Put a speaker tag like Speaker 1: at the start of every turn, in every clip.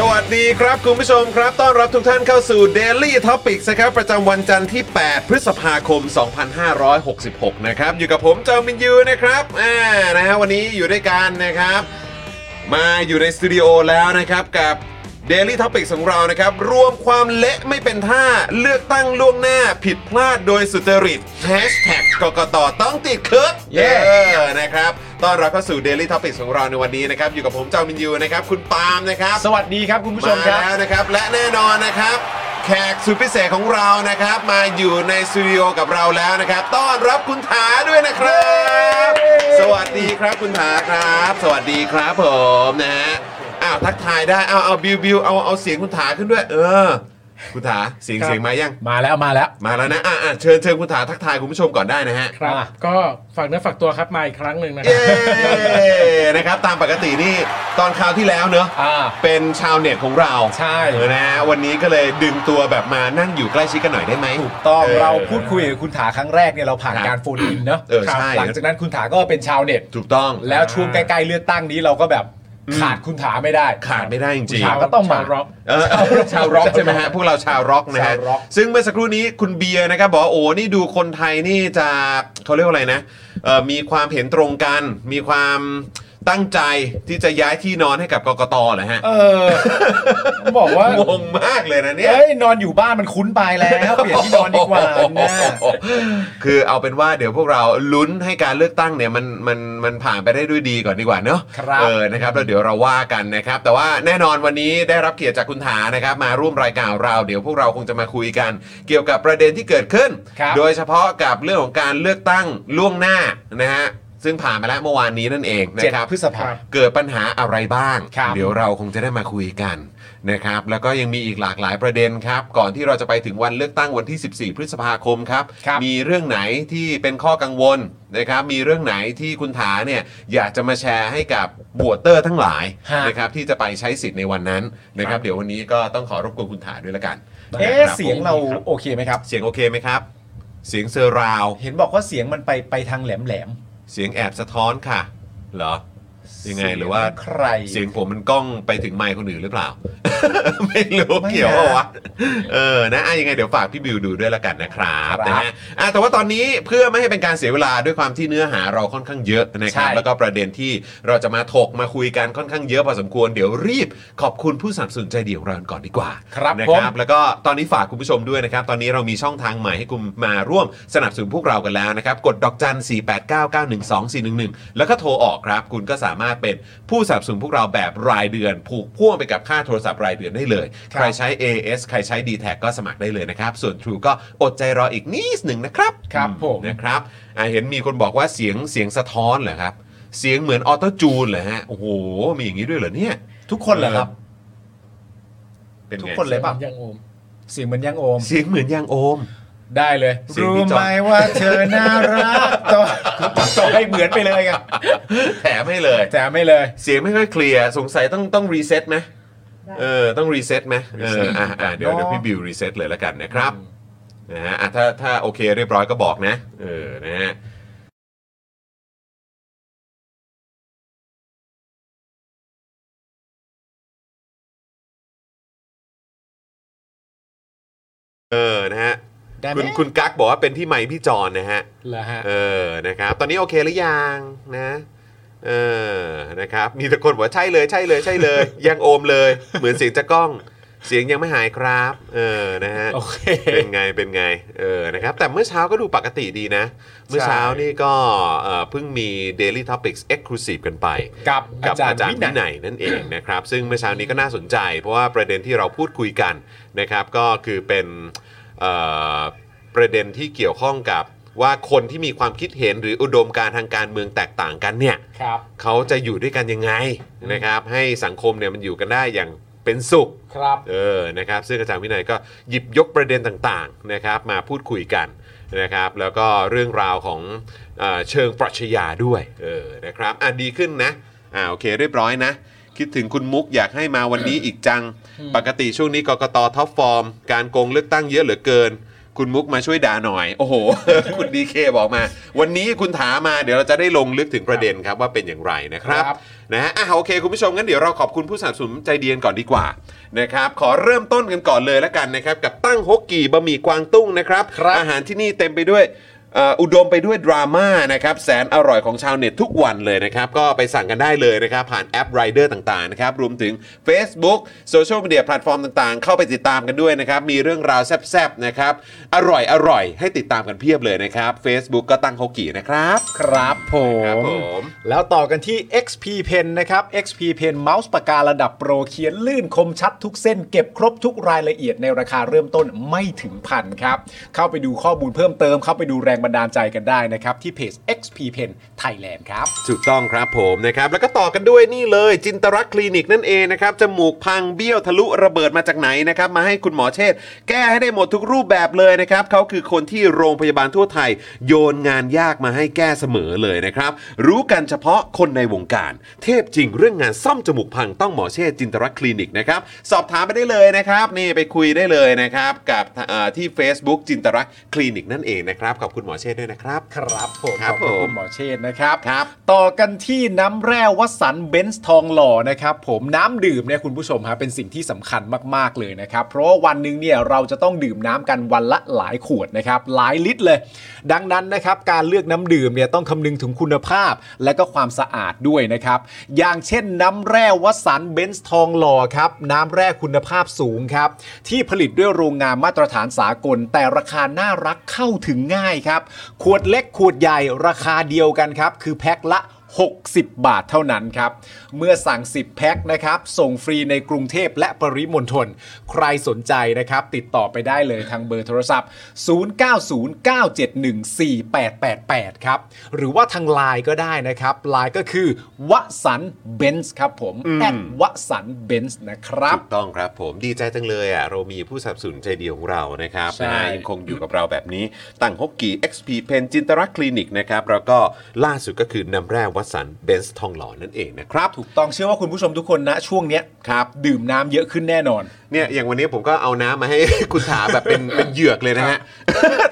Speaker 1: สวัสดีครับคุณผู้ชมครับ ต้อนรับทุกท่านเข้าสู่ Daily Topics นะครับ ประจำวันจันทร์ที่ 8 พฤษภาคม 2566 นะครับ อยู่กับผมจอมินยูนะครับอ่านะฮะวันนี้อยู่ด้วยกันนะครับ มาอยู่ในสตูดิโอแล้วนะครับกับ Daily Topics ของเรานะครับ รวมความเละไม่เป็นท่าเลือกตั้งล่วงหน้าผิดพลาดโดยสุจริต Hashtag กกตต้องติดคึก
Speaker 2: เย้
Speaker 1: เออนะครับต้อนรับเข้าสู่ Daily Topics ของเราในวันนี้นะครับ อยู่กับผมจอมินยูนะครับ คุณปาล์มนะครับ
Speaker 2: สวัสดีครับคุณผู้ชมครับ
Speaker 1: แล้วนะครับและแน่นอนนะครับ แขกสุดพิเศษของเรานะครับ มาอยู่ในสตูดิโอกับเราแล้วนะครับ ต้อนรับคุณถาด้วยนะครับ สวัสดีครับคุณถาครับ สวัสดีครับผมนะฮะอ้าวทักทายได้เอาเอาบิวบิวเอาเอาเสียงคุณถาขึ้นด้วย เออ คุณถาเสียง
Speaker 3: ครับ
Speaker 1: เสียงมายัง
Speaker 2: มาแล้วมาแล้ว
Speaker 1: มาแล้วนะอ่ะอ่ะเชิญเชิญคุณถาทักทายคุณผู้ชมก่อนได้นะฮะ
Speaker 3: ครับ
Speaker 2: อ่ะ
Speaker 3: ก็ฝากเนื้อฝากตัวครับมาอีกครั้งหนึ่งนะครั
Speaker 1: เย้นะครับตามปกตินี่ตอนคราวที่แล้วเนอะ
Speaker 2: อ่า
Speaker 1: เป็นชาวเน็ตของเรา
Speaker 2: ใช่
Speaker 1: เออนะวันนี้ก็เลยดึงตัวแบบมานั่งอยู่ใกล้ชิดกันหน่อยได้ไหม
Speaker 2: ถูกต้อง
Speaker 1: เออ
Speaker 2: เราพูดคุยกับคุณถาครั้งแรกเนี่ยเราผ่าน
Speaker 1: ครับ
Speaker 2: การโฟนอินเนอะ
Speaker 1: เออใช่
Speaker 2: หลังจากนั้นคุณถาก็เป็นชาวเน็ต
Speaker 1: ถูกต้อง
Speaker 2: แล้วช่วงใกล้ๆเลือกตั้งนี้เราก็แบบขาดคุณถาไม่ได้
Speaker 1: ขาดไม่ได้จริง
Speaker 2: ค
Speaker 1: ๆ
Speaker 2: รับ ก็ต้องมา
Speaker 3: ชวร็อก
Speaker 1: เออชาวร็อกใช่ไหมฮะ พวกเราชาวร็อกนะฮะ
Speaker 2: ชาวร็อก
Speaker 1: ซึ่งเมื่อสักครู่นี้คุณเบียร์นะครับ บอกว่าโอ้นี่ดูคนไทยนี่จะเขาเรียกว่าอะไรนะเอ่อมีความเห็นตรงกัน มีความตั้งใจที่จะย้ายที่นอนให้กับกกตเหรอฮะ
Speaker 2: เออบอกว่าง
Speaker 1: งมากเลยนะเนี่ย
Speaker 2: เอ้ยนอนอยู่บ้านมันคุ้นไปแล้วเปลี่ยนที่นอนดีกว่านะ
Speaker 1: คือเอาเป็นว่าเดี๋ยวพวกเราลุ้นให้การเลือกตั้งเนี่ยมันมันมันผ่านไปได้ด้วยดีก่อนดีกว่าเนอะ
Speaker 2: ครับ
Speaker 1: เออนะครับแล้วเดี๋ยวเราว่ากันนะครับ แต่ว่าแน่นอนวันนี้ได้รับเกียรติจากคุณถานะครับ มาร่วมรายการของเราเดี๋ยวพวกเราคงจะมาคุยกัน เกี่ยวกับประเด็นที่เกิดขึ้น
Speaker 2: ครับ
Speaker 1: โดยเฉพาะกับเรื่องของการเลือกตั้งล่วงหน้านะฮะซึ่งผ่านมาแล้วเมื่อวานนี้นั่นเองนะ
Speaker 2: เจ็ด
Speaker 1: ครับ
Speaker 2: พฤษภา
Speaker 1: เกิดปัญหาอะไรบ้าง
Speaker 2: ครับ
Speaker 1: เดี๋ยวเราคงจะได้มาคุยกันนะครับ แล้วก็ยังมีอีกหลากหลายประเด็นครับ ก่อนที่เราจะไปถึงวันเลือกตั้งวันที่ 14 พฤษภาคมครับ
Speaker 2: ครับ
Speaker 1: มีเรื่องไหนที่เป็นข้อกังวลนะครับ มีเรื่องไหนที่คุณถาเนี่ยอยากจะมาแชร์ให้กับบัวเตอร์ทั้งหลายนะครับที่จะไปใช้สิทธิ์ในวันนั้นนะค
Speaker 3: ครั
Speaker 1: รับ
Speaker 3: บ
Speaker 1: เดี๋ยววันนี้ก็ต้องขอรบกวนคุณถาด้วยละกัน
Speaker 2: เอ๊ะ
Speaker 1: นะครับ
Speaker 2: เสียงเราโอเคไหมครับ
Speaker 1: เสียงโอเคไหมครับ เสียงเซอร์ราว
Speaker 2: เห็นบอกว่าเสียงมันไปไปทางแหลมแหลม
Speaker 1: เสียงแอบสะท้อนค่ะ เหรอ
Speaker 2: ๆ
Speaker 1: ยังไงหรือว่า
Speaker 2: ใคร
Speaker 1: เสียงผมมันกล้องไปถึงไมค์คนอื่นหรือเปล่า ไม่รู้
Speaker 2: ไม่นะ
Speaker 1: เกี่ยวปะวะเออนะอ่ะยังไงเดี๋ยวฝากพี่บิวดูด้วยละกันนะครับ
Speaker 2: ครับ
Speaker 1: นะฮะอ่ะแต่ว่าตอนนี้เพื่อไม่ให้เป็นการเสียเวลาด้วยความที่เนื้อหาเราค่อนข้างเยอะนะครับ
Speaker 2: ใช่
Speaker 1: แล้วก็ประเด็นที่เราจะมาถกมาคุยกันค่อนข้างเยอะพอสมควรเดี๋ยวรีบขอบคุณผู้สนับสนุนใจดีของเราก่อนดีกว่า
Speaker 2: ครับ
Speaker 1: นะ
Speaker 2: ผ
Speaker 1: ค
Speaker 2: ม
Speaker 1: รับแล้วก็ตอนนี้ฝากคุณผู้ชมด้วยนะครับ ตอนนี้เรามีช่องทางใหม่ให้คุณมาร่วมสนับสนุนพวกเรากันแล้วนะครับ กดดอกจัน 4 8 9 9 1 2 4 1 1 แล้วก็โทรออกครับ คุณก็สามารถเป็นผู้สนับสนุนพวกเราแบบรายเดือน ผูกพ่วงไปกับค่าโทรศัพท์รายเดือนได้เลย ใครใช้ AS ใครใช้ d t แทก็สมัครได้เลยนะครับ ส่วน True ก็อดใจรออีกนิดหนึ่งนะครับ
Speaker 2: ครับผม
Speaker 1: นะครับอ่ะเห็นมีคนบอกว่าเสียงเสียงสะท้อนเหรอครับเสียงเหมือนออโต้จูนเหรอฮะโอ้โหมีอย่างนี้ด้วยเหรอเนี่ย
Speaker 2: ทุกคนเหรอครับ
Speaker 1: เป็นไง
Speaker 2: ทุกคนเลย ปะ
Speaker 3: ยังโอม
Speaker 2: เสียงเหมือนยังโอม
Speaker 1: เสียงเหมือนยางโอม
Speaker 2: ได้เลย
Speaker 1: สิ่งที่จอห์น
Speaker 2: ว่าเธอน่ารักต่อต่อให้เหมือนไปเลยไง
Speaker 1: แถมให้เลย
Speaker 2: แต่ไม่เลย
Speaker 1: เสียงไม่ค่อยเคลียร์สงสัยต้องต้องรีเซ็ตไหมเออต้องรีเซ็ตไหมเอออ่ะอ่ะเดี๋ยวเดี๋ยวพี่บิวรีเซ็ตเลยแล้วกันนะครับนะฮะอ่ะถ้าถ้าโอเคเรียบร้อยก็บอกนะเออนะฮะเออนะฮะ
Speaker 2: ได้ไหม
Speaker 1: คุณคุณกั๊กบอกว่าเป็นที่ไมค์พี่จอนนะฮะ
Speaker 3: เหรอฮะ
Speaker 1: เออ นะครับ ตอนนี้โอเคหรือยังนะ เออ นะครับ มีแต่คนบอกว่าใช่เลย ใช่เลย ใช่เลย ยังโอมเลย เหมือนเสียงจะกล้อง เสียงยังไม่หายครับ เออ นะฮะ
Speaker 2: โอเค
Speaker 1: เป็นไง เป็นไง เออ นะครับ แต่เมื่อเช้าก็ดูปกติดีนะ เมื่อเช้านี่ก็เอ่อเพิ่งมี Daily Topics Exclusive กันไป
Speaker 2: กับอา
Speaker 1: กับ
Speaker 2: จา
Speaker 1: อา
Speaker 2: รย์
Speaker 1: จาร
Speaker 2: วิ
Speaker 1: ย์
Speaker 2: นั
Speaker 1: วิ
Speaker 2: ย
Speaker 1: นัยนั่นเองนะครับ ซึ่งเมื่อเช้านี้ก็น่าสนใจ เพราะว่าประเด็นที่เราพูดคุยกันนะครับ ก็คือเป็นเอ่อประเด็นที่เกี่ยวข้องกับว่าคนที่มีความคิดเห็นหรืออุดมการณ์ทางการเมืองแตกต่างกันเนี่ย
Speaker 2: ครับ
Speaker 1: เขาจะอยู่ด้วยกันยังไงนะครับ ให้สังคมเนี่ยมันอยู่กันได้อย่างเป็นสุข
Speaker 2: ครับ
Speaker 1: เออ นะครับ ซึ่งอาจารย์วินัยก็หยิบยกประเด็นต่างๆ นะครับ มาพูดคุยกันนะครับ แล้วก็เรื่องราวของเออเชิงปรัชญาด้วย เออ นะครับ อ่ะดีขึ้นนะ อ่า โอเค เรียบร้อยนะ คิดถึงคุณมุกอยากให้มาวันนี้อีกจัง ปกติช่วงนี้กกตท็อปฟอร์ม การโกงเลือกตั้งเยอะเหลือเกิน คุณมุกมาช่วยด่าหน่อย โอ้โห คุณดีเคบอกมา วันนี้คุณถามมา เดี๋ยวเราจะได้ลงลึกถึงประเด็นครับว่าเป็นอย่างไรนะครับ
Speaker 2: ครับ
Speaker 1: นะฮะอ่ะโอเค คุณผู้ชมงั้นเดี๋ยวเราขอบคุณผู้สนับสนุนใจดีกันก่อนดีกว่านะครับขอเริ่มต้นกันก่อนเลยแล้วกันนะครับ กับตั้งฮกกี่บะหมี่กวางตุ้งนะครับ อาหารที่นี่เต็มไปด้วยเอ่ออุดมไปด้วยดราม่านะครับแสนอร่อยของชาวเน็ตทุกวันเลยนะครับ ก็ไปสั่งกันได้เลยนะครับ ผ่านแอป Rider ต่างๆนะครับ รวมถึง Facebook โซเชียลมีเดียแพลตฟอร์มต่างๆ เข้าไปติดตามกันด้วยนะครับ มีเรื่องราวแซ่บๆนะครับอร่อยอร่อยๆให้ติดตามกันเพียบเลยนะครับ Facebook ก็ตั้งฮกกี่นะครับ
Speaker 2: ครับ
Speaker 1: ค
Speaker 2: ผ
Speaker 1: รับ
Speaker 2: ม
Speaker 1: ผม
Speaker 2: แล้วต่อกันที่ XP Pen นะครับ XP Pen เมาส์ปากการะดับโปรเขียนลื่นคมชัดทุกเส้นเก็บครบทุกรายละเอียดในราคาเริ่มต้นไม่ถึงพันครับ เข้าไปดูข้อมูลเพิ่มเติม เข้าไปดูแรงบันดาลใจกันได้นะครับ ที่เพจ XP Pen Thailand ครับ
Speaker 1: ถูกต้องครับผมนะครับแล้วก็ต่อกันด้วยนี่เลยจินตรักษณ์คลินิกนั่นเองนะครับจมูกพังเบี้ยวทะลุระเบิดมาจากไหนนะครับมาให้คุณหมอเชษฐ์แก้ให้ได้หมดทุกรูปแบบเลยนะครับเขาคือคนที่โรงพยาบาลทั่วไทย โยนงานยากมาให้แก้เสมอเลยนะครับรู้กันเฉพาะคนในวงการ เทพจริงเรื่องงานซ่อมจมูกพังต้องหมอเชษฐ์จินตรักษณ์คลินิกนะครับสอบถามไปได้เลยนะครับนี่ไปคุยได้เลยนะครับกับเอ่อที่ Facebook จินตรักษณ์คลินิกนั่นเองนะครับขอบคุณหมอเชษฐ์ด้วยนะครับ
Speaker 2: ครับผม
Speaker 1: ครับ
Speaker 2: ขอบพะ
Speaker 1: ผม
Speaker 2: คุณหมอเชษฐ์นะครับ
Speaker 1: ครับ
Speaker 2: ต่อกันที่น้ำแร่วัดสันเบนซ์ทองหล่อนะครับผมน้ำดื่มเนี่ยคุณผู้ชมฮะเป็นสิ่งที่สำคัญมาก ๆ เลยนะครับ เพราะว่าวันหนึ่งเนี่ยเราจะต้องดื่มน้ำกันวันละหลายขวดนะครับหลายลิตรเลย ดังนั้นนะครับการเลือกน้ำดื่มเนี่ยต้องคำนึงถึงคุณภาพ และก็ความสะอาดด้วยนะครับ อย่างเช่นน้ำแร่วัดสันเบนซ์ทองหล่อครับน้ำแร่คุณภาพสูงครับที่ผลิตด้วยโรงงานมาตรฐานสากล แต่ราคาน่ารักเข้าถึงง่ายครับ ขวดเล็กขวดใหญ่ราคาเดียวกันครับ คือแพ็คละ 60 บาทเท่านั้นครับ เมื่อสั่ง 10 แพ็คนะครับ ส่งฟรีในกรุงเทพและปริมณฑลใครสนใจนะครับ ติดต่อไปได้เลยทางเบอร์โทรศัพท์ 0909714888 ครับ หรือว่าทางไลน์ก็ได้นะครับไลน์ก็คือวสันเบนซ์ครับผมแอดวสันเบนซ์นะครับ
Speaker 1: ถูกต้องครับผมดีใจจังเลยอ่ะเรามีผู้สนับสนุนใจดีของเรานะครับ
Speaker 2: ใช่
Speaker 1: นะฮะยังคงอยู่กับเราแบบนี้ตั้งฮกกี้ XP Pen จินตรักษณ์คลินิกนะครับ แล้วก็ล่าสุดก็คือน้ำแร่วัดสันเบนซ์ทองหล่อนั่นเองนะครับ
Speaker 2: ถูกต้องเชื่อว่าคุณผู้ชมทุกคนนะช่วงเนี้ยครับดื่มน้ำเยอะขึ้นแน่นอน
Speaker 1: เนี่ยอย่างวันนี้ผมก็เอาน้ำมาให้ คุณถาแบบเป็นเป็นเหยือกเลยนะฮะ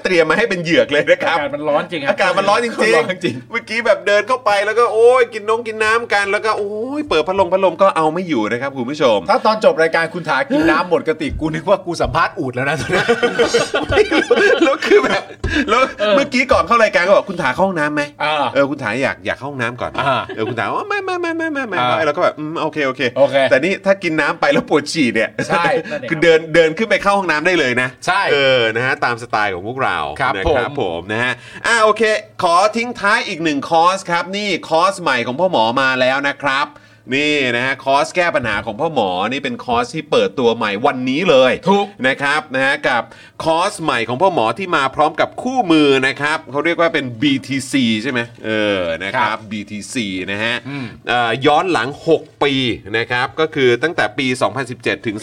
Speaker 1: เตรียมมาให้เป็นเหยือกเลยนะค
Speaker 3: อา
Speaker 1: รับ
Speaker 3: กาศมันร้อนจริงครั
Speaker 1: อา
Speaker 3: บ
Speaker 1: กาศมันร้อนจริง
Speaker 2: ร้อนจริง
Speaker 1: ๆ เมื่อกี้แบบเดินเข้าไปแล้วก็โอ้ยกินนงกินน้ำกันแล้วก็โอ้ยเปิดพัดลมพัดลมก็เอาไม่อยู่นะครับคุณผู้ชม
Speaker 2: ถ้าตอนจบรายการคุณถากินน้ำหมดกระติกกูนึกว่ากูสัมภาษณ์อูดแล้วนะตอนนี้
Speaker 1: แล้วคือแบบแล้วเมื่อกี้ก่อนเข้ารายการก็บอกคุณถาเข้าห้องน้ำไหม
Speaker 2: อ่า
Speaker 1: เออคุณถาอยากอยากเข้าห้องน้ำก่อนไหม
Speaker 2: อ่า
Speaker 1: เออคุณถาว่าไม่ไม่ไม่ไม่ไม่ไม่
Speaker 2: อ่า
Speaker 1: แล้วก็แบบอืมโอเคโอเค
Speaker 2: โอเค
Speaker 1: แต่นี่ถ้ากินน้ำไปแล้วปวดฉี่เนี่ย
Speaker 2: ใช่
Speaker 3: นั่นเองครับ
Speaker 1: คือเดินเดินขึ้นไปเข้าห้องน้ำได้เลยนะ
Speaker 2: ใช่
Speaker 1: เออนะฮะตามสไตล์ของพวกเรา
Speaker 2: ครับ
Speaker 1: นะ
Speaker 2: ผม
Speaker 1: ผมนะฮะอ่าโอเค ขอทิ้งท้ายอีกหนึ่งคอร์สครับนี่คอร์สใหม่ของพ่อหมอมาแล้วนะครับ นี่นะฮะคอร์สแก้ปัญหาของพ่อหมอนี่เป็นคอร์สที่เปิดตัวใหม่วันนี้เลย
Speaker 3: ถูก
Speaker 1: นะครับนะฮะกับคอร์สใหม่ของพ่อหมอที่มาพร้อมกับคู่มือนะครับเขาเรียกว่าเป็น BTC ใช่ไหมเออนะครับ BTC นะฮะเอ่อย้อนหลัง 6 ปีนะครับก็คือตั้งแต่ปี 2017 ถึง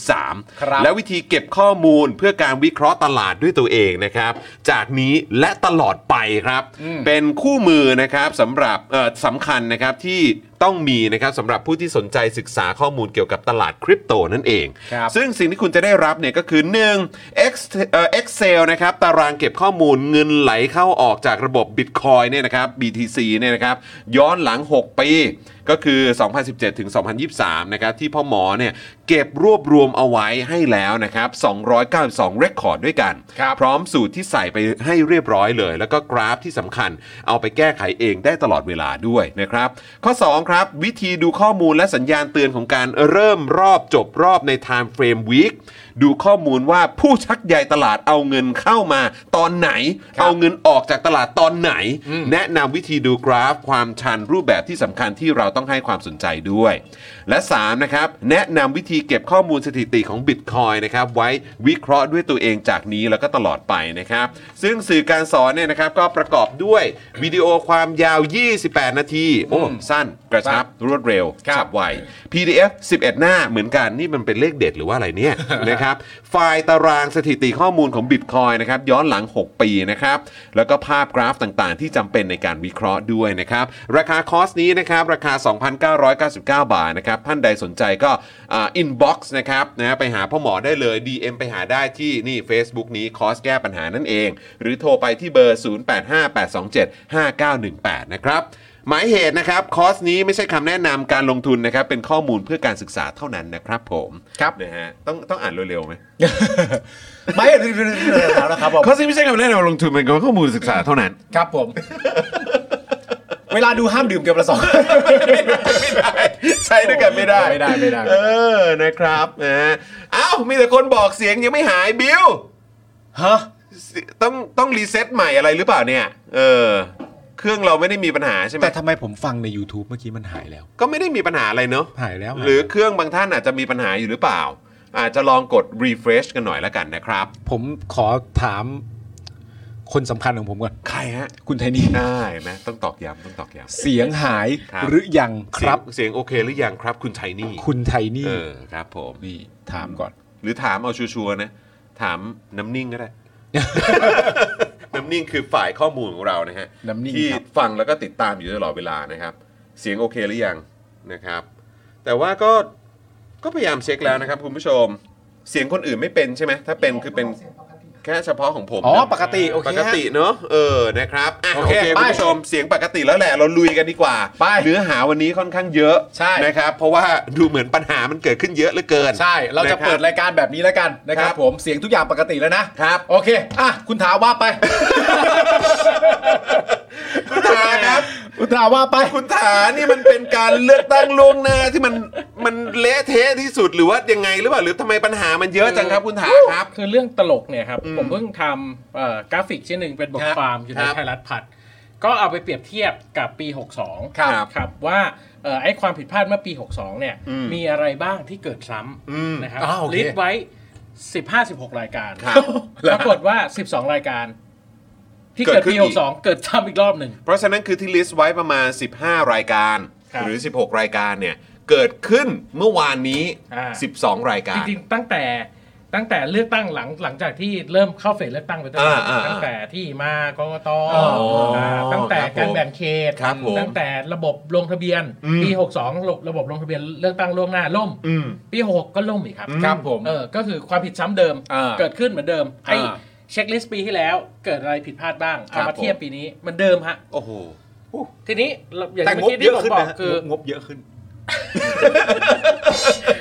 Speaker 1: 2023
Speaker 2: ครับ
Speaker 1: และวิธีเก็บข้อมูลเพื่อการวิเคราะห์ตลาดด้วยตัวเองนะครับ จากนี้และตลอดไปครับ เป็นคู่มือนะครับสำหรับเอ่อสำคัญนะครับที่ต้องมีนะครับสำหรับผู้ที่สนใจศึกษาข้อมูลเกี่ยวกับตลาดคริปโตนั่นเอง
Speaker 2: ครับ
Speaker 1: ซึ่งสิ่งที่คุณจะได้รับเนี่ยก็คือ 1 X เอ่อ Excel นะครับตารางเก็บข้อมูลเงินไหลเข้าออกจากระบบ Bitcoin เนี่ยนะครับ BTC เนี่ยนะครับย้อนหลัง 6 ปี ก็คือ 2017 ถึง 2023 นะครับที่พ่อหมอเนี่ยเก็บรวบรวมเอาไว้ให้แล้วนะครับ 292 record ด้วยกัน
Speaker 2: ครับ
Speaker 1: พร้อมสูตรที่ใส่ไปให้เรียบร้อยเลย แล้วก็กราฟที่สำคัญเอาไปแก้ไขเองได้ตลอดเวลาด้วยนะครับ ข้อ 2 ครับ วิธีดูข้อมูลและสัญญาณเตือนของการเริ่มรอบจบรอบใน Time Frame Week ดูข้อมูลว่าผู้ชักใยตลาดเอาเงินเข้ามาตอนไหน เอาเงินออกจากตลาดตอนไหน แนะนำวิธีดูกราฟความชันรูปแบบที่สำคัญที่เราต้องให้ความสนใจด้วย และ 3 นะครับ แนะนำวิธีเก็บข้อมูลสถิติของ Bitcoin นะครับ ไว้วิเคราะห์ด้วยตัวเองจากนี้แล้วก็ตลอดไปนะครับ ซึ่งสื่อการสอนเนี่ยนะครับก็ประกอบด้วยวิดีโอความยาว 28 นาที โอ้สั้นกระชับรวดเร็ว
Speaker 2: ครับ
Speaker 1: ฉับไว PDF 11 หน้าเหมือนกันนี่มันเป็นเลขเด็ดหรือว่าอะไรเนี่ย นะครับ ไฟล์ตารางสถิติข้อมูลของ Bitcoin นะครับย้อนหลัง 6 ปีนะครับ แล้วก็ภาพกราฟต่างๆ ที่จำเป็นในการวิเคราะห์ด้วยนะครับ ราคาคอร์สนี้นะครับ ราคา 2,999 บาทนะครับ ท่านใดสนใจก็อินบ็อกซ์นะครับนะฮะไปหาพ่อหมอได้เลย DM ไปหาได้ที่นี่ Facebook นี้คอร์สแก้ปัญหานั่นเอง หรือโทรไปที่เบอร์ 0858275918 นะครับ หมายเหตุนะครับคอร์สนี้ไม่ใช่คำแนะนำการลงทุนนะครับ เป็นข้อมูลเพื่อการศึกษาเท่านั้นนะครับผม
Speaker 2: ครับ
Speaker 1: นะฮะต้องต้องอ่านเร็วๆไหม
Speaker 2: ไม่ เรื่องแล้วนะครับผม
Speaker 1: คอร์สนี้ไม่ใช่คำแนะนำลงทุนเป็นข้อมูลศึกษาเท่านั้น
Speaker 2: ครับผม เวลาดูห้ามดื่มเกินประสอง
Speaker 1: ไม่ได้ใช้ด้วยกันไม่ได้
Speaker 2: ไม่ได้ไม่ได้
Speaker 1: เออนะครับนะฮะอ้าวมีแต่คนบอกเสียงยังไม่หายบิว
Speaker 2: ฮะ
Speaker 1: ต้องต้องรีเซ็ตใหม่อะไรหรือเปล่าเนี่ยเออเครื่องเราไม่ได้มีปัญหาใช่ไหม
Speaker 2: แต่ทำไมผมฟังใน YouTube เมื่อกี้มันหายแล้ว
Speaker 1: ก็ไม่ได้มีปัญหาอะไรเนอะ
Speaker 2: หายแล้ว
Speaker 1: หรือเครื่องบางท่านอาจจะมีปัญหาอยู่หรือเปล่า อาจจะลองกด refresh กันหน่อยละกันนะครับ
Speaker 2: ผมขอถามคนสำคัญของผมก่อน
Speaker 1: ใครฮะ
Speaker 2: คุณไทนี่
Speaker 1: ได้ไหมต้องตอกย้ำต้องตอกย้ำ
Speaker 2: เสียงหาย
Speaker 1: ครับ
Speaker 2: หรือยังครับ
Speaker 1: เสียงเสียงโอเคหรือยังครับ คุณไทนี่
Speaker 2: คุณไทนี่
Speaker 1: เออครับผม
Speaker 2: นี่ถามก่อน
Speaker 1: หรือถามเอาชัวร์ๆนะ ถามน้ำนิ่งก็ได้ น้ำนิ่งคือฝ่ายข้อมูลของเรานะฮะ
Speaker 2: น้ำนิ่ง
Speaker 1: ที่
Speaker 2: ครับ
Speaker 1: ฟังแล้วก็ติดตามอยู่ตลอดเวลานะครับ เสียงโอเคหรือยังนะครับ แต่ว่าก็ก็พยายามเช็คแล้วนะครับคุณผู้ชม เสียงคนอื่นไม่เป็นใช่ไหมถ้าเป็นคือเป็นแค่เฉพาะของผม
Speaker 2: อ๋อ
Speaker 1: นะ
Speaker 2: ปกติ โอเค
Speaker 1: ปกติเนอะเออนะครับอ่ะ
Speaker 2: โอ
Speaker 1: โอ
Speaker 2: เค
Speaker 1: เค
Speaker 2: ไป
Speaker 1: คุณผู้ชมเสียงปกติแล้วแหละเราลุยกันดีกว่า
Speaker 2: ไป
Speaker 1: เนื้อหาวันนี้ค่อนข้างเยอะ
Speaker 2: ใช่
Speaker 1: นะครับเพราะว่าดูเหมือนปัญหามันเกิดขึ้นเยอะเหลือเกิน
Speaker 2: ใช่ เราจะ
Speaker 1: นคบ
Speaker 2: เปิดรายการแบบนี้แล้วกันนะครั
Speaker 1: ครับ บ
Speaker 2: ผม เสียงทุกอย่างปกติแล้วนะ
Speaker 1: ครับ
Speaker 2: โอเค อ่ะ คุณถามว่า ไป
Speaker 1: คุณถาครับ
Speaker 2: คุณถามว่าไป
Speaker 1: คุณถานี่มันเป็นการเลือกตั้งล่วงหน้าที่มันมันเละเทะที่สุดหรือว่ายังไงหรือเปล่าหรือทำไมปัญหามันเยอะจังครับคุณถาครับ
Speaker 3: คือเรื่องตลกเนี่ยครับ ผมเพิ่งทำเอ่อกราฟิกชิ้นหนึ่งเป็นบท
Speaker 1: ครับ
Speaker 3: ความอยู่ใน
Speaker 1: ครับ
Speaker 3: ไทยรัฐพัฒน์ก็เอาไปเปรียบเทียบกับปี 62
Speaker 1: ครับ
Speaker 3: ครับว่าเอ่อไอ้ความผิดพลาดเมื่อปี 62 เนี่ย
Speaker 1: อืม
Speaker 3: มีอะไรบ้างที่เกิดซ้ำนะครับ
Speaker 2: อ้าวโอเค
Speaker 3: ลิสต์ไว้ 15 16 รายการ
Speaker 1: ครับ
Speaker 3: ปรากฏว่า 12 รายการ ที่
Speaker 1: เกิ
Speaker 3: เกิ
Speaker 1: ด
Speaker 3: ด
Speaker 1: ขึ้น
Speaker 3: ปี
Speaker 1: อีก
Speaker 3: 62 เกิดซ้ำอีกรอบหนึ่ง
Speaker 1: เพราะฉะนั้นคือที่ลิสต์ไว้ประมาณ 15 รายการ
Speaker 3: ครับ
Speaker 1: หรือ 16 รายการเนี่ยเกิดขึ้นเมื่อวานนี้
Speaker 3: อ่า
Speaker 1: 12 รายกา
Speaker 3: จ
Speaker 1: ร
Speaker 3: ริงๆตั้งแต่ตั้งแต่เลือกตั้งหลังหลังจากที่เริ่มเข้าเฟสเลือกตั้งไปตั้งแต่
Speaker 1: อ่าๆ
Speaker 3: ตั้งแต่ที่มากกต
Speaker 1: อ๋ออ่
Speaker 3: าตั้งแต่
Speaker 1: ครับผม
Speaker 3: การแบ่งเขต
Speaker 1: ครับผม
Speaker 3: ตั้งแต่ระบบลงทะเบียน
Speaker 1: อืม
Speaker 3: ปี 62ระบบระบบลงทะเบียนเลือกตั้งล่วงหน้าล่ม
Speaker 1: อืม
Speaker 3: ปี 66 ก็ล่มอีกครับ
Speaker 1: อื
Speaker 2: ครับผม
Speaker 3: เออก็คือความผิดซ้ำเดิม
Speaker 2: อ่า
Speaker 3: เกิดขึ้นเหมือนเดิมไอ้
Speaker 2: อ่า
Speaker 3: เช็คลิสต์ปีที่แล้วเกิดอะไรผิดพลาดบ้าง
Speaker 1: ครับ
Speaker 3: เอามาเทียบ
Speaker 1: ผม
Speaker 3: ปีนี้เหมือนเดิมฮะ
Speaker 1: โอ้โห
Speaker 3: ทีนี้เราอย่าง
Speaker 2: แต่งบ
Speaker 3: เมื่อกี้
Speaker 2: เย
Speaker 3: ที่
Speaker 2: อะ
Speaker 3: ผม
Speaker 2: ขึ้น
Speaker 3: บอก
Speaker 2: นะ
Speaker 3: คือ
Speaker 2: งบเยอะขึ้น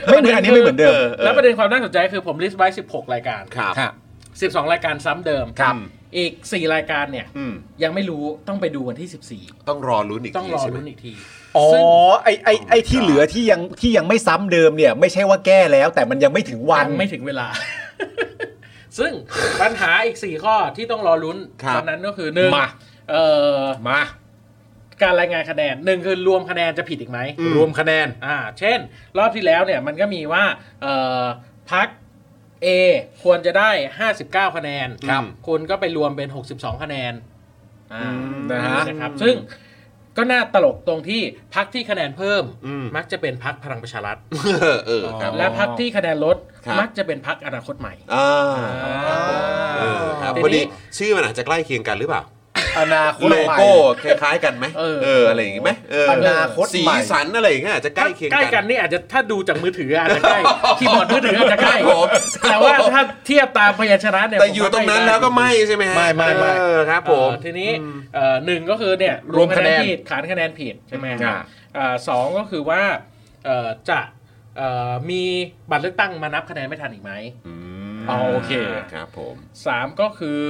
Speaker 2: ไม่เหมือนอันนี้ไม่เหมือนเดิม
Speaker 1: เออ
Speaker 3: แล้วประเด็นความน่าสนใจคือผมลิสต์ไว้ 16 รายการ
Speaker 1: ครับ
Speaker 2: ฮะ
Speaker 3: 12 รายการซ้ำเดิม
Speaker 1: ครับ
Speaker 3: อีก 4 รายการเนี่ย
Speaker 1: อืม
Speaker 3: ยังไม่รู้ต้องไปดูวันที่
Speaker 1: ต้องรอลุ้นอีก
Speaker 3: 14 ต้อง
Speaker 1: ที
Speaker 3: รอ
Speaker 1: ใช่ไหม
Speaker 3: รุ้นอีกที
Speaker 2: อ๋อ
Speaker 3: ซึ่ง
Speaker 2: ไอไอไอที่เหลือที่ยังที่ยังไม่ซ้ำเดิมเนี่ย ไม่ใช่ว่าแก้แล้ว แต่มันยังไม่ถึงวัน
Speaker 3: ยังไม่ถึงเวลา ซึ่ง ปัญหาอีก 4 ข้อที่ต้องรอลุ้น
Speaker 1: ครับ
Speaker 3: ตอนนั้นก็คือหนึ่ง
Speaker 2: มา
Speaker 3: เอ่อ
Speaker 2: มา
Speaker 3: การรายงานคะแนนหนึ่งคือรวมคะแนนจะผิดอีกไหม
Speaker 1: อืม
Speaker 2: รวมคะแนน
Speaker 3: อ่าเช่น รอบที่แล้วเนี่ยมันก็มีว่าเอ่อพัก A ควรจะได้ 59 คะแนน
Speaker 1: ครับ
Speaker 3: คุณก็ไปรวมเป็น 62 คะแนนอ่า
Speaker 2: นะฮะ
Speaker 3: นะครับซึ่งก็น่าตลกตรงที่พักที่คะแนนเพิ่ม
Speaker 1: อืม
Speaker 3: มักจะเป็นพักพลังประชารัฐ
Speaker 1: เออเออครับ
Speaker 3: และพักที่คะแนนลด
Speaker 1: ครับ
Speaker 3: มักจะเป็นพักอนาคตใหม่
Speaker 1: อ่า
Speaker 3: อ่า
Speaker 1: เออครับ
Speaker 3: ทีนี้
Speaker 1: พอดีชื่อมันอาจจะใกล้เคียงกันหรือเปล่า
Speaker 2: อนาคต
Speaker 1: โล
Speaker 2: ใหม่
Speaker 1: โก้คล้ายๆกันไหม
Speaker 3: เออ
Speaker 1: เอออะไรอย่างงี้ไหมเออ
Speaker 2: อนาคต
Speaker 1: สี
Speaker 2: ใหม่
Speaker 1: สันอะไรอย่างเงี้ยอาจจะใกล้เคียง
Speaker 3: ใกล้กั
Speaker 1: กัน น
Speaker 3: นี่อาจจะถ้าดูจากมือถืออาจจะ ใกล้ คีย์บอร์ดมือถืออาจจะใกล้
Speaker 1: ครับผม
Speaker 3: แต่ว่าถ้าเทียบตามพยัญชนะเนี่ย
Speaker 1: แต่
Speaker 3: ผม
Speaker 1: อยู่ตรงนั้น
Speaker 3: ใก
Speaker 1: แล้วก็
Speaker 3: ได้
Speaker 1: ไม่ใช่ไหมฮะ
Speaker 2: ไม่ไม่ไม่
Speaker 1: เออครับผม
Speaker 3: เอ่อทีนี้เอ่อหนึ่งก็คือเนี่ย
Speaker 2: รวมคะแนน
Speaker 3: ผิดขานคะแนนผิดใช่ไหมครั
Speaker 2: อ่า
Speaker 3: บเอ่อสองก็คือว่าเอ่อจะเอ่อมีบัตรเลือกตั้งมานับคะแนนไม่ทันอีกไหม
Speaker 2: อ๋อโอเค
Speaker 1: ครับผม
Speaker 3: สามก็คือ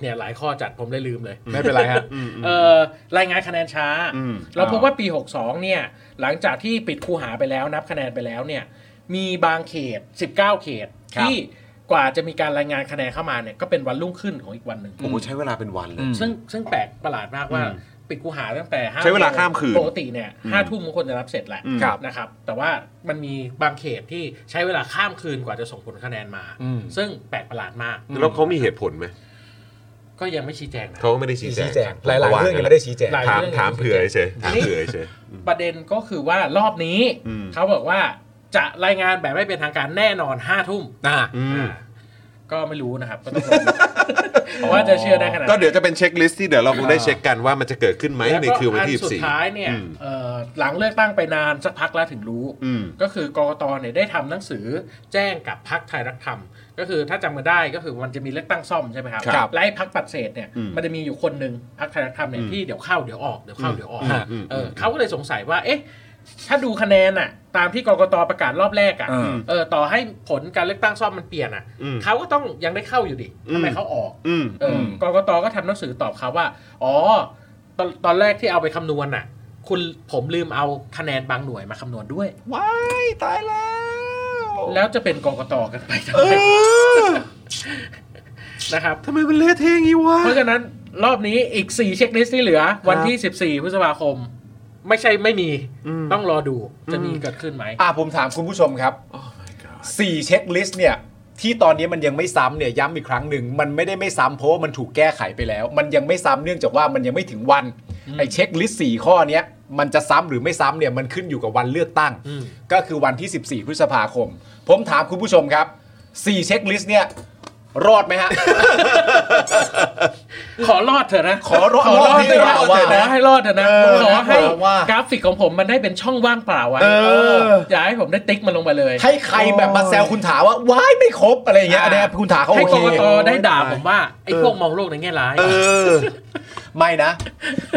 Speaker 3: เนี่ยหลายข้อจัดผมเลยลืมเลย
Speaker 2: ไม่เป็นไรฮะ
Speaker 3: เอ่อรายงานคะแนนช้า
Speaker 1: อืม
Speaker 3: เราพบว่าปี 62เนี่ยหลังจากที่ปิดคูหาไปแล้วนับคะแนนไปแล้วเนี่ยมีบางเขต 19 เขต
Speaker 2: ครับ
Speaker 3: ที่กว่าจะมีการรายงานคะแนนเข้ามาเนี่ยก็เป็นวันรุ่งขึ้นของอีกวันหนึ่ง
Speaker 1: โอ้โหใช้เวลาเป็นวันเลย
Speaker 2: อืม
Speaker 3: ซึ่งซึ่งแปลกประหลาดมากว่าปิดกูหาตั้งแต่ห้
Speaker 1: ใช้เวลาข้ามคืน
Speaker 3: ปกติเนี่ยห้าทุ่มมันควรจะรับเสร็จแหละ
Speaker 1: อืม
Speaker 2: ครับ
Speaker 3: นะครับ แต่ว่ามันมีบางเขตที่ใช้เวลาข้ามคืนกว่าจะส่งผลคะแนนมา
Speaker 2: อืม
Speaker 3: ซึ่งแปลกประหลาดมาก
Speaker 1: แล้วเขามีเหตุผลไหม
Speaker 3: ก็ยังไม่ชี้แจงนะ
Speaker 1: เขาก็ไม่ได้ชี้
Speaker 4: ชี้แจงหลายๆ
Speaker 1: พะว่
Speaker 4: เรื่องยังไม่ได้ชี้แจง
Speaker 3: หลาย
Speaker 1: ถาม
Speaker 3: เรื่อง
Speaker 1: ถามเผื่อเฉย
Speaker 3: อั
Speaker 1: ถาน ม
Speaker 3: นี้
Speaker 1: เผื่อเฉย
Speaker 3: ประเด็นก็คือว่ารอบนี้
Speaker 1: อืม
Speaker 3: เขาบอกว่าจะรายงานแบบไม่เป็นทางการแน่นอนห้าทุ่ม
Speaker 2: อ่า
Speaker 1: อืม
Speaker 3: ก็ไม่รู้นะครับก็ต้องรอดูว่าจะเชื่อได้ขนาดไหน
Speaker 1: ก็เดี๋ยวจะเป็นเช็คลิสต์ที่เดี๋ยวเราคงได้เช็คกันว่ามันจะเกิดขึ้นไหม
Speaker 3: แล้ว
Speaker 1: ใน
Speaker 3: ก็
Speaker 1: คืนวันที่
Speaker 3: อัสุด
Speaker 1: 14
Speaker 3: ท้ายเนี่ย
Speaker 1: อืม
Speaker 3: เอ่อหลังเลือกตั้งไปนานสักพักแล้วถึงรู้
Speaker 1: อืม
Speaker 3: ก็คือกกตเนี่ยได้ทำหนังสือแจ้งกับพักไทยรักธรรม ก็คือถ้าจำกันได้ก็คือมันจะมีเลือกตั้งซ่อมใช่ไหมครับ
Speaker 2: ครับ
Speaker 3: และไอ้พักปัดเศษเนี่ย
Speaker 1: อืม
Speaker 3: มันจะมีอยู่คนหนึ่งพักไทยรักธรรมเนี่ยที่เดี๋ยวเข้าเดี๋ยวออกเดี๋ยวเข้าเดี๋ยวออก
Speaker 2: ฮะ
Speaker 1: อืม
Speaker 3: เออเขาก็เลยสงสัยว่าเอ๊ะถ้าดูคะแนนอะตามที่กกตประกาศรอบแรกอะ
Speaker 2: อืม
Speaker 3: เออต่อให้ผลการเลือกตั้งซ่อมมันเปลี่ยนอะ
Speaker 1: อืม
Speaker 3: เขาก็ต้องยังได้เข้าอยู่ดิทำไม
Speaker 1: อืม
Speaker 3: เขาออก
Speaker 1: อืม
Speaker 3: เออ
Speaker 2: ม
Speaker 3: กกตก็ทำหนังสือตอบเขาว่า อ๋อ ตอนตอนแรกที่เอาไปคำนวณน่ะ คุณผมลืมเอาคะแนนบางหน่วยมาคำนวณด้วย
Speaker 1: ว้ายตายแล้ว
Speaker 3: แล้วจะเป็นกกตกันไปทำ
Speaker 1: เอ
Speaker 3: ไม
Speaker 1: อ
Speaker 3: นะครับ
Speaker 1: ทำไมมันเละเทะอย่างงี้วะ
Speaker 3: เพราะฉะนั้นรอบนี้อีก 4 เช็คลิสต์ที่เหลือ วันที่ 14 พฤษภาคม ไม่ใช่ไม่มี
Speaker 1: อืม
Speaker 3: ต้องรอดูจะมีเกิดขึ้นไหม
Speaker 2: อ่าผมถามคุณผู้ชมครับ
Speaker 1: Oh my god
Speaker 2: สี่เช็คลิสต์เนี่ยที่ตอนนี้มันยังไม่ซ้ำเนี่ยย้ำอีกครั้งหนึ่งมันไม่ได้ไม่ซ้ำเพราะว่ามันถูกแก้ไขไปแล้ว มันยังไม่ซ้ำเนื่องจากว่ามันยังไม่ถึงวันไอ้เช็คลิสต์สี่ข้อเนี้ยมันจะซ้ำหรือไม่ซ้ำเนี่ยมันขึ้นอยู่กับวันเลือกตั้ง
Speaker 3: อืม
Speaker 2: ก็คือวันที่ 14 พฤษภาคม ผมถามคุณผู้ชมครับสี่เช็คลิสต์เนี่ยรอด ไหมฮะ
Speaker 3: ขอรอดเถอะนะ
Speaker 2: ขอรอด
Speaker 3: ขอรอดเถอะนะ
Speaker 2: ขอรอดเถ
Speaker 3: ข
Speaker 2: อะนะ
Speaker 3: อให้รอดเถอะนะ
Speaker 2: เออ
Speaker 3: ขอให้
Speaker 2: ขอว่าก
Speaker 3: ราฟิกของผมมันได้เป็นช่องว่างเปล่าไว้
Speaker 2: เออ
Speaker 3: อย่าให้ผมได้ติ๊กมันลงไปเลย
Speaker 2: ให้ใครแบบมาแซวคุณถาว่าว้ายไม่ครบอะไรอย่างเงี้ยอันเนี้ยคุณถาเขา
Speaker 3: ให้
Speaker 2: โอก เค
Speaker 3: กตได้ด่าผมว่า ไอ้พวกมองโลกในแง่ร้าย
Speaker 1: เออ
Speaker 2: ไม่นะ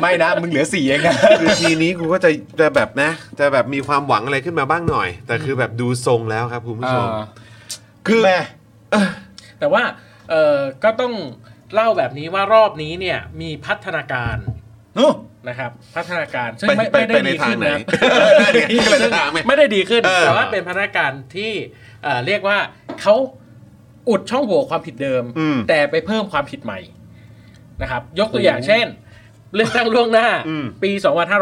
Speaker 2: ไม่นะมึงเหลือสี่เองนะ
Speaker 1: คือทีนี้กูก็จะจะแบบนะ จะแบบมีความหวังอะไรขึ้นมาบ้างหน่อย แต่คือแบบดูทรงแล้วครับคุณผู้ชม
Speaker 2: คือแม่
Speaker 3: แต่ว่าเออก็ต้องเล่าแบบนี้ว่ารอบนี้เนี่ยมีพัฒนาการนะครับ พัฒนาการซึ่ง
Speaker 1: ไป
Speaker 3: ไม่
Speaker 1: ไป
Speaker 3: ไม่ได้
Speaker 1: ไปใน
Speaker 3: ดี
Speaker 1: ทาง
Speaker 3: ขึ้น
Speaker 1: ไหน
Speaker 3: นะ
Speaker 1: นั่นไงกำลังจะถาม ไง
Speaker 3: ไม่ได้ดีขึ้น
Speaker 1: เออ
Speaker 3: แต่ว่าเป็นพัฒนาการที่เอ่อเรียกว่าเขาอุดช่องโหว่ความผิดเดิม
Speaker 1: อืม
Speaker 3: แต่ไปเพิ่มความผิดใหม่นะครับ ยกตัวอย่างเช่น เลือกตั้งล่วงหน้า
Speaker 1: อืม
Speaker 3: ปี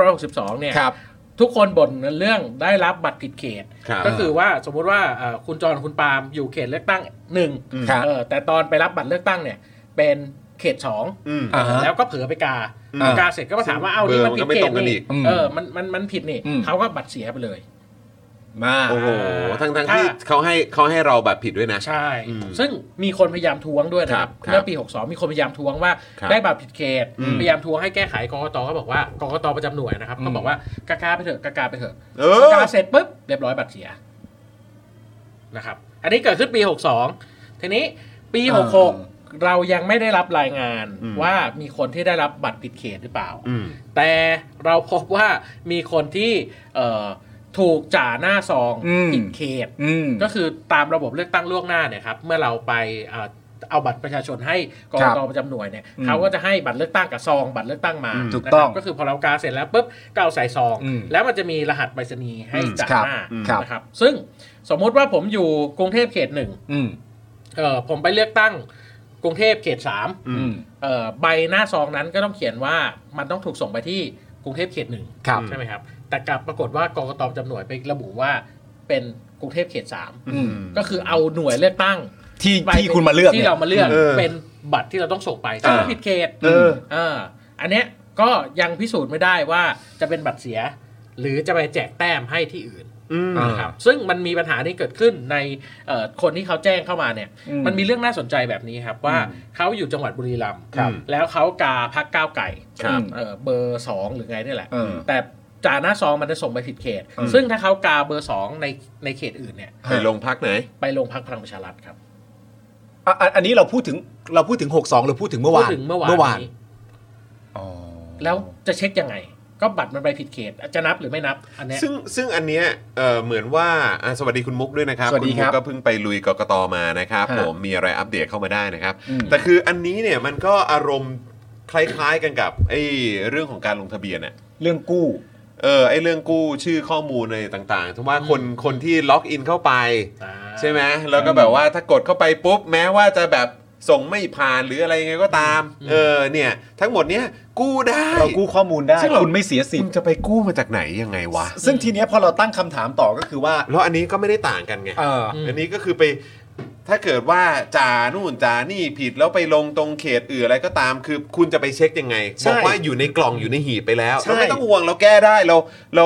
Speaker 3: 2562 เนี่ย
Speaker 2: ครับ
Speaker 3: ทุกคนบ่นเรื่องได้รับบัตรผิดเขต
Speaker 1: ครับ
Speaker 3: ก็คือว่าสมมุติว่าเอ่อคุณจรคุณปาล์มอยู่เขตเลือกตั้งหนึ่ง
Speaker 2: ครับ
Speaker 3: เออแต่ตอนไปรับบัตรเลือกตั้งเนี่ย เป็นเขตสอง
Speaker 1: อืม
Speaker 2: อ่าฮะ
Speaker 3: แล้วก็เผลอไปกา
Speaker 2: อ่าก
Speaker 3: าเสร็จก็มาถามว่าเอ้า
Speaker 1: เบอ
Speaker 3: นี่
Speaker 1: ร์
Speaker 3: มันผิ
Speaker 1: มันก็ไม่ตร
Speaker 3: ดเขต
Speaker 1: งกันอี
Speaker 3: นี่
Speaker 1: ก
Speaker 2: อืม
Speaker 3: เออมันมันมันผิดนี่
Speaker 2: อืม
Speaker 3: เขาก็บัตรเสียไปเลย
Speaker 2: มา
Speaker 1: โอ้โห ทั้งทั้งๆที่
Speaker 3: ถ้า
Speaker 1: เขาให้เขาให้เราแบบผิดด้วยนะ
Speaker 3: ใช่
Speaker 1: อืม
Speaker 3: ซึ่งมีคนพยายามทวงด้วยนะครับ
Speaker 1: ครับ
Speaker 3: เมื่อปี 62 มีคนพยายามทวงว่า
Speaker 1: ครับ
Speaker 3: ได้บัตรผิดเขต
Speaker 1: อืม
Speaker 3: พยายามทวงให้แก้ไขกกตก็บอกว่ากกตประจำหน่วยนะครับก็บอกว่ากากาไปเถอะกากาไปเถอะ
Speaker 1: เอ
Speaker 3: ประ
Speaker 1: อ
Speaker 3: กาศเสร็จปุ๊บเรียบร้อยบัตรเสียนะครับ อันนี้เกิดขึ้นปี 62 ทีนี้ปี
Speaker 2: อ่า
Speaker 3: 66 เรายังไม่ได้รับรายงาน
Speaker 1: อืม
Speaker 3: ว่ามีคนที่ได้รับบัตรผิดเขตหรือเปล่า
Speaker 1: อืม
Speaker 3: แต่เราพบว่ามีคนที่เอ่อถูกจ่าหน้าซอง
Speaker 2: อืม
Speaker 3: ผิดเขต
Speaker 2: อืม
Speaker 3: ก็คือตามระบบเลือกตั้งล่วงหน้าเนี่ยครับเมื่อเราไปเอ่อเอาบัตรประชาชนให้กร
Speaker 2: ครับ
Speaker 3: ตประจำหน่วยเนี่ย
Speaker 2: อืม
Speaker 3: เขาก็จะให้บัตรเลือกตั้งกับซองบัตรเลือกตั้งมา
Speaker 1: อืม
Speaker 3: นะครับ
Speaker 2: ถูกต้อง
Speaker 3: ก็คือพอเรากาเสร็จแล้วปุ๊บก็เอาใส่ซอง
Speaker 2: อืม
Speaker 3: แล้วมันจะมีรหัสไปรษณีย์ให้
Speaker 1: อืม
Speaker 3: จัดหน้า
Speaker 1: อืม
Speaker 2: ครับ
Speaker 3: นะครับ ซึ่งสมมุติว่าผมอยู่กรุงเทพเขตหนึ่ง
Speaker 2: อืม
Speaker 3: เอ่อผมไปเลือกตั้งกรุงเทพเขตสาม
Speaker 2: อืม
Speaker 3: เอ่อใบหน้าซองนั้นก็ต้องเขียนว่ามันต้องถูกส่งไปที่ กรุงเทพเขตหนึ่ง
Speaker 2: ครับ
Speaker 3: ใช่ไหมครับ แต่กลับปรากฏว่ากกตจำหน่วยไประบุว่าเป็นกรุงเทพเขตสาม
Speaker 2: อืม
Speaker 3: ก็คือเอาหน่วยเลือกตั้ง
Speaker 2: ที่
Speaker 3: ไป
Speaker 2: ที่คุณมาเลือก
Speaker 3: ที่
Speaker 2: นี่ย
Speaker 3: เรามาเลือก
Speaker 1: เออ
Speaker 3: เป็นบัตรที่เราต้องส่งไปถ้าเรา
Speaker 2: อ่า
Speaker 3: ผิดเขต
Speaker 2: เออ
Speaker 3: อ่าอันเนี้ยก็ยังพิสูจน์ไม่ได้ว่าจะเป็นบัตรเสีย หรือจะไปแจกแต้มให้ที่อื่น
Speaker 1: อืม
Speaker 2: อ่า
Speaker 3: นะครับซึ่งมันมีปัญหาที่เกิดขึ้นในเอ่อคนที่เขาแจ้งเข้ามาเนี่ย
Speaker 2: อืม
Speaker 3: มันมีเรื่องน่าสนใจแบบนี้ครับว่าเขาอยู่จังหวัดบุรีรัมย์
Speaker 2: ครับ
Speaker 3: แล้วเขากาพักก้าวไก่
Speaker 2: ครับ
Speaker 3: เอ่อเบอร์สองหรือไงนี่แหละ
Speaker 2: เออ
Speaker 3: แต่จาหน้าซองมันจะส่งไปผิดเขต
Speaker 2: อืม
Speaker 3: ซึ่งถ้าเขากาเบอร์สองในในเขตอื่นเนี่ย
Speaker 1: ไปลงพักไหน
Speaker 3: ไปลงพักพลังประชารัฐครับ
Speaker 2: อ่ะอ่ะอันนี้เราพูดถึงเราพูดถึง 62หรือพูดถึงเมื่อ
Speaker 3: พูด
Speaker 2: วาน
Speaker 3: ถึงเมื่อวานนี้
Speaker 2: อ๋อ
Speaker 3: แล้วจะเช็คยังไง ก็บัตรมันไปผิดเขต จะนับหรือไม่นับ อันเนี้ย
Speaker 1: ซึ่งซึ่งอันเนี้ยเอ่อเหมือนว่าอ่ะสวัสดีคุณมุกด้วยนะครับ
Speaker 2: สวัสดี
Speaker 1: ณมุ
Speaker 2: ครั
Speaker 1: ก
Speaker 2: บ
Speaker 1: ก็เพิ่งไปลุยกกตมานะครับ
Speaker 2: ฮะ
Speaker 1: ผมมีอะไรอัปเดตเข้ามาได้นะครับ
Speaker 2: อืม
Speaker 1: แต่คืออันนี้เนี่ยมันก็อารมณ์คล้ายๆกันกับไอ้เรื่องของการลงทะเบียนอะ
Speaker 2: เรื่องกู้
Speaker 1: เออไอ้เรื่องกู้ชื่อข้อมูลอะไรต่างๆทั้งว่าคนคนที่ล็อกอินเข้าไป
Speaker 3: อ่า
Speaker 1: ใช่ไหมแล้วก็แบบว่าถ้ากดเข้าไปปุ๊บ แม้ว่าจะแบบส่งไม่ผ่านหรืออะไรยังไงก็ตาม เออเนี่ย ทั้งหมดเนี้ยกู้ได้
Speaker 2: เรากู้ข้อมูลได้
Speaker 1: ซึ่งเรา
Speaker 2: คุณไม่เสียสิท
Speaker 1: คุณ
Speaker 2: ธิ์
Speaker 1: จะไปกู้มาจากไหนยังไงวะ
Speaker 2: ซึ่งทีเนี้ยพอเราตั้งคำถามต่อก็คือว่า
Speaker 1: แล้วอันนี้ก็ไม่ได้ต่างกันไง
Speaker 2: เออ
Speaker 1: อันนี้ก็คือไปถ้าเกิดว่าจานู่นจานี่ผิดแล้วไปลงตรงเขตอื่นอะไรก็ตาม คือคุณจะไปเช็คยังไง
Speaker 2: ใช่
Speaker 1: บอกว่าอยู่ในกล่องอยู่ในหีบไปแล้ว
Speaker 2: ใช่
Speaker 1: เราไม่ต้องห่วงเราแก้ได้เรา เรา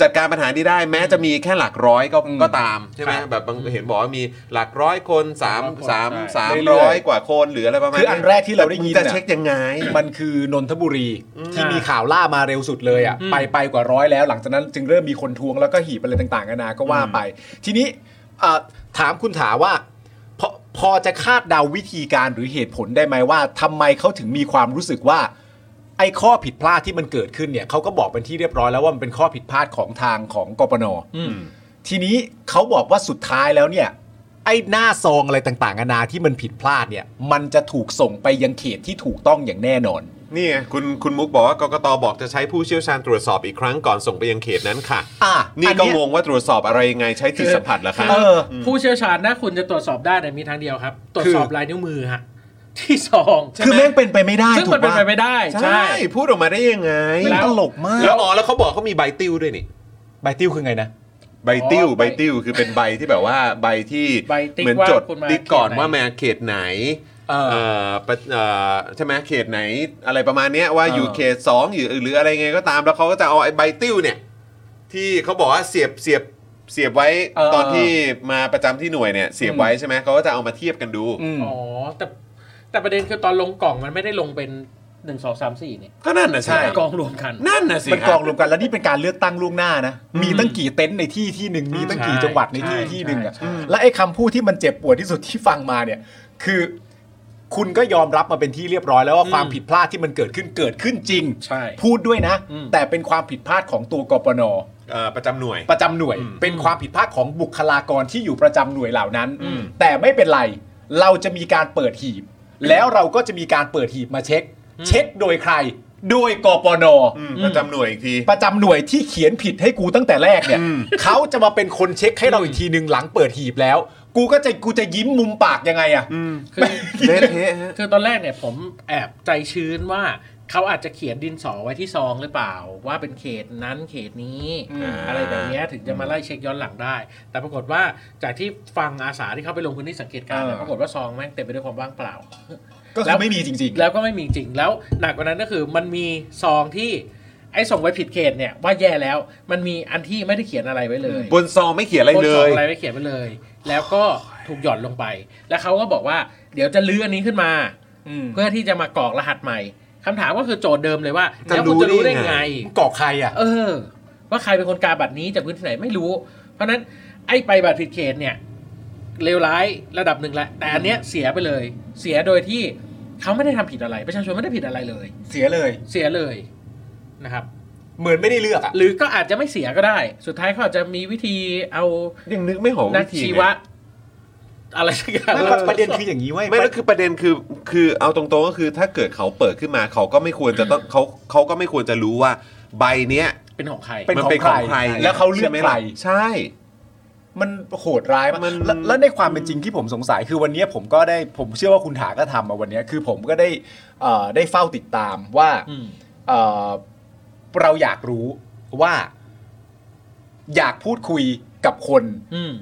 Speaker 1: จัดการปัญหานี้ได้ แม้จะมีแค่หลักร้อยก็
Speaker 2: อืม
Speaker 1: ก็ตามใช่ไหมแบบบางเห็นบอกว่ามีหลักร้อยคนสามสามสาม
Speaker 2: เรื่
Speaker 1: ร้อ
Speaker 2: อย ย
Speaker 1: กว่าคนหรืออะไรประมาณ
Speaker 2: คืออันแรกที่เราได้ยิน
Speaker 1: แต่มึงจะ
Speaker 2: น่ะ
Speaker 1: เช็คยังไง
Speaker 2: มันคือนนทบุรีที่มีข่าวล่ามาเร็วสุดเลยอ่ะไปไปกว่าร้อยแล้ว หลังจากนั้นจึงเริ่มมีคนทวงแล้วก็หีบอะไรต่างๆกันานาก็ว่าไป ทีนี้อ่ะถามคุณถาว่าพอพอจะคาดเดาวิธีการหรือเหตุผลได้ไหมว่าทำไมเขาถึงมีความรู้สึกว่า ไอ้ข้อผิดพลาดที่มันเกิดขึ้นเนี่ยเขาก็บอกเป็นที่เรียบร้อยแล้วว่ามันเป็นข้อผิดพลาดของทางของกปน
Speaker 3: อืม
Speaker 2: ทีนี้เขาบอกว่าสุดท้ายแล้วเนี่ย ไอ้หน้าซองอะไรต่างๆนานาที่มันผิดพลาดเนี่ย มันจะถูกส่งไปยังเขตที่ถูกต้องอย่างแน่นอน
Speaker 1: นี่ไงคุณคุณมุกบอกว่ากกตบอกจะใช้ผู้เชี่ยวชาญตรวจสอบอีกครั้งก่อนส่งไปยังเขตนั้นค่ะ
Speaker 2: อ่ะ
Speaker 1: นี่
Speaker 2: อัน
Speaker 1: ก็
Speaker 2: เนี้ย
Speaker 1: งงว่าตรวจสอบอะไรยังไงใช้จิตสัมผัสเหรอคะ
Speaker 2: เออ
Speaker 3: ผู้เชี่ยวชาญนะคุณจะตรวจสอบได้เนี่ยมีทางเดียวครับ ตรวจสอบลายนิ้วมือฮะที่ซองใช่ไห
Speaker 2: คือแม่งเป็นไปไม่ได้
Speaker 3: ซึ่ง
Speaker 2: ถู
Speaker 3: มัน
Speaker 2: ก
Speaker 3: เป็น
Speaker 2: ปะ
Speaker 3: ไปไม่ได้
Speaker 1: ใช่
Speaker 3: ใช่
Speaker 1: พูดออกมาได้ยังไง
Speaker 2: แม่งตลกมาก
Speaker 1: แล้วอ๋อแล้วเขาบอกเขามีใบติ้วด้วยนี่
Speaker 2: ใบติ้วคือไงนะ
Speaker 1: ใบติ้ว
Speaker 3: อ๋อ
Speaker 1: ใบติ้วคือเป็นใบที่แบบว่าใบที่
Speaker 3: ใบติ๊ก
Speaker 1: เหมือน
Speaker 3: ว่า
Speaker 1: จด
Speaker 3: คุณมา
Speaker 1: ติ๊กก่อน
Speaker 3: เขตไหน
Speaker 1: ว่ามาเขตไหน
Speaker 3: เออ
Speaker 1: เอ่อปะเอ่อใช่ไหมเขตไหนอะไรประมาณเนี้ยว่า
Speaker 2: เออ
Speaker 1: อ
Speaker 2: อ
Speaker 1: ยู่เขตสองอยู่หรืออะไรไงก็ตามแล้วเขาก็จะเอาไอ้ใบติ้วเนี่ย ที่เขาบอกว่าเสียบเสียบเสียบไว้
Speaker 3: เออ
Speaker 1: ตอนที่มาประจำที่หน่วยเนี่ยเสียบไว้ใช่ไหมเขาก็จะเอามาเทียบกันดู
Speaker 2: อืม
Speaker 3: อ๋อแต่แต่ประเด็นคือตอนลงกล่องมันไม่ได้ลงเป็นหนึ่งสองสามสี่เนี่ย
Speaker 1: ก็นั่นน่ะสิ
Speaker 2: ใช่
Speaker 3: แต่กองรวมกัน
Speaker 1: นั่นน่ะสิ
Speaker 2: มัน
Speaker 1: ครับ
Speaker 2: กองรวมกันแล้วนี่เป็นการเลือกตั้งล่วงหน้านะ มีตั้งกี่เต็นท์ในที่ที่หนึ่งมีตั้งกี่จังหวัดในที่
Speaker 3: ใช่
Speaker 2: ที่หนึ่งอ่ะ
Speaker 3: ใช่ใช่
Speaker 2: และไอ้คำพูดที่มันเจ็บปวดที่สุดที่ฟังมาเนี่ย คือ คุณก็ยอมรับมาเป็นที่เรียบร้อยแล้วว่าความผิดพลาดที่มันเกิดขึ้นเกิดขึ้นจริง
Speaker 3: ใช่
Speaker 2: พูดด้วยนะ
Speaker 3: อืม
Speaker 2: แต่เป็นความผิดพลาดของตัวกปน
Speaker 1: เอ่อประจำหน่วย
Speaker 2: ประจำหน่วย เป็นความผิดพลาดของบุคลากรที่อยู่ประจำหน่วยเหล่านั้น
Speaker 1: อืม
Speaker 2: แต่ไม่เป็นไร เราจะมีการเปิดหีบ แล้วเราก็จะมีการเปิดหีบมาเช็ค เช็คโดยใคร โดยกปน
Speaker 1: อืมประจำหน่วยอีกที
Speaker 2: ประจำหน่วยที่เขียนผิดให้กูตั้งแต่แรกเนี่ยเขาจะมาเป็นคนเช็คให้เราอีกทีหนึ่งหลังเปิดหีบแล้ว กูก็จะกูจะยิ้มมุมปากยังไงอะ
Speaker 3: คือ
Speaker 1: เละเทะฮะ
Speaker 3: คือตอนแรกเนี่ยผมแอบใจชื้นว่าเขาอาจจะเขียนดินสอไว้ที่ซองหรือเปล่า ว่าเป็นเขตนั้นเขตนี้
Speaker 2: อืม
Speaker 3: อะไรแบบเนี้ยถึงจะมาไล่เช็คย้อนหลังได้ แต่ปรากฏว่าจากที่ฟังอาสาที่เขาไปลงพื้นที่สังเกตการณ์เนี่ยปรากฏว่าซองแม่งเต็มไปด้วยความว่างเปล่า
Speaker 2: ก็
Speaker 3: แล้
Speaker 2: คือ
Speaker 3: ว
Speaker 2: ไม่มีจริง
Speaker 3: แล้วก็ไม่มีจริงแล้วหนักกว่านั้นก็คือมันมีซองที่ไอ้ส่งไว้ผิดเขตเนี่ยว่าแย่แล้วมันมีอันที่ไม่ได้เขียนอะไรไว้เลย
Speaker 1: บนซองไม่เขียนอะไรเล
Speaker 3: โพส
Speaker 1: ย
Speaker 3: ต์ส่งอะไรไม่เขียนไปเลย แล้วก็ถูกหย่อนลงไป แล้วเขาก็บอกว่าเดี๋ยวจะลื้ออันนี้ขึ้นมา
Speaker 2: อืม
Speaker 3: เพื่อที่จะมากรอกรหัสใหม่คำถามก็คือโจทย์เดิมเลยว่า
Speaker 1: จะ
Speaker 3: แล้วคุณจะ
Speaker 1: รู้
Speaker 3: รู้
Speaker 1: ได้
Speaker 3: ได้
Speaker 1: ไง
Speaker 3: ไง
Speaker 2: ๆกอกใครอะ
Speaker 3: เออ ว่าใครเป็นคนกาบัตรนี้จากพื้นที่ไหนไม่รู้ เพราะฉะนั้นไอ้ไปบัตรผิดเขตเนี่ยเลวร้ายระดับหนึ่งละแต่อันเนี้ยเสียไปเลย เสียโดยที่เขาไม่ได้ทำผิดอะไรประชาชนไม่ได้ผิดอะไรเลย
Speaker 2: เสียเลย
Speaker 3: เสียเลยนะครับ
Speaker 2: เหมือนไม่ได้เลือกอะ
Speaker 3: หรือก็อาจจะไม่เสียก็ได้ สุดท้ายเขาอาจจะมีวิธีเอา
Speaker 1: ยังนึกไม่ออก
Speaker 3: นัก
Speaker 1: วิธี
Speaker 3: ชี
Speaker 1: ไง
Speaker 3: วะ อะไรสักอย่าง
Speaker 2: ไม่ประประเด็นคืออย่างนี้เว้ย
Speaker 1: ไม่แล้วคือประเด็นคือคือเอาตรงๆก็คือถ้าเกิดเขาเปิดขึ้นมาเขาก็ไม่ควรจะต้องเขาเขาก็ไม่ควรจะรู้ว่าใบเนี้ย
Speaker 3: เป็นของใคร
Speaker 2: เป็น
Speaker 1: มั
Speaker 2: ของ
Speaker 1: เป็น
Speaker 2: ใค
Speaker 1: ข
Speaker 2: ร
Speaker 1: องใคร
Speaker 2: แล้วเขาเลือก
Speaker 1: ช่ไหม
Speaker 2: ใคร
Speaker 1: ล่ะใช่
Speaker 2: มันโหดร้ายมาก
Speaker 1: มัน
Speaker 2: และและในความเป็นจริงที่ผมสงสัยคือวันนี้ผมก็ได้ผมเชื่อว่าคุณถาก็ทำมาวันนี้คือผมก็ได้เอ่อได้เฝ้าติดตามว่า
Speaker 3: อืม
Speaker 2: เอ่อ เราอยากรู้ว่า อยากพูดคุยกับคน
Speaker 3: อืม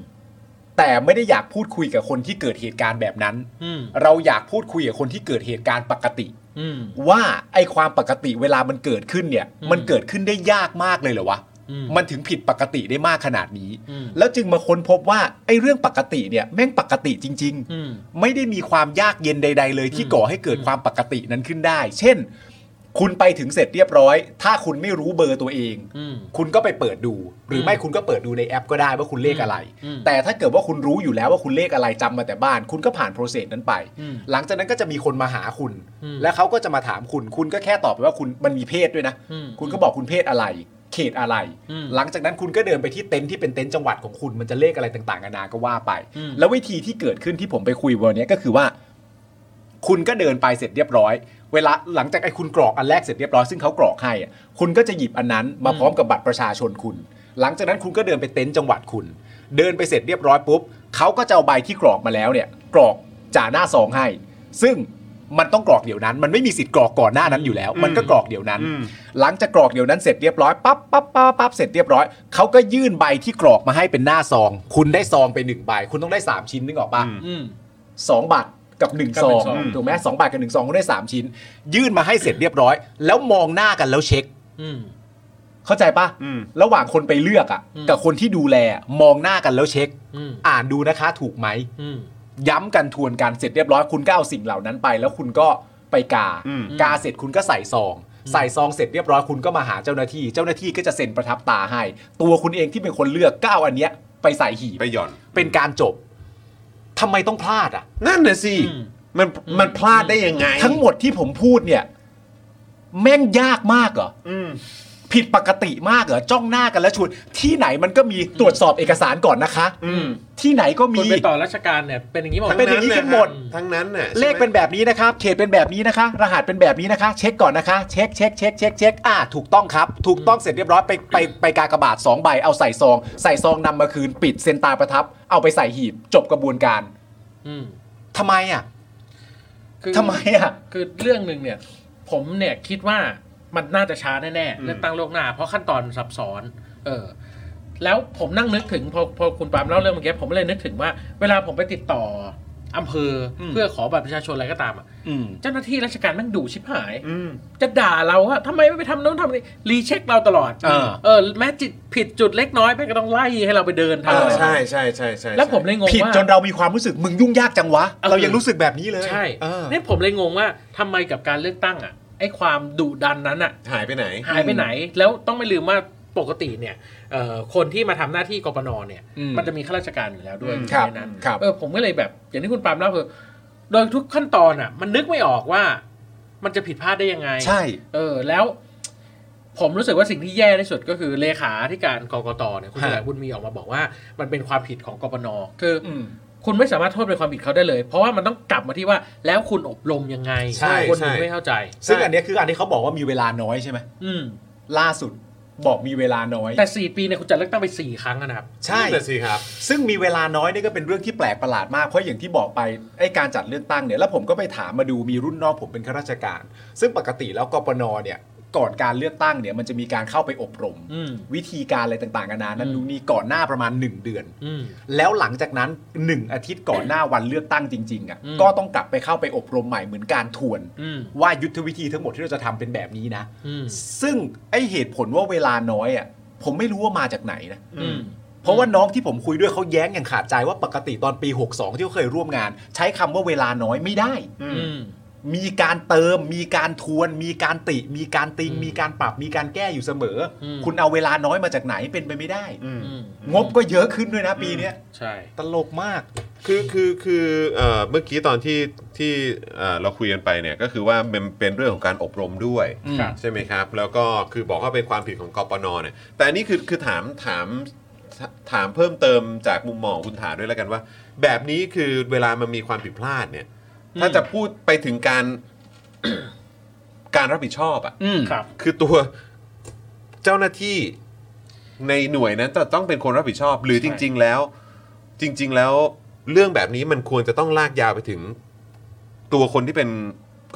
Speaker 2: แต่ไม่ได้อยากพูดคุยกับคนที่เกิดเหตุการณ์แบบนั้น
Speaker 3: อืม
Speaker 2: เราอยากพูดคุยกับคนที่เกิดเหตุการณ์ปกติ
Speaker 3: อืม
Speaker 2: ว่าไอความปกติเวลามันเกิดขึ้นเนี่ย
Speaker 3: อืม
Speaker 2: มันเกิดขึ้นได้ยากมากเลยเหรอวะ
Speaker 3: อืม
Speaker 2: มันถึงผิดปกติได้มากขนาดนี้
Speaker 3: อืม
Speaker 2: แล้วจึงมาค้นพบว่าไอเรื่องปกติเนี่ยแม่งปกติจริง ๆ
Speaker 3: อืม
Speaker 2: ไม่ได้มีความยากเย็นใด ๆ เลยที่
Speaker 3: อืม
Speaker 2: ก่อให้เกิดความปกตินั้นขึ้นได้ เช่น คุณไปถึงเสร็จเรียบร้อย ถ้าคุณไม่รู้เบอร์ตัวเอง
Speaker 3: อืม
Speaker 2: คุณก็ไปเปิดดู หรืออ
Speaker 3: ม
Speaker 2: ไม่คุณก็เปิดดูในแอปก็ได้ว่าคุณเลขอะไร
Speaker 3: อืม
Speaker 2: แต่ถ้าเกิดว่าคุณรู้อยู่แล้วว่าคุณเลขอะไรจำมาแต่บ้าน คุณก็ผ่านโปรเซสนั้นไป
Speaker 3: อืม
Speaker 2: หลังจากนั้นก็จะมีคนมาหาคุณ
Speaker 3: อืม
Speaker 2: และเขาก็จะมาถามคุณ คุณก็แค่ตอบไปว่าคุณมันมีเพศด้วยนะ
Speaker 3: อืม
Speaker 2: คุณก็บอกคุณเพศอะไร เขตอะไร
Speaker 3: อืม
Speaker 2: หลังจากนั้นคุณก็เดินไปที่เต็นท์ที่เป็นเต็นท์จังหวัดของคุณมันจะเลขอะไรต่างๆนานาก็ว่าไป
Speaker 3: อืม
Speaker 2: แล้ววิธีที่เกิดขึ้นที่ผมไปคุยวันเนี้ยก็คือว่า คุณก็เดินไปเสร็จเรียบร้อย เวลาหลังจากไอ้คุณกรอกอันแรกเสร็จเรียบร้อยซึ่งเขากรอกให้อะคุณก็จะหยิบอันนั้นมาพร้อมกับบัตรประชาชนคุณ หลังจากนั้นคุณก็เดินไปเต็นท์จังหวัดคุณ เดินไปเสร็จเรียบร้อยปุ๊บเขาก็จะเอาใบที่กรอกมาแล้วเนี่ย กรอกจ่าหน้าซองให้ ซึ่งมันต้องกรอกเดี๋ยวนั้น มันไม่มีสิทธิ์กรอกก่อนหน้านั้นอยู่แล้ว มันก็กรอกเดี๋ยวนั้น หลังจากกรอกเดี๋ยวนั้นเสร็จเรียบร้อยปั๊บปั๊บปั๊บปั๊บเสร็จเรียบร้อยเขาก็ยื่นใบที่กรอกมาให้เป็นหน้าซอง คุณได้ซองไปหนึ่งใบ คุณต้องได้สามชิ้นนึกออกปะ
Speaker 3: อืม
Speaker 2: สองบาทกับหนึ่ง
Speaker 3: กับ
Speaker 2: ซ
Speaker 3: ห
Speaker 2: อง
Speaker 3: นึ่งซอง
Speaker 2: ถูกไหมสองบาทกับหนึ่งซองคุณได้สามชิ้น ยื่นมาให้เสร็จเรียบร้อย แล้วมองหน้ากันแล้วเช็ค
Speaker 3: อืม
Speaker 2: เข้าใจปะ
Speaker 1: อืม
Speaker 2: ระหว่างคนไปเลือกอ่ะ
Speaker 3: อืม
Speaker 2: กับคนที่ดูแลอะมองหน้ากันแล้วเช็ค
Speaker 3: อืม
Speaker 2: อ่านดูนะคะถูกไหม
Speaker 3: อืม
Speaker 2: ย้ำกันทวนกันเสร็จเรียบร้อยคุณก็เอาสิ่งเหล่านั้นไป แล้วคุณก็ไปกา
Speaker 1: อืม
Speaker 2: กาเสร็จคุณก็ใส่ซอง ใส่ซองเสร็จเรียบร้อยคุณก็มาหาเจ้าหน้าที่ เจ้าหน้าที่ก็จะเซ็นประทับตาให้ ตัวคุณเองที่เป็นคนเลือกก็เอาอันเนี้ยไปใส่หีบ
Speaker 1: ไปหย่อน
Speaker 2: เป็นการจบทำไมต้องพลาดอ่ะ
Speaker 1: นั่นน่ะสิ
Speaker 3: อืม
Speaker 1: มันมันพลาดได้ยังไง
Speaker 2: ทั้งหมดที่ผมพูดเนี่ย แม่งยากมากเหรอ
Speaker 1: อืม
Speaker 2: ผิดปกติมากเหรอจ้องหน้ากันแล้วชวนที่ไหนมันก็มีตรวจสอบเอกสารก่อนนะคะ
Speaker 1: อืม
Speaker 2: ที่ไหนก็มี
Speaker 3: คุณไปต่อราชการเนี่ย เป็นอย่างนี้หมด
Speaker 2: เป็นอย่างนี้กันหมด
Speaker 1: ทั้งนั้นน่ะ
Speaker 2: เลขเป็นแบบนี้นะครับ เขตเป็นแบบนี้นะคะ รหัสเป็นแบบนี้นะคะ เช็คก่อนนะคะ เช็คเช็คเช็คเช็คเช็คอ่าถูกต้องครับ ถูกต้องเสร็จเรียบร้อยไปไปไปกากบาท2ใบเอาใส่ซอง ใส่ซองนำมาคืนปิดเซ็นตาประทับ เอาไปใส่หีบจบกระบวนการ
Speaker 3: อืม
Speaker 2: ทำไมอ่ะ
Speaker 3: คือ
Speaker 2: ทำไมอ่ะ
Speaker 3: คือเรื่องหนึ่งเนี่ยผมเนี่ยคิดว่ามันน่าจะช้าแน่ๆเลือกตั้งโลวงหน้า เพราะขั้นตอนซับซ้อน เออ แล้วผมนั่งนึกถึงพอพอคุณปาล์มเล่าเรื่องเมื่อกี้ผมเลยนึกถึงว่า เวลาผมไปติดต่ออำเภออ
Speaker 2: ม
Speaker 3: เพื่อขอบัตรประชาชนอะไรก็ตามอะ
Speaker 2: อืม
Speaker 3: เจ้าหน้าที่ราชการแม่งดุชิบหาย
Speaker 1: อืม
Speaker 3: จะด่าเราว่าทำไมไม่ไปทำโน้นทำนี่รีเช็คเราตลอด
Speaker 2: เออ
Speaker 3: เออแม้จิตผิดจุดเล็กน้อยแม่งก็ต้องไล่ให้เราไปเดินทาง
Speaker 1: เออใช่ใช่ใช่ใช่
Speaker 3: แล้วผมเลยงงว่า
Speaker 2: ผิดจนเรามีความรู้สึกมึงยุ่งยากจังวะ
Speaker 3: เออ
Speaker 2: เรายังรู้สึกแบบนี้เลย
Speaker 3: ใช่
Speaker 2: เออ
Speaker 3: เนี่ยผมเลยงงว่าทำไมกับการเลือกตั้งอ่ะไอ้ความดุดันนั้นอ่ะ
Speaker 1: หายไปไหน
Speaker 3: หายไปไหนแล้วต้องไม่ลืมว่าปกติเนี่ยเอ่อคนที่มาทำหน้าที่กปนเนี่ย
Speaker 2: อืม
Speaker 3: มันจะมีข้าราชการอยู่แล้วด้วย
Speaker 1: อืม
Speaker 3: ในนั้น
Speaker 2: ครับ
Speaker 3: เออผมก็เลยแบบ อย่างที่คุณปาล์มเล่าคือโดยทุกขั้นตอนอ่ะ มันนึกไม่ออกว่า มันจะผิดพลาดได้ยังไง
Speaker 2: ใช่
Speaker 3: เออแล้ว ผมรู้สึกว่าสิ่งที่แย่ที่สุดก็คือเลขาธิการกกตเนี่ยคุณ
Speaker 2: ฮะ
Speaker 3: แหลบุญมีออกมาบอกว่า มันเป็นความผิดของกปนคืออ
Speaker 2: อืม
Speaker 3: คุณไม่สามารถโทษเป็นความผิดเขาได้เลย เพราะว่ามันต้องกลับมาที่ว่าแล้วคุณอบรมยังไง
Speaker 2: ใช่
Speaker 3: คนถึ
Speaker 1: ใช่
Speaker 3: งไม่เข้าใจ
Speaker 2: ซึ่งอันเนี้ยคืออันที่เขาบอกว่ามีเวลาน้อยใช่ไหม
Speaker 3: อืม
Speaker 2: ล่าสุดบอกมีเวลาน้อย
Speaker 3: แต่สี่ปีเนี่ยคุณจัดเลือกตั้งไปสี่ครั้งอะนะครับ
Speaker 2: ใช่
Speaker 1: นั่นน่ะสิครับ
Speaker 2: ซึ่งมีเวลาน้อยนี่ก็เป็นเรื่องที่แปลกประหลาดมากเพราะอย่างที่บอกไปไอ้การจัดเลือกตั้งเนี่ยแล้วผมก็ไปถามมาดูมีรุ่นน้องผมเป็นข้าราชการ ซึ่งปกติแล้วกปนเนี่ยก่อนการเลือกตั้งเนี่ยมันจะมีการเข้าไปอบรม
Speaker 3: อืม
Speaker 2: วิธีการอะไรต่างๆนานานั้น
Speaker 3: อืม
Speaker 2: นู่นนี่ก่อนหน้าประมาณ 1 เดือน
Speaker 3: อืม
Speaker 2: แล้วหลังจากนั้น 1 อาทิตย์ก่อนหน้าวันเลือกตั้งจริงๆอ่ะ
Speaker 3: อืม
Speaker 2: ก็ต้องกลับไปเข้าไปอบรมใหม่เหมือนการทวน
Speaker 3: อืม
Speaker 2: ว่ายุทธวิธีทั้งหมดที่เราจะทำเป็นแบบนี้นะ
Speaker 3: อืม
Speaker 2: ซึ่งไอเหตุผลว่าเวลาน้อยอ่ะผมไม่รู้ว่ามาจากไหนนะ
Speaker 3: อืม
Speaker 2: เพราะว่าน้องที่ผมคุยด้วยเขาแย้งอย่างขาดใจว่าปกติตอนปี 62 ที่เขาเคยร่วมงาน ใช้คำว่าเวลาน้อยไม่ได้
Speaker 3: อืม
Speaker 2: มีการเติม มีการทวน มีการติ มีการติง
Speaker 3: อืม
Speaker 2: มีการปรับ มีการแก้อยู่เสมออ
Speaker 3: ม
Speaker 2: คุณเอาเวลาน้อยมาจากไหนเป็นไปไม่ได้
Speaker 3: อืม
Speaker 2: งบก็เยอะขึ้นด้วยนะปีเนี้ย
Speaker 3: ใช่
Speaker 2: ตลกมาก
Speaker 1: คือคือคือเอ่อเมื่อกี้ตอนที่ที่เอ่อเราคุยกันไปเนี่ยก็คือว่ามันเป็นเรื่องของการอบรมด้วย
Speaker 2: อืม
Speaker 1: ใช่ไหมครับ แล้วก็คือบอกว่าเป็นความผิดของกปนเนี่ยแต่อันนี่คือคือถามถามถามเพิ่มเติมจากมุมมองของคุณถาด้วยแล้วกันว่า แบบนี้คือเวลามันมีความผิดพลาดเนี่ยถ้าจะพูดไปถึงการ การรับผิดชอบอ่ะ
Speaker 2: อืม
Speaker 3: ครับ
Speaker 1: คือตัวเจ้าหน้าที่ในหน่วยนั้นจะต้องเป็นคนรับผิดชอบ หรือ
Speaker 3: ใช่
Speaker 1: จริง ๆ แล้ว จริง ๆ แล้วเรื่องแบบนี้มันควรจะต้องลากยาวไปถึง ตัวคนที่เป็น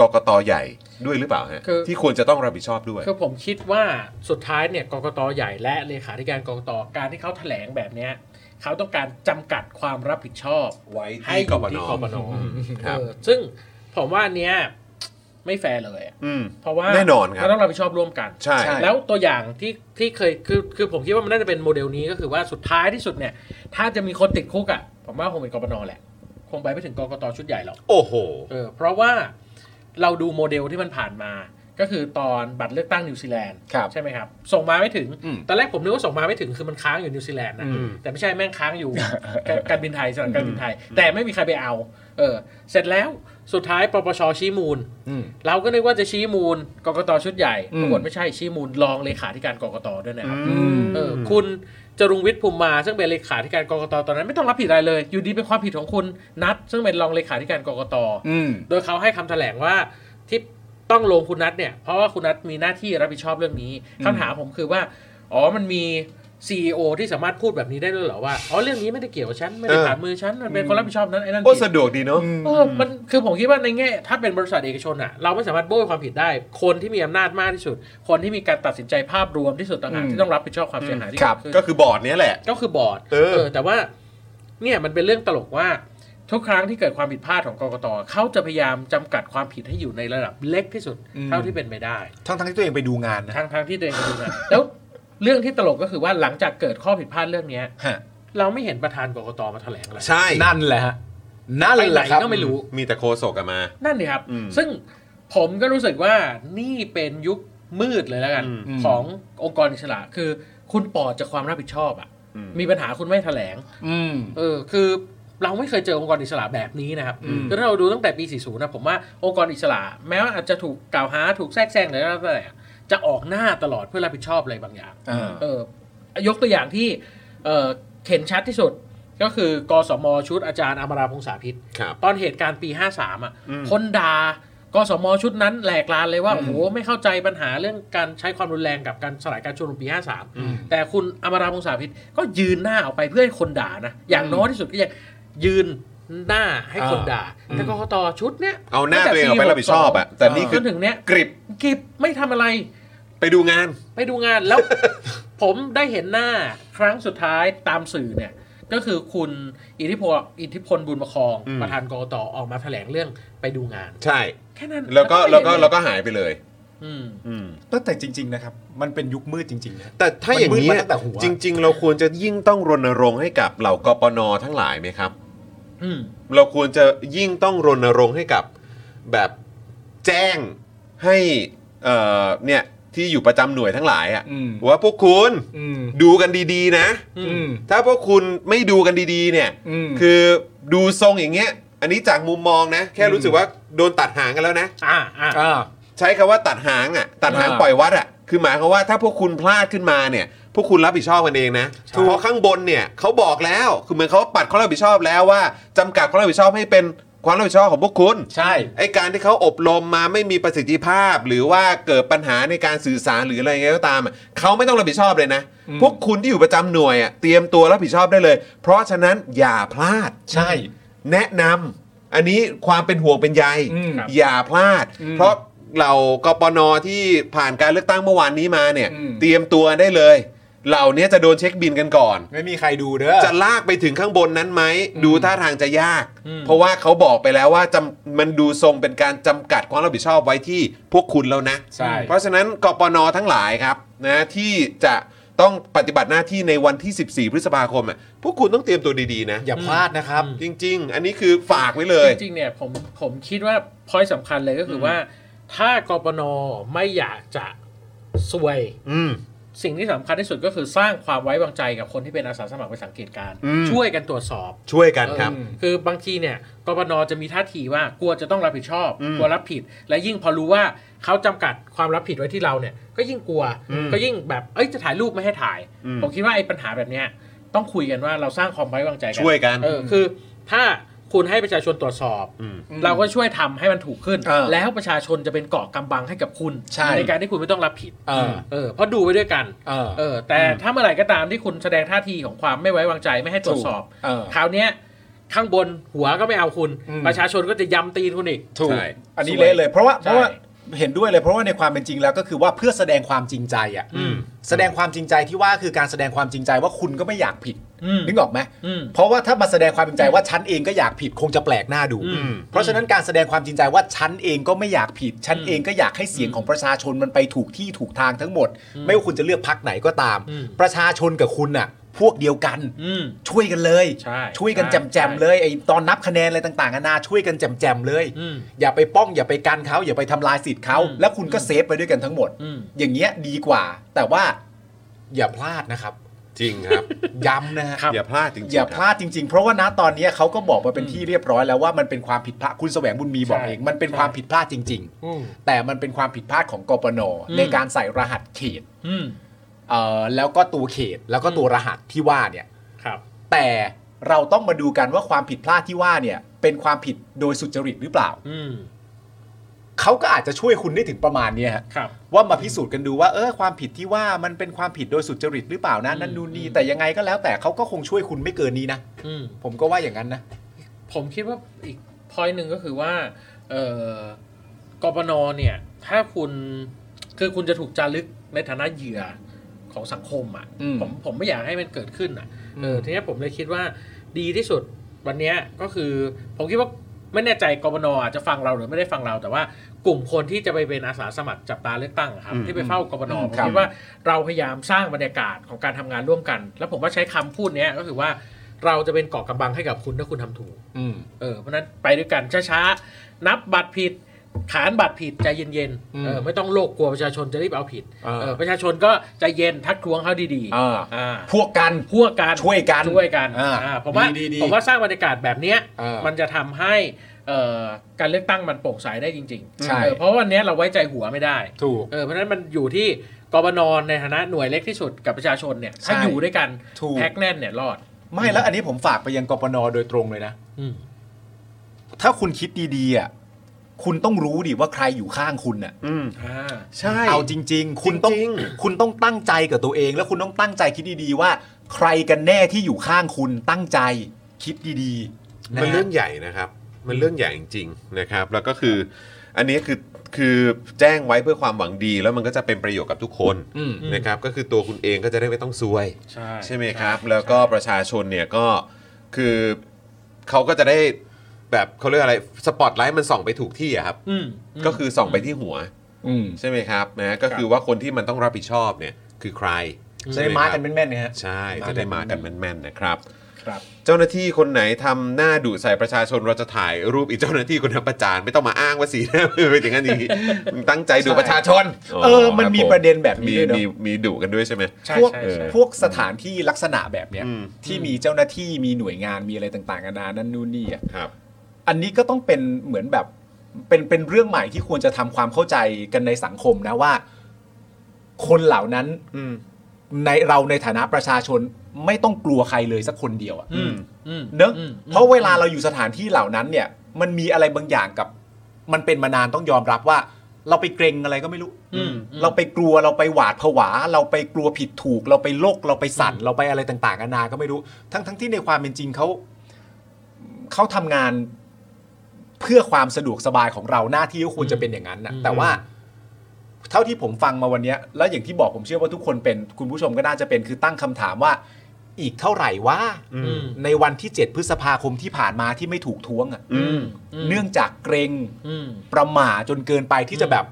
Speaker 1: กกตใหญ่ด้วยหรือเปล่าฮะ
Speaker 3: คือ
Speaker 1: ที่ควรจะต้องรับผิดชอบด้วย
Speaker 3: คือผมคิดว่าสุดท้ายเนี่ยกกตใหญ่และเลขาธิการกกตการที่เขาแถลงแบบเนี้ยเขาต้องการจำกัดความรับผิดชอบ
Speaker 1: ไว้
Speaker 3: ให้
Speaker 1: ที่
Speaker 3: อก
Speaker 1: ปน
Speaker 3: ยู่ที่กปน
Speaker 1: ค
Speaker 3: เอ
Speaker 1: รับ
Speaker 3: อซึ่งผมว่าอันเนี้ยไม่แฟร์เลยอะ
Speaker 1: อืม
Speaker 3: เพราะว่า
Speaker 1: แน่นอนครับ
Speaker 3: เราต้องรับผิดชอบร่วมกัน
Speaker 1: ใช่
Speaker 2: ใช่
Speaker 3: แล้วตัวอย่างที่ที่เคยคือคือผมคิดว่ามันน่าจะเป็นโมเดลนี้ก็คือว่าสุดท้ายที่สุดเนี่ย ถ้าจะมีคนติดคุกอ่ะผมว่าคงเป็นกปนแหละ คงไปไม่ถึงกกตชุดใหญ่หรอก
Speaker 1: โอ้โห
Speaker 3: เออเพราะว่าเราดูโมเดลที่มันผ่านมา ก็คือตอนบัตรเลือกตั้งนิวซีแลนด์
Speaker 2: ครับ
Speaker 3: ใช่ไหมครับ ส่งมาไม่ถึง
Speaker 2: อืม
Speaker 3: ตอนแรกผมนึกว่าส่งมาไม่ถึงคือมันค้างอยู่นิวซีแลนด์นะ
Speaker 1: อืม
Speaker 3: แต่ไม่ใช่แม่งค้าง อยู่ การการบินไทยสำหรับการบินไทย แต่ไม่มีใครไปเอาเออเสร็จแล้วสุดท้ายปปชชี้มูล
Speaker 2: อืม
Speaker 3: เราก็นึกว่าจะชี้มูลกกตชุดใหญ่
Speaker 2: อื
Speaker 3: ป
Speaker 2: ม
Speaker 3: รากฏไม่ใช่ชี้มูลรองเลขาธิการกกตด้วยนะครับ
Speaker 2: อืม
Speaker 3: เออคุณจรุงวิทย์ภูมิมาซึ่งเป็นเลขาธิการกกตตอนนั้นไม่ต้องรับผิดอะไรเลย อยู่ดีเป็นความผิดของคุณนัทซึ่งเป็นรองเลขาธิการกกต
Speaker 2: อืม
Speaker 3: โดยเขาให้คำแถลงว่าที่ต้องลงคุณนัทเนี่ย เพราะว่าคุณนัทมีหน้าที่รับผิดชอบเรื่องนี้
Speaker 2: อืม
Speaker 3: คำถามผมคือว่าอ๋อมันมี CEO ที่สามารถพูดแบบนี้ได้ด้วยเหรอว่าอ๋อเรื่องนี้ไม่ได้เกี่ยวกับฉันไม่ได้ผ่านมือฉันมันเป็นคนรับผิดชอบนั้นไอ้นั่น
Speaker 1: ก็
Speaker 3: ผิด
Speaker 1: สะดวกดีเนาะ
Speaker 3: เออมันคือผมคิดว่าในแง่ถ้าเป็นบริษัทเอกชนอ่ะเราไม่สามารถโบยความผิดได้ คนที่มีอำนาจมากที่สุด คนที่มีการตัดสินใจภาพรวมที่สุดต่างหาก
Speaker 2: อืม
Speaker 3: ที่ต้องรับผิดชอบความเสียหายที่
Speaker 2: ครับ
Speaker 3: เกิด
Speaker 1: ก็
Speaker 3: ขึ้น
Speaker 1: คือบอร์ดเนี้ยแหละ
Speaker 3: ก็คือบอร์ด
Speaker 1: เออ
Speaker 3: แต่ว่าเนี่ยมันเป็นเรื่องตลกว่า ทุกครั้งที่เกิดความผิดพลาดของกกตเขาจะพยายามจำกัดความผิดให้อยู่ในระดับเล็กที่สุด เท่าที่เป็นไปได้
Speaker 2: ทั้งทั้งๆที่ตัวเองไปดูงานนะ
Speaker 3: ทั้งทั้งที่ตัวเองก็ดูนะ แล้วเรื่องที่ตลกก็คือว่าหลังจากเกิดข้อผิดพลาดเรื่องเนี้ย
Speaker 2: ฮะ
Speaker 3: เราไม่เห็นประธานกกตมาแถลงอะไร
Speaker 1: ใช่
Speaker 2: นั่นแหละฮะนั่น
Speaker 3: ไป
Speaker 2: แห
Speaker 3: ไหน
Speaker 2: ละครับ
Speaker 3: ก็ไม่รู้
Speaker 1: มีแต่โคศกอะมา
Speaker 3: นั่นนี่ครับ
Speaker 1: อืม
Speaker 3: ซึ่งผมก็รู้สึกว่านี่เป็นยุคมืดเลยแล้วกัน
Speaker 1: อืม
Speaker 3: ขององค์กรอิสระคือคุณปลอดจากความรับผิดชอบอะ่ะ
Speaker 1: อืม
Speaker 3: มีปัญหาคุณไม่แถลง
Speaker 2: อืม
Speaker 3: เออ คือเราไม่เคยเจอองค์กรอิสระแบบนี้นะครับ
Speaker 2: อืม
Speaker 3: คือถ้าเราดูตั้งแต่ปี 40 นะ ผมว่าองค์กรอิสระ แม้ว่าอาจจะถูกกล่าวหาถูกแทรกแซงหรืออะไรก็แต่จะออกหน้าตลอดเพื่อรับผิดชอบอะไรบางอย่าง
Speaker 2: อ่า
Speaker 3: เออยกตัวอย่างที่เออเห็นชัดที่สุดก็คือกสมชุดอาจารย์อมราพงษ์สาธิต
Speaker 1: ครับ
Speaker 3: ตอนเหตุการณ์ปี 53 อ่ะ
Speaker 1: อืม
Speaker 3: คนด่ากสมชุดนั้นแหลกลานเลยว่า โอ้โห ไม่เข้าใจปัญหาเรื่องการใช้ความรุนแรงกับการสลายการชุมนุมปี 53 แต่คุณอมราพงษ์สาธิตก็ยืนหน้าออกไปเพื่อให้คนด่านะ อย่างน้อยที่สุดก็ยังยืนหน้าให้คนด่า แต่กกตชุดเนี้ย
Speaker 1: เอาหน้าตัวเองออกไปรับผิดชอบอะแต่นี่
Speaker 3: จ
Speaker 1: คือน
Speaker 3: ถึงเนี้ย
Speaker 1: กริบ
Speaker 3: กิบไม่ทำอะไร
Speaker 1: ไปดูงาน
Speaker 3: ไปดูงานแล้ว ผมได้เห็นหน้าครั้งสุดท้ายตามสื่อเนี่ย ก็คือคุณอิทธิพลอิทธิพลบุญประคอง
Speaker 1: อืม
Speaker 3: ประธานกกตออกมาแถลงเรื่องไปดูงาน
Speaker 1: ใช่
Speaker 3: แค่นั้น
Speaker 1: แล้วก็แล้วก็
Speaker 3: ไม่เห็นเย
Speaker 1: แล้วก็หายไปเลย
Speaker 3: อืม
Speaker 1: อืม
Speaker 2: แล้วแต่จริง ๆ นะครับ มันเป็นยุคมืดจริง ๆ นะ
Speaker 1: แต่ถ้าอย่างนี้
Speaker 2: มันมืดมาตั้งแต่หัว
Speaker 1: จริง ๆ เราควรจะยิ่งต้องรณรงค์ให้กับเหล่ากปนทั้งหลายไหมครับ
Speaker 3: อืม
Speaker 1: เราควรจะยิ่งต้องรณรงค์ให้กับแบบแจ้งให้เอ่อเนี่ยที่อยู่ประจำหน่วยทั้งหลายอะ
Speaker 2: อืม
Speaker 1: ว่าพวกคุณ
Speaker 2: อืม
Speaker 1: ดูกันดีๆ นะ
Speaker 3: อื
Speaker 2: อืม
Speaker 1: ถ้าพวกคุณไม่ดูกันดีๆ เนี่ย
Speaker 2: อืม
Speaker 1: คือดูทรงอย่างเงี้ย อันนี้จากมุมมองนะ แค่รู้สึกว่าโดนตัดหางกันแล้วนะ
Speaker 3: อ่าอ่า
Speaker 2: อ่า
Speaker 1: ใช้คำว่าตัดหางอ่ะ ตัดหาง
Speaker 2: อ่า
Speaker 1: ปล่อยวัดอ่ะ คือหมายความว่าถ้าพวกคุณพลาดขึ้นมาเนี่ย พวกคุณรับผิดชอบกันเองนะ เพราะข้างบนเนี่ยเขาบอกแล้ว คือเหมือนเขาปัดความรับผิดชอบแล้วว่าจำกัดความรับผิดชอบให้เป็นความรับผิดชอบของพวกคุณ
Speaker 2: ใช่
Speaker 1: ไอการที่เขาอบรมมาไม่มีประสิทธิภาพ หรือว่าเกิดปัญหาในการสื่อสารหรืออะไรยังไงก็ตามอะเขาไม่ต้องรับผิดชอบเลยนะ
Speaker 2: อืม
Speaker 1: พวกคุณที่อยู่ประจำหน่วยอะเตรียมตัวรับผิดชอบได้เลย เพราะฉะนั้นอย่าพลาด
Speaker 2: ใช่
Speaker 1: แนะนำอันนี้ความเป็นห่วงเป็นใย
Speaker 2: อืมครับ
Speaker 1: อย่าพลาด
Speaker 2: อืม
Speaker 1: เพราะเหล่ากปนที่ผ่านการเลือกตั้งเมื่อวานนี้มาเนี่ย
Speaker 2: อืม
Speaker 1: เตรียมตัวได้เลย เหล่านี้จะโดนเช็คบินกันก่อน
Speaker 2: ไม่มีใครดูเด้อ
Speaker 1: จะลากไปถึงข้างบนนั้นไหม ดูท่าทางจะยาก
Speaker 3: อืม
Speaker 1: เพราะว่าเขาบอกไปแล้วว่าจำมันดูทรงเป็นการจำกัดความรับผิดชอบไว้ที่พวกคุณแล้วนะ
Speaker 2: ใช่
Speaker 1: เพราะฉะนั้นกปนทั้งหลายครับนะที่จะต้องปฏิบัติหน้าที่ในวันที่ 14 พฤษภาคมอ่ะพวกคุณต้องเตรียมตัวดีๆนะ
Speaker 2: อย่าพลาดนะครับ
Speaker 1: จริง ๆ อันนี้คือฝากไว้เลย
Speaker 3: จริงๆเนี่ยผมผมคิดว่าพอยสำคัญเลยก็คือว่า ถ้ากปนไม่อยากจะซวย
Speaker 1: อืม
Speaker 3: สิ่งที่สำคัญที่สุดก็คือสร้างความไว้วางใจกับคนที่เป็นอาสาสมัครไปสังเกตการณ์
Speaker 1: อืม
Speaker 3: ช่วยกันตรวจสอบ
Speaker 1: ช่วยกันครับ
Speaker 3: เออคือบางทีเนี่ยกบนจะมีท่าทีว่ากลัวจะต้องรับผิดชอบ
Speaker 1: อืม
Speaker 3: กลัวรับผิด และยิ่งพอรู้ว่าเขาจำกัดความรับผิดไว้ที่เราเนี่ย ก็ยิ่งกลัว
Speaker 1: อืม
Speaker 3: ก็ยิ่งแบบเอ้ยจะถ่ายรูปไม่ให้ถ่าย
Speaker 1: อืม
Speaker 3: ผมคิดว่าไอ้ปัญหาแบบเนี้ยต้องคุยกันว่าเราสร้างความไว้วางใจกั
Speaker 1: ช่วยกัน
Speaker 3: เออคือ ถ้าคุณให้ประชาชนตรวจสอบ
Speaker 1: อืม
Speaker 3: เราก็ช่วยทำให้มันถูกขึ้น
Speaker 2: เออ
Speaker 3: แล้วประชาชนจะเป็นเกาะกำบังให้กับคุณ
Speaker 2: ใช่
Speaker 3: การที่คุณไม่ต้องรับผิด
Speaker 2: เออ
Speaker 3: เออเพราะดูไปด้วยกัน
Speaker 2: เออ
Speaker 3: เออแต่ถ้าเมื่อไหร่ก็ตามที่คุณแสดงท่าทีของความไม่ไว้วางใจไม่ให้ตรวจสอบ
Speaker 2: ถูกเออ
Speaker 3: คราวเนี้ย ข้างบนหัวก็ไม่เอาคุณ
Speaker 2: อืม
Speaker 3: ประชาชนก็จะยำตีนคุณอีก
Speaker 2: ถูก
Speaker 1: ใช่
Speaker 2: อันนี้เละเลยเพราะว่า
Speaker 3: ใช่
Speaker 2: เพราะว่าเห็นด้วยเลยเพราะว่าในความเป็นจริงแล้วก็คือว่าเพื่อแสดงความจริงใจอ่ะ
Speaker 3: อืม
Speaker 2: แสดงความจริงใจที่ว่าคือการแสดงความจริงใจว่าคุณก็ไม่อยากผิด
Speaker 3: อืม
Speaker 2: นึกออกไหม
Speaker 3: อืม
Speaker 2: เพราะว่าถ้ามาแสดงความจริงใจว่าฉันเองก็อยากผิดคงจะแปลกหน้าดู
Speaker 3: อืม
Speaker 2: เพราะฉะนั้นการแสดงความจริงใจว่าฉันเองก็ไม่อยากผิดฉันเองก็อยากให้เสียงของประชาชนมันไปถูกที่ถูกทางทั้งหมด ไม่ว่าคุณจะเลือกพักไหนก็ตาม
Speaker 3: อืม
Speaker 2: ประชาชนกับคุณน่ะ พวกเดียวกัน
Speaker 3: อืม
Speaker 2: ช่วยกันเลย
Speaker 3: ใช่
Speaker 2: วยกัน
Speaker 3: ใช่
Speaker 2: แจมๆเลยไอ้ตอนนับคะแนนอะไรต่างๆนานาช่วยกันแจมๆเลย
Speaker 3: อืม
Speaker 2: อย่าไปป้องอย่าไปกันเขาอย่าไปทำลายสิทธิ์เขา
Speaker 3: อืม
Speaker 2: แล้วคุณก็เซฟไปด้วยกันทั้งหมด
Speaker 3: อืม
Speaker 2: อย่างเงี้ยดีกว่า แต่ว่าอย่าพลาดนะครับ
Speaker 1: จริงครับ
Speaker 2: ย้ำนะฮะ
Speaker 1: อย่าพลาดจริงๆ
Speaker 2: อย่าพ
Speaker 1: ครับ
Speaker 2: ลาดจริง ๆ เพราะว่าณตอนเนี้ยเขาก็บอกมาเป็นที่เรียบร้อยแล้วว่ามันเป็นความผิดพลาดคุณแสวงบุญมีบอก
Speaker 3: ใช่
Speaker 2: เองมันเป็น
Speaker 3: ใช่
Speaker 2: ความผิดพลาดจริง
Speaker 3: อืม
Speaker 2: ๆ แต่มันเป็นความผิดพลาดของกปน
Speaker 3: อืม
Speaker 2: ในการใส่รหัสเขต
Speaker 3: อืม
Speaker 2: เอ่อแล้วก็ตัวเขตแล้วก็ตัวรหัสที่ว่าเนี่ย
Speaker 3: ครับ
Speaker 2: แต่เราต้องมาดูกันว่าความผิดพลาดที่ว่าเนี่ย เป็นความผิดโดยสุจริตหรือเปล่า
Speaker 3: อืม
Speaker 2: เขาก็อาจจะช่วยคุณได้ถึงประมาณเนี้ยฮะ
Speaker 3: ครับ
Speaker 2: ว่ามาพิสูจน์กันดูว่าเออความผิดที่ว่ามันเป็นความผิดโดยสุจริตหรือเปล่านะ
Speaker 3: อืม
Speaker 2: นั่นนู่นนี่แต่ยังไงก็แล้วแต่เขาก็คงช่วยคุณไม่เกินนี้นะ
Speaker 3: อืม
Speaker 2: ผมก็ว่าอย่างนั้นนะ
Speaker 3: ผมคิดว่าอีกพอยหนึ่งก็คือว่าเอ่อกปนเนี่ย ถ้าคุณคือคุณจะถูกจารึกในฐานะเหยื่อของสังคมอ่ะ
Speaker 2: อืม
Speaker 3: ผมผมไม่อยากให้มันเกิดขึ้นอ่ะเออ
Speaker 2: อืม
Speaker 3: ทีนี้ผมเลยคิดว่าดีที่สุดวันเนี้ยก็คือ ผมคิดว่าไม่แน่ใจกบนอาจจะฟังเราหรือไม่ได้ฟังเรา แต่ว่ากลุ่มคนที่จะไปเป็นอาสาสมัครจับตาเลือกตั้งอะครับ
Speaker 1: อืม
Speaker 3: ที่ไปเฝ้ากบนผม
Speaker 2: ครับ
Speaker 3: คิดว่าเราพยายามสร้างบรรยากาศของการทำงานร่วมกัน แล้วผมว่าใช้คำพูดเนี้ยก็คือว่าเราจะเป็นเกาะกำบังให้กับคุณถ้าคุณทำถูก
Speaker 2: อืม
Speaker 3: เออเพราะฉะนั้นไปด้วยกันช้าๆ นับบัตรผิด ขานบัตรผิดใจเย็น
Speaker 2: อืม
Speaker 3: ๆเออไม่ต้องโลกกลัวประชาชนจะรีบเอาผิด
Speaker 2: อ่า
Speaker 3: เออประชาชนก็ใจเย็นทักท้วงเขาดี
Speaker 2: อ่า
Speaker 3: อ่า
Speaker 2: พวกกัน
Speaker 3: พวกกัน
Speaker 2: ช่วยกัน
Speaker 3: ช่วยกัน
Speaker 2: อ่า
Speaker 3: อ่าผมว่า
Speaker 2: ดีๆๆ
Speaker 3: ผมว่าสร้างบรรยากาศแบบเนี้ย
Speaker 2: อ่ามั
Speaker 3: มันจะทำให้เอ่อการเลือกตั้งมันโปร่งใสได้จริงๆ
Speaker 2: ใช่
Speaker 3: เออเพราะวันเนี้ยเราไว้ใจหัวไม่ได้
Speaker 2: ถูก
Speaker 3: เออเพราะฉะนั้นมันอยู่ที่กบนในฐานะหน่วยเล็กที่สุดกับประชาชนเนี่ยถ้า
Speaker 2: ใช่
Speaker 3: อยู่ด้วยกัน
Speaker 2: ถูก
Speaker 3: แพ็กแน่นเนี่ยรอด
Speaker 2: ไม่แล้วอันนี้ผมฝากไปยังกปนโดยตรงเลยนะ
Speaker 3: อืม
Speaker 2: ถ้าคุณคิดดีๆอ่ะคุณต้องรู้ดิว่าใครอยู่ข้างคุณอ่ะ
Speaker 1: อืม
Speaker 3: อ่า
Speaker 1: ใช่
Speaker 2: เอาจริง ๆ คุณต้อง
Speaker 1: จริง
Speaker 2: คุณต้องตั้งใจกับตัวเอง แล้วคุณต้องตั้งใจคิดดีๆว่า ใครกันแน่ที่อยู่ข้างคุณตั้งใจคิดดีๆ
Speaker 1: มัน
Speaker 2: นะ
Speaker 1: เรื่องใหญ่นะครับ มันเรื่องใหญ่จริงๆนะครับ แล้วก็คือ อันนี้คือ คือแจ้งไว้เพื่อความหวังดี แล้วมันก็จะเป็นประโยชน์กับทุกคน
Speaker 2: อืม
Speaker 1: นะครับ ก็คือตัวคุณเองก็จะได้ไม่ต้องซวย
Speaker 3: ใช่
Speaker 1: ใช่ไหมครับ แล้วก็ประชาชนเนี่ยก็คือเขาก็จะได้แบบเขาเรียกอะไร สปอตไลท์มันส่องไปถูกที่อะครับ
Speaker 3: อืมม
Speaker 1: ก็คือส่องไปที่หัว
Speaker 2: อืม
Speaker 1: ใช่ไหมครับนะก็คือว่าคนที่มันต้องรับผิดชอบเนี่ยคือใคร
Speaker 2: จะ
Speaker 1: ใช่
Speaker 2: ได้
Speaker 1: ห
Speaker 2: มา
Speaker 1: ค
Speaker 2: กั
Speaker 1: รับ
Speaker 2: นเป็นแม่นๆนะฮะ
Speaker 1: ใช่
Speaker 2: มา
Speaker 1: จะได้มากัน
Speaker 2: เป็น
Speaker 1: แม่นๆนะครับ
Speaker 2: ครับ
Speaker 1: เจ้าหน้าที่คนไหนทำหน้าดุใส่ประชาชนเราจะถ่ายรูปอีกเจ้าหน้าที่คนนั้นประจานไม่ต้องมาอ้างว่าสีหน้ามือเป็นอย่างนั้นอย่างนี้มึงตั้งใจดุ
Speaker 2: ใช่
Speaker 1: ประชาชน
Speaker 2: เออมันมี
Speaker 1: คบผ
Speaker 2: ประเด็นแบบนี้
Speaker 1: มี
Speaker 2: ด้วยเนอะ
Speaker 1: มีมีดุกันด้วยใช่ไหม
Speaker 3: ใช่
Speaker 2: พวก
Speaker 3: ใช่
Speaker 1: เออ
Speaker 3: ใช่
Speaker 2: พวกสถานที่ลักษณะแบบเนี้ย
Speaker 1: อืม
Speaker 2: ที่มีเจ้าหน้าที่มีหน่วยงานมีอะไรต่างๆนานานั่นนู่นนี่อ่ะ
Speaker 1: ครับ
Speaker 2: อันนี้ก็ต้องเป็นเหมือนแบบเป็นเป็นเรื่องใหม่ที่ควรจะทำความเข้าใจกันในสังคมนะว่า คนเหล่านั้น
Speaker 1: อืม
Speaker 2: ในเราในฐานะประชาชนไม่ต้องกลัวใครเลยสักคนเดียวอะ
Speaker 3: อืมอืม
Speaker 2: เนอะ
Speaker 3: อืม
Speaker 2: เพราะเวลาเราอยู่สถานที่เหล่านั้นเนี่ย มันมีอะไรบางอย่างกับ มันเป็นมานานต้องยอมรับว่า เราไปเกรงอะไรก็ไม่รู้
Speaker 3: อืม
Speaker 2: เราไปกลัวเราไปหวาดผวา เราไปกลัวผิดถูก เราไปโลกเราไปสั่นเราไปอะไรต่างๆนานาก็ไม่รู้ ทั้งทั้งที่ในความเป็นจริงเขาเขาทำงานเพื่อความสะดวกสบายของเราหน้าที่ก็ควรจะเป็นอย่างนั้นนะแต่ว่า เท่าที่ผมฟังมาวันเนี้ยแล้วอย่างที่บอกผมเชื่อว่าทุกคนเป็น คุณผู้ชมก็น่าจะเป็นคือตั้งคำถามว่า อีกเท่าไหร่ว่า
Speaker 3: อืม
Speaker 2: ในวันที่ 7 พฤษภาคมที่ผ่านมาที่ไม่ถูกท้วงอะ
Speaker 1: อืม
Speaker 2: เนื่องจากเกรง
Speaker 3: อืม
Speaker 2: ประหม่าจนเกินไปที่จะแบบ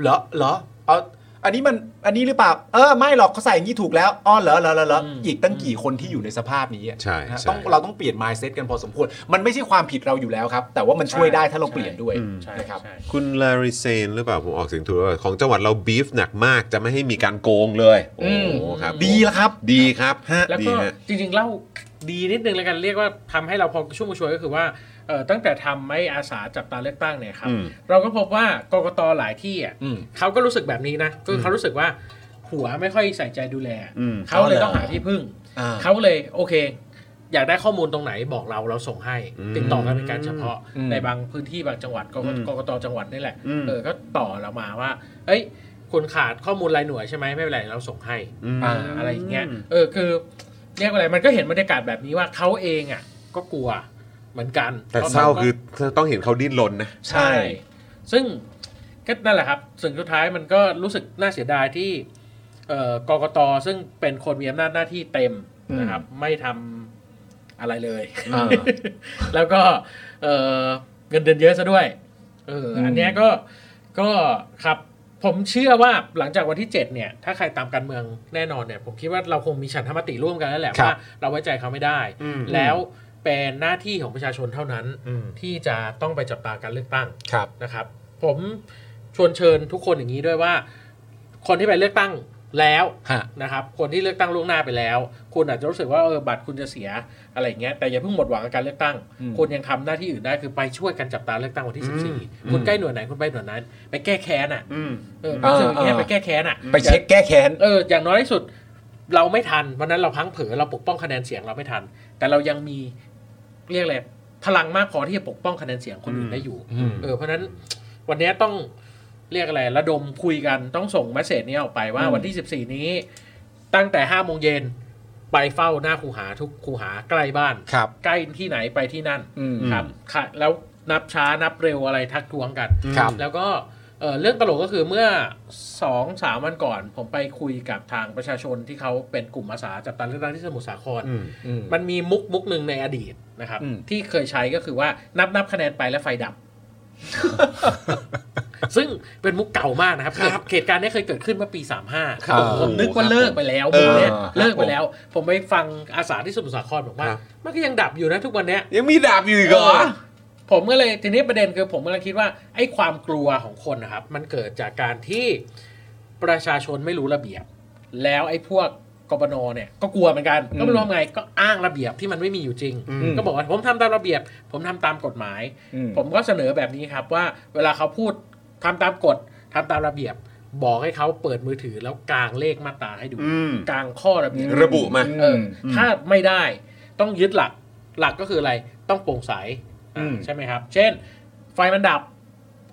Speaker 2: เหรอเหรอเอาอันนี้มันอันนี้หรือเปล่า เออไม่หรอกเขาใส่อย่างนี้ถูกแล้วอ๋อเหรอเหรอเหรอเหรอ
Speaker 3: อืม
Speaker 2: อีกตั้งกี่คนที่อยู่ในสภาพนี้อะ
Speaker 1: ใช่
Speaker 2: นะฮะ
Speaker 1: ใช่
Speaker 2: ต้องเราต้องเปลี่ยน mindset กันพอสมควร มันไม่ใช่ความผิดเราอยู่แล้วครับ แต่ว่ามันช่วยได้ถ้าเราเปลี่ยนด้วย
Speaker 3: ใช่
Speaker 2: นะครับ
Speaker 3: ใช่
Speaker 1: คุณลาริเซนหรือเปล่า ผมออกเสียงถูกหรือเปล่าของจังหวัดเราบีฟหนักมากจะไม่ให้มีการโกงเลย
Speaker 2: อื
Speaker 1: โอ้
Speaker 2: ม
Speaker 1: โหครับ
Speaker 2: ดีแล้วครับ
Speaker 1: ดีครับฮะ
Speaker 3: แล้ว
Speaker 1: ดี
Speaker 3: ก็
Speaker 1: ฮะ
Speaker 3: จริงๆเล่าดีนิดนึงแล้วกันเรียกว่าทำให้เราพอชุ่มชวยก็คือว่าเอ่อตั้งแต่ทำไม่อาสาจับตาเลือกตั้งเนี่ยครับ
Speaker 1: อืม
Speaker 3: เราก็พบว่ากกตหลายที่อ่ะ
Speaker 2: อืม
Speaker 3: เขาก็รู้สึกแบบนี้นะคือเขารู้สึกว่าหัวไม่ค่อยใส่ใจดูแล
Speaker 1: อืม
Speaker 3: เขาเลยต้อง
Speaker 2: เอาเหรอ
Speaker 3: หาที่พึ่ง
Speaker 2: อ่า
Speaker 3: เขาเลยโอเค อยากได้ข้อมูลตรงไหนบอกเราเราส่งให้
Speaker 1: อืม
Speaker 3: ติดต่อกันเป็นการเฉพาะ
Speaker 2: อืม
Speaker 3: ในบางพื้นที่บางจังหวัดกก
Speaker 1: อืม
Speaker 3: กกตจังหวัดนี่แหละ
Speaker 1: อืม
Speaker 3: เออก็ต่อเรามาว่า เอ้ยคุณขาดข้อมูลรายหน่วยใช่ไหมไม่เป็นไรเราส่งให้
Speaker 1: อืม
Speaker 3: อ่าอะไรอย่างเงี้ยเออคือเรียกว่าอะไรมันก็เห็นบรรยากาศแบบนี้ว่าเขาเองอ่ะ ก็กลัวเหมือนกัน
Speaker 1: แต่
Speaker 3: พะ
Speaker 1: เศร้า
Speaker 3: มันก็
Speaker 1: คือต้องเห็นเขาดิ้นรนนะ
Speaker 3: ใช่ ซึ่งก็นั่นแหละครับสึ่งสุดท้ายมันก็รู้สึกน่าเสียดายที่เอ่อกกตซึ่งเป็นคนมีอำนาจหน้าที่เต็ม
Speaker 2: อืม
Speaker 3: นะครับ ไม่ทำอะไรเลย
Speaker 2: อ่า
Speaker 3: แล้วก็เอ่อเงินเดือนเยอะซะด้วยเอออันเนี้ยก็ก็ครับผมเชื่อว่าหลังจากวันที่ 7 เนี่ย ถ้าใครตามการเมืองแน่นอนเนี่ย ผมคิดว่าเราคงมีฉันทมติร่วมกันแล้วแหละ
Speaker 2: ครับ
Speaker 3: ว่าเราไว้ใจเขาไม่ได้
Speaker 1: อืม
Speaker 3: แล้วเป็นหน้าที่ของประชาชนเท่านั้น
Speaker 1: อืม
Speaker 3: ที่จะต้องไปจับตาการเลือกตั้ง
Speaker 2: ครับ
Speaker 3: นะครับผมชวนเชิญทุกคนอย่างนี้ด้วยว่า คนที่ไปเลือกตั้งแล้ว
Speaker 2: ฮะ
Speaker 3: นะครับ คนที่เลือกตั้งล่วงหน้าไปแล้ว คุณอาจจะรู้สึกว่าเออบัตรคุณจะเสียอะไรอย่างเงี้ยแต่อย่าเพิ่งหมดหวังกับการเลือกตั้ง
Speaker 2: อืม
Speaker 3: คุณยังทำหน้าที่อื่นได้คือไปช่วยกันจับตาเลือกตั้งวันที่
Speaker 1: อืม
Speaker 3: 14คุณใกล้หน่วยไหนคุณไปหน่วยนั้น ไปแก้แค้นอ่ะ
Speaker 1: อืม
Speaker 3: เออรู้สึกอย่างเงี้ยไปแก้แค้นอ่ะ
Speaker 2: ไปเช็คแก้แค้น
Speaker 3: เอออย่างน้อยที่สุดเราไม่ทันวันนั้นเราพลังเผลอเราปกป้องคะแนนเสียงเราไม่ทัน แต่เรายังมีเรียกอะไรพลังมากพอที่จะปกป้องคะแนนเสียงคนอื่นได้อยู่
Speaker 2: อืม
Speaker 3: เออเพราะฉะนั้นวันเนี้ยต้องเรียกอะไรระดมคุยกันต้องส่งเมสเซจนี้ออกไปว่า
Speaker 2: อืม
Speaker 3: วันที่ 14 นี้ ตั้งแต่5โมงเย็นไปเฝ้าหน้าคูหาทุกคูหาใกล้บ้าน
Speaker 2: ครับ
Speaker 3: ใกล้ที่ไหนไปที่นั่น
Speaker 2: อืม
Speaker 3: ครับค่ะแล้วนับช้านับเร็วอะไรทักท้วงกัน
Speaker 2: ครับ
Speaker 3: แล้วก็เอ่อเรื่องตลกก็คือเมื่อสองสามวันก่อน ผมไปคุยกับทางประชาชนที่เขาเป็นกลุ่มอาสาจับตาเลือกตั้งที่สมุทรสาคร
Speaker 1: อืม
Speaker 2: อืม
Speaker 3: มันมีมุกมุกหนึ่งในอดีตนะครับ
Speaker 2: อืม
Speaker 3: ที่เคยใช้ก็คือว่านับนับคะแนนไปแล้วไฟดับ ซึ่งเป็นมุกเก่ามากนะครับเกิดเหตุการณ์เนี้ยเคยเกิดขึ้นเมื่อปี 35
Speaker 2: ครับ
Speaker 3: ผมนึกว่าเลิกไปแล้ว
Speaker 1: เออ
Speaker 3: ผมเนี่ย
Speaker 2: ครับ
Speaker 3: เลิกไปแล้ว ผมไปฟังอาสาที่สมุทรสาครบอกว่า
Speaker 1: ครับ
Speaker 3: มันก็ยังดับอยู่นะทุกวันเนี้ย
Speaker 2: ยังมีดาบอยู่อีกเหรอ
Speaker 3: เออผมก็เลยทีนี้ประเด็นคือผมกำลังคิดว่าไอ้ความกลัวของคนนะครับ มันเกิดจากการที่ประชาชนไม่รู้ระเบียบ แล้วไอ้พวกกบนเนี่ยก็กลัวเหมือนกัน
Speaker 2: อืม
Speaker 3: ก็ไม่รู้ทำไงก็อ้างระเบียบที่มันไม่มีอยู่จริง
Speaker 1: อืม
Speaker 3: ก็บอกว่าผมทำตามระเบียบ ผมทำตามกฎหมาย
Speaker 2: อืม
Speaker 3: ผมก็เสนอแบบนี้ครับว่า เวลาเขาพูดทำตามกฎทำตามระเบียบ บอกให้เขาเปิดมือถือแล้วกางเลขมาตราให้ดู
Speaker 1: อืม
Speaker 3: กางข้อระเบียบ
Speaker 1: ระบุมา
Speaker 3: เอออ
Speaker 2: ม
Speaker 3: ถ้าไม่ได้ต้องยึดหลักหลักก็คืออะไรต้องโปร่งใส
Speaker 2: อืม
Speaker 3: อ่ะใช่ไหมครับ เช่น ไฟมันดับ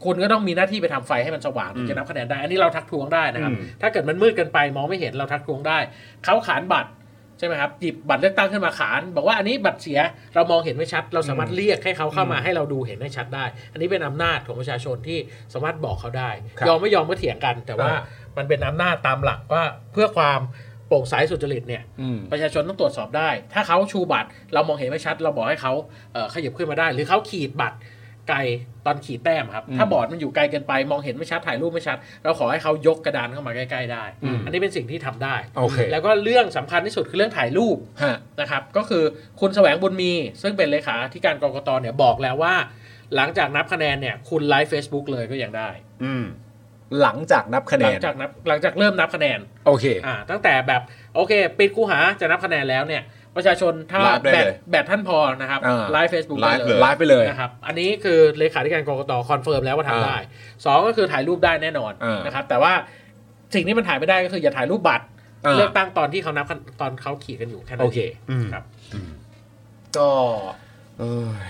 Speaker 3: คุณก็ต้องมีหน้าที่ไปทำไฟให้มันสว่างถึงจะนับคะแนนได้ อันนี้เราทักท้วงได้นะครับ
Speaker 1: อืม
Speaker 3: ถ้าเกิดมันมืดเกินไปมองไม่เห็นเราทักท้วงได้ เขาขานบัตรใช่ไหมครับหยิบบัตรเลือกตั้งขึ้นมาขาน บอกว่าอันนี้บัตรเสียเรามองเห็นไม่ชัด เราสามารถเรียกให้เขาเข้ามาให้เราดูเห็นให้ชัดได้ อันนี้เป็นอำนาจของประชาชนที่สามารถบอกเขาได้
Speaker 2: ครับ
Speaker 3: ยอมไม่ยอมก็เถียงกัน แต่ว่า
Speaker 2: อ่า
Speaker 3: มันเป็นอำนาจตามหลักว่าเพื่อความโปร่งใสสุจริตเนี่ย
Speaker 2: อืม
Speaker 3: ประชาชนต้องตรวจสอบได้ ถ้าเขาชูบัตร เรามองเห็นไม่ชัด เราบอกให้เขาเอ่อขยับขึ้นมาได้ หรือเขาขีดบัตรไกลตอนขีดแต้มครับ
Speaker 2: อืม
Speaker 3: ถ้าบอร์ดมันอยู่ไกลเกินไป มองเห็นไม่ชัด ถ่ายรูปไม่ชัด เราขอให้เขายกกระดานเข้ามาใกล้ๆได้
Speaker 2: อืม
Speaker 3: อันนี้เป็นสิ่งที่ทำได้
Speaker 2: โอเค
Speaker 3: แล้วก็เรื่องสำคัญที่สุดคือเรื่องถ่ายรูป
Speaker 2: ฮะ
Speaker 3: นะครับก็คือคุณแสวงบุญมี ซึ่งเป็นเลขาธิการกรกตเนี่ยบอกแล้วว่า หลังจากนับคะแนนเนี่ยคุณไลฟ์ Facebook เลยก็ยังได้
Speaker 1: อืม
Speaker 2: หลังจากนับคะแน
Speaker 3: หลัง
Speaker 2: น
Speaker 3: จากนับหลังจากเริ่มนับคะแนน
Speaker 2: โอเค
Speaker 3: อ่าตั้งแต่แบบโอเค ปิดคูหาจะนับคะแนนแล้วเนี่ย ประชาชนถ้า
Speaker 1: ไลฟ์ได้
Speaker 3: แบ
Speaker 1: เลย
Speaker 3: บแบบท่านพอนะครับ
Speaker 2: อ่า
Speaker 3: ไลฟ์เฟซบุ๊ก
Speaker 1: ไลฟ์เลย
Speaker 2: ไลฟ์ไปเลย
Speaker 3: นะครับอันนี้คือเลขาธิการกรกตคอนเฟิร์มแล้วว่าทำได้สองก็คือถ่ายรูปได้แน่นอน
Speaker 2: อ่าน
Speaker 3: นะครับแต่ว่าสิ่งที่มันถ่ายไม่ได้ก็คืออย่าถ่ายรูปบัตร
Speaker 2: อ่า
Speaker 3: เลือกตั้งตอนที่เขานับคะตอนเขาขี่กันอยู่แค่นั้น
Speaker 2: โอเค
Speaker 1: อืม
Speaker 3: ครับ
Speaker 2: ก็
Speaker 1: เอ้ย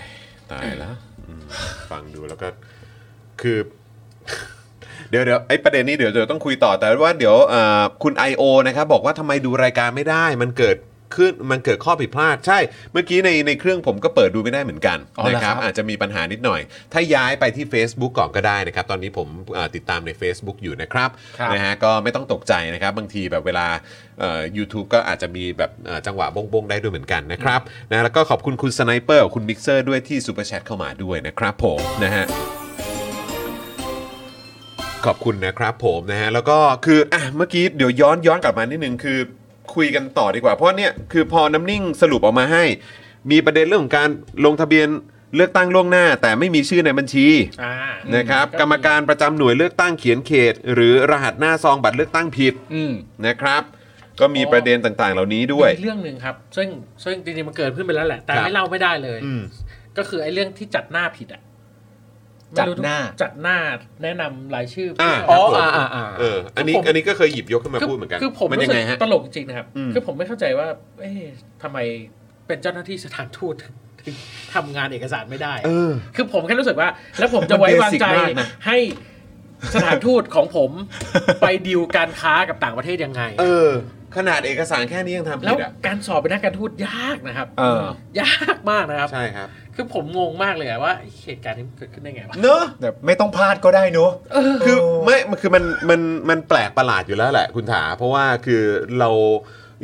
Speaker 1: ตายแล้วอืมฟังดูแล้วก็คือ เดี๋ยวเดี๋ยวไอ้ประเด็นนี้เดี๋ยวเดี๋ยวต้องคุยต่อแต่ว่าเดี๋ยวเอ่อคุณ I.O. นะครับบอกว่าทำไมดูรายการไม่ได้ มันเกิดขึ้นมันเกิดข้อผิดพลาด ใช่ เมื่อกี้ในในเครื่องผมก็เปิดดูไม่ได้เหมือนกัน
Speaker 2: อ๋อเหรอ
Speaker 1: นะครับ
Speaker 2: ครับ
Speaker 1: อาจจะมีปัญหานิดหน่อย ถ้าย้ายไปที่ Facebook ก่อนก็ได้นะครับ ตอนนี้ผมเอ่อติดตามใน Facebook อยู่นะครับ
Speaker 2: ครับ
Speaker 1: นะฮะก็ไม่ต้องตกใจนะครับ บางทีแบบเวลายูทูบก็อาจจะมีแบบเอ่อจังหวะบงๆ ได้ด้วยเหมือนกันนะครับนะแล้วก็ขอบคุณคุณสไนเปอร์คุณมิกเซอร์ด้วยที่ซูเปอร์แชทเข้ามาด้วยนะครับผมนะฮะ ขอบคุณนะครับผมนะฮะแล้วก็คืออ่ะเมื่อกี้เดี๋ยวย้อนย้อนกลับมานิดนึงคือคุยกันต่อดีกว่า เพราะเนี่ยคือพอน้ำนิ่งสรุปออกมาให้ มีประเด็นเรื่องของการลงทะเบียนเลือกตั้งล่วงหน้า แต่ไม่มีชื่อในบัญชี
Speaker 3: อ่า
Speaker 1: นะครับกรรมการประจำหน่วยเลือกตั้งเขียนเขต หรือรหัสหน้าซองบัตรเลือกตั้งผิด
Speaker 2: อืม
Speaker 1: นะครับ ก็มีประเด็นต่างๆ เหล่านี้ด้วย
Speaker 3: มีเรื่องหนึ่งครับ ซึ่งซึ่งจริงๆมันเกิดขึ้นไปแล้วแหละ แต่
Speaker 1: ครับ
Speaker 3: ไม่เล่าไม่ได้เลย
Speaker 1: อืม
Speaker 3: ก็คือไอ้เรื่องที่จัดหน้าผิดอ่ะ
Speaker 2: จัดหน้า
Speaker 3: ไม่รู้จัดหน้าแนะนำรายชื่อ
Speaker 1: อ่า
Speaker 3: ผู้
Speaker 2: อ๋อ
Speaker 3: สมัคร
Speaker 2: อ่าอ่าอ่า
Speaker 1: เอออันนี้
Speaker 3: ผม
Speaker 1: อันนี้ก็เคยหยิบยกขึ้นมาพูดเหมือนกัน
Speaker 3: คือผม
Speaker 1: มันยั
Speaker 3: รู้
Speaker 1: ง
Speaker 3: สึ
Speaker 1: ไง
Speaker 3: ก
Speaker 1: ฮะ
Speaker 3: ตลกจริงนะครับ
Speaker 1: อืม
Speaker 3: คือผมไม่เข้าใจว่า เอ๊ะทำไมเป็นเจ้าหน้าที่สถานทูตถึงทำงานเอกสารไม่ได้
Speaker 1: เออ
Speaker 3: คือผมแค่รู้สึกว่า แล้วผมจะไว้วางใจ
Speaker 1: มันเบสิกมากนะ
Speaker 3: ให้สถานทูตของผมไปดีลการค้ากับต่างประเทศยังไง
Speaker 1: เออ ขนาดเอกสารแค่นี้ยังทำ
Speaker 3: แล้
Speaker 1: ผิ
Speaker 3: ว
Speaker 1: ดอ่ะ
Speaker 3: การสอบเป็นนักการทูตยากนะครับ
Speaker 2: เออ
Speaker 3: ยากมากนะครับ
Speaker 1: ใช่ครับ
Speaker 3: คือผมงงมากเลยอะว่าเหตุการณ์นี้มันเกิดขึ้นได้ไงวะ
Speaker 1: เนอะ
Speaker 2: แบบไม่ต้องพลาดก็ได้เนอะ
Speaker 1: คือไม่มันคือมันมันมันแปลกประหลาดอยู่แล้วแหละคุณถา เพราะว่าคือเรา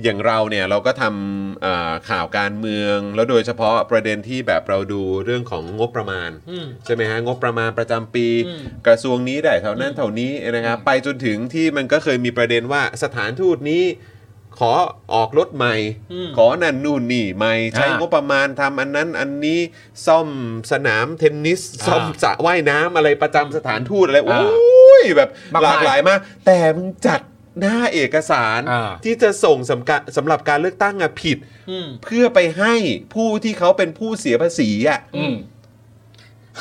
Speaker 1: อย่างเราเนี่ยเราก็ทำเอ่อข่าวการเมือง แล้วโดยเฉพาะประเด็นที่แบบเราดูเรื่องของงบประมาณ
Speaker 3: อืม
Speaker 1: ใช่ไหมฮะงบประมาณประจำปี
Speaker 3: อืม
Speaker 1: กระทรวงนี้ได้เท่านั้นเท่านี้นะครับ ไปจนถึงที่มันก็เคยมีประเด็นว่าสถานทูตนี้ ขอออกรถใหม่
Speaker 3: อืม
Speaker 1: ขอนั่นนู่นนี่ใหม่ใช้
Speaker 2: อ่าง
Speaker 1: งบประมาณทำอันนั้นอันนี้ซ่อมสนามเทนนิสซ่อมสระว่ายน้ำอะไรประจำสถานทูตอะไรโอ
Speaker 2: อ่า
Speaker 1: ้ยแบบ
Speaker 2: มาก
Speaker 1: หลาก
Speaker 2: มาย
Speaker 1: หลายมาก แต่มึงจัดหน้าเอกสาร
Speaker 2: อ่า
Speaker 1: ที่จะส่งสำกะสำหรับการเลือกตั้งอะผิด
Speaker 3: อืม
Speaker 1: เพื่อไปให้ผู้ที่เขาเป็นผู้เสียภาษีอะ
Speaker 2: อืม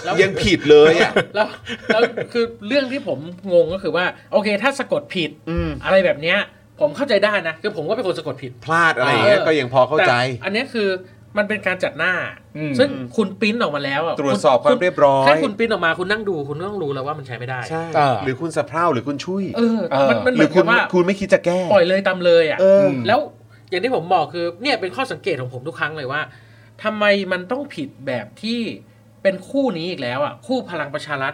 Speaker 3: แล้ว
Speaker 1: ยังผิดเลยอะ
Speaker 3: แล้วแล้วคือเรื่องที่ผมงงก็คือว่า โอเค ถ้าสะกดผิด
Speaker 1: อืม
Speaker 3: อะไรแบบเนี้ย ผมเข้าใจได้นะ คือผมก็เป็นคนสะกดผิด
Speaker 1: พลาดอะไรอย่างเงี้ย
Speaker 3: เออ
Speaker 1: ก็ยังพอเข้าใจ
Speaker 3: แต่อันเนี้ยคือมันเป็นการจัดหน้า
Speaker 2: อืม
Speaker 3: ซึ่งคุณปริ้นออกมาแล้วอะ
Speaker 1: ตรวจสอบความเรียบร้อย
Speaker 3: แค่คุณปริ้นออกมาคุณนั่งดูคุณก็ต้องรู้แล้วว่ามันใช้ไม่ได้
Speaker 1: ใช่
Speaker 2: เออ
Speaker 1: หรือคุณสะเพร่าหรือคุณช่วย
Speaker 3: เออ
Speaker 2: เออ
Speaker 3: มันมันเห
Speaker 1: หรื
Speaker 3: มื
Speaker 1: อ
Speaker 3: อน
Speaker 1: คุ
Speaker 3: กั
Speaker 1: ณ
Speaker 3: บว่า
Speaker 1: คุณไม่คิดจะแก้
Speaker 3: ปล่อยเลยตามเลยอ่ะ
Speaker 1: เออ
Speaker 2: ม
Speaker 3: แล้วอย่างที่ผมบอกคือเนี่ยเป็นข้อสังเกตของผมทุกครั้งเลยว่าทำไมมันต้องผิดแบบที่เป็นคู่นี้อีกแล้วอ่ะคู่พลังประชารัฐ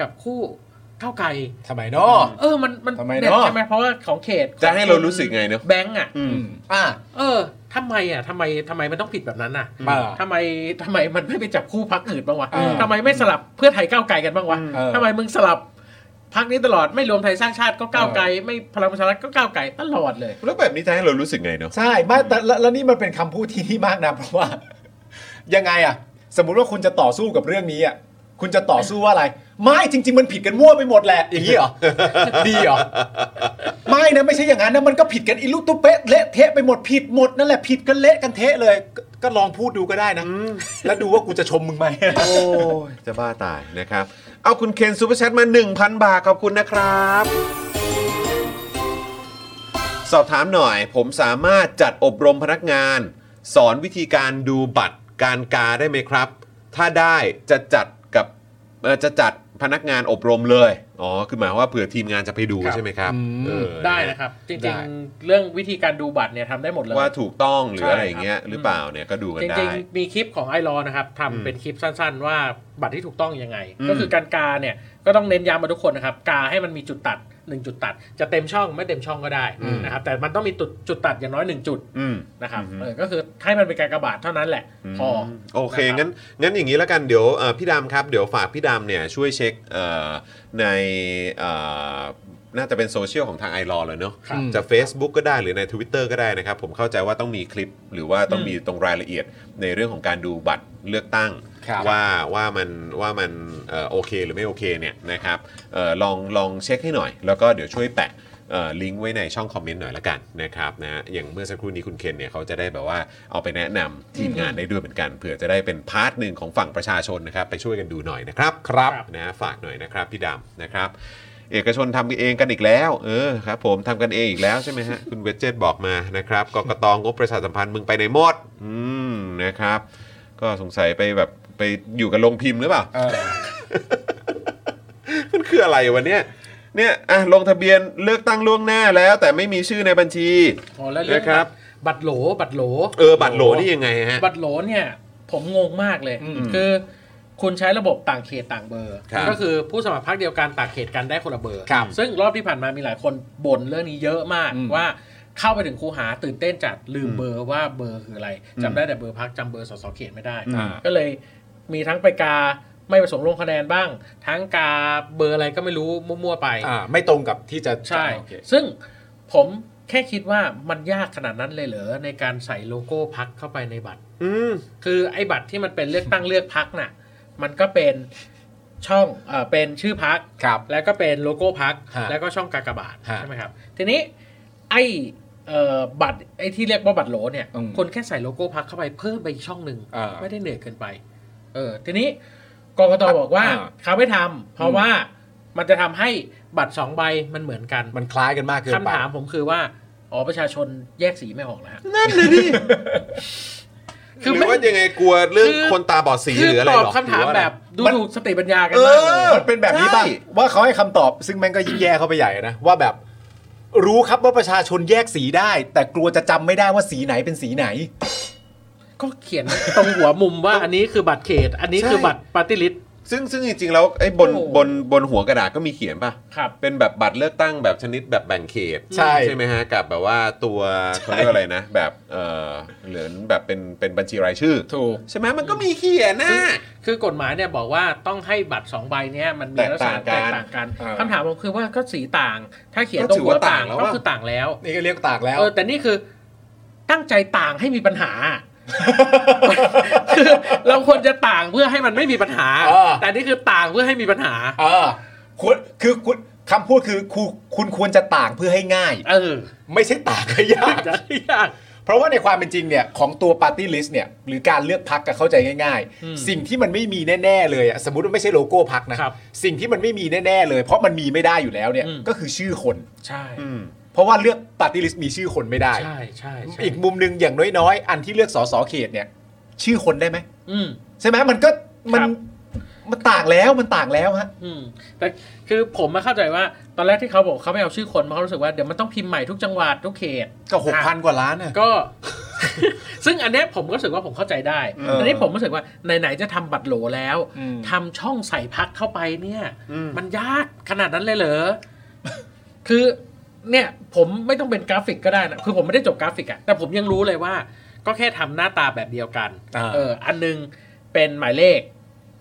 Speaker 3: กับคู่ก้าวไกล
Speaker 2: ทำไมเนาะ
Speaker 3: เออมันมัน
Speaker 2: ทำไม
Speaker 3: เด็ด
Speaker 2: เนอะ
Speaker 3: ใช่ไหมเพราะว่าของเขต
Speaker 1: จะให้เรารู้สึกไงเนอะ
Speaker 3: แบงก์อ่ะ
Speaker 1: อืม
Speaker 2: อ่ะ
Speaker 3: เออทำไมอ่ะทำไมทำไมมันต้องผิดแบบนั้นน่ะ
Speaker 2: อ่า
Speaker 3: ทำไมทำไมมันไม่ไปจับคู่พักอื่นบ้างวะ
Speaker 2: อ่า
Speaker 3: ทำไมไม่สลับเพื่อไทยก้าวไกลกันบ้างวะ
Speaker 2: เออ
Speaker 3: ทำไมมึงสลับพักนี้ตลอดไม่รวมไทยสร้างชาติก็ก้าวไกลไม่พลังประชารัฐก็ก้าวไกลตลอดเลย
Speaker 1: แล้วแบบนี้จะให้เรารู้สึกไงเนอะ
Speaker 2: ใช่ไม่แต่แล้วแล้วนี่มันเป็นคำพูดที่ที่มากนะ เพราะว่า ยังไงอะสมมุติว่าคุณจะต่อสู้กับเรื่องนี้อะคุณจะต่อสู้ว่าอะไร ไม่จริง ๆ มันผิดกันมั่วไปหมดแหละอย่างนี้ เหรอ ดีเหรอ ไม่นะไม่ใช่อย่างนั้นนะมันก็ผิดกันอีลูกตุ๊เป๊ะเละเทะไปหมดผิดหมดนั่นแหละผิดกันเละกันเทะเลยก็ก็ลองพูดดูก็ได้นะ แล้วดูว่ากูจะชมมึง ไหม
Speaker 1: โอ้ยจะบ้าตายนะครับ เอาคุณเคนซูเปอร์แชทมา 1,000 บาท ขอบคุณนะครับ สอบถามหน่อย ผมสามารถจัดอบรมพนักงาน สอนวิธีการดูบัตรการกาได้ไหมครับ ถ้าได้จะจัดกับเอ่อจะจัดพนักงานอบรมเลย อ๋อ คือหมายความว่าเผื่อทีมงานจะไปดู
Speaker 3: ครับ
Speaker 1: ใช่ไหมครับเออ
Speaker 3: ได้นะครับ จริง
Speaker 2: ได้
Speaker 3: ๆ เรื่องวิธีการดูบัตรเนี่ยทำได้หมดเลย
Speaker 1: ว่าถูกต้องหรือ
Speaker 3: ใช่
Speaker 1: อะไรอย่างเงี้ย
Speaker 3: ครับ
Speaker 1: หรือเปล่าเนี่ยก็ดูกัน
Speaker 3: จ
Speaker 1: ได้
Speaker 3: ริงๆ มีคลิปของไอรอนะครับทำเป็นคลิปสั้น ๆ ว่าบัตรที่ถูกต้องยังไง
Speaker 1: อืม
Speaker 3: ก็คือการกาเนี่ยก็ต้องเน้นย้ำมาทุกคนนะครับ กาให้มันมีจุดตัดหนึ่งจุดตัด จะเต็มช่องไม่เต็มช่องก็ได้นะครับแต่มันต้องมีจุดจุดตัดอย่างน้อยหนึ่งจุด
Speaker 1: อืม
Speaker 3: นะครับเออก็คือให้มันเป็นการกระบาดเท่านั้นแหละพอ
Speaker 1: มโอเค
Speaker 3: ะรับ
Speaker 1: งั้นงั้นอย่างนี้แล้วกันเดี๋ยวเอ่อพี่ดำครับ เดี๋ยวฝากพี่ดำเนี่ยช่วยเช็คเอ่อในเอ่อน่าจะเป็นโซเชียลของทางไอรอเลยเนอะ
Speaker 3: ครับ
Speaker 1: จะ Facebook ก็ได้หรือใน Twitter ก็ได้นะครับ ผมเข้าใจว่าต้องมีคลิปหรือว่าต้อง
Speaker 3: อืม
Speaker 1: มีตรงรายละเอียดในเรื่องของการดูบัตรเลือกตั้ง
Speaker 2: ครับ
Speaker 1: ว่าว่ามันว่ามันเอ่อโอเคหรือไม่โอเคเนี่ยนะครับเอ่อลองลองเช็คให้หน่อย แล้วก็เดี๋ยวช่วยแปะเอ่อลิงก์ไว้ในช่องคอมเมนต์หน่อยละกันนะครับนะอย่างเมื่อสักครู่นี้คุณเคนเนี่ยเขาจะได้แบบว่าเอาไปแนะนำทีมงานได้ด้วยเหมือนกันเผื่อจะได้เป็นพาร์ทหนึ่งของฝั่งประชาชนนะครับไปช่วยกันดูหน่อยนะครับ
Speaker 3: ครับ
Speaker 1: นะฝากหน่อยนะครับพี่ดำนะครับ เอกชนทำเองกันอีกแล้วเออครับผมทำกันเองอีกแล้วใช่ไหมฮะ คุณเวจเจตบอกมานะครับกกตงบประชาสัมพันธ์มึงไปในหมดอืมนะครับ ก็สงสัยไปแบบไปอยู่กับลงพิมพ์หรือเปล่า
Speaker 2: เออ
Speaker 1: มันคืออะไรวันเนี้ยเนี่ยอ่ะลงทะเบียนเลือกตั้งล่วงหน้าแล้ว แต่ไม่มีชื่อในบัญชี
Speaker 3: พอแล้วเรื่อง
Speaker 1: นะครับ
Speaker 3: บัตรโหลบัตรโหล
Speaker 1: เออบัตรโหลนี่ยังไงฮะ
Speaker 3: บัตรโหลเนี่ยผมงงมากเลย
Speaker 2: อืม
Speaker 3: คือคุณใช้ระบบต่างเขตต่างเบอร์
Speaker 1: ครับ
Speaker 3: ก็คือผู้สมัครพรรคเดียวกันต่างเขตกันได้คนละเบอร์
Speaker 2: ครับ
Speaker 3: ซึ่งรอบที่ผ่านมามีหลายคนบ่นเรื่องนี้เยอะมาก
Speaker 2: อืม
Speaker 3: ว่าเข้าไปถึงคูหาตื่นเต้นจัดลืมเบอร์ว่าเบอร์คืออะไรจำได้แต่เบอร์พักจำเบอร์สสเขตไม่ได้
Speaker 2: อ่า
Speaker 3: ก็เลยมีทั้งไปกาไม่ประสงค์ลงคะแนนบ้าง ทั้งกาเบอร์อะไรก็ไม่รู้มั่วๆไป
Speaker 2: อ่า ไม่ตรงกับที่จะ
Speaker 3: ใช่
Speaker 2: โอเค
Speaker 3: ซึ่งผมแค่คิดว่ามันยากขนาดนั้นเลยเหรอในการใส่โลโก้พักเข้าไปในบัตร
Speaker 1: อืม
Speaker 3: คือไอ้บัตรที่มันเป็นเลือกตั้งเลือกพักน่ะ มันก็เป็นช่องเออเป็นชื่อพัก
Speaker 2: ครับ
Speaker 3: แล้วก็เป็นโลโก้พัก
Speaker 2: ฮะ
Speaker 3: แล้วก็ช่องกากบาท
Speaker 2: ฮะ
Speaker 3: ใช่ไหมครับ ทีนี้ไอ้เอ่อบัตรไอ้ที่เรียกว่าบัตรโหลเนี่ย
Speaker 2: อืม
Speaker 3: คนแค่ใส่โลโก้พักเข้าไปเพิ่มไปอีกช่องหนึ่ง
Speaker 2: อ่า
Speaker 3: ไม่ได้เหนื่อยเกินไป เออทีนี้กกตบอกว่า
Speaker 2: อ่า
Speaker 3: เขาไม่ทำเพราะว่ามันจะทำให้บัตรสองใบมันเหมือนกัน
Speaker 2: มันคล้ายกันมากเกิน
Speaker 3: คำ
Speaker 2: ไป
Speaker 3: ถามผมคือว่าอ๋อประชาชนแยกสีไม่ออกนะฮะ
Speaker 1: นั่นเลยดิ
Speaker 3: คื
Speaker 1: หรือ
Speaker 3: ไม่
Speaker 1: ว่ายังไงกลัวเรื่อง
Speaker 3: คือ
Speaker 1: คนตาบอดสี
Speaker 3: คื
Speaker 1: หรือ
Speaker 3: อ
Speaker 1: อะไร
Speaker 3: ต
Speaker 1: ห
Speaker 3: อบ
Speaker 1: รอ
Speaker 3: คำถาม
Speaker 1: หรือว่าอะ
Speaker 3: แบ
Speaker 1: ไร
Speaker 3: บดู
Speaker 2: มัน
Speaker 3: ถูกสติปัญญากัน
Speaker 2: เอ
Speaker 3: มากเล
Speaker 2: อ
Speaker 3: ย
Speaker 2: มันเป็นแบบนี้บ้าง ว่าเขาให้คำตอบซึ่งแม่งก็ยิ่งแย่เข้าไปใหญ่นะ ว่าแบบ รู้ครับว่าประชาชนแยกสีได้ แต่กลัวจะจำไม่ได้ว่าสีไหนเป็นสีไหน
Speaker 3: ก็เขียนตรงหัวมุมว่าอันนี้คือบัตรเขต อันนี้คือ
Speaker 1: ใช่
Speaker 3: บัตรปาร์ตี้ลิส
Speaker 1: ซึ่งซึ่งจริงๆแล้วไอ้บน
Speaker 3: โอ้โห
Speaker 1: บนบนหัวกระดาษก็มีเขียนป่ะ
Speaker 3: ครับ
Speaker 1: เป็นแบบบัตรเลือกตั้งแบบชนิดแบบแบ่งเขต
Speaker 2: ใช่
Speaker 1: ใช่ไหมฮะกับแบบว่าตัวเขาเรียกว่าอะไรนะ แบบเออเหลือนแบบเป็นเป็นบัญชีรายชื่อ
Speaker 3: ถูก
Speaker 1: ใช่ไหมมันก็มีเขียนนะ
Speaker 3: คือกฎหมายเนี่ยบอกว่าต้องให้บัตรสองใบเนี่ยมันมี
Speaker 1: แตก
Speaker 3: ลักษณะ
Speaker 1: ต่างกัน
Speaker 3: แตกต่างกัน
Speaker 1: เออ
Speaker 3: คำถามผมคือว่าก็สีต่าง ถ้าเขียน
Speaker 1: ก็
Speaker 3: ตรง
Speaker 1: ถือ
Speaker 3: หัว
Speaker 1: ว่า
Speaker 3: ต่าง
Speaker 1: ต่างแล้ว
Speaker 3: ก็
Speaker 1: อะ
Speaker 3: คือต่างแล้ว
Speaker 2: นี่ก็เรียกตากแล้ว
Speaker 3: เออ แต่นี่คือตั้งใจต่างให้มีปัญ หา คือเราควรจะต่างเพื่อให้มันไม่มีปัญหา
Speaker 2: เออ
Speaker 3: แต่นี่คือต่างเพื่อให้มีปัญหา
Speaker 2: เออคุณคือคุณคำพูดคือคุณคุณควรจะต่างเพื่อให้ง่าย
Speaker 3: เออ
Speaker 2: ไม่ใช่ต่างให้ ยาก
Speaker 3: จะได้ยาก
Speaker 2: เพราะว่าในความเป็นจริงเนี่ยของตัวปาร์ตี้ลิสต์เนี่ยหรือการเลือกพักก็เข้าใจง่าย
Speaker 3: อืม
Speaker 2: ๆ สิ่งที่มันไม่มีแน่ๆเลยอะสมมติว่าไม่ใช่โลโก้พักนะครับสิ่งที่มันไม่มีแน่ๆเลย เพราะมันมีไม่ได้อยู่แล้วเนี่ย
Speaker 3: อืม
Speaker 2: ก็คือชื่อคน
Speaker 3: ใช่
Speaker 1: อืม
Speaker 2: เพราะว่าเลือกปาร์ตี้ลิสต์มีชื่อคนไม่ได้
Speaker 3: ใช่ใช่ใช่
Speaker 2: อีกมุมหนึ่งอย่างน้อยๆ อันที่เลือกสสเขตเนี่ย ชื่อคนได้ไหม
Speaker 3: อืม
Speaker 2: ใช่ไหมมันก็มัน
Speaker 3: ครับ
Speaker 2: มันต่างแล้วมันต่างแล้วฮะ
Speaker 3: อืมแต่คือผมมาเข้าใจว่าตอนแรกที่เขาบอกเขาไม่เอาชื่อคนเพราะเขารู้สึกว่าเดี๋ยวมันต้องพิมพ์ใหม่ทุกจังหวัดทุกเขต
Speaker 2: ก็หกพันกว่าล้านอะ
Speaker 3: ก็ ซึ่งอันเนี้ยผมก็รู้สึกว่าผมเข้าใจได้
Speaker 2: เออ
Speaker 3: อันนี้ผมรู้สึกว่า ไหน ๆ จะทำบัตรโหลแล้ว
Speaker 2: อืม
Speaker 3: ทำช่องใส่พักเข้าไปเนี่ย มันยากขนาดนั้นเลยเหรอ คือเนี่ยผมไม่ต้องเป็นกราฟิกก็ได้นะ คือผมไม่ได้จบกราฟิกอะแต่ผมยังรู้เลยว่า ก็แค่ทำหน้าตาแบบเดียวกัน
Speaker 2: อ่า
Speaker 3: เออ อันหนึงเป็นหมายเลข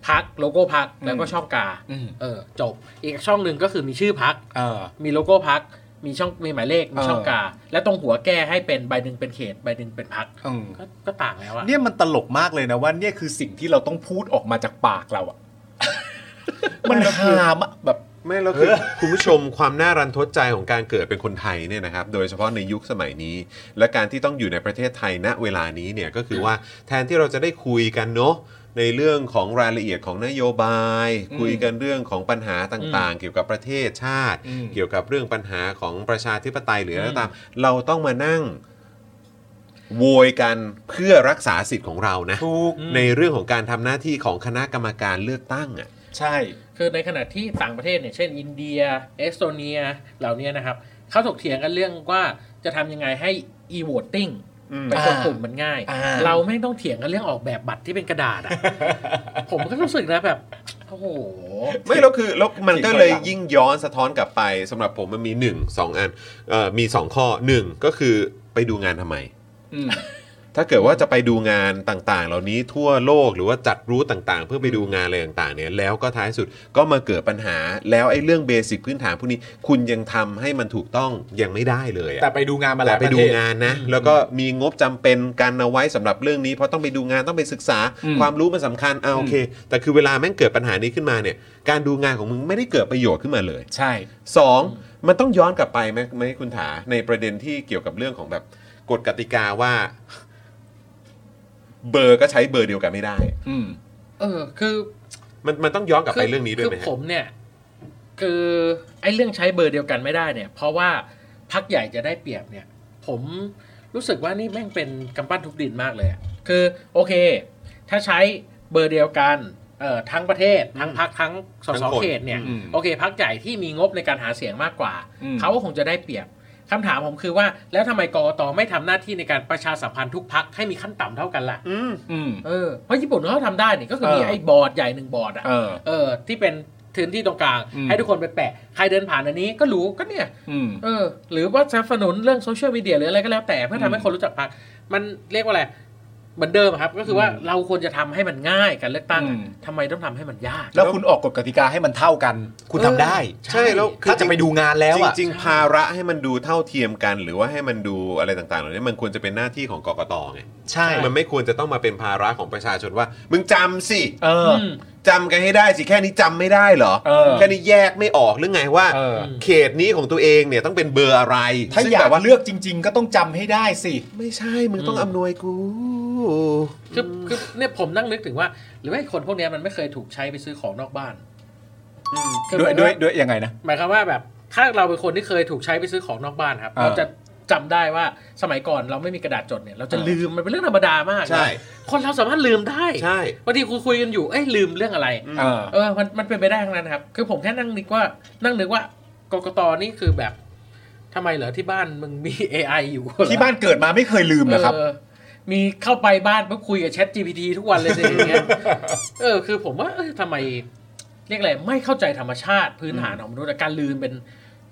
Speaker 3: พักโลโก้พักแล้วก็ช่องกา
Speaker 2: อืม
Speaker 3: เออ จบ อีกช่องหนึ่งก็คือมีชื่อพัก
Speaker 2: เออ
Speaker 3: มีโลโก้พัก มีช่อง มีหมายเลข มีช่อง
Speaker 2: เออ
Speaker 3: กา และตรงหัวแก้ให้เป็นใบหนึ่งเป็นเขต ใบหนึ่งเป็นพัก
Speaker 2: อืม
Speaker 3: ก็ก็ต่างแล้วอะ
Speaker 2: เนี่ยมันตลกมากเลยนะว่าเนี่ยคือสิ่งที่เราต้องพูดออกมาจากปากเราอะ มันหามอะแบบ
Speaker 1: ไม่แล้วคือคุณผู้ชมความน่ารันทดใจของการเกิดเป็นคนไทยเนี่ยนะครับโดยเฉพาะในยุคสมัยนี้ และการที่ต้องอยู่ในประเทศไทยณเวลานี้เนี่ยก็คือว่าแทนที่เราจะได้คุยกันเนาะในเรื่องของรายละเอียดของนโยบาย
Speaker 2: อืม
Speaker 1: คุยกันเรื่องของปัญหาต่างๆ เกี่ยวกับประเทศชาติ
Speaker 2: อืม
Speaker 1: เกี่ยวกับเรื่องปัญหาของประชาธิปไตยหรืออะไรก็ตามเราต้องมานั่งโวยกันเพื่อรักษาสิทธิ์ของเรานะ
Speaker 2: ถูก
Speaker 1: ในเรื่องของการทำหน้าที่ของคณะกรรมการเลือกตั้งอ่ะ
Speaker 2: ใช่
Speaker 3: คือในขณะที่ต่างประเทศเนี่ย เช่น อินเดีย เอกโตเนีย เหล่านี้นะครับ เขาถกเถียงกันเรื่องว่าจะทำยังไงให้ e-voting เป็นกดปุ่มมันง่าย
Speaker 2: อ่า
Speaker 3: เราไม่ต้องเถียงกันเรื่องออกแบบบัตรที่เป็นกระดาษ อะ ผมก็รู้สึกนะแบบ โอ้โห
Speaker 1: ไม่แล้วคือแล้วมันก็
Speaker 2: สิ่ง
Speaker 1: เลย
Speaker 2: ต่างๆ
Speaker 1: ยิ่งย้อนสะท้อนกลับไปสำหรับผมมันมี 1 2 อันเอ่อมี 2 ข้อ 1 ก็คือไปดูงานทำไม
Speaker 2: อืม
Speaker 1: ถ้าเกิดว่าจะไปดูงานต่างๆ เหล่านี้ทั่วโลกหรือว่าจัดรู้ต่างๆ เพื่อไปดูงานอะไรต่างๆเนี่ยแล้วก็ท้ายสุดก็มาเกิดปัญหาแล้วไอ้เรื่องเบสิกพื้นฐานพวกนี้คุณยังทำให้มันถูกต้องยังไม่ได้เลยอะ
Speaker 2: แต่ไปดูงานมาห
Speaker 1: แต่
Speaker 2: ลาย
Speaker 1: ไป
Speaker 2: ประ
Speaker 1: ดู
Speaker 2: เทศ
Speaker 1: งานนะ แล้วก็มีงบจำเป็นกันเอาไว้สำหรับเรื่องนี้ เพราะต้องไปดูงานต้องไปศึกษา
Speaker 2: อืม
Speaker 1: ความรู้มันสำคัญเอาโอเค แต่คือเวลาแม่งเกิดปัญหานี้ขึ้นมาเนี่ย การดูงานของมึงไม่ได้เกิดประโยชน์ขึ้นมาเลย
Speaker 2: ใช่
Speaker 1: 2. มันต้องย้อนกลับไปไหมไหมคุณถาในประเด็นที่เกี่ยวกับเรื่องของแบบกฎกติกาว่า เบอร์ก็ใช้เบอร์เดียวกันไม่ได้
Speaker 2: อืม
Speaker 3: เออ คือ
Speaker 1: มันมันต้องย้อนกลับไป
Speaker 3: คือ
Speaker 1: เรื่องนี้ด้วยไหม
Speaker 3: คือ
Speaker 1: ฮะ
Speaker 3: ผมเนี่ยคือไอ้เรื่องใช้เบอร์เดียวกันไม่ได้เนี่ย เพราะว่าพักใหญ่จะได้เปรียบเนี่ย ผมรู้สึกว่านี่แม่งเป็นกำปั้นทุบดินมากเลยอะคือโอเค ถ้าใช้เบอร์เดียวกันเอ่อทั้งประเทศทั้งพักทั้งสสเขตเนี่ย
Speaker 2: อืม
Speaker 3: โอเคพักใหญ่ที่มีงบในการหาเสียงมากกว่า
Speaker 2: อืม
Speaker 3: เขาก็คงจะได้เปรียบคำถามผมคือว่า แล้วทำไมกรกตไม่ทำหน้าที่ในการประชาสัมพันธ์ทุกพักให้มีขั้นต่ำเท่ากันล่ะ
Speaker 1: อืม
Speaker 2: อืม
Speaker 3: เออเพราะญี่ปุ่นเขาทำได้นี่ก็คือมี
Speaker 2: เออ
Speaker 3: ไอ้บอร์ดใหญ่หนึ่งบอร์ดอะ
Speaker 2: เออ
Speaker 3: เออที่เป็นพื้นที่ตรงกลาง
Speaker 2: อืม
Speaker 3: ให้ทุกคนไปแปะ ใครเดินผ่านอันนี้ก็รู้ก็เนี่ย
Speaker 2: อืม
Speaker 3: เออ หรือว่าสนับสนุนเรื่องโซเชียลมีเดียหรืออะไรก็แล้วแต่เพื่อทำให้
Speaker 2: อืม
Speaker 3: คนรู้จักพรรคมันเรียกว่าอะไรเหมือนเดิมอะครับ ก็คือว่า
Speaker 2: อืม
Speaker 3: เราควรจะทำให้มันง่ายการเลือกตั้งอะ
Speaker 2: อืม
Speaker 3: ทำไมต้องทำให้มันยาก
Speaker 2: แล้วคุณออกกฎกติกาให้มันเท่ากัน คุณ
Speaker 3: เออ
Speaker 2: ทำได้
Speaker 1: ใช่แล้ว
Speaker 2: ถ้าจะไปดูงานแล้วอ่ะ
Speaker 1: จริงๆภาระให้มันดูเท่าเทียมกัน หรือว่าให้มันดูอะไรต่างๆเหล่านี้มันควรจะเป็นหน้าที่ของกกตไง
Speaker 2: ใช่
Speaker 1: มันไม่ควรจะต้องมาเป็นภาระของประชาชนว่า มึงจำสิ
Speaker 2: เออ
Speaker 3: อืม
Speaker 1: จำกันให้ได้สิแค่นี้จำไม่ได้เหรอ
Speaker 2: เออ
Speaker 1: แค่นี้แยกไม่ออกหรือไงว่า
Speaker 2: เออ
Speaker 1: เขตนี้ของตัวเองเนี่ยต้องเป็นเบอร์อะไร
Speaker 2: ถ้า
Speaker 1: ซึ่ง
Speaker 2: อยา
Speaker 1: แบ
Speaker 2: ก
Speaker 1: บว่า
Speaker 2: เลือกจริง ๆ ก็ต้องจำให้ได้สิ
Speaker 1: ไม่ใช่มึงต้อง
Speaker 3: อืม
Speaker 1: อำนวยกู
Speaker 3: คือคือเนี่ยผมนั่งนึกถึงว่า หรือว่าไอ้คนพวกเนี้ยมันไม่เคยถูกใช้ไปซื้อของนอกบ้านคือ
Speaker 2: ด้วย
Speaker 3: หมา
Speaker 2: ด้วย
Speaker 3: ว่า
Speaker 2: ด้วยยังไงนะ
Speaker 3: หมายความว่าแบบถ้าเราเป็นคนที่เคยถูกใช้ไปซื้อของนอกบ้านครับ
Speaker 2: อ่า
Speaker 3: เราจะจำได้ว่าสมัยก่อนเราไม่มีกระดาษจดเนี่ย เราจะ
Speaker 2: อ่า
Speaker 3: ลืมมันเป็นเรื่องธรรมดามากนะ
Speaker 1: ใช่
Speaker 3: คนเราสามารถลืมได้
Speaker 1: ใช่
Speaker 3: บางทีคุยคุยกันอยู่เอ้ยลืมเรื่องอะไร
Speaker 2: เออ
Speaker 3: เออมันมันเป็นไปได้ทั้งนั้นครับ คือผมแค่นั่งนึกว่านั่งนึกว่ากกตนี่คือแบบ ทำไมเหรอที่บ้านมึงมี AI อยู่เหรอ
Speaker 2: ที่บ้านเกิดมาไม่เคยลืมนะครับ
Speaker 3: เออมีเข้าไปบ้านปุ๊บคุยกับ Chat GPT ทุกวันเลยสิอย่างเงี้ยเออคือผมว่าเออทำไมเรียกอะไรไม่เข้าใจธรรมชาติพื้นฐานของมนุษย์แต่การลืมเป็น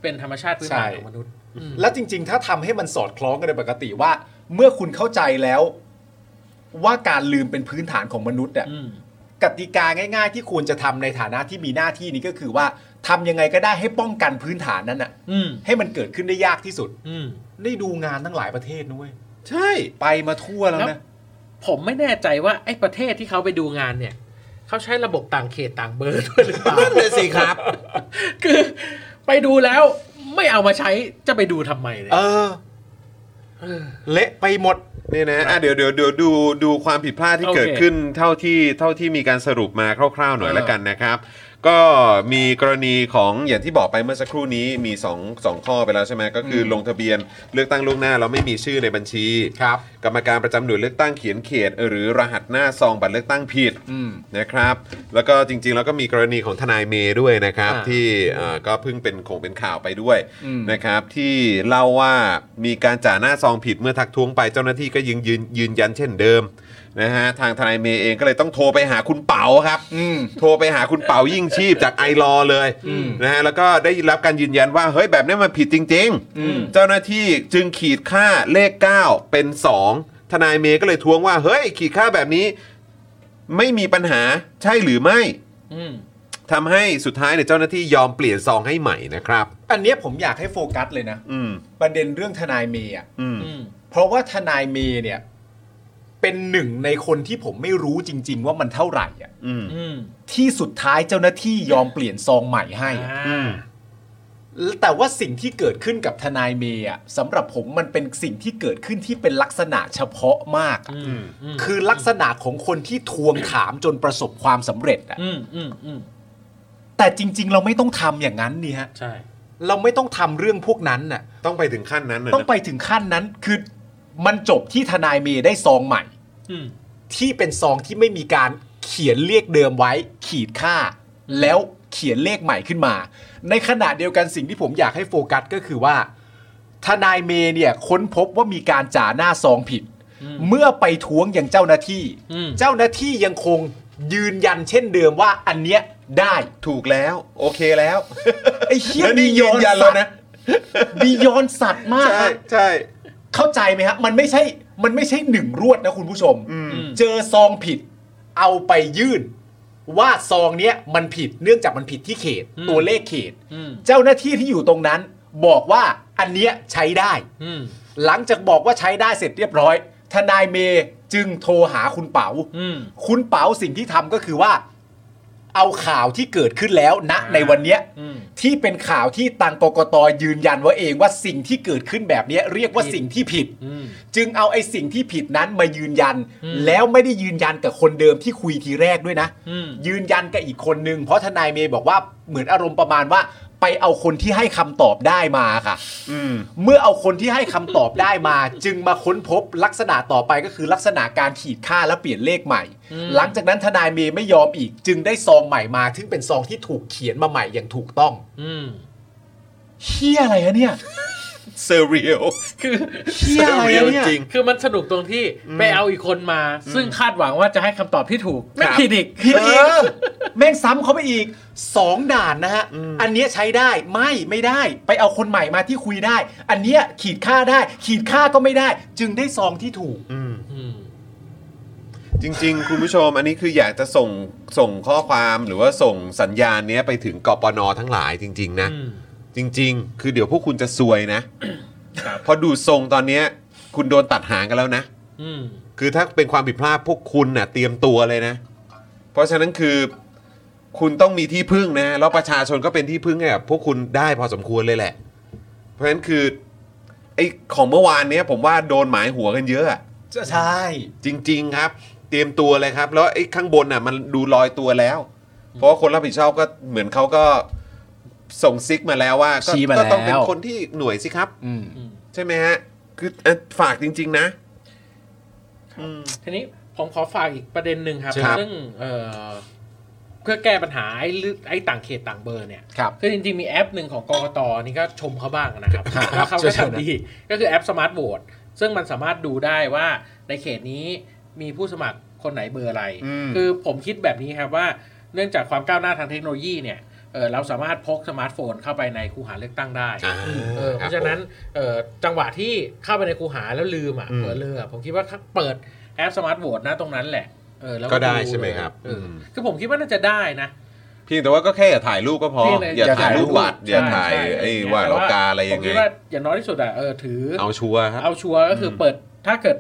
Speaker 3: เป็นธรรมชาติพื้นฐาน
Speaker 2: ใช่
Speaker 3: ของมนุษย์อืม
Speaker 2: และจริง ๆ ถ้าทำให้มันสอดคล้องกันโดยปกติว่า เมื่อคุณเข้าใจแล้ว ว่าการลืมเป็นพื้นฐานของมนุษย์เนี่ย
Speaker 3: อืม
Speaker 2: กติกาง่าย ๆ ที่ควรจะทำในฐานะที่มีหน้าที่นี้ก็คือว่าทำยังไงก็ได้ให้ป้องกันพื้นฐานนั้นอะ
Speaker 3: อืม
Speaker 2: ให้มันเกิดขึ้นได้ยากที่สุด
Speaker 3: อืม
Speaker 2: ได้ดูงานทั้งหลายประเทศนุ้ย
Speaker 1: ใช่
Speaker 2: ไปมาทั่วแล้ว
Speaker 3: แล้
Speaker 2: นะ
Speaker 3: ว ผมไม่แน่ใจว่าไอ้ประเทศที่เขาไปดูงานเนี่ย เขาใช้ระบบต่างเขตต่างเบอร์ ด้วยหรือเปล่า
Speaker 1: นั่นเลยสิครับ
Speaker 3: คือไปดูแล้วไม่เอามาใช้จะไปดูทำไมเนี่ย
Speaker 2: เออ เละไปหมด
Speaker 1: นี่นะอ่ะเดี๋ยวเดี๋ยวเดี๋ยวดูดูความผิดพลาดที่
Speaker 3: โอเค
Speaker 1: เกิดขึ้นเท่าที่เท่าที่มีการสรุปมาคร่าวๆหน่อย
Speaker 3: เออ
Speaker 1: ละกันนะครับ ก็มีกรณีของอย่างที่บอกไปเมื่อสักครู่นี้มี2 2ข้อไปแล้วใช่ไหมก็คืออลงทะเบียนเลือกตั้งล่วงหน้าเราไม่มีชื่อในบัญชี
Speaker 2: ครับ
Speaker 1: กรรมการประจำหน่วยเลือกตั้งเขียนเขต หรือรหัสหน้าซองบัตรเลือกตั้งผิด
Speaker 2: อืม
Speaker 1: นะครับ แล้วก็จริงๆแล้วก็มีกรณีของทนายเมย์ด้วยนะครับ
Speaker 3: อ่า
Speaker 1: ที่เอ่อก็เพิ่งเป็นคงเป็นข่าวไปด้วย
Speaker 2: อืม
Speaker 1: นะครับที่เล่าว่ามีการจ่าหน้าซองผิดเมื่อทักท้วงไปเจ้าหน้าที่ก็ยืนยืนยืนยันเช่นเดิมนะฮะทางทนายเมย์เองก็เลยต้องโทรไปหาคุณเป๋าครับ
Speaker 2: อืม
Speaker 1: โทรไปหาคุณเป๋ายิ่งชีพจากไอรอเลย
Speaker 2: อืม
Speaker 1: นะฮะแล้วก็ได้รับการยืนยันว่าเฮ้ยแบบนี้มันผิดจริง
Speaker 2: อืม
Speaker 1: เจ้าหน้าที่จึงขีดค่าเลข 9 เป็น 2 ทนายเมย์ก็เลยทวงว่า เฮ้ย ขีดค่าแบบนี้ ไม่มีปัญหาใช่หรือไม่
Speaker 3: อืม
Speaker 1: ทำให้สุดท้ายเนี่ยเจ้าหน้าที่ยอมเปลี่ยนซองให้ใหม่นะครับ
Speaker 2: อันเนี้ยผมอยากให้โฟกัสเลยนะ
Speaker 1: อืม
Speaker 2: ประเด็นเรื่องทนายเมย์อะ
Speaker 1: อืม
Speaker 3: อืม
Speaker 2: เพราะว่าทนายเมย์เนี่ย เป็นหนึ่งในคนที่ผมไม่รู้จริง ๆ ว่ามันเท่าไหร่อะ
Speaker 1: อืม
Speaker 3: อืม
Speaker 2: ที่สุดท้ายเจ้าหน้าที่ยอมเปลี่ยนซองใหม่ให้อะ
Speaker 3: อ่า
Speaker 2: แต่ว่าสิ่งที่เกิดขึ้นกับทนายเมย์อะสำหรับผมมันเป็นสิ่งที่เกิดขึ้นที่เป็นลักษณะเฉพาะมากอะ
Speaker 3: อืมอืม
Speaker 2: คือลักษณะของคนที่ทวงถามจนประสบความสำเร็จอะ
Speaker 3: อืมอืมอืม
Speaker 2: แต่จริง ๆ เราไม่ต้องทำอย่างนั้นนี่ฮะ
Speaker 3: ใช่
Speaker 2: เราไม่ต้องทำเรื่องพวกนั้นน่ะ
Speaker 1: ต้องไปถึงขั้นนั้นเลยนะ
Speaker 2: ต้องไปถึงขั้นนั้นคือมันจบที่ทนายเมย์ได้ซองใหม่
Speaker 3: อืม
Speaker 2: ที่เป็นซองที่ไม่มีการเขียนเลขเดิมไว้ ขีดค่า แล้วเขียนเลขใหม่ขึ้นมา ในขณะเดียวกันสิ่งที่ผมอยากให้โฟกัสก็คือว่า ทนายเมย์เนี่ยค้นพบว่ามีการจ่าหน้าซองผิด เมื่อไปท้วงอย่างเจ้าหน้าที่ เจ้าหน้าที่ยังคงยืนยันเช่นเดิมว่าอันเนี้ยได้
Speaker 1: ถูกแล้ว โอเคแล้ว
Speaker 2: ไอ้เฮีย
Speaker 1: แล้วนี่ยืนยัน
Speaker 2: สั
Speaker 1: แล้ว
Speaker 2: ต
Speaker 1: นะ
Speaker 2: ว์บียอนสัตว์มาก
Speaker 1: ใช่
Speaker 2: นะ
Speaker 1: ใช่
Speaker 2: เข้าใจไหมฮะมันไม่ใช่มันไม่ใช่หนึ่งรวดนะคุณผู้ชม เจอซองผิด เอาไปยื่น ว่าซองเนี้ยมันผิดเนื่องจากมันผิดที่เขต ตัวเลขเขต
Speaker 3: อืม
Speaker 2: เจ้าหน้าที่ที่อยู่ตรงนั้น บอกว่าอันเนี้ยใช้ได้
Speaker 3: อืม
Speaker 2: หลังจากบอกว่าใช้ได้เสร็จเรียบร้อย ทนายเมย์จึงโทรหาคุณเป๋า
Speaker 3: อืม
Speaker 2: คุณเป๋าสิ่งที่ทำก็คือว่า เอาข่าวที่เกิดขึ้นแล้วณในวันเนี้ย
Speaker 3: อืม
Speaker 2: ที่เป็นข่าวที่ตังกกตยืนยันว่าเองว่าสิ่งที่เกิดขึ้นแบบเนี้ยเรียกว่าสิ่งที่ผิด
Speaker 3: อืม
Speaker 2: จึงเอาไอ้สิ่งที่ผิดนั้นมายืนยัน
Speaker 3: อืม
Speaker 2: แล้วไม่ได้ยืนยันกับคนเดิมที่คุยทีแรกด้วยนะ
Speaker 3: อืม
Speaker 2: ยืนยันกับอีกคนนึง เพราะทนายเมย์บอกว่าเหมือนอารมณ์ประมาณว่า ไปเอาคนที่ให้คำตอบได้มาค่ะ
Speaker 1: อืม
Speaker 2: เมื่อเอาคนที่ให้คำตอบได้มา จึงมาค้นพบลักษณะต่อไปก็คือลักษณะการขีดค่าและเปลี่ยนเลขใหม่ หลังจากนั้นทนายเมย์ไม่ยอมอีก จึงได้ซองใหม่มาซึ่งเป็นซองที่ถูกเขียนมาใหม่อย่างถูกต้อง
Speaker 3: อืม
Speaker 2: เฮียอะไรอะเนี่ย
Speaker 1: เซเรียล
Speaker 3: คือ
Speaker 2: เหี้ยอะไรอะเนี่ย
Speaker 1: จริง
Speaker 3: คือมันสนุกตรงที่ไปเอาอีกคนมา ซึ่งคาดหวังว่าจะให้คำตอบที่ถูก ไม่ผิดอีก
Speaker 2: ผิดอีกแม่งซ้ำเขาไปอีก 2 ด่านนะฮะ อันเนี้ยใช้ได้ไม่ไม่ได้ ไปเอาคนใหม่มาที่คุยได้ อันเนี้ยขีดค่าได้ ขีดค่าก็ไม่ได้ จึงได้ซองที่ถูก
Speaker 3: อืม
Speaker 1: จริงๆ คุณผู้ชมอันนี้คืออยากจะส่งส่งข้อความหรือว่าส่งสัญญาณเนี้ยไปถึงกปนทั้งหลายจริง ๆ นะ
Speaker 3: อืม
Speaker 1: จริง ๆ คือเดี๋ยวพวกคุณจะซวยนะเพราะดูทรงตอนเนี้ยคุณโดนตัดหางกันแล้วนะ
Speaker 3: อืม
Speaker 1: คือถ้าเป็นความผิดพลาดพวกคุณน่ะเตรียมตัวเลยนะ เพราะฉะนั้นคือคุณต้องมีที่พึ่งนะแล้วประชาชนก็เป็นที่พึ่งให้กับพวกคุณได้พอสมควรเลยแหละ เพราะฉะนั้นคือไอ้ของเมื่อวานเนี้ยผมว่าโดนหมายหัวกันเยอะอะ
Speaker 2: ใช่
Speaker 1: จริง ๆ ครับ เตรียมตัวเลยครับ แล้วไอ้ข้างบนน่ะมันดูลอยตัวแล้ว เพราะว่าคนรับผิดชอบก็เหมือนเขาก็ส่งซิกมาแล้วว่าก็
Speaker 2: ชี้มา
Speaker 1: ก็ต้องเป็น
Speaker 2: แล้ว
Speaker 1: คนที่หน่วยสิครับ
Speaker 2: อืม
Speaker 1: ใช่ไหมฮะ คือเอ่อฝากจริง ๆ นะ
Speaker 3: ทีนี้ผมขอฝากอีกประเด็นหนึ่งครับ
Speaker 1: ครับ
Speaker 3: ซึ่งเอ่อ เพื่อแก้ปัญหาไอ้เรื่องไอ้ต่างเขตต่างเบอร์เนี่ย
Speaker 2: ครับ
Speaker 3: คือจริงๆ มีแอปหนึ่งของกกตนี่ก็ชมเขาบ้างนะครับ
Speaker 2: ครับ
Speaker 3: ว่าเขา
Speaker 2: ช่วย
Speaker 3: ก็
Speaker 2: ๆนะ
Speaker 3: ทำดี ก็คือแอปสมาร์ทโหวตซึ่งมันสามารถดูได้ว่าในเขตนี้มีผู้สมัครคนไหนเบอร์อะไร
Speaker 2: อืม
Speaker 3: คือผมคิดแบบนี้ครับว่าเนื่องจากความก้าวหน้าทางเทคโนโลยีเนี่ยเอ่อเราสามารถพกสมาร์ทโฟนเข้าไปในคูหาเลือกตั้งได้
Speaker 1: อ่า
Speaker 3: เออ
Speaker 1: คบ
Speaker 3: เพราะฉะนั้นเอ่อจังหวะที่เข้าไปในคูหาแล้วลืมอ่ะ
Speaker 2: อืม
Speaker 3: เผลอเลือะผมคิดว่าเปิดแอปสมาร์ทโหวตนะตรงนั้นแหละเออแล้ว
Speaker 1: ก็ได้ใช่ไหมครับ
Speaker 3: เออ
Speaker 1: ม
Speaker 3: คือผมคิดว่าน่าจะได้นะ
Speaker 1: เพียงแต่ว่าก็แค่อย่าถ่ายรูปก็พอ
Speaker 3: เพียงแต่
Speaker 1: อย่าถ่ายรูปบัตรอย่าถ่าย
Speaker 3: ใช่ใช่
Speaker 1: ไอ้ว่าเรากาอะไรยัง
Speaker 3: ผม
Speaker 1: ไง
Speaker 3: คิดว่าอย่างน้อยที่สุดอะเออถือ
Speaker 1: เอาชัวร์ครับ
Speaker 3: เอาชัวร์ก็คือเปิดถ้าเกิด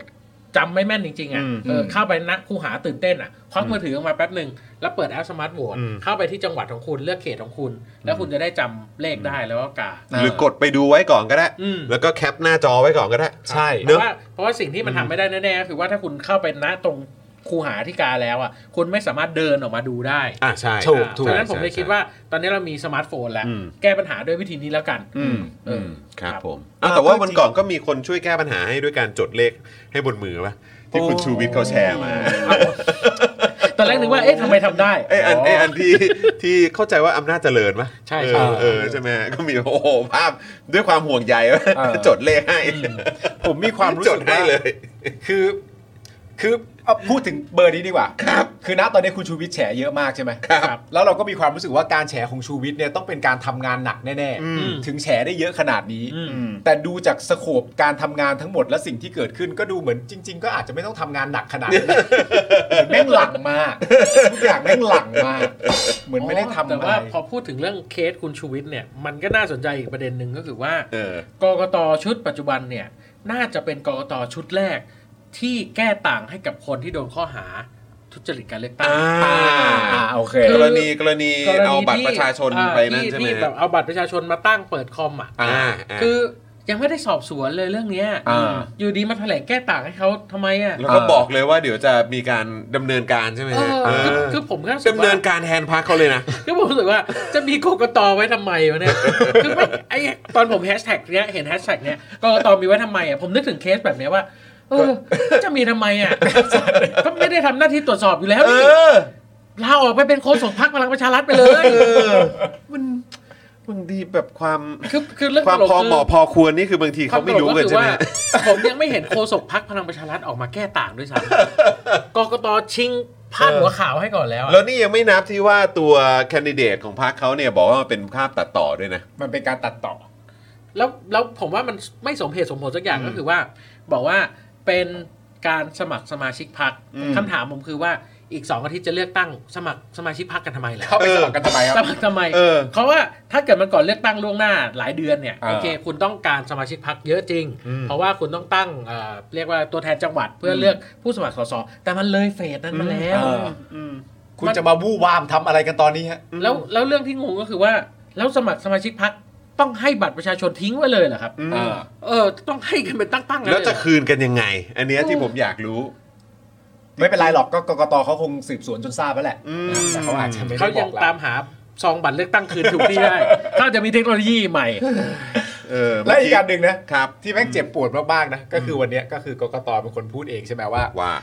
Speaker 3: จำไม่แม่นจริงๆอะ
Speaker 1: อืม
Speaker 3: เออเข้าไปนักคูหาตื่นเต้นอะควักมือถือออกมาแป๊บหนึ่งแล้วเปิดแอปสมาร์ทโหวต
Speaker 1: อืม
Speaker 3: เข้าไปที่จังหวัดของคุณเลือกเขตของคุณ แล้วคุณจะได้จำเลขได้แล้วก็กา
Speaker 1: หรือกดไปดูไว้ก่อนก็ได้
Speaker 3: อืม
Speaker 1: แล้วก็แคปหน้าจอไว้ก่อนก็ได้
Speaker 2: ใช่
Speaker 3: เพ
Speaker 1: เนอะ
Speaker 3: ราะว่าเพราะว่าสิ่งที่มันทำไม่ได้แน่ๆก็คือว่าถ้าคุณเข้าไปณตรงคูหาที่กาแล้วอะคุณไม่สามารถเดินออกมาดูได้
Speaker 1: อ่าใช่
Speaker 2: ถูก
Speaker 3: อ่า
Speaker 2: ถูก
Speaker 3: เพราะฉะนั้น
Speaker 1: ใช่
Speaker 3: ผมเลย
Speaker 1: ใช่
Speaker 3: คิดว่าตอนนี้เรามีสมาร์ทโฟนแล้ว
Speaker 1: อืม
Speaker 3: แก้ปัญหาด้วยวิธีนี้แล้วกัน
Speaker 2: อืม
Speaker 3: เออ
Speaker 1: ครับผม
Speaker 2: อ่า
Speaker 1: แต่ว่า
Speaker 2: ก็จริง
Speaker 1: วันก่อนก็มีคนช่วยแก้ปัญหาให้ด้วยการจดเลขให้บนมือป่ะที่คุณชูวิทย์เขาแชร์มา
Speaker 3: ตอนแรกนึกว่า เอ๊ะทำไมทำได้
Speaker 1: ไออันไออัน
Speaker 3: อ
Speaker 1: ที่ที่เข้าใจว่าอำนาจเจริญปะ
Speaker 3: ใช่
Speaker 1: เอ
Speaker 3: ใช่
Speaker 1: อเออใช่ไหมก็มีโอ้โหภาพด้วยความห่วงใยว่า
Speaker 2: เออ
Speaker 1: จดเลขให้
Speaker 2: ผมมีความรู้
Speaker 1: จด
Speaker 2: สึก
Speaker 1: ให้
Speaker 2: ว่า
Speaker 1: เลย
Speaker 2: คือคือเอาพูดถึงเบอร์นี้ดีกว่าครับคือณตอนนี้คุณชูวิทย์แฉเยอะมากใช่ไหม
Speaker 1: ครับ
Speaker 3: ครับ
Speaker 2: แล้วเราก็มีความรู้สึกว่าการแฉของชูวิทย์เนี่ยต้องเป็นการทำงานหนักแน่
Speaker 1: อืม
Speaker 2: ๆถึงแฉได้เยอะขนาดนี้
Speaker 3: อืม
Speaker 2: แต่ดูจากสโคปการทำงานทั้งหมดและสิ่งที่เกิดขึ้นก็ดูเหมือนจริง ๆ ก็อาจจะไม่ต้องทำงานหนักขนาดนั้นเหมือนแม่งหลังมาทุกอย่างแม่งหลังมาเหมือนไม่ได้ทำ
Speaker 3: แต่
Speaker 2: อะไร
Speaker 3: ว่าพอพูดถึงเรื่องเคสคุณชูวิทย์เนี่ย มันก็น่าสนใจอีกประเด็นหนึ่งก็คือว่า
Speaker 1: เออก
Speaker 3: กตชุดปัจจุบันเนี่ย น่าจะเป็นกกตชุดแรก ที่แก้ต่างให้กับคนที่โดนข้อหาทุจริตการเลือกตั้ง
Speaker 2: อ่าโอเค
Speaker 3: คื
Speaker 1: ก
Speaker 3: อ
Speaker 1: รณีกรณี
Speaker 3: กณี
Speaker 1: เอาบัตร
Speaker 3: ที่
Speaker 1: ประชาชน
Speaker 3: อ่
Speaker 1: ไปนั่น
Speaker 3: ที่
Speaker 1: ใช่ไหม
Speaker 3: ที่แบบเอาบัตรประชาชนมาตั้งเปิดคอมอ่ะ
Speaker 1: อ่าอ่า
Speaker 3: คือยังไม่ได้สอบสวนเลยเรื่องเนี้ย
Speaker 2: อ่า
Speaker 3: อยู่ดีมาแถลงแก้ต่างให้เขาทำไมอ่ะ
Speaker 1: แล้วก็บอกเลยว่าเดี๋ยวจะมีการดำเนินการใช่ไหม
Speaker 3: เอ
Speaker 1: ฮะ
Speaker 3: อ
Speaker 1: เอ
Speaker 3: คือ
Speaker 1: อ
Speaker 3: คือผมก็รู้สึก
Speaker 1: ดำ
Speaker 3: ว่า
Speaker 1: เนินการแทนพักเขาเลยนะ
Speaker 3: คือผมรู้สึกว่าจะมีกกตไว้ทำไมวะเนี่ย คือไม่ไอตอนผมแฮชแท็กเนี้ยเห็นแฮชแท็กเนี้ยกกตมีไว้ทำไมอ่ะผมนึกถึงเคสแบบเนี้ยว่า เออ จะมีทำไมอ่ะ ก็ไม่ได้ทำหน้าที่ตรวจสอบอยู่แล้ว
Speaker 1: เอ
Speaker 3: นี่
Speaker 1: อ
Speaker 3: ลาออกไปเป็นโฆษกพรรคพลังประชารัฐไปเลย
Speaker 1: เออ มันบางทีแบบความ
Speaker 3: คือคือเรื่อง
Speaker 1: ความพ
Speaker 3: ตลก
Speaker 1: อเหมาะ
Speaker 3: คื
Speaker 1: พอควรนี่คือบางทีเขาไม่รู้กันใช่ไหม
Speaker 3: ควาตลก็คือว่า ผมยังไม่เห็นโฆษกพรรคพลังประชารัฐออกมาแก้ต่างด้วยซ้ำ กกตชิงพาดหัวข่าวให้ก่อนแล้วอะ
Speaker 1: แล้วนี่ยังไม่นับที่ว่าตัวแคนดิเดตของพรรคเขาเนี่ยบอกว่ามันเป็นภาพตัดต่อด้วยนะ
Speaker 2: มันเป็นการตัดต่อ
Speaker 3: แล้วแล้วผมว่ามันไม่สมเหตุสมผลสักอย่างก็คือว่า บอกว่าเป็นการสมัครสมาชิกพัก
Speaker 2: อืม
Speaker 3: คำถามผมคือว่าอีกสองอาทิตย์จะเลือกตั้งสมัครสมาชิกพักกันทำไมล่ะ
Speaker 2: เข้าไปสมัครกันทำไมครับ
Speaker 3: สมัครทำไม
Speaker 1: เออ
Speaker 3: เพราะว่าถ้าเกิดมันก่อนเลือกตั้งล่วงหน้าหลายเดือนเนี่ย
Speaker 2: อ่า
Speaker 3: โอเค คุณต้องการสมาชิกพักเยอะจริง เพราะว่าคุณต้องตั้งเอ่อเรียกว่าตัวแทนจังหวัดเพื่อเลือกผู้สมัครสสแต่มันเลยเฟสนั้นมาแล้ว
Speaker 2: เออคุณจะมาวู่วามทำอะไรกันตอนนี้ฮะ
Speaker 3: แล้วแล้วเรื่องที่งงก็คือว่าแล้วสมัครสมาชิกพักต้องให้บัตรประชาชนทิ้งไว้เลยเหรอครับ
Speaker 1: อืม
Speaker 2: อ่า
Speaker 3: เออ ต้องให้กันเป็นตั้งๆน
Speaker 1: แล้วจะ
Speaker 3: เยเหรอ
Speaker 1: คืนกันยังไง อันเนี้ยที่ผมอยากรู้
Speaker 2: ไม่เป็นไรหรอกก็กกตเขาคงสืบสวนจนทราบแล้วแหละ
Speaker 1: อืม
Speaker 2: แต่เขาอาจจะไม่ได้
Speaker 3: เขา
Speaker 2: บ
Speaker 3: ยั
Speaker 2: องกเรา
Speaker 3: ตามหาซองบัตรเลือกตั้งคืนถูกที่ได้ ถ้าจะมีเทคโนโลยีใหม่
Speaker 1: เออ
Speaker 2: และอีก
Speaker 1: เมื่
Speaker 2: การหนึ่งนะ
Speaker 1: ครับ
Speaker 2: ที่แม่งเจ็บปวดมากๆนะ ก็คือวันเนี้ยก็คือกกตเป็นคนพูดเองใช่ไหมว่า
Speaker 1: ว่า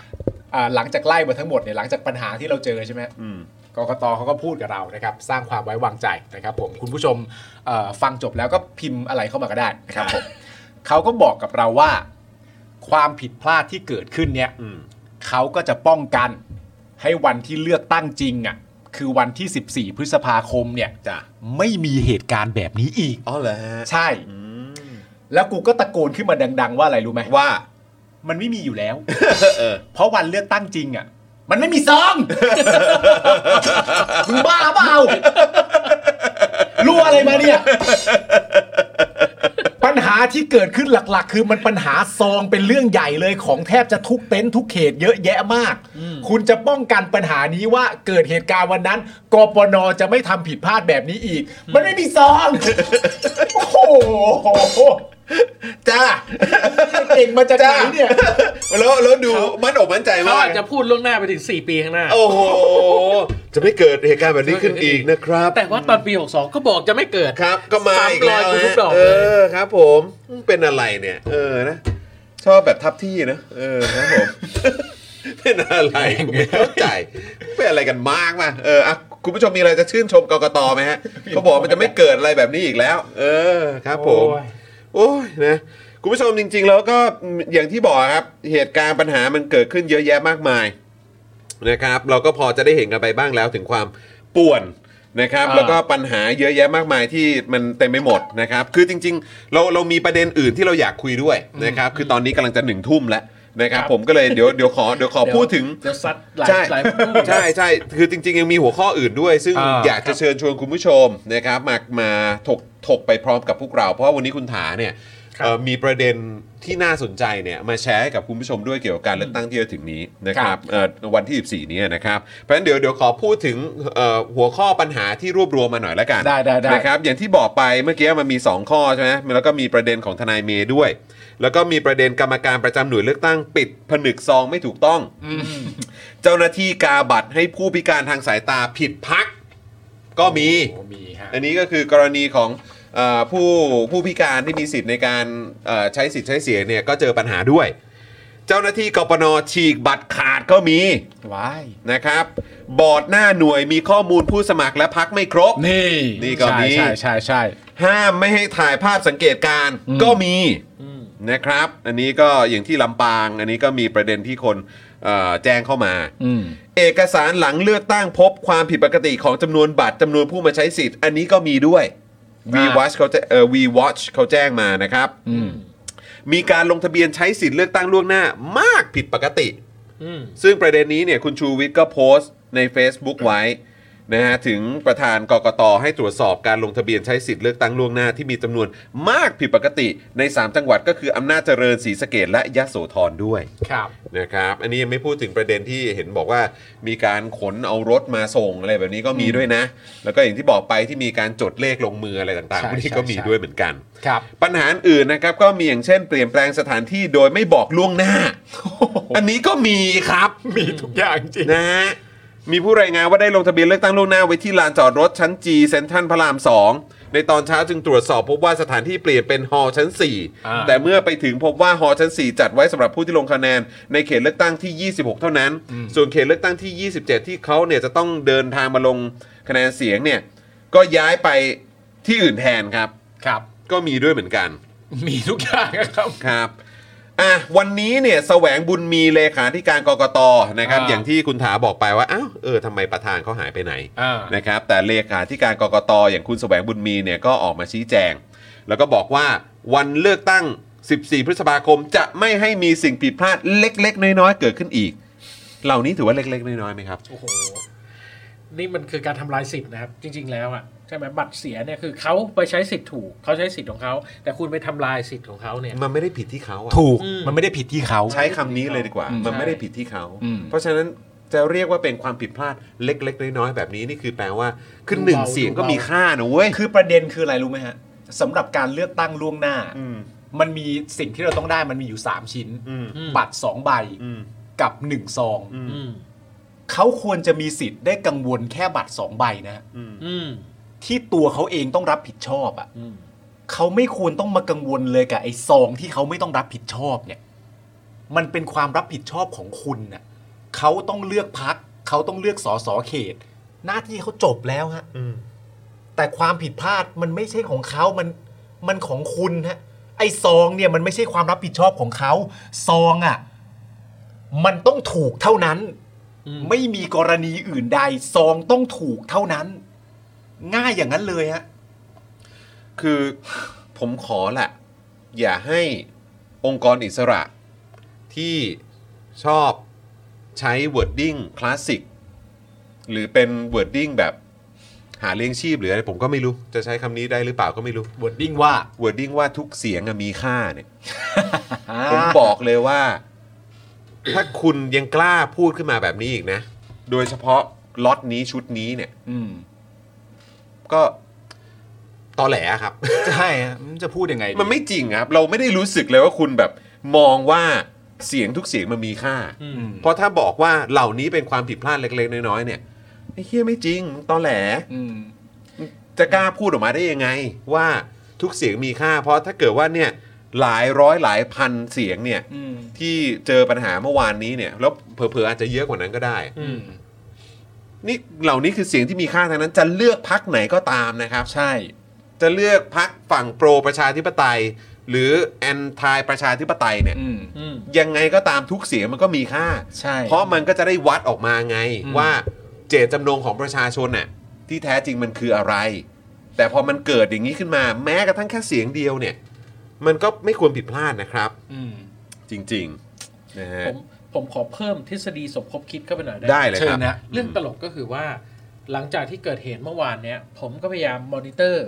Speaker 2: อ่า หลังจากไล่มาทั้งหมดเนี่ยหลังจากปัญหาที่เราเจอใช่ไหม
Speaker 1: อืม
Speaker 2: กกตเขาก็พูดกับเรานะครับ สร้างความไว้วางใจนะครับ ผมคุณผู้ชมเอ่อฟังจบแล้วก็พิมพ์อะไรเข้ามาก็ได้นะครับผมเขาก็บอกกับเราว่า ความผิดพลาดที่เกิดขึ้นเนี่ย
Speaker 1: อืม
Speaker 2: เขาก็จะป้องกันให้วันที่เลือกตั้งจริงอ่ะคือวันที่ 14 พฤษภาคมเนี่ย
Speaker 1: จ้ะ
Speaker 2: ไม่มีเหตุการณ์แบบนี้อีก
Speaker 1: อ๋อเหรอฮะ
Speaker 2: ใช่
Speaker 1: อืม
Speaker 2: แล้วกูก็ตะโกนขึ้นมาดัง ๆ ว่าอะไรรู้ไหม
Speaker 1: ว่า
Speaker 2: มันไม่มีอยู่แล้ว
Speaker 1: เออ
Speaker 2: เพราะวันเลือกตั้งจริงอ่ะ มันไม่มีซ องมึงบ้าเปล่ารู้อะไรมาเนี่ย ปัญหาที่เกิดขึ้นหลักๆ คือมันปัญหาซองเป็นเรื่องใหญ่เลยของแทบจะทุกเต็นท์ทุกเขตเยอะแยะมาก คุณจะป้องกันปัญหานี้ว่าเกิดเหตุการณ์วันนั้นกปนจะไม่ทำผิดพลาดแบบนี้อีก มันไม่มีซอง โอ้โห
Speaker 1: จ้า
Speaker 2: เก่งมาจากไห
Speaker 1: จ้าน
Speaker 2: เนี่ย
Speaker 1: แล้วแล้วดูมั่นอกมั่นใจ
Speaker 3: เขา
Speaker 1: มาก
Speaker 3: อาจจะพูดล่วงหน้าไปถึง 4 ปีข้างหน้า
Speaker 1: โอ้โห จะไม่เกิดเหตุการณ์แบบนี้ขึ้นอีกนะครับ
Speaker 3: แต่ว่าตอนปี 62 ก็บอกจะไม่เกิด
Speaker 1: ครับก็มาอีกแล้ว
Speaker 3: ซ้ำรอยกูทุกดอก
Speaker 1: เอ
Speaker 3: เล
Speaker 1: อ
Speaker 3: ย
Speaker 1: ครับผมเป็นอะไรเนี่ย เออนะ ชอบแบบทับที่นะเออครับผ ม เป็นอะไรผมไม่เข้าใจเป็นอะไรกันมากมาเอออ่ะ คุณผู้ชมมีอะไรจะชื่นชมกกตไหมฮะ เขาบอกว่ามันจะไม่เกิดอะไรแบบนี้อีกแล้ว เออครับผม
Speaker 3: โอ้ย
Speaker 1: โอ้ยนะคุณผู้ชมจริง ๆ แล้วก็อย่างที่บอกครับ เหตุการณ์ปัญหามันเกิดขึ้นเยอะแยะมากมายนะครับ เราก็พอจะได้เห็นกันไปบ้างแล้วถึงความป่วนนะครับ
Speaker 2: อ่า
Speaker 1: แล้วก็ปัญหาเยอะแยะมากมายที่มันเต็มไปหมดนะครับ คือจริง ๆ เราเรามีประเด็นอื่นที่เราอยากคุยด้วยนะครับ คือตอนนี้กำลังจะหนึ่งทุ่มแล้วนะครับ
Speaker 3: ครับ
Speaker 1: ผมก็เลยเดี๋ยวเดี๋ยวขอเดี๋ยวขอพูดถึง
Speaker 3: เดี๋ยวซัดหลาย
Speaker 1: ใช่
Speaker 3: หลายรูป
Speaker 1: ใช่ใช่คือจริง ๆ ยังมีหัวข้ออื่นด้วย ซึ่ง
Speaker 2: อ่า
Speaker 1: อยากจะเชิญชวนคุณผู้ชมนะครับมามาถกถกไปพร้อมกับพวกเรา เพราะว่าวันนี้คุณถาเนี่ย
Speaker 3: ครับ
Speaker 1: เอ่อมีประเด็นที่น่าสนใจเนี่ยมาแชร์ให้กับคุณผู้ชมด้วยเกี่ยวกับการเลือกตั้งที่จะถึงนี้นะครับเอ่อวันที่ 14 นี้นะครับเพราะฉะนั้นเดี๋ยวเดี๋ยวขอพูดถึงเอ่อหัวข้อปัญหาที่รวบรวมมาหน่อยละกัน
Speaker 2: ได้ได้ได้
Speaker 1: นะครับอย่างที่บอกไปเมื่อกี้มันมี 2 ข้อใช่ไหมแล้วก็มีประเด็นของทนายเมย์ด้วย แล้วก็มีประเด็นกรรมการประจำหน่วยเลือกตั้งปิดผนึกซองไม่ถูกต้อง เจ้าหน้าที่กาบัตรให้ผู้พิการทางสายตาผิดพัก ก็มี
Speaker 2: โอ้มีฮะ
Speaker 1: อันนี้ก็คือกรณีของเออผู้ผู้พิการที่มีสิทธิ์ในการเอ่อใช้สิทธิ์ใช้เสียงเนี่ยก็เจอปัญหาด้วย เจ้าหน้าที่กปนฉีกบัตรขาดก็มี
Speaker 2: ว้าย
Speaker 1: นะครับ บอร์ดหน้าหน่วยมีข้อมูลผู้สมัครและพักไม่ครบ
Speaker 2: นี่
Speaker 1: นี่ก็มี
Speaker 2: ใช่ใช่ใช่ใช่
Speaker 1: ห้ามไม่ให้ถ่ายภาพสังเกตการณ์
Speaker 2: อืม
Speaker 1: ก็มีนะครับ อันนี้ก็อย่างที่ลำปาง อันนี้ก็มีประเด็นที่คนเอ่อแจ้งเข้ามา
Speaker 2: อืม
Speaker 1: เอกสารหลังเลือกตั้งพบความผิดปกติของจำนวนบัตรจำนวนผู้มาใช้สิทธิ์ อันนี้ก็มีด้วย V
Speaker 3: อ่า
Speaker 1: Watch เขาจะเอ่อ V Watch เขาแจ้งมานะครับ
Speaker 2: อืม
Speaker 1: มีการลงทะเบียนใช้สิทธิ์เลือกตั้งล่วงหน้ามากผิดปกติ
Speaker 3: อืม
Speaker 1: ซึ่งประเด็นนี้เนี่ยคุณชูวิทย์ก็โพสต์ใน Facebook ไว้นะฮะถึงประธานกกตให้ตรวจสอบการลงทะเบียนใช้สิทธิ์เลือกตั้งล่วงหน้าที่มีจำนวนมากผิดปกติใน 3 จังหวัดก็คืออำนาจเจริญศรีสะเกดและยะโสธรด้วย
Speaker 2: ครับ
Speaker 1: นะครับ อันนี้ยังไม่พูดถึงประเด็นที่เห็นบอกว่ามีการขนเอารถมาส่งอะไรแบบนี้ก็มีด้วยนะ แล้วก็อย่างที่บอกไปที่มีการจดเลขลงมืออะไรต่างๆ
Speaker 2: ใช่
Speaker 1: พวกนี้
Speaker 2: ใช่
Speaker 1: ก็มี
Speaker 2: ใช่
Speaker 1: ด้วยเหมือนกัน
Speaker 2: ครับ
Speaker 1: ปัญหาอื่นนะครับก็มีอย่างเช่นเปลี่ยนแปลงสถานที่โดยไม่บอกล่วงหน้า อันนี้ก็มีครับ
Speaker 2: มีทุกอย่างจริง
Speaker 1: นะฮะมีผู้รายงานว่าได้ลงทะเบียนเลือกตั้งล่วงหน้าไว้ที่ลานจอดรถชั้น G เซ็นทรัลพระราม 2 ในตอนเช้าจึงตรวจสอบพบว่าสถานที่เปลี่ยนเป็นฮอลล์ชั้น
Speaker 2: อ่า
Speaker 1: 4 แต่เมื่อไปถึงพบว่าฮอลล์ชั้น 4 จัดไว้สำหรับผู้ที่ลงคะแนนในเขตเลือกตั้งที่ 26 เท่านั้น ส่วนเขตเลือกตั้งที่ 27 ที่เขาเนี่ยจะต้องเดินทางมาลงคะแนนเสียงเนี่ยก็ย้ายไปที่อื่นแทนครับ
Speaker 2: ครับ
Speaker 1: ก็มีด้วยเหมือนกัน
Speaker 2: มีทุกอย่างครับ
Speaker 1: ครับอ่ะวันนี้เนี่ยแสวงบุญมีเลขาธิการกกตนะครับ
Speaker 2: อ่า
Speaker 1: อย่างที่คุณถาบอกไปว่าอ้าวเออทำไมประธานเขาหายไปไหน
Speaker 2: อ่า
Speaker 1: นะครับ แต่เลขาธิการกกตอย่างคุณแสวงบุญมีเนี่ยก็ออกมาชี้แจง แล้วก็บอกว่าวันเลือกตั้ง 14 พฤษภาคมจะไม่ให้มีสิ่งผิดพลาดเล็ก ๆ น้อยๆเกิดขึ้นอีก เหล่านี้ถือว่าเล็ก ๆ น้อยๆไหมครับ
Speaker 3: โอ้โห นี่มันคือการทำลายสิทธิ์นะครับ จริง ๆ แล้วอ่ะใช่ไหมบัตรเสียเนี่ยคือเขาไปใช้สิทธิ์ถูกเขาใช้สิทธิ์ของเขา แต่คุณไปทำลายสิทธิ์ของเขาเนี่ย
Speaker 1: มันไม่ได้ผิดที่เขาอะ
Speaker 2: ถูก
Speaker 3: อืม
Speaker 2: มันไม่ได้ผิดที่เขา
Speaker 1: ใช้คำนี้เลยดีกว่า
Speaker 2: อืม
Speaker 1: มันไม่ได้ผิดที่เขา
Speaker 2: อืม
Speaker 1: เพราะฉะนั้นจะเรียกว่าเป็นความผิดพลาดเล็ก ๆ น้อยๆแบบนี้นี่คือแปลว่าคือหนึ่ง
Speaker 3: ดูเบา
Speaker 1: เสียงก็มีค่านะเว้ย
Speaker 2: คือประเด็นคืออะไรรู้ไหมฮะสำหรับการเลือกตั้งล่วงหน้า
Speaker 1: อืม
Speaker 2: มันมีสิ่งที่เราต้องได้มันมีอยู่ 3 ชิ้น
Speaker 1: อืม
Speaker 2: บัตร 2 ใบ
Speaker 1: อืม
Speaker 2: กับ 1 ซอง
Speaker 3: อืม
Speaker 2: เขาควรจะมีสิทธิ์ได้กังวลแค่บัตร 2 ใบนะ
Speaker 3: อืม
Speaker 2: ที่ตัวเขาเองต้องรับผิดชอบอะ่ะ
Speaker 3: อืม
Speaker 2: เขาไม่ควรต้องมากังวลเลยกับไอ้ซองที่เขาไม่ต้องรับผิดชอบเนี่ย มันเป็นความรับผิดชอบของคุณน่ะเขาต้องเลือกพัก เขาต้องเลือกสอสอเขต หน้าที่เขาจบแล้วฮะ
Speaker 1: อืม
Speaker 2: แต่ความผิดพลาดมันไม่ใช่ของเขา มัน มันของคุณฮะ ไอ้ซองเนี่ยมันไม่ใช่ความรับผิดชอบของเขา ซองอะ่ะ มันต้องถูกเท่านั้น
Speaker 3: อืม
Speaker 2: ไม่มีกรณีอื่นใด ซองต้องถูกเท่านั้น ง่ายอย่างนั้นเลยฮะ
Speaker 1: คือผมขอแหละ อย่าให้องค์กรอิสระที่ชอบใช้ wording คลาสสิกหรือเป็น wording แบบหาเลี้ยงชีพหรืออะไรผมก็ไม่รู้ จะใช้คำนี้ได้หรือเปล่าก็ไม่รู้
Speaker 2: วอดดิ้งว่า
Speaker 1: wording ว่าทุกเสียงอะมีค่าเนี่ย ผมบอกเลยว่า ถ้าคุณยังกล้าพูดขึ้นมาแบบนี้อีกนะ โดยเฉพาะล็อตนี้ชุดนี้เนี่ย
Speaker 2: อืม
Speaker 1: ก็ตอแหลครับ
Speaker 2: ใช่ฮะมันจะพูดยังไงดี
Speaker 1: มันไม่จริงครับ เราไม่ได้รู้สึกเลยว่าคุณแบบมองว่าเสียงทุกเสียงมันมีค่า
Speaker 3: อื
Speaker 2: อื
Speaker 3: ม
Speaker 2: ม
Speaker 1: เพราะถ้าบอกว่าเหล่านี้เป็นความผิดพลาดเล็ก ๆ น้อยๆเนี่ยไอ้เฮียไม่จริงมึงตอแหล
Speaker 2: อืม
Speaker 1: จะกล้าพูดออกมาได้ยังไง ว่าทุกเสียงมีค่า เพราะถ้าเกิดว่าเนี่ยหลายร้อยหลายพันเสียงเนี่ย
Speaker 2: อืม
Speaker 1: ที่เจอปัญหาเมื่อวานนี้เนี่ย แล้วเผลอๆอาจจะเยอะกว่านั้นก็ได้
Speaker 3: อืม
Speaker 1: นี่เหล่านี้คือเสียงที่มีค่าทั้งนั้น จะเลือกพักไหนก็ตามนะครับ
Speaker 2: ใช่
Speaker 1: จะเลือกพักฝั่งโปรประชาธิปไตย หรือแอนทายประชาธิปไตยเนี่ย
Speaker 2: อืม
Speaker 3: อืม
Speaker 1: ยังไงก็ตามทุกเสียงมันก็มีค่า
Speaker 2: ใช่
Speaker 1: เพราะมันก็จะได้วัดออกมาไง
Speaker 2: อืม
Speaker 1: ว่าเจตจำนงของประชาชนน่ะที่แท้จริงมันคืออะไร แต่พอมันเกิดอย่างนี้ขึ้นมา แม้กระทั่งแค่เสียงเดียวเนี่ย มันก็ไม่ควรผิดพลาดนะครับ
Speaker 2: อืม
Speaker 1: จริงๆนะฮะ
Speaker 3: ผมผมขอเพิ่มทฤษฎีสมคบคิดเข้าไปหน่อย
Speaker 1: ได้เลยครับ
Speaker 3: เชิญนะเรื่องตลกก็คือว่า หลังจากที่เกิดเหตุเมื่อวานเนี้ยผมก็พยายามมอนิเตอร์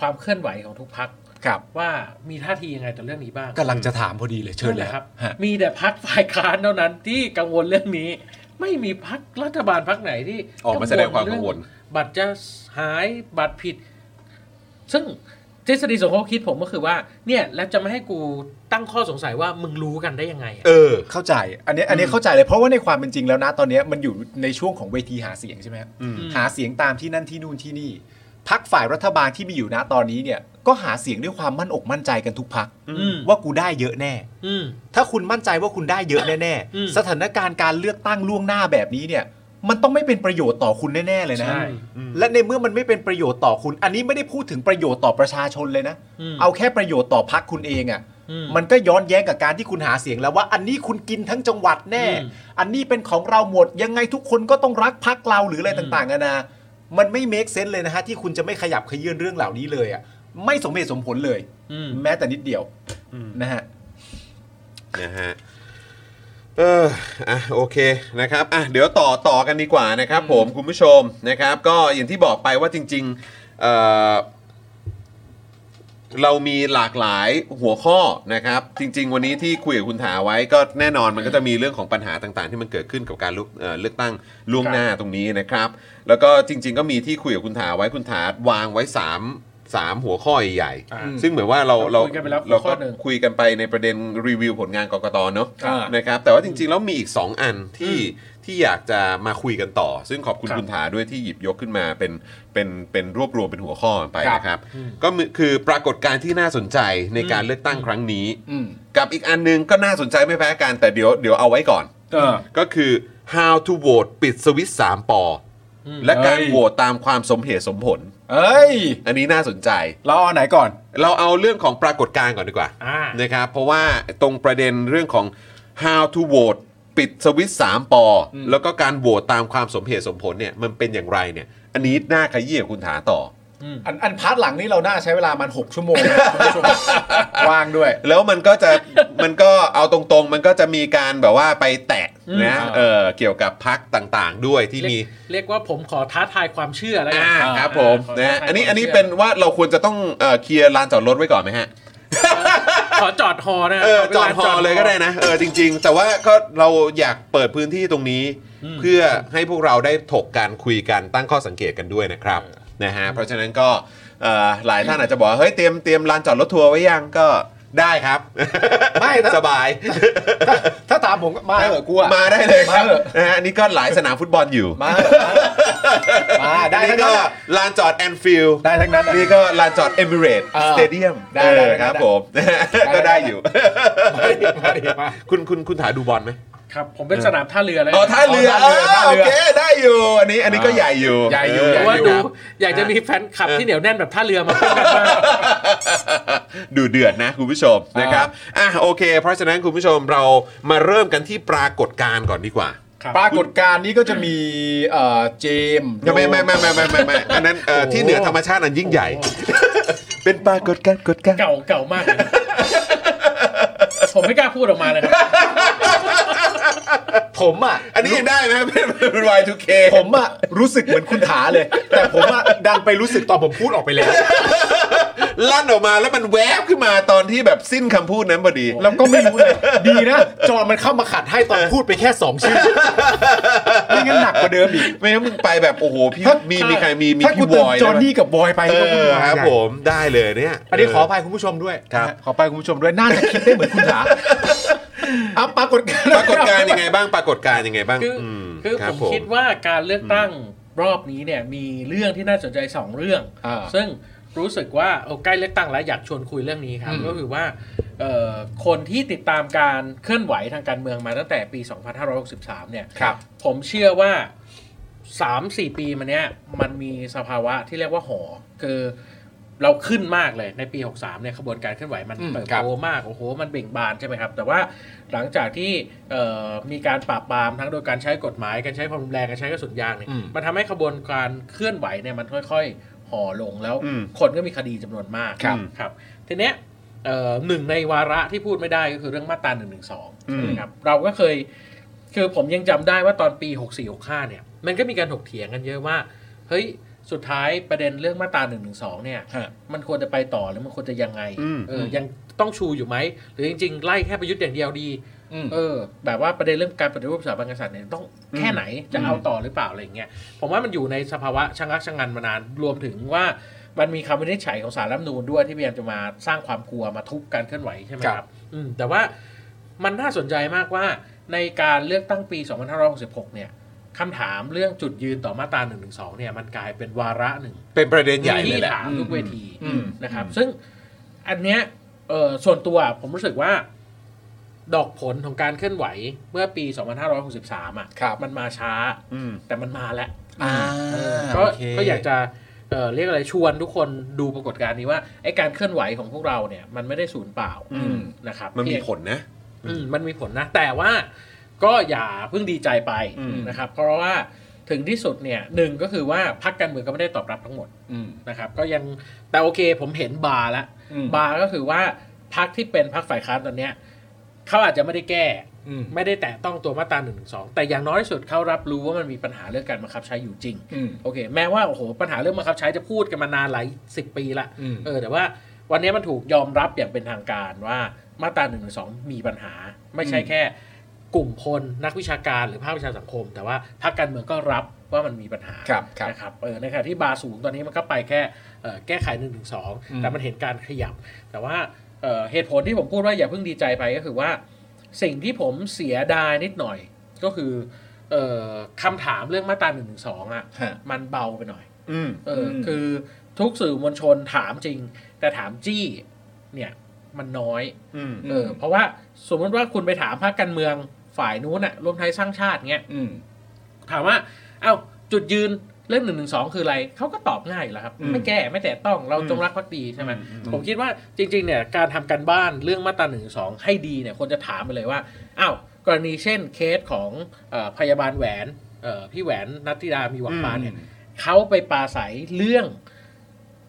Speaker 3: ความเคลื่อนไหวของทุกพัก
Speaker 2: ครับ
Speaker 3: ว่ามีท่าทียังไงต่อเรื่องนี้บ้าง
Speaker 2: กำลังจะถามพอดีเลยเชิญเลย
Speaker 3: นั่นแหะครับ
Speaker 2: ฮะ
Speaker 3: มีแต่พักฝ่ายค้านเท่านั้นที่กังวลเรื่องนี้ ไม่มีพักรัฐบาลพักไหนที่
Speaker 1: ออกมาแสดงความกังวล
Speaker 3: เรื่องบัตรจะหายบัตรผิด ซึ่งทฤษฎีสมคบคิดผมก็คือว่า เนี่ยแล้วจะไม่ให้กูตั้งข้อสงสัยว่ามึงรู้กันได้ยังไงอะ
Speaker 1: เออ
Speaker 2: เข้าใจ อันเนี้ยอันเนี้ยเข้าใจเลยเพราะว่าในความเป็นจริงแล้วนะตอนเนี้ยมันอยู่ในช่วงของเวทีหาเสียงใช่ไหมครับ
Speaker 1: อืม
Speaker 2: หาเสียงตามที่นั่นที่นู่นที่นี่พักฝ่ายรัฐบาลที่มีอยู่นะตอนนี้เนี่ยก็หาเสียงด้วยความมั่นอกมั่นใจกันทุกพัก
Speaker 3: อืม
Speaker 2: ว่ากูได้เยอะแน่
Speaker 3: อืม
Speaker 2: ถ้าคุณมั่นใจว่าคุณได้เยอะแน่
Speaker 3: อืม
Speaker 2: ๆสถานการณ์การเลือกตั้งล่วงหน้าแบบนี้เนี่ย มันต้องไม่เป็นประโยชน์ต่อคุณแน่ๆเลยนะฮะ
Speaker 3: ใช่
Speaker 2: และในเมื่อมันไม่เป็นประโยชน์ต่อคุณ อันนี้ไม่ได้พูดถึงประโยชน์ต่อประชาชนเลยนะ
Speaker 3: อืม
Speaker 2: เอาแค่ประโยชน์ต่อพักคุณเองอะ่ะ
Speaker 3: อืม
Speaker 2: มันก็ย้อนแย้งกับการที่คุณหาเสียงแล้วว่า อันนี้คุณกินทั้งจังหวัดแน่
Speaker 3: อืม
Speaker 2: อันนี้เป็นของเราหมดยังไงทุกคนก็ต้องรักพักเราหรืออะไรต่างๆนานามันไม่เมคเซนส์เลยนะฮะที่คุณจะไม่ขยับขยื่นเรื่องเหล่านี้เลยอะ่ะไม่สมเหตุสมผลเลย
Speaker 3: อืม
Speaker 2: แม้แต่นิดเดียวนะฮะ
Speaker 1: นะฮะ เออ อ่ะ โอเค นะครับ อ่ะ เดี๋ยวต่อต่อกันดีกว่านะครับผม คุณผู้ชม นะครับ ก็อย่างที่บอกไปว่าจริง ๆ เอ่อ เรามีหลากหลายหัวข้อนะครับ จริง ๆ วันนี้ที่คุยกับคุณถาไว้ก็แน่นอนมันก็จะมีเรื่องของปัญหาต่างๆ ที่มันเกิดขึ้นกับการลุกเอ่อเลือกตั้งล่วงหน้าตรงนี้นะครับ แล้วก็จริง ๆ ก็มีที่คุยกับคุณถาไว้คุณถาวางไว้สามสามหัวข้อใหญ่ๆ
Speaker 3: อ่า
Speaker 1: ซึ่งเหมือนว่าเราเรา
Speaker 3: คุยกันไปแล้ว
Speaker 1: เรา
Speaker 3: ข้
Speaker 1: ก็
Speaker 3: อหนึ่ง
Speaker 1: คุยกันไปในประเด็นรีวิวผลงานกกตเนอะ
Speaker 2: อ่าน
Speaker 1: นะครับแต่ว่าจริงๆ แล้วมีอีก 2 อันที่
Speaker 3: อื
Speaker 1: ที่อยากจะมาคุยกันต่อ ซึ่งขอบคุณ
Speaker 3: ครับ
Speaker 1: คุณถาด้วยที่หยิบยกขึ้นมาเป็นเป็นเป็นรวบรวมเป็นหัวข้อไป
Speaker 2: ครับ
Speaker 1: นะครับ
Speaker 3: อืม
Speaker 1: ก็คือปรากฏการณ์ที่น่าสนใจในการเลือกตั้งครั้งนี้
Speaker 2: อืม
Speaker 1: กับอีกอันหนึงก็น่าสนใจไม่แพ้กันแต่เดี๋ยวเดี๋ยวเอาไว้ก่อน
Speaker 2: เออ
Speaker 1: ก็คือ how to vote ปิดสวิตช์สามปออ
Speaker 3: ม
Speaker 1: และการ
Speaker 2: เฮ้ย
Speaker 1: โหวตตามความสมเหตุสมผล
Speaker 2: เอ้ย
Speaker 1: อันนี้น่าสนใจ
Speaker 2: เราเอาไหนก่อน
Speaker 1: เราเอาเรื่องของปรากฏการณ์ก่อนดีกว่า
Speaker 3: อ่าน
Speaker 1: นะครับเพราะว่าตรงประเด็นเรื่องของ how to vote ปิดสวิตช์3ปออ
Speaker 2: ม
Speaker 1: แล้วก็การโหวตตามความสมเหตุสมผลเนี่ยมันเป็นอย่างไรเนี่ย อันนี้น่าขยี้กับคุณถาต่อ
Speaker 2: อันอันพาร์ทหลังนี่เราน่าใช้เวลามัน 6 ชั่วโมงนะคุณผู้ชม ว่างด้วย
Speaker 1: แล้วมันก็จะ มันก็เอาตรงๆ มันก็จะมีการแบบว่าไปแตะนะ
Speaker 2: อืม
Speaker 1: เออเกี่ยวกับพักต่างๆ ด้วยที่มี
Speaker 3: เรียกเรียกว่าผมขอท้าทายความเชื่อแล้วกั
Speaker 1: อ่า
Speaker 3: อ่า
Speaker 1: ครับผม
Speaker 3: ขท้า
Speaker 1: นะ
Speaker 3: ทา
Speaker 1: ฮะ
Speaker 3: ย
Speaker 1: อันนี้
Speaker 3: ความ
Speaker 1: อันนี้
Speaker 3: ชื่
Speaker 1: เป็นว่าเราควรจะต้องเอ่อเคลียร์ลานจอดรถไว้ก่อนไหมฮะ
Speaker 3: ขอจอดฮอนะ
Speaker 1: เออ
Speaker 3: ขป็น
Speaker 1: จอด
Speaker 3: ลาน
Speaker 1: ฮอเลยก็ได้นะเออจริง ๆ แต่ว่าก็เราอยากเปิดพื้นที่ตรงนี้ เพื่อให้พวกเราได้ถกการคุยกันตั้งข้อสังเกตกันด้วยนะครับนะฮะเพราะฉะนั้นก็เอ่อหลายท่านอาจจะบอกว่าเฮ้ยเตรียมเตรียมลานจอดรถทัวร์ไว้ยังก็ได้ครับ
Speaker 2: ไม่ถ้า
Speaker 1: สบาย
Speaker 2: ถ้าตามผมก็มาเถอะกูอะ
Speaker 1: มาได้เลยครับ
Speaker 2: มาเถอะ
Speaker 1: นะฮะอันนี่ก็หลายสนามฟุตบอลอยู่
Speaker 2: มาเถอะมา
Speaker 1: อัน
Speaker 2: ได้ทั้
Speaker 1: นี่
Speaker 2: งนั้
Speaker 1: ก็
Speaker 2: นอะ
Speaker 1: ลานจอดแอนฟิล
Speaker 2: ได้ทั้งนั้นอะ
Speaker 1: นี่ก็ลานจอดเอมิเรต
Speaker 2: เออ
Speaker 1: สเตเดียม
Speaker 2: ได้ได้ได้
Speaker 1: ครับ
Speaker 2: ได้
Speaker 1: ผม
Speaker 2: ได้
Speaker 1: ก็
Speaker 2: ได้
Speaker 1: ได้อยู่
Speaker 2: มาดิมาดิมา
Speaker 1: คุณคุณคุณถาดูบอลไหม
Speaker 3: ครับ ผมเป็นสนามท่าเรือเลย
Speaker 1: อ๋อท่าเรือ
Speaker 2: อ๋อท่า
Speaker 1: เออโอ
Speaker 2: เรือ
Speaker 1: เคได้อยู่อันนี้อันนี้ก็
Speaker 2: อ่า
Speaker 1: ใหญ่อยู่
Speaker 2: ใหญ่อยู่
Speaker 1: เ
Speaker 3: เพราะว่า
Speaker 1: ใหญ่
Speaker 3: ดู
Speaker 1: อยู่
Speaker 3: อยากจะมีแฟนคลับที่เหนียวแน่นแบบท่าเรือ มาเพื่อนกันบ้าง
Speaker 1: ดูเดือดนะคุณผู้ชมนะครับอ่ะโอเค เพราะฉะนั้นคุณผู้ชมเรามาเริ่มกันที่ปรากฏการณ์ก่อนดีกว่า
Speaker 3: ครับ
Speaker 2: ปรากฏการณ์นี้ก็จะมีเอ่อเจมส์
Speaker 1: ไม่ไม่ไม่ไม่ไม่ไม่ไม่อันนั้นเอ่อที่เหนือธรรมชาติอันยิ่งใหญ่ เป็นปรากฏการณ์กฏการณ์
Speaker 3: เก่าเก่ามากเลย นะผมไม่กล้าพูดออกมาเลยครับ
Speaker 2: ผมอ่ะ
Speaker 1: อันนี้ยังได้ไหมเป็น เป็น Y2K
Speaker 2: ผมอ่ะรู้สึกเหมือนคุณถาเลย แต่ผมอ่ะดันไปรู้สึกตอนผมพูดออกไปแล้ว
Speaker 1: ลั่นออกมาแล้วมันแวบขึ้นมาตอนที่แบบสิ้นคำพูดนั้นพอดี
Speaker 2: เราก็ไม่รู้เลย ดีนะ จอมันเข้ามาขัดให้ตอนพูดไปแค่สอง ชื่อไม่งั้นหนักกว่าเดิมอีก
Speaker 1: ไม่งั้นมึงไปแบบโอ้โหพี่มีมีใครมีมี
Speaker 2: ถ้ากู
Speaker 1: พี่ว
Speaker 2: เติม
Speaker 1: อย
Speaker 2: จอห์นนี่กับบอยไป
Speaker 1: เอ
Speaker 2: ก็วุ่น
Speaker 1: อ
Speaker 2: วาย
Speaker 1: ครับ
Speaker 2: ใหญ่
Speaker 1: ผมได้เลยเนี่ย
Speaker 2: อันนี้ขออภัยคุณผู้ชมด้วย
Speaker 1: ครับ
Speaker 2: นะฮะขออภัยคุณผู้ชมด้วยน่าจะคิดได้เหมือนคุณ ถา อ่ะปรากฏการณ์
Speaker 1: ปรากฏการณ์ยังไงบ้างปรากฏการณ์ยังไงบ้าง
Speaker 3: คืออ
Speaker 1: ม
Speaker 3: คือ
Speaker 1: รั
Speaker 3: ผ
Speaker 1: บ
Speaker 3: มคิดว่าการเลือกตั้งรอบนี้เนี่ยมีเรื่องที่น่าสนใจสองเรื่อง
Speaker 2: อ่า
Speaker 3: ซึ่งรู้สึกว่าโอ้ใกล้เลือกตั้งแล้วอยากชวนคุยเรื่องนี้ครับ
Speaker 2: อืม
Speaker 3: ก็คือว่าเอ่อคนที่ติดตามการเคลื่อนไหวทางการเมืองมาตั้งแต่ปี 2563 เนี่ย
Speaker 2: ครับ
Speaker 3: ผมเชื่อว่า สามสี่ปีมาเนี้ยมันมีสภาวะที่เรียกว่าหอ คือเราขึ้นมากเลยในปี 63เนี่ยขบวนการเคลื่อนไหวมัน
Speaker 2: อืม
Speaker 3: เติบ
Speaker 2: ครับ
Speaker 3: โตมาก โอ้โห มันเบ่งบานใช่ไหมครับ แต่ว่าหลังจากที่เอ่อมีการปราบปรามทั้งโดยการใช้กฎหมาย การใช้ความรุนแรงการใช้กระสุนยางเนี่ย
Speaker 2: อืม
Speaker 3: มันทำให้ขบวนการเคลื่อนไหวเนี่ยมันค่อยๆห่อลงแล้ว
Speaker 1: อืม
Speaker 3: คนก็มีคดีจำนวนมาก
Speaker 2: ครับ
Speaker 3: ครับทีเนี้ยเอ่อหนึ่งในวาระที่พูดไม่ได้ก็คือเรื่องมาตรา1นึใช่ไหม
Speaker 2: อืม
Speaker 3: ครับเราก็เคย คือผมยังจำได้ว่าตอนปี 64 65เนี่ย มันก็มีการถกเถียงกันเยอะว่า เฮ้ย สุดท้ายประเด็นเรื่องมาตรา1นึเนี่ย
Speaker 2: ฮะ
Speaker 3: มันควรจะไปต่อหรือมันควรจะยังไง
Speaker 1: อืม
Speaker 3: เอออ
Speaker 2: ม
Speaker 3: ยังต้องชูอยู่ไหม หรือจริงๆ ไล่แค่ประยุทธ์อย่างเดียวดี
Speaker 2: อืม
Speaker 3: เออแบบว่าประเด็นเรื่องการปฏิรูปสถาบันกษัตริย์เนี่ยต้องแค่ไหนจะเอาต่อหรือเปล่าอะไรอย่างเงี้ยผมว่ามันอยู่ในสภาวะชะงักชะงันมานานรวมถึงว่ามันมีคำวินิจฉัยของสารรัฐธรรมนูญด้วยที่พยายามจะมาสร้างความกลัวมาทุบการเคลื่อนไหวใช่ไหมค
Speaker 2: ครั
Speaker 3: รับบ อืมแต่ว่ามันน่าสนใจมากว่าในการเลือกตั้งปี 2566 เนี่ยคำถามเรื่องจุดยืนต่อมาตรา1นึเนี่ยมันกลายเป็นวาระหนึ่ง
Speaker 2: เป็นประเด็นใหญ่เลยแหละ
Speaker 3: ที่ถามทุกเวที
Speaker 2: อืม
Speaker 3: นะครับ ซึ่งอันเนี้ยเอ่อส่วนตัวผมรู้สึกว่า ดอกผลของการเคลื่อนไหวเมื่อปี 2563อ่ะ
Speaker 2: ครับ
Speaker 3: มันมาช้า
Speaker 1: อืม
Speaker 3: แต่มันมาแล้ว
Speaker 2: อ่า
Speaker 3: เออก็
Speaker 2: โเค
Speaker 3: ก็อยากจะเอ่อเรียกอะไรชวนทุกคนดูปรากฏการณ์นี้ว่าไอ้การเคลื่อนไหวของพวกเราเนี่ย มันไม่ได้สูญเปล่า
Speaker 2: อืม
Speaker 3: นะครับ
Speaker 1: มันมี
Speaker 3: เพียง
Speaker 1: ผลนะ
Speaker 3: อืมมันมีผลนะ แต่ว่าก็อย่าเพิ่งดีใจไป
Speaker 1: อืม
Speaker 3: นะครับ เพราะว่าถึงที่สุดเนี่ยหนึ่งก็คือว่าพักการเมืองก็ไม่ได้ตอบรับทั้งหมด
Speaker 2: อืม
Speaker 3: นะครับ ก็ยังแต่โอเคผมเห็นบาร์ละ
Speaker 2: อืม
Speaker 3: บาร์ก็คือว่าพักที่เป็นพักฝ่ายค้านตอนเนี้ยเขาอาจจะไม่ได้แก้
Speaker 2: อืม
Speaker 3: ไม่ได้แตะต้องตัวมาตราหนึ่งสองแต่อย่างน้อยที่สุดเขารับรู้ว่ามันมีปัญหาเรื่องการบังคับใช้อยู่จริง
Speaker 2: อืม
Speaker 3: โอเค แม้ว่าโอ้โหปัญหาเรื่องบังคับใช้จะพูดกันมานานหลายสิบปีละ
Speaker 2: อืม
Speaker 3: เออแต่ว่าวันนี้มันถูกยอมรับอย่างเป็นทางการว่ามาตราหนึ่งสองมีปัญหา ไม่ใช่แค่กลุ่มคนนักวิชาการหรือภาควิชาสังคม แต่ว่าพรรคการเมืองก็รับว่ามันมีปัญหา
Speaker 2: ครับครับ
Speaker 3: นะครับเออในขณะที่บาร์สูงตอนนี้มันก็ไปแค่เอ่อแก้ไขหนึ่งถึงสอง
Speaker 2: อืม
Speaker 3: แต่มันเห็นการขยับ แต่ว่าเอ่อเหตุผลที่ผมพูดว่าอย่าเพิ่งดีใจไปก็คือว่า สิ่งที่ผมเสียดายนิดหน่อย ก็คือเอ่อคำถามเรื่องมาตราหนึ่งถึงสองอ่ะ
Speaker 2: ฮะ
Speaker 3: มันเบาไปหน่อย
Speaker 1: อืม
Speaker 3: เอออ
Speaker 2: ม
Speaker 3: คือทุกสื่อมวลชนถามจริง แต่ถามจี้เนี่ยมันน้อย
Speaker 1: อืม
Speaker 3: เออ เพราะว่าสมมติว่าคุณไปถามพรรคการเมืองฝ่ายนู้นอะรวมไทยสร้างชาติเงี้ย
Speaker 2: อืม
Speaker 3: ถามว่า เอ้า จุดยืนเรื่องหนึ่งหนึ่งสองคืออะไร เขาก็ตอบง่ายอยู่แล้วครับ
Speaker 2: อืม
Speaker 3: ไม่แก้ไม่แต่ต้องเรา
Speaker 1: อืม
Speaker 3: จงรักภักดีใช่ไหม
Speaker 1: อืม
Speaker 3: ผมคิดว่าจริง ๆ เนี่ย การทำการบ้านเรื่องมาตราหนึ่งสองให้ดีเนี่ยควรจะถามไปเลยว่า อ้าว กรณีเช่นเคสของเออพยาบาลแหวนเอ่อพี่แหวนนัทธิดามีหวังปานเนี่ยเขาไปปราศัยเรื่อง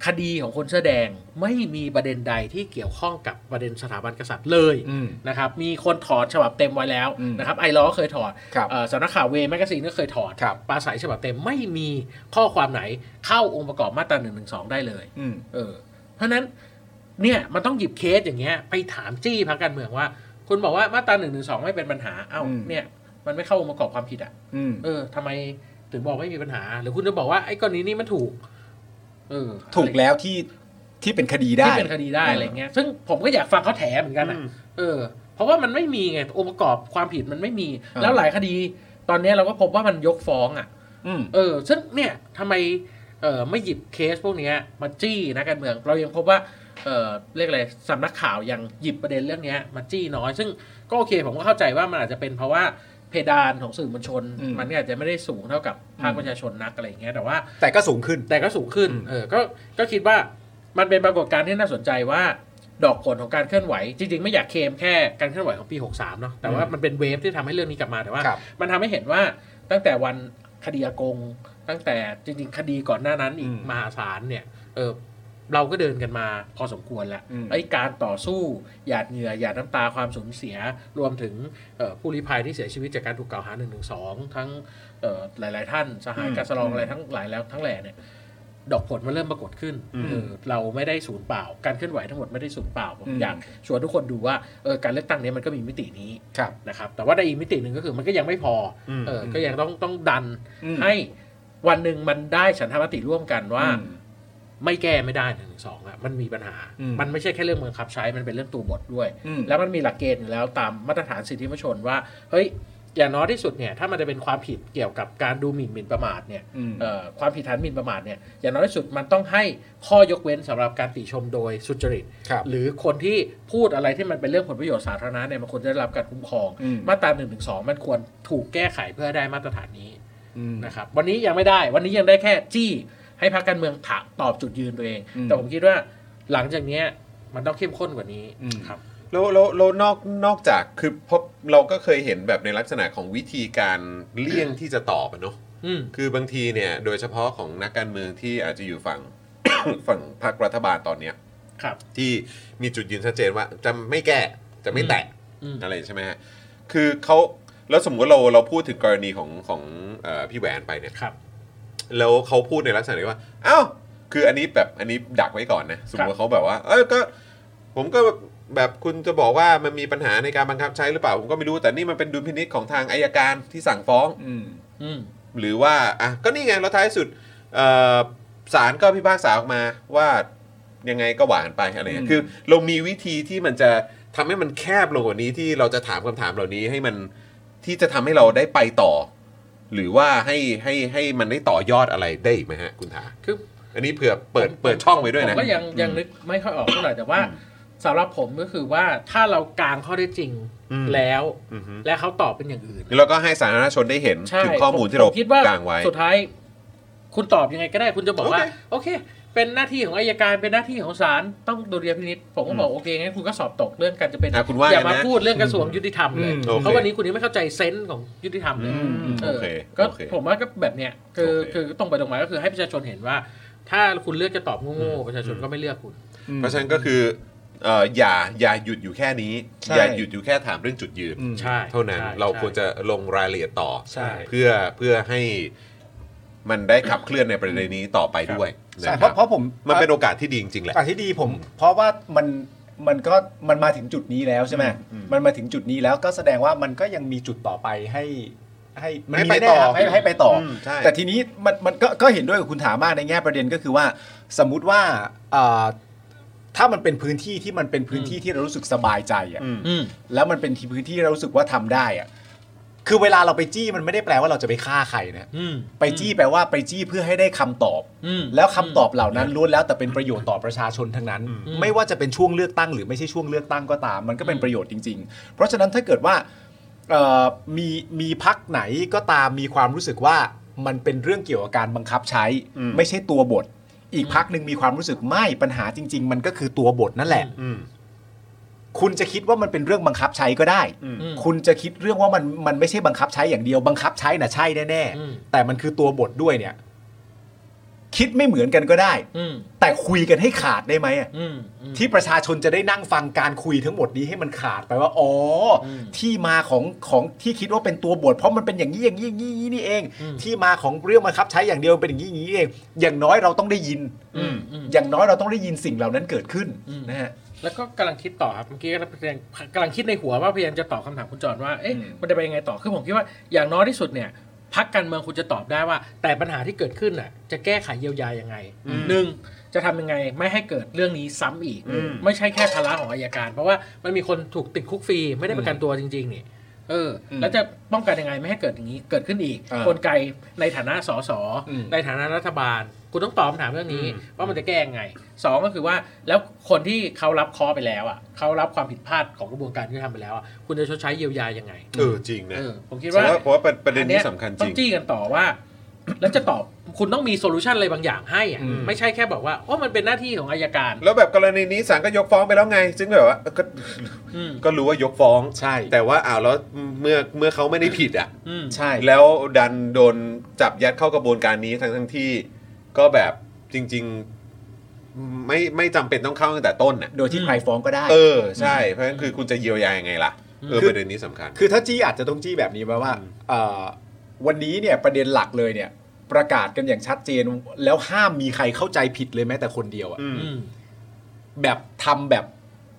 Speaker 3: คดีของคนเสื้อแดง ไม่มีประเด็นใดที่เกี่ยวข้องกับประเด็นสถาบันกษัตริย์เลย นะครับมีคนถอดฉบับเต็มไว้แล้ว
Speaker 2: อืม
Speaker 3: นะครับไอร้อเคยถอด
Speaker 2: ครับ
Speaker 3: เอ่อสำนักข่าวเวแมกซีนก็เคยถอด
Speaker 2: ครับ
Speaker 3: ปลาใสฉบับเต็มไม่มีข้อความไหนเข้าองค์ประกอบมาตราหนึ่งหนึ่งสองได้เลย
Speaker 2: อืม
Speaker 3: เออเพราะฉะนั้นเนี่ยมันต้องหยิบเคสอย่างเงี้ยไปถามจี้พักการเมืองว่า คุณบอกว่ามาตราหนึ่งหนึ่งสองไม่เป็นปัญหาเอ้า
Speaker 2: อืม
Speaker 3: เนี่ยมันไม่เข้าองค์ประกอบความผิดอ่ะ
Speaker 2: อืม
Speaker 3: เออทำไมถึงบอกไม่มีปัญหา หรือคุณจะบอกว่าไอ้กรณีนี้มันถูกเออ
Speaker 2: ถูกแล้วที่ที่เป็นคดีได้
Speaker 3: ที่เป็นคดีได้อะไรเงี้ยซึ่งผมก็อยากฟังเขาแถเหมือนกันอะ เออเพราะว่ามันไม่มีไงองค์ประกอบความผิดมันไม่มี
Speaker 2: อ่า
Speaker 3: แล้วหลายคดี ตอนเนี้ยเราก็พบว่ามันยกฟ้องอ่ะ
Speaker 2: อืม
Speaker 3: เออซึ่งเนี่ยทำไมเออไม่หยิบเคสพวกเนี้ยมาจี้นะการเมือง เรายังพบว่าเออเรียกอะไรสำนักข่าวยังหยิบประเด็นเรื่องเนี้ยมาจี้น้อย ซึ่งก็โอเคผมก็เข้าใจว่ามันอาจจะเป็นเพราะว่าเพดานของสื่อมวลชน
Speaker 2: อืม
Speaker 3: มันก็อาจจะไม่ได้สูงเท่ากับภาคประชาชนนักอะไรอย่างเงี้ยแต่ว่า
Speaker 2: แต่ก็สูงขึ้น
Speaker 3: แต่ก็สูงขึ้น
Speaker 2: อืม
Speaker 3: เออ ก็ ก็คิดว่ามันเป็นปรากฏการณ์ที่น่าสนใจว่า ดอกผลของการเคลื่อนไหว จริง ๆ ไม่อยากเคลมแค่การเคลื่อนไหวของปี 63 เนาะ แต่ว่ามันเป็นเวฟที่ทำให้เรื่องนี้กลับมา แต่ว่า
Speaker 2: ครับ
Speaker 3: มันทำให้เห็นว่าตั้งแต่วันคดีอากง ตั้งแต่จริง ๆ คดีก่อนหน้านั้นอีก
Speaker 2: อืม
Speaker 3: มหาศาลเนี่ย เออเราก็เดินกันมาพอสมควรแล้ว
Speaker 2: อืม
Speaker 3: ไอ้การต่อสู้หยาดเหงื่อหยาดน้ำตาความสูญเสีย รวมถึงเอ่อผู้ลี้ภัยที่เสียชีวิตจากการถูกกล่าวหาหนึ่งหนึ่งสองทั้งเอ่อหลาย ๆ ท่านสหายการสลองอะไรทั้งหลายแล้วทั้งแหล่เนี่ย ดอกผลมันเริ่มปรากฏขึ้นเออเราไม่ได้สูญเปล่า การเคลื่อนไหวทั้งหมดไม่ได้สูญเปล่าผมอยากชวนทุกคนดูว่าเออการเลือกตั้งเนี้มันก็มีมิตินี้
Speaker 2: ครับ
Speaker 3: นะครับแต่ว่าในอีกมิติหนึ่งก็คือมันก็ยังไม่พออ
Speaker 1: ม
Speaker 3: เออก็ยังต้องต้องดัน
Speaker 2: อืม
Speaker 3: ให้วันหนึ่งมันได้ฉันทามติร่วมกันว่า
Speaker 2: อืม
Speaker 3: ไม่แก้ไม่ได้หนึ่งสองอะมันมีปัญหา
Speaker 2: อืม
Speaker 3: มันไม่ใช่แค่เรื่องบังคับใช้มันเป็นเรื่องตัวบทด้วย
Speaker 2: อืม
Speaker 3: แล้วมันมีหลักเกณฑ์อยู่แล้วตามมาตรฐานสิทธิมนุษยชนว่าเฮ้ยอย่างน้อยที่สุดเนี่ยถ้ามันจะเป็นความผิดเกี่ยวกับการดูหมิ่นหมิ่นประมาทเนี่ย
Speaker 2: อืม
Speaker 3: เอ่อความผิดฐานหมิ่นประมาทเนี่ยอย่างน้อยที่สุดมันต้องให้ข้อยกเว้นสำหรับการติชมโดยสุจริต
Speaker 2: ครับ
Speaker 3: หรือคนที่พูดอะไรที่มันเป็นเรื่องผลประโยชน์สาธารณะเนี่ยมันควรจะได้รับการคุ้มครอง
Speaker 2: อืม
Speaker 3: มาตราหนึ่งถึงสองมันควรถูกแก้ไขเพื่อให้ได้มาตรฐานนี้
Speaker 2: อืม
Speaker 3: นะครับวันนี้ยังไม่ได้วันนี้ยังได้แค่จี้ให้พรรคการเมืองถามตอบจุดยืนตัวเอง
Speaker 2: อืม
Speaker 3: แต่ผมคิดว่าหลังจากเนี้ยมันต้องเข้มข้นกว่านี้
Speaker 2: อืม
Speaker 3: ครับ
Speaker 1: แล้วแล้วแล้วนอกนอกจากคือเพราะเราก็เคยเห็นแบบในลักษณะของวิธีการเลี่ยงที่จะตอบอะเนาะ
Speaker 3: อืม
Speaker 1: คือบางทีเนี่ยโดยเฉพาะของนักการเมืองที่อาจจะอยู่ฝั่ง ฝั่งพรรครัฐบาลตอนเนี้ย
Speaker 3: ครับ
Speaker 1: ที่มีจุดยืนชัดเจนว่าจะไม่แก้จะไม่แตะ
Speaker 3: อืม
Speaker 1: อะไรใช่ไหมฮะคือเขาแล้วสมมติเราเราพูดถึงกรณีของของเออพี่แหวนไปเนี่ย
Speaker 3: ครับ
Speaker 1: แล้วเขาพูดในลักษณะที่ว่าอ้าวคืออันนี้แบบอันนี้ดักไว้ก่อนนะสมมติว่าเขาแบบว่า เออก็ ผมก็แบบคุณจะบอกว่ามันมีปัญหาในการบังคับใช้หรือเปล่า ผมก็ไม่รู้แต่นี่มันเป็นดุลพินิษของทางอายการที่สั่งฟ้อง
Speaker 2: อืม
Speaker 3: อืม
Speaker 1: หรือว่าอ่ะก็นี่ไงแล้วท้ายสุดเอ่อศาลก็พิพากษาออกมาว่ายังไงก็หวานไปอะไรเงี้
Speaker 2: อื
Speaker 1: ย
Speaker 2: ม
Speaker 1: คือเรามีวิธีที่มันจะทำให้มันแคบลงกว่านี้ที่เราจะถามคำถามเหล่านี้ให้มันที่จะทำให้เราได้ไปต่อ หรือว่าให้ให้ให้มันได้ต่อยอดอะไรได้อีกไหมฮะคุณถา
Speaker 3: คือ
Speaker 1: อันนี้เผื่อเปิด
Speaker 3: ผม
Speaker 1: เปิดช่องไว้ด้วย
Speaker 3: ผม
Speaker 1: นะ
Speaker 3: ก็ยังยังนึกไม่ค่อยออกเท่าไหร่แต่ว่าสำหรับผมก็คือว่าถ้าเรากางข้อได้จริง
Speaker 1: อืม
Speaker 3: แล้ว
Speaker 1: อือฮึ
Speaker 3: และเขาตอบเป็นอย่างอื่น
Speaker 1: เดี๋ยวเราก็ให้สาธารณชนได้เห็น
Speaker 3: ใช่
Speaker 1: ถึงข้อมูลที่
Speaker 3: ผ
Speaker 1: เรา
Speaker 3: คิดว่าก
Speaker 1: างไว้
Speaker 3: สุดท้าย คุณตอบยังไงก็ได้คุณจะบอกว่า
Speaker 1: โอเค
Speaker 3: โอเค เป็นหน้าที่ของอายการเป็นหน้าที่ของศาลต้องดูเรียพินิษผมก็บอกโอเคงั้นคุณก็สอบตกเรื่องการจะเป็น
Speaker 1: อ่ะคุณว่า
Speaker 3: อย่า
Speaker 1: ไง
Speaker 3: มา
Speaker 1: นะ
Speaker 3: พูดเรื่องกระทรวงยุติธรรมเลย
Speaker 2: อืม
Speaker 1: โอเค
Speaker 3: เพราะวันนี้คุณยังไม่เข้าใจเซนส์ของยุติธรรมเลย
Speaker 1: อืม
Speaker 3: เออ
Speaker 1: โอเค
Speaker 3: ก็
Speaker 1: โอเค
Speaker 3: ผมว่าก็แบบเนี้ยคือ
Speaker 1: โอเค
Speaker 3: คือตรงไปตรงมาก็คือให้ประชาชนเห็นว่า ถ้าคุณเลือกจะตอบโง่ๆประชาชนก็ไม่เลือกคุณ
Speaker 1: เพราะฉะนั้นก็คือเอ่ออย่าอย่าหยุดอยู่แค่นี้
Speaker 2: ใช่
Speaker 1: อย่าหยุดอยู่แค่ถามเรื่องจุดยืน
Speaker 2: อืม
Speaker 3: ใช่
Speaker 1: เท่านั้น
Speaker 3: ใช่
Speaker 1: เรา
Speaker 3: ใช่
Speaker 1: ควรจะลงรายละเอียดต่อ
Speaker 2: ใช่
Speaker 1: เพื่อเพื่อให้มันได้ขับเคลื่อนในประเด็นนี้ต่อไปด้วยนะ
Speaker 2: ใช่
Speaker 1: ค
Speaker 2: เพ
Speaker 1: รับ
Speaker 2: ราะเพราะผม
Speaker 1: มันเป็นโอกาสที่ดีจริงๆแหละ
Speaker 2: อ่ะที่ดีผม เพราะว่ามันมันก็มันมาถึงจุดนี้แล้วใช่ไหม
Speaker 1: อืม
Speaker 2: มันมาถึงจุดนี้แล้วก็แสดงว่ามันก็ยังมีจุดต่อไปให้ให้มัน
Speaker 1: ให้
Speaker 2: มี
Speaker 1: ไป
Speaker 2: แน่ๆ
Speaker 1: ต่อ
Speaker 2: ครับให้ให้ไปต่ออ
Speaker 1: มใช่
Speaker 2: แต่ทีนี้มันมันก็ก็เห็นด้วยกับคุณถามมากในแง่ประเด็นก็คือว่า สมมุติว่าอ่าถ้ามันเป็นพื้นที่ที่มันเป็นพื้นที่ที่เรารู้สึกสบายใจอ่ะ
Speaker 1: อืม
Speaker 3: อืม
Speaker 2: แล้วมันเป็นที่พื้นที่เรารู้สึกว่าทำได้อะคือเวลาเราไปจี้มันไม่ได้แปลว่าเราจะไปฆ่าใครนะ
Speaker 3: อืม
Speaker 2: ไปจี้แปลว่าไปจี้เพื่อให้ได้คำตอบ
Speaker 3: อืม
Speaker 2: แล้วคำตอบเหล่านั้นล้วนแล้วแต่เป็นประโยชน์ต่อประชาชนทั้งนั้น
Speaker 3: อืม
Speaker 2: ไม่ว่าจะเป็นช่วงเลือกตั้งหรือไม่ใช่ช่วงเลือกตั้งก็ตาม มันก็เป็นประโยชน์จริง ๆ เพราะฉะนั้นถ้าเกิดว่าเอ่อมีมีพักไหนก็ตามมีความรู้สึกว่ามันเป็นเรื่องเกี่ยวกับการบังคับใช้
Speaker 1: อืม
Speaker 2: ไม่ใช่ตัวบท อีกพักหนึ่งมีความรู้สึกไม่ปัญหาจริง ๆ มันก็คือตัวบทนั่นแหละ
Speaker 1: อืม
Speaker 2: คุณจะคิดว่ามันเป็นเรื่องบังคับใช้ก็ได้
Speaker 1: อืม
Speaker 3: อืม
Speaker 2: คุณจะคิดเรื่องว่ามันมันไม่ใช่บังคับใช้อย่างเดียวบังคับใช้น่ะใช่แน่
Speaker 3: อืม
Speaker 2: ๆแต่มันคือตัวบทด้วยเนี่ย คิดไม่เหมือนกันก็ได้
Speaker 3: อืม
Speaker 2: แต่คุยกันให้ขาดได้ไหมอะ
Speaker 3: อืมอืม
Speaker 2: ที่ประชาชนจะได้นั่งฟังการคุยทั้งหมดนี้ให้มันขาดไปว่าอ๋ออ
Speaker 3: ม
Speaker 2: ที่มาของของที่คิดว่าเป็นตัวบท เพราะมันเป็นอย่างนี้อย่างนี้อย่างนี้อย่างนี้นี่เอง
Speaker 3: อืม
Speaker 2: ที่มาของเรื่องบังคับใช้อย่างเดียวเป็นอย่างนี้อย่างนี้เอง อย่างน้อยเราต้องได้ยิน
Speaker 3: อืมอืม
Speaker 2: อย่างน้อยเราต้องได้ยินสิ่งเหล่านั้นเกิดขึ้น
Speaker 3: อืม
Speaker 2: นะฮะ
Speaker 3: แล้วก็กำลังคิดต่อครับเมื่อกี้กำลังกำลังคิดในหัวว่าพยายามจะตอบคำถามคุณจอนว่าเอ๊ะ
Speaker 2: อืม
Speaker 3: มันจะไปยังไงต่อคือผมคิดว่าอย่างน้อยที่สุดเนี่ยพักการเมืองคุณจะตอบได้ว่า แต่ปัญหาที่เกิดขึ้นน่ะจะแก้ไขเยียวยายังไงหนึ่งจะทำยังไงไม่ให้เกิดเรื่องนี้ซ้ำอีก
Speaker 1: อืม
Speaker 3: ไม่ใช่แค่ภาระของอายการ เพราะว่ามันมีคนถูกติดคุกฟรีไม่ได้ประกันตัวจริงๆนี่เอออ
Speaker 2: ม
Speaker 3: แล้วจะป้องกันยังไงไม่ให้เกิดอย่างนี้เกิดขึ้นอีก
Speaker 2: อ่าก
Speaker 3: ลไกในฐานะสส
Speaker 2: อืม
Speaker 3: ในฐานะรัฐบาล คุณต้องตอบคำถามเรื่องนี้ ว่ามันจะแก้ยังไงสองก็คือว่าแล้วคนที่เขารับเคอไปแล้วอ่ะเขารับความผิดพลาดของกระบวนการที่ทำไปแล้วอ่ะคุณจะชดใช้เยียวยายังไง
Speaker 1: เออจริงนะ
Speaker 3: เออผมคิด
Speaker 1: เพ
Speaker 3: ว่า
Speaker 1: ราะว่าเพราะว่าประเด็นนี้
Speaker 3: อัย
Speaker 1: สำคัญจ
Speaker 3: ต้อ
Speaker 1: ริ
Speaker 3: ง
Speaker 1: ง
Speaker 3: จี้กันต่อว่า แล้วจะตอบคุณต้องมีโซลูชันอะไรบางอย่างให้อ่ะ
Speaker 2: อืม
Speaker 3: ไม่ใช่แค่บอกว่าโอ้มันเป็นหน้าที่ของอายการ
Speaker 1: แล้วแบบกรณีนี้ศาลก็ยกฟ้องไปแล้วไง ซึ่งแบบว่าก็
Speaker 3: อืม
Speaker 1: ก็รู้ว่ายกฟ้อง
Speaker 2: ใช่
Speaker 1: แต่ว่าอ้าวแล้วเมื่อเมื่อเขาไม่ได้ผิดอ่ะ
Speaker 3: อืม
Speaker 2: ใช่
Speaker 1: แล้วดันโดนจับยัดเข้ากระบวนการนี้ทั้งทั้งที่ก็แบบจริง ๆ ไม่ไม่จำเป็นต้องเข้าตั้งแต่ต้นน่ะ
Speaker 2: โดยที่ใครฟ้องก็ได้
Speaker 1: เออ ใช่ เพราะฉะนั้นคือคุณจะเยียวยายังไงล่ะ เออ
Speaker 2: คือ
Speaker 1: ประเด็นนี้สำคัญ
Speaker 2: คือถ้าจี้อาจจะต้องจี้แบบนี้ไหมว่า
Speaker 1: อืม
Speaker 2: เอ่อวันนี้เนี่ยประเด็นหลักเลยเนี่ย ประกาศกันอย่างชัดเจน แล้วห้ามมีใครเข้าใจผิดเลยแม้แต่คนเดียวอะ
Speaker 1: อืม
Speaker 3: อืม
Speaker 2: แบบทำแบบ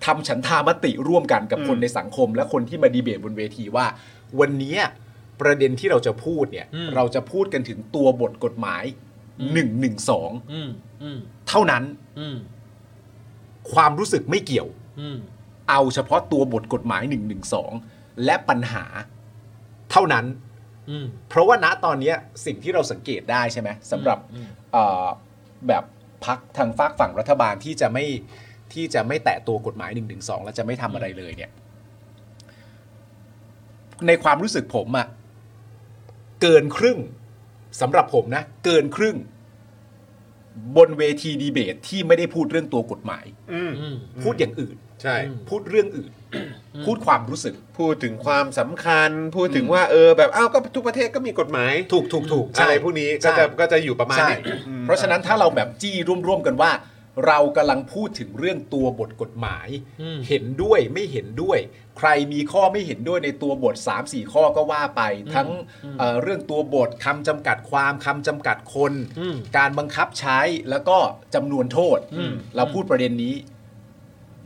Speaker 2: ทำฉันทามติร่วมกันกับ
Speaker 1: อืม
Speaker 2: คนในสังคม และคนที่มาดีเบตบนเวทีว่า วันนี้ประเด็นที่เราจะพูดเนี่ย
Speaker 3: อืม
Speaker 2: เราจะพูดกันถึงตัวบทกฎหมาย1นึ
Speaker 3: อืมอืม
Speaker 2: เท่านั้น
Speaker 3: อืม
Speaker 2: ความรู้สึกไม่เกี่ยว
Speaker 3: อืม
Speaker 2: เอาเฉพาะตัวบทกฎหมาย1นึและปัญหาเท่านั้น
Speaker 3: อืม
Speaker 2: เพราะว่าณตอนเนี้ยสิ่งที่เราสังเกตได้ใช่ไหมสำหรับ
Speaker 3: อืม
Speaker 2: เอ่อแบบพักทางฝากฝั่งรัฐบาลที่จะไม่ที่จะไม่แตะตัวกฎหมาย1นึและจะไม่ทำอะไรเลยเนี่ย ในความรู้สึกผมอะเกินครึ่ง สำหรับผมนะ เกินครึ่ง บนเวทีดีเบตที่ไม่ได้พูดเรื่องตัวกฎหมาย
Speaker 1: อืม
Speaker 3: อืม
Speaker 2: พูดอย่างอื่น
Speaker 1: ใช่
Speaker 2: พูดเรื่องอื่น พูดความรู้สึก
Speaker 1: พูดถึงความสำคัญ พูดถึงว่าเออแบบอ้าวก็ทุกประเทศก็มีกฎหมาย
Speaker 2: ถูกถูกถูกใช่
Speaker 1: อะไรพวกนี้ก็
Speaker 2: ใช่
Speaker 1: จะก็จะอยู่ประมาณ
Speaker 2: ใช่
Speaker 1: นี้อืม
Speaker 2: เพราะฉะนั้นถ้าเราแบบจี้ร่วมๆกันว่า เรากำลังพูดถึงเรื่องตัวบทกฎหมาย
Speaker 3: อืม
Speaker 2: เห็นด้วยไม่เห็นด้วย ใครมีข้อไม่เห็นด้วยในตัวบท 3 4 ข้อก็ว่าไป ทั้งเอ่อเรื่องตัวบทคำจำกัดความคำจำกัดคน
Speaker 3: อืม
Speaker 2: การบังคับใช้แล้วก็จำนวนโทษ
Speaker 3: อืม
Speaker 2: เราพูดประเด็นนี้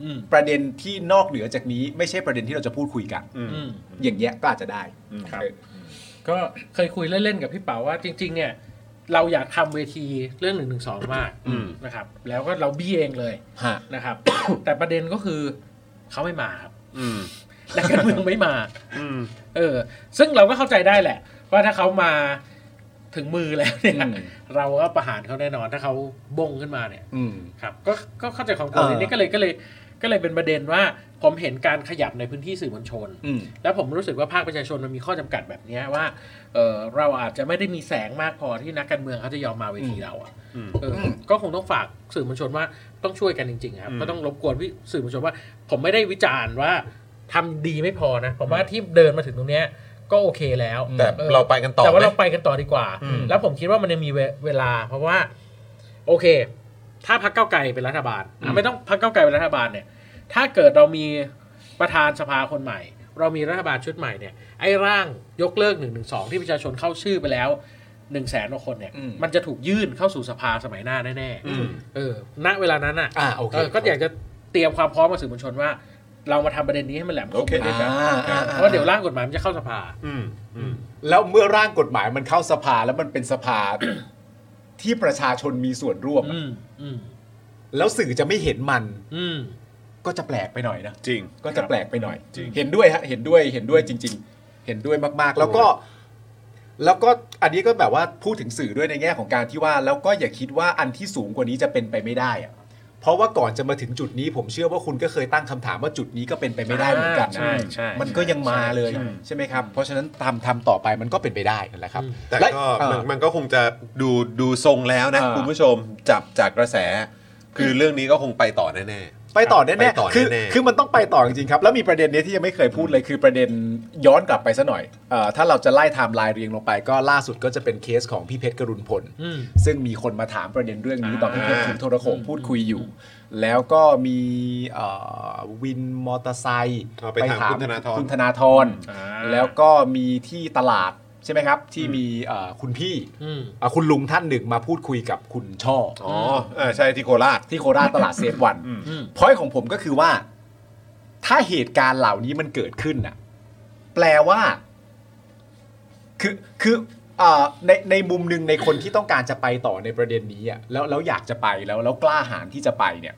Speaker 3: อืม
Speaker 2: ประเด็นที่นอกเหนือจากนี้ ไม่ใช่ประเด็นที่เราจะพูดคุยกัน
Speaker 1: อืม
Speaker 3: อืม
Speaker 2: อย่างเงี้ยก็อาจจะได้
Speaker 1: ครับ
Speaker 2: เออ
Speaker 3: ก็เคยคุยเล่น ๆ กับพี่เป๋าว่าจริง ๆ เนี่ย เราอยากทำเวทีเรื่องหนึ่งหนึ่งสองมาก
Speaker 2: อืม
Speaker 3: นะครับ แล้วก็เราบี้เองเลย
Speaker 2: ฮะ
Speaker 3: นะครับ แต่ประเด็นก็คือเขาไม่มาครับ
Speaker 1: อืม
Speaker 3: นักการเมืองไม่มา
Speaker 1: อืม
Speaker 3: เออ ซึ่งเราก็เข้าใจได้แหละ ว่าถ้าเขามาถึงมือแล้วเนี่ย
Speaker 2: อืม
Speaker 3: เราก็ประหารเขาแน่นอนถ้าเขาบงขึ้นมาเนี่ย
Speaker 2: อืม
Speaker 3: ครับก็ก็เข้าใจความกลัว
Speaker 2: เออ
Speaker 3: นี้ก็เลยก็เลยก็เลยเป็นประเด็นว่าผมเห็นการขยับในพื้นที่สื่อมวลชน
Speaker 2: อืม
Speaker 3: แล้วผมรู้สึกว่าภาคประชาชนมันมีข้อจำกัดแบบเนี้ยว่าเออเราอาจจะไม่ได้มีแสงมากพอที่นักการเมืองเขาจะยอมมาเวทีเราอะเอออก็คงต้องฝากสื่อมวลชนว่าต้องช่วยกันจริงๆครับก็ต้องรบกวนวิสื่อมวลชนว่า ผมไม่ได้วิจารณ์ว่าทำดีไม่พอนะผมว่าที่เดินมาถึงตรงเนี้ยก็โอเคแล้ว
Speaker 1: แต่
Speaker 3: ออ
Speaker 1: เราไปกันต่อ
Speaker 3: แต่ว่า
Speaker 1: ไหม
Speaker 3: เราไปกันต่อดีกว่า
Speaker 1: อืม
Speaker 3: แล้วผมคิดว่ามันยังมีเวเวลา เพราะว่า โอเค ถ้าพักเก้าวไกลเป็นรัฐบาลอ่ะไม่ต้องพักเก้าวไกลเป็นรัฐบาลเนี่ย ถ้าเกิดเรามีประธานสภาคนใหม่ เรามีรัฐบาลชุดใหม่เนี่ย ไอ้ร่างยกเลิกหนึ่งหนึ่งสองที่ประชาชนเข้าชื่อไปแล้วหนึ่งแสนกว่าคนเนี่ย
Speaker 2: อืม
Speaker 3: มันจะถูกยื่นเข้าสู่สภาสมัยหน้าแน่
Speaker 1: อืม
Speaker 3: ๆเออ ณ เวลานั้นอ่ะ
Speaker 2: อ่าโอเค
Speaker 3: เออก็อยากจะเตรียมความพร้อมกับสื่อมวลชนว่า เรามาทำประเด็นนี้ให้มันแหลมค
Speaker 1: โอ
Speaker 3: ม
Speaker 1: เค
Speaker 3: ไปด้วยกัน
Speaker 2: อ่าอ่
Speaker 3: เพราะเดี๋ยวร่างกฎหมายมันจะเข้าสภา
Speaker 1: อืมอืม
Speaker 2: แล้วเมื่อร่างกฎหมายมันเข้าสภาแล้วมันเป็นสภา ที่ประชาชนมีส่วนร่วมอะ
Speaker 3: อืมอืม
Speaker 2: แล้วสื่อจะไม่เห็นมัน
Speaker 3: อืม
Speaker 2: ก็จะแปลกไปหน่อยนะ
Speaker 1: จริง
Speaker 2: ก็จะแปลกไปหน่อย เห็นด้วยฮะเห็นด้วยเห็นด้วยจริง ๆ เห็นด้วยมากๆ แล้วก็ แล้วก็อันนี้ก็แบบว่าพูดถึงสื่อด้วยในแง่ของการที่ว่า แล้วก็อย่าคิดว่าอันที่สูงกว่านี้จะเป็นไปไม่ได้อะเพราะว่าก่อนจะมาถึงจุดนี้ผมเชื่อว่าคุณก็เคยตั้งคำถามว่าจุดนี้ก็เป็นไปไม่ได้เหมือนกันนะ
Speaker 3: ใช่ใช่
Speaker 2: มันก็ยังมาเลย
Speaker 3: ใช่
Speaker 2: ใช่ไหมครับ เพราะฉะนั้นทำทำต่อไปมันก็เป็นไปได้นั่นแหละครับ
Speaker 1: แต่
Speaker 2: และ
Speaker 1: ก็
Speaker 2: เอ่
Speaker 1: มัน
Speaker 2: อ
Speaker 1: มันก็คงจะดูดูทรงแล้วนะ
Speaker 2: เออ
Speaker 1: คุณผู้ชมจับจากกระแส คือเรื่องนี้ก็คงไปต่อแน่
Speaker 2: ไปต่อแน่
Speaker 1: ไป
Speaker 2: ๆ
Speaker 1: ต่อ
Speaker 2: คือ
Speaker 1: แน่ๆ
Speaker 2: คือมันต้องไปต่อจริงๆครับ แล้วมีประเด็นเนี้ยที่ยังไม่เคยพูดเลยคือประเด็นย้อนกลับไปซะหน่อยเอ่อถ้าเราจะไล่ไทม์ไลน์เรียงลงไป ก็ล่าสุดก็จะเป็นเคสของพี่เพชรกรุณพล
Speaker 3: อืม
Speaker 2: ซึ่งมีคนมาถามประเด็นเรื่องนี้
Speaker 3: อ่า
Speaker 2: ตอนที่เพชรถึงโทรโขงพูดคุยอยู่ แล้วก็มีเอ่อวินมอเตอร์ไซค์
Speaker 1: เอาไปถามคุณธนาธร
Speaker 2: คุณธนาธร
Speaker 3: อ่า
Speaker 2: แล้วก็มีที่ตลาดใช่ไหมครับ ที่มีเอ่อคุณพี่
Speaker 3: อืม
Speaker 2: เอ่อคุณลุงท่านหนึ่งมาพูดคุยกับคุณช่อ
Speaker 1: ๆ อ๋ออ่าใช่ที่โคราช
Speaker 2: ที่โคราชตลาดเซฟวัน
Speaker 1: อืม
Speaker 3: อืม
Speaker 2: พอยของผมก็คือว่า ถ้าเหตุการณ์เหล่านี้มันเกิดขึ้นน่ะ แปลว่า คือคือเอ่อในในมุมหนึ่งในคนที่ต้องการจะไปต่อในประเด็นนี้อ่ะแล้วแล้วอยากจะไปแล้วแล้วกล้าหาญที่จะไปเนี่ย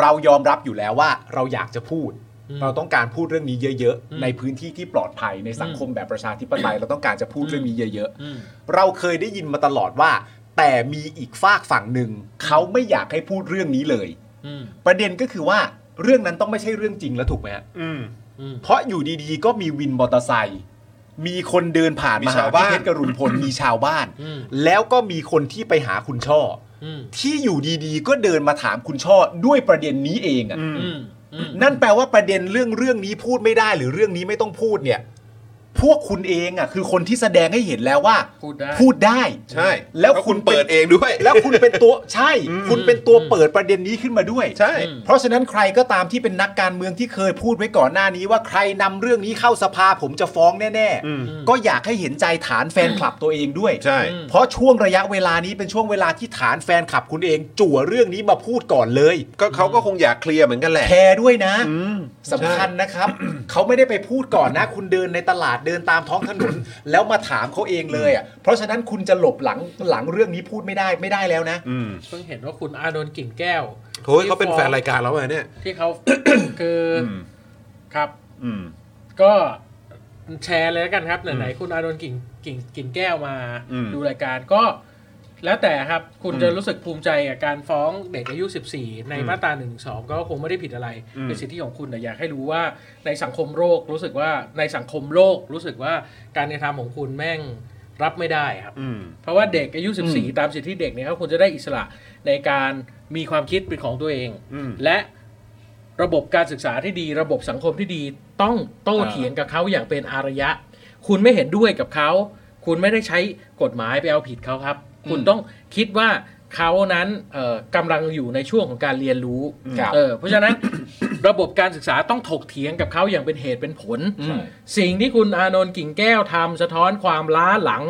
Speaker 2: เรายอมรับอยู่แล้วว่า เราอยากจะพูด
Speaker 3: อืม
Speaker 2: เราต้องการพูดเรื่องนี้เยอะ
Speaker 3: อืม
Speaker 2: ๆ ในพื้นที่ที่ปลอดภัยในสังคมแบบประชาธิปไตยเราต้องการจะพูด
Speaker 3: อืม
Speaker 2: เรื่องนี้เยอะ ๆ
Speaker 3: อืม
Speaker 2: เราเคยได้ยินมาตลอดว่า แต่มีอีกฝากฝั่งหนึ่งเขาไม่อยากให้พูดเรื่องนี้เลย
Speaker 3: อืม
Speaker 2: ประเด็นก็คือว่าเรื่องนั้นต้องไม่ใช่เรื่องจริงแล้วถูกไหมฮะ
Speaker 1: อืม
Speaker 3: อืม
Speaker 2: เพราะอยู่ดีๆ ก็มีวินมอเตอร์ไซค์มีคนเดินผ่าน
Speaker 1: มี
Speaker 2: มาหา
Speaker 1: ชาว
Speaker 2: พี่
Speaker 1: บ้าน
Speaker 2: เพชรกรุณพลมีชาวบ้าน
Speaker 3: อืม
Speaker 2: แล้วก็มีคนที่ไปหาคุณช่อ
Speaker 3: อืม
Speaker 2: ที่อยู่ดีๆ ก็เดินมาถามคุณช่อด้วยประเด็นนี้เองอะ
Speaker 1: อืม
Speaker 3: อืมอืม
Speaker 2: นั่นแปลว่าประเด็นเรื่องเรื่องนี้พูดไม่ได้หรือเรื่องนี้ไม่ต้องพูดเนี่ย พวกคุณเองอ่ะคือคนที่แสดงให้เห็นแล้วว่า
Speaker 3: พูดได้
Speaker 2: พูดได้
Speaker 1: ใช่
Speaker 2: แล้ว
Speaker 1: เพราะคุ
Speaker 2: คุ
Speaker 1: ณ ณ
Speaker 2: เป็น
Speaker 1: เปิดเองด้วย
Speaker 2: แล้วคุณเป็นตัว ใช่
Speaker 1: อืม
Speaker 2: คุณเป็นตัวเปิดประเด็นนี้ขึ้นมาด้วย
Speaker 1: ใช่
Speaker 3: อืม
Speaker 2: เพราะฉะนั้นใครก็ตามที่เป็นนักการเมืองที่เคยพูดไว้ก่อนหน้านี้ว่าใครนำเรื่องนี้เข้าสภาผมจะฟ้องแน่
Speaker 1: อืม
Speaker 2: ก็อยากให้เห็นใจฐานแฟนคลับตัวเองด้วย
Speaker 1: ใช่
Speaker 3: อืม
Speaker 2: เพราะช่วงระยะเวลานี้เป็นช่วงเวลาที่ฐานแฟนคลับคุณเอง จั่วเรื่องนี้มาพูดก่อนเลย
Speaker 1: ก็เขาก็คงอยากเคลียร์เหมือนกันแหละ
Speaker 2: แคร์ด้วยนะ
Speaker 1: อืม
Speaker 2: สำคัญนะครับ เขาไม่ได้ไปพูดก่อนนะ คุณเดินในตลาดเดินตามท้องถนน แล้วมาถามเขาเองเลยอ่ะเพราะฉะนั้นคุณจะหลบหลังหลังเรื่องนี้พูดไม่ได้ไม่ได้แล้วนะ
Speaker 1: อืม
Speaker 3: เพิ่งเห็นว่าคุณอาโดนท์กิ่งแก้ว
Speaker 1: โอ้ย
Speaker 3: ที่
Speaker 1: เขาเป็น
Speaker 3: ฟ้อง
Speaker 1: แฟนรายการแล้วเหรอเนี่ย
Speaker 3: ที่เขา คืออ
Speaker 1: ม
Speaker 3: ครับ
Speaker 1: อืม
Speaker 3: ก็แชร์เลยแล้วกันครับ ไหนๆคุณอาโดนท์กิ่งกิ่งกิ่งแก้วมา
Speaker 1: อืม
Speaker 3: ดูรายการก็แล้วแต่ครับ คุณ
Speaker 1: อืม
Speaker 3: จะรู้สึกภูมิใจกับการฟ้องเด็กอายุ 14 ใน
Speaker 1: อืม
Speaker 3: มาตรา1นึก็คงไม่ได้ผิดอะไร
Speaker 1: อืม
Speaker 3: เป็นสิทธิของคุณแต่อยากให้รู้ว่าในสังคมโลกรู้สึกว่าในสังคมโลกรู้สึกว่าการกระทำของคุณแม่ง รับไม่ได้ครับ
Speaker 2: อืม
Speaker 3: เพราะว่าเด็กอายุ 14 ตามสิทธิเด็กเนี่ยเขาควรจะได้อิสระในการมีความคิดเป็นของตัวเอง
Speaker 2: อืม
Speaker 3: และระบบการศึกษาที่ดี ระบบสังคมที่ดีต้องโต้เถียงกับเขาอย่างเป็นอารยะ คุณไม่เห็นด้วยกับเขา คุณไม่ได้ใช้กฎหมายไปเอาผิดเขาครับ คุณต้องคิดว่าเขานั้นเอ่อกำลังอยู่ในช่วงของการเรียนรู้
Speaker 2: ครับ
Speaker 3: เออเพราะฉะนั้น ระบบการศึกษาต้องถกเถียงกับเขาอย่างเป็นเหตุเป็นผล สิ่งที่คุณอานนท์กิ่งแก้วทำสะท้อนความล้าหลัง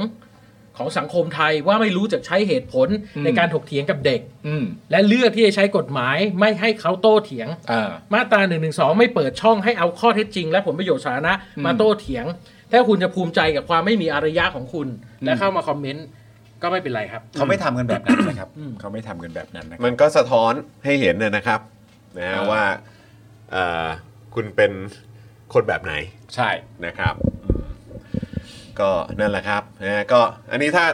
Speaker 3: ของสังคมไทยว่าไม่รู้จะใช้เหตุผลในการถกเถียงกับเด็ก
Speaker 2: อืม
Speaker 3: และเลือกที่จะใช้กฎหมายไม่ให้เขาโต้เถียง
Speaker 2: อ่า
Speaker 3: มาตรา1นึไม่เปิดช่องให้เอาข้อเท็จจริง และผลประโยชน์สาธารณะมาโต้เถียง ถ้าคุณจะภูมิใจกับความไม่มีอารยะของคุณ และเข้ามาคอมเมนต์ก็ไม่เป็นไรครับ
Speaker 2: เขาไม่ทำกันแบบนั้นนะครับ เขาไม่ทำกันแบบนั้นนะครับ
Speaker 1: มันก็สะท้อนให้เห็นนะนะครับนะฮะ
Speaker 2: เออ
Speaker 1: ว่าเอ่อคุณเป็นคนแบบไหน
Speaker 2: ใช่
Speaker 1: นะครับอืมก็นั่นแหละครับนะฮะก็อันนี้ถ้า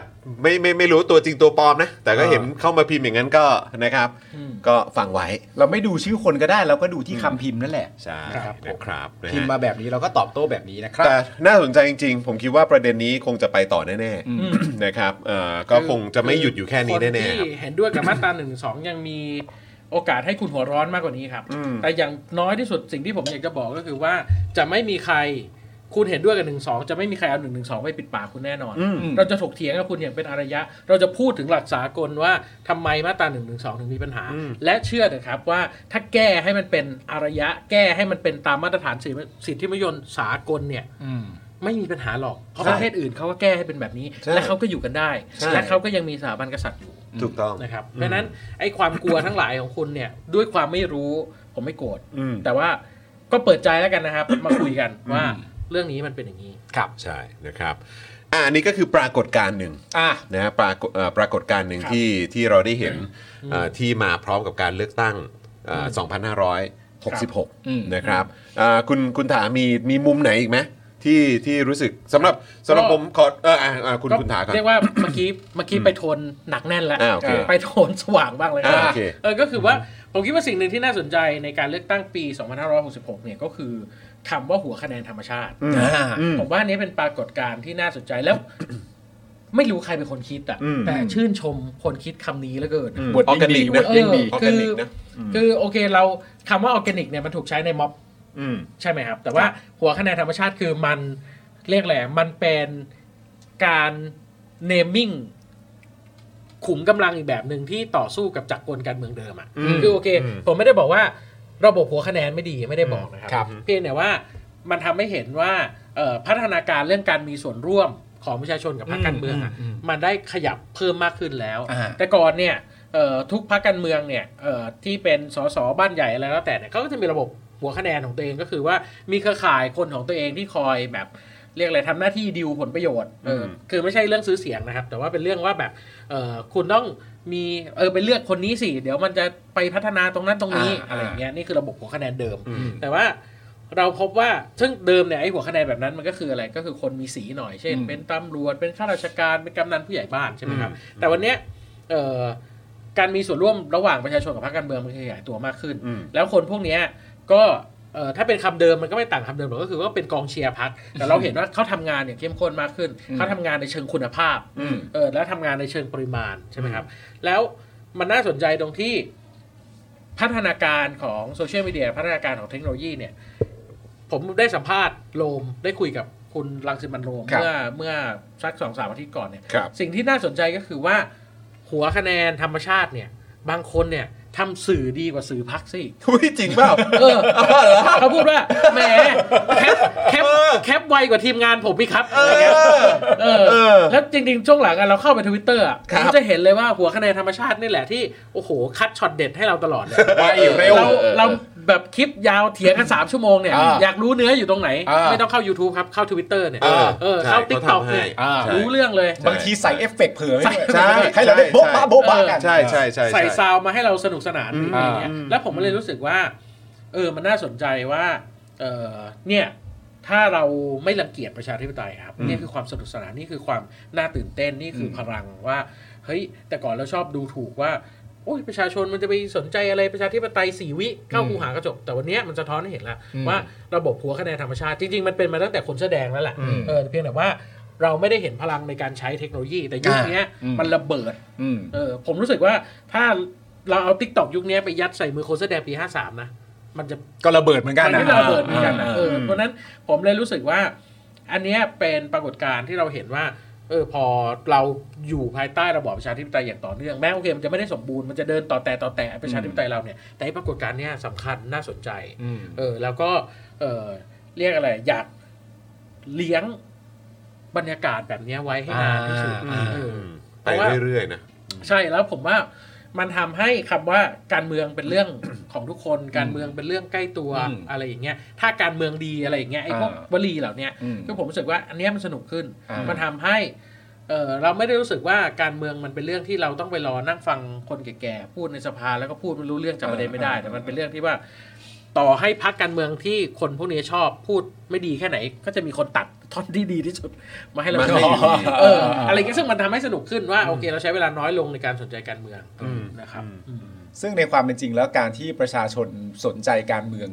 Speaker 1: ไม่ไม่ไม่รู้ตัวจริงตัวปลอมนะ แต่ก็
Speaker 2: เออ
Speaker 1: เห็นเข้ามาพิมพ์อย่างนั้นก็นะครับ
Speaker 3: อืม
Speaker 1: ก็ฟังไว้
Speaker 2: เราไม่ดูชื่อคนก็ได้ เราก็ดูที่คำพิมพ์นั่นแหละ
Speaker 1: ใช่
Speaker 2: ครับผม
Speaker 1: นะครับนะฮะ
Speaker 2: พิมพ์มาแบบนี้เราก็ตอบโต้แบบนี้นะครับ
Speaker 1: แต่น่าสนใจจริงๆ ผมคิดว่าประเด็นนี้คงจะไปต่อแน่ๆนะครับเอ่อก็คงจะไม่หยุดอยู่แค่นี้
Speaker 3: ค
Speaker 1: แน่
Speaker 3: ที่
Speaker 1: ๆครับ
Speaker 3: เห็นด้วยกับมาตรา1นึยังมีโอกาสให้คุณหัวร้อนมากกว่านี้ครับ
Speaker 1: อืม
Speaker 3: แต่อย่างน้อยที่สุดสิ่งที่ผมอยากจะบอกก็คือว่าจะไม่มีใครคุณเห็นด้วยกับ1นึจะไม่มีใครเอา1นึไปปิดปากคุณแน่นอน เราจะถกเถียงกับคุณอย่างเป็นอารยะ เราจะพูดถึงหลักสากลว่าทำไมมาตรา1นึถึงมีปัญหา และเชื่อเถอะครับว่าถ้าแก้ให้มันเป็นอารยะ แก้ให้มันเป็นตามมาตรฐานสิทธิมนุษยชนสากลเนี่ย ไม่มีปัญหาหรอกเพราะประเทศอื่นเขาก็แก้ให้เป็นแบบนี้
Speaker 1: ใช่
Speaker 3: และเขาก็อยู่กันได้
Speaker 1: ใช่
Speaker 3: และเขาก็ยังมีสถาบันกษัตริย์อยู่
Speaker 1: ถูกต้อง
Speaker 3: นะครับ เพราะฉะนั้นไอ้ความกลัวทั้งหลายของคุณเนี่ย ด้วยความไม่รู้ผมไม่โกรธ
Speaker 1: อืม
Speaker 3: แต่ว่าก็เปิดใจแล้วกันนะครับ มาคุยกันว่าเรื่องนี้มันเป็นอย่างนี้
Speaker 2: ครับ
Speaker 1: ใช่นะครับอ่ะอันนี้ก็คือปรากฏการณ์หนึ่ง
Speaker 2: อ่ะ
Speaker 1: นะฮะปรากฏเอ่อปรากฏการณ์หนึ่ง
Speaker 3: ครับ
Speaker 1: ที่ที่เราได้เห็นเอ่อที่มาพร้อมกับการเลือกตั้งเอ่อ
Speaker 2: อืม
Speaker 1: 2,566 นะครับเอ่อคุณคุณถามีมีมุมไหนอีกไหมที่ที่รู้สึกสำหรับสำหรับ
Speaker 3: ก็
Speaker 1: ผมขอเอออ่ะอ่ะคุณคุณถาก่อน
Speaker 3: เรียกว่า เมื่อกี้เมื่อกี้ไปโทนหนักแน่นแล้ว
Speaker 1: อ่าโอเค
Speaker 3: ไปโทนสว่างบ้างเลย
Speaker 1: อ่าโอเค
Speaker 3: เออก็คือว่าผมคิดว่าสิ่งหนึ่งที่น่าสนใจในการเลือกตั้งปี 2566 เนี่ยก็คือคำว่าหัวคะแนนธรรมชาติ
Speaker 2: อ่า
Speaker 3: ผมว่าอันนี้เป็นปรากฏการณ์ที่น่าสนใจแล้ว ไม่รู้ใครเป็นคนคิดอ่ะ
Speaker 1: อืม
Speaker 3: แต่ชื่นชมคนคิดคำนี้แล้วเกิน
Speaker 1: อืม
Speaker 2: บท
Speaker 1: ออร์แกนิกนะ
Speaker 3: เอ
Speaker 2: ยิ่
Speaker 3: อง
Speaker 2: ดี
Speaker 1: ออร์
Speaker 3: คื
Speaker 1: แก
Speaker 3: อ
Speaker 1: นิกนะ
Speaker 3: คือโอเคเราคำว่าออร์แกนิกเนี่ยมันถูกใช้ในม็อบ
Speaker 1: อืม
Speaker 3: ใช่ไหมครับ แต่ว่าหัวคะแนนธรรมชาติคือมันเรียกแหละไรมันเป็นการเนมมิ่งขุมกำลังอีกแบบหนึ่งที่ต่อสู้กับจักรกลการเมืองเดิมอ่ะ
Speaker 1: อืม
Speaker 3: คือโอเค
Speaker 1: อืม
Speaker 3: ผมไม่ได้บอกว่าระบบหัวคะแนนไม่ดีไม่ได้บอกนะครั
Speaker 2: ครับ
Speaker 3: เพียงแต่ว่ามันทำให้เห็นว่าเอ่อพัฒนาการเรื่องการมีส่วนร่วมของประชาชนกับพรรคการเมืองอะ
Speaker 2: อืมอืม
Speaker 3: มันได้ขยับเพิ่มมากขึ้นแล้ว
Speaker 2: อ่า
Speaker 3: แต่ก่อนเนี่ยเอ่อทุกพรรคการเมืองเนี่ยเอ่อที่เป็นสสบ้านใหญ่อะไรแล้วแต่เนี่ยเขาก็จะมีระบบหัวคะแนนของตัวเองก็คือว่ามีเครือข่ายคนของตัวเองที่คอยแบบเรียกอะไรทำหน้าที่ดิวผลประโยชน์เอออ
Speaker 1: ม
Speaker 3: คือไม่ใช่เรื่องซื้อเสียงนะครับ แต่ว่าเป็นเรื่องว่าแบบเอ่อคุณต้องมีเออไปเลือกคนนี้สิเดี๋ยวมันจะไปพัฒนาตรงนั้นตรงนี้
Speaker 2: อ่า
Speaker 3: อะไรอย่างเงี้ยนี่คือระบบหัวคะแนนเดิม
Speaker 1: อืม
Speaker 3: แต่ว่าเราพบว่าซึ่งเดิมเนี่ยไอ้หัวคะแนนแบบนั้นมันก็คืออะไรก็คือคนมีสีหน่อยเช่น
Speaker 2: อืม
Speaker 3: เป็นตำรวจเป็นข้าราชการเป็นกำนันผู้ใหญ่บ้านใช่ไหมครับ แต่วันเนี้ยเอ่อการมีส่วนร่วมระหว่างประชาชนกับพรรคการเมืองมันขยายตัวมากขึ้น
Speaker 1: อืม
Speaker 3: แล้วคนพวกเนี้ยก็เอ่อถ้าเป็นคำเดิมมันก็ไม่ต่างคำเดิมหรอกก็คือว่าเป็นกองเชียร์พรรคแต่เราเห็นว่าเขาทำงานอย่างเข้มข้นมากขึ้นเขาทำงานในเชิงคุณภาพ
Speaker 1: อืม
Speaker 3: เออแล้วทำงานในเชิงปริมาณใช่ไหมครับ แล้วมันน่าสนใจตรงที่พัฒนาการของโซเชียลมีเดียพัฒนาการของเทคโนโลยีเนี่ย ผมได้สัมภาษณ์โรมได้คุยกับคุณรังสิมันต์โรม
Speaker 2: ครับ
Speaker 3: เมื่อเมื่อสักสองสามอาทิตย์ก่อนเนี่ย
Speaker 1: ครับ
Speaker 3: สิ่งที่น่าสนใจก็คือว่าหัวคะแนนธรรมชาติเนี่ย บางคนเนี่ยทำสื่อดีกว่าสื่อพักสิ
Speaker 1: อุ๊ยจริงเปล่า
Speaker 3: เออเขาพูดว่าแหมแคปแคปแคปไวกว่าทีมงานผมพี่ครับอะไรเงี้ยเอ
Speaker 1: เออ
Speaker 3: อแล้วจริงๆ ช่วงหลังอะเราเข้าไปทวิตเตอร์อะ
Speaker 1: ครับ
Speaker 3: เราจะเห็นเลยว่าหัวคะแนนธรรมชาตินี่แหละที่ โอ้โห คัดช็อตเด็ดให้เราตลอดเลย
Speaker 2: ไวเร็ว
Speaker 3: เราเราแบบคลิปยาวเถียงกันสามชั่วโมงเนี่ย
Speaker 2: อ่า
Speaker 3: อยากรู้เนื้ออยู่ตรงไหน
Speaker 2: อ่า
Speaker 3: ไม่ต้องเข้า YouTube ครับ เข้า Twitter เนี่ย
Speaker 1: เออ
Speaker 3: เออเข้า
Speaker 1: ใช่
Speaker 3: TikTok
Speaker 1: เขาทำให้
Speaker 3: เนี่ย
Speaker 1: อ่า
Speaker 3: รู้เรื่องเลย
Speaker 2: บางทีใส่เอฟเฟกต์เผื่อไว้ด้วย
Speaker 1: ใช่
Speaker 2: ให้เราได้โบ๊ะบะโบ๊ะบะกัน
Speaker 1: ใช่ใช่ใช่ช่
Speaker 3: ใส่ซาวด์มาให้เราสนุกสนาน
Speaker 1: อืม
Speaker 3: อะไรอย่างเงี้ย แล้วผมก็เลยรู้สึกว่า เออ มันน่าสนใจว่า เออเนี่ย ถ้าเราไม่รังเกียจประชาธิปไตยครับ นี่คือความสนุกสนาน นี่คือความน่าตื่นเต้น นี่คืออพลังว่า เฮ้ย แต่ก่อนเราชอบดูถูกว่า โอ้ยประชาชนมันจะไปสนใจอะไรประชาธิปไตยสี่วิเข้าคูหากระจก แต่วันเนี้ยมันจะท้อนให้เห็นแล้วว่าระบบหัวคะแนนธรรมชาติ จริง ๆ มันเป็นมาตั้งแต่คนแสอแดงแล้วแหละ เออเพียงแต่ว่า เราไม่ได้เห็นพลังในการใช้เทคโนโลยี แต่ยุคเนี้ย
Speaker 2: อ่าอืม
Speaker 3: มันระเบิด
Speaker 2: อืม
Speaker 3: เออผมรู้สึกว่าถ้าเราเอาทิกตอกยุคนี้ไปยัดใส่มือคนแสอแดงปี 53 นะ มันจะ
Speaker 2: ก็ระเบิดเหมือนกัน
Speaker 3: มั
Speaker 2: นะ
Speaker 3: นก็ระเบิดเหมือนกันนะเออ
Speaker 2: ม
Speaker 3: เพราะฉะนั้นผมเลยรู้สึกว่า อันเนี้ยเป็นปรากฏการณ์ที่เราเห็นว่า เออพอเราอยู่ภายใต้ระบอบประชาธิปไตยอย่างต่อเนื่องแม้โอเคมันจะไม่ได้สมบูรณ์มันจะเดินต่อแต่ต่อแต่ประชาธิปไตยเราเนี่ยแต่ไอ้ปรากฏการณ์เนี้ยสำคัญน่าสนใจ
Speaker 2: อืม
Speaker 3: เออแล้วก็เออเรียกอะไรอยากเลี้ยงบรรยากาศแบบเนี้ยไว้ให้นานที่สุด
Speaker 2: อ่า
Speaker 3: เออ
Speaker 1: ไปเรื่อยๆนะ
Speaker 3: ใช่แล้วผมว่ามันทำให้คำว่าการเมืองเป็นเรื่อง ของทุกคนการเมืองเป็นเรื่องใกล้ตัว
Speaker 2: อืม
Speaker 3: อะไรอย่างเงี้ยถ้าการเมืองดีอะไรอย่างเงี้ยไอ้พวก
Speaker 2: อ่าว
Speaker 3: ลีเหล่าเนี้ย
Speaker 2: อืม
Speaker 3: คือผมรู้สึกว่าอันเนี้ยมันสนุกขึ้น
Speaker 2: อ่ามั
Speaker 3: มันทำให้เออเราไม่ได้รู้สึกว่าการเมืองมันเป็นเรื่องที่เราต้องไปรอนั่งฟังคนแก่ๆพูดในสภาแล้วก็พูดไม่รู้เรื่องจำประเด็นไม่ได้
Speaker 2: อ่า
Speaker 3: แต่มันเป็นเรื่องที่ว่า ต่อให้พักการเมืองที่คนพวกนี้ชอบพูดไม่ดีแค่ไหน ก็จะมีคนตัดท่อนที่ดีที่สุดมาให้เรา
Speaker 1: มา
Speaker 3: ช
Speaker 1: ให้อ
Speaker 3: ม
Speaker 1: ยู่ดี
Speaker 3: เอออะไรเงี้ยซึ่งมันทำให้สนุกขึ้นว่าโอเคเราใช้เวลาน้อยลงในการสนใจการเมืองนะครับอืม
Speaker 2: ซึ่งในความเป็นจริงแล้วการที่ประชาชนสนใจการเมือง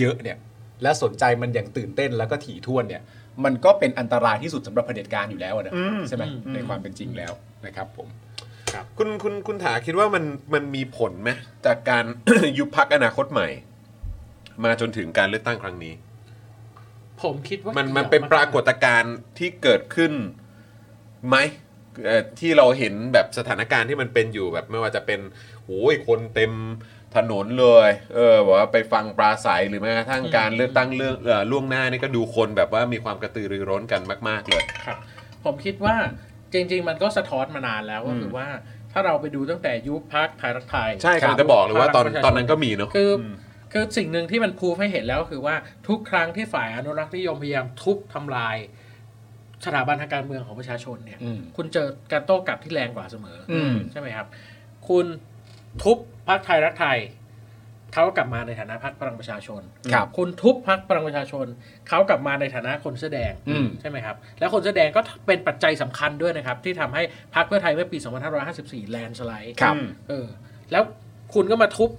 Speaker 2: เยอะๆเนี่ย และสนใจมันอย่างตื่นเต้นแล้วก็ถี่ถ้วนเนี่ย มันก็เป็นอันตรายที่สุดสำหรับเผด็จการอยู่แล้วอะนะใช่ไหมในความเป็นจริงแล้วนะครับ ผม
Speaker 1: คุณคุณคุณถาคิดว่ามันมันมีผลไหมจากการ ยุบพักอนาคตใหม่ มาจนถึงการเลือกตั้งครั้งนี้
Speaker 3: ผมคิดว่า
Speaker 1: มั
Speaker 3: มัน
Speaker 1: มันเป็นปรากฏการณ์ที่เกิดขึ้นไหมเอ่อที่เราเห็นแบบสถานการณ์ที่มันเป็นอยู่แบบไม่ว่าจะเป็นโอ้ยคนเต็มถนนเลย เออแบบว่าไปฟังปราศัยหรือแม้กระทั่งการเลือกตั้งเรื่องเอ่อล่วงหน้านี่ก็ดูคนแบบว่ามีความกระตือรือร้นกันมาก ๆ เลย
Speaker 3: ครับผมคิดว่าจริง ๆ มันก็สะท้อนมานานแล้วก็คือว่า ถ้าเราไปดูตั้งแต่ยุคพักไทยรักไทย
Speaker 1: ใช่กำลังจะบอกเลยว่าตอน
Speaker 3: พรรคประชช
Speaker 1: ตอนนั้นก็มีเนาะ
Speaker 3: คืออคือสิ่งหนึ่งที่มันพูฟให้เห็นแล้วก็คือว่าทุกครั้งที่ฝ่ายอนุรักษ์นิยมพยายามทุบทำลาย สถาบันทางการเมืองของประชาชนเนี่ย
Speaker 2: อืม
Speaker 3: คุณเจอการโต้กลับที่แรงกว่าเสมออ
Speaker 2: อืม
Speaker 3: ใช่ไหมครับ คุณทุบพักไทยรักไทย เขากลับมาในฐานะพักพลังประชาชน
Speaker 2: ครับ
Speaker 3: คุณทุบพักพลังประชาชน เขากลับมาในฐานะคนเสื้อแดง
Speaker 2: อืม
Speaker 3: ใช่ไหมครับ แล้วคนเสื้อแดงก็เป็นปัจจัยสำคัญด้วยนะครับ ที่ทำให้พักเพื่อไทยเมื่อปี 2554 แลนสไลด์
Speaker 2: ครับ
Speaker 3: เออ แล้วคุณก็มาทุบ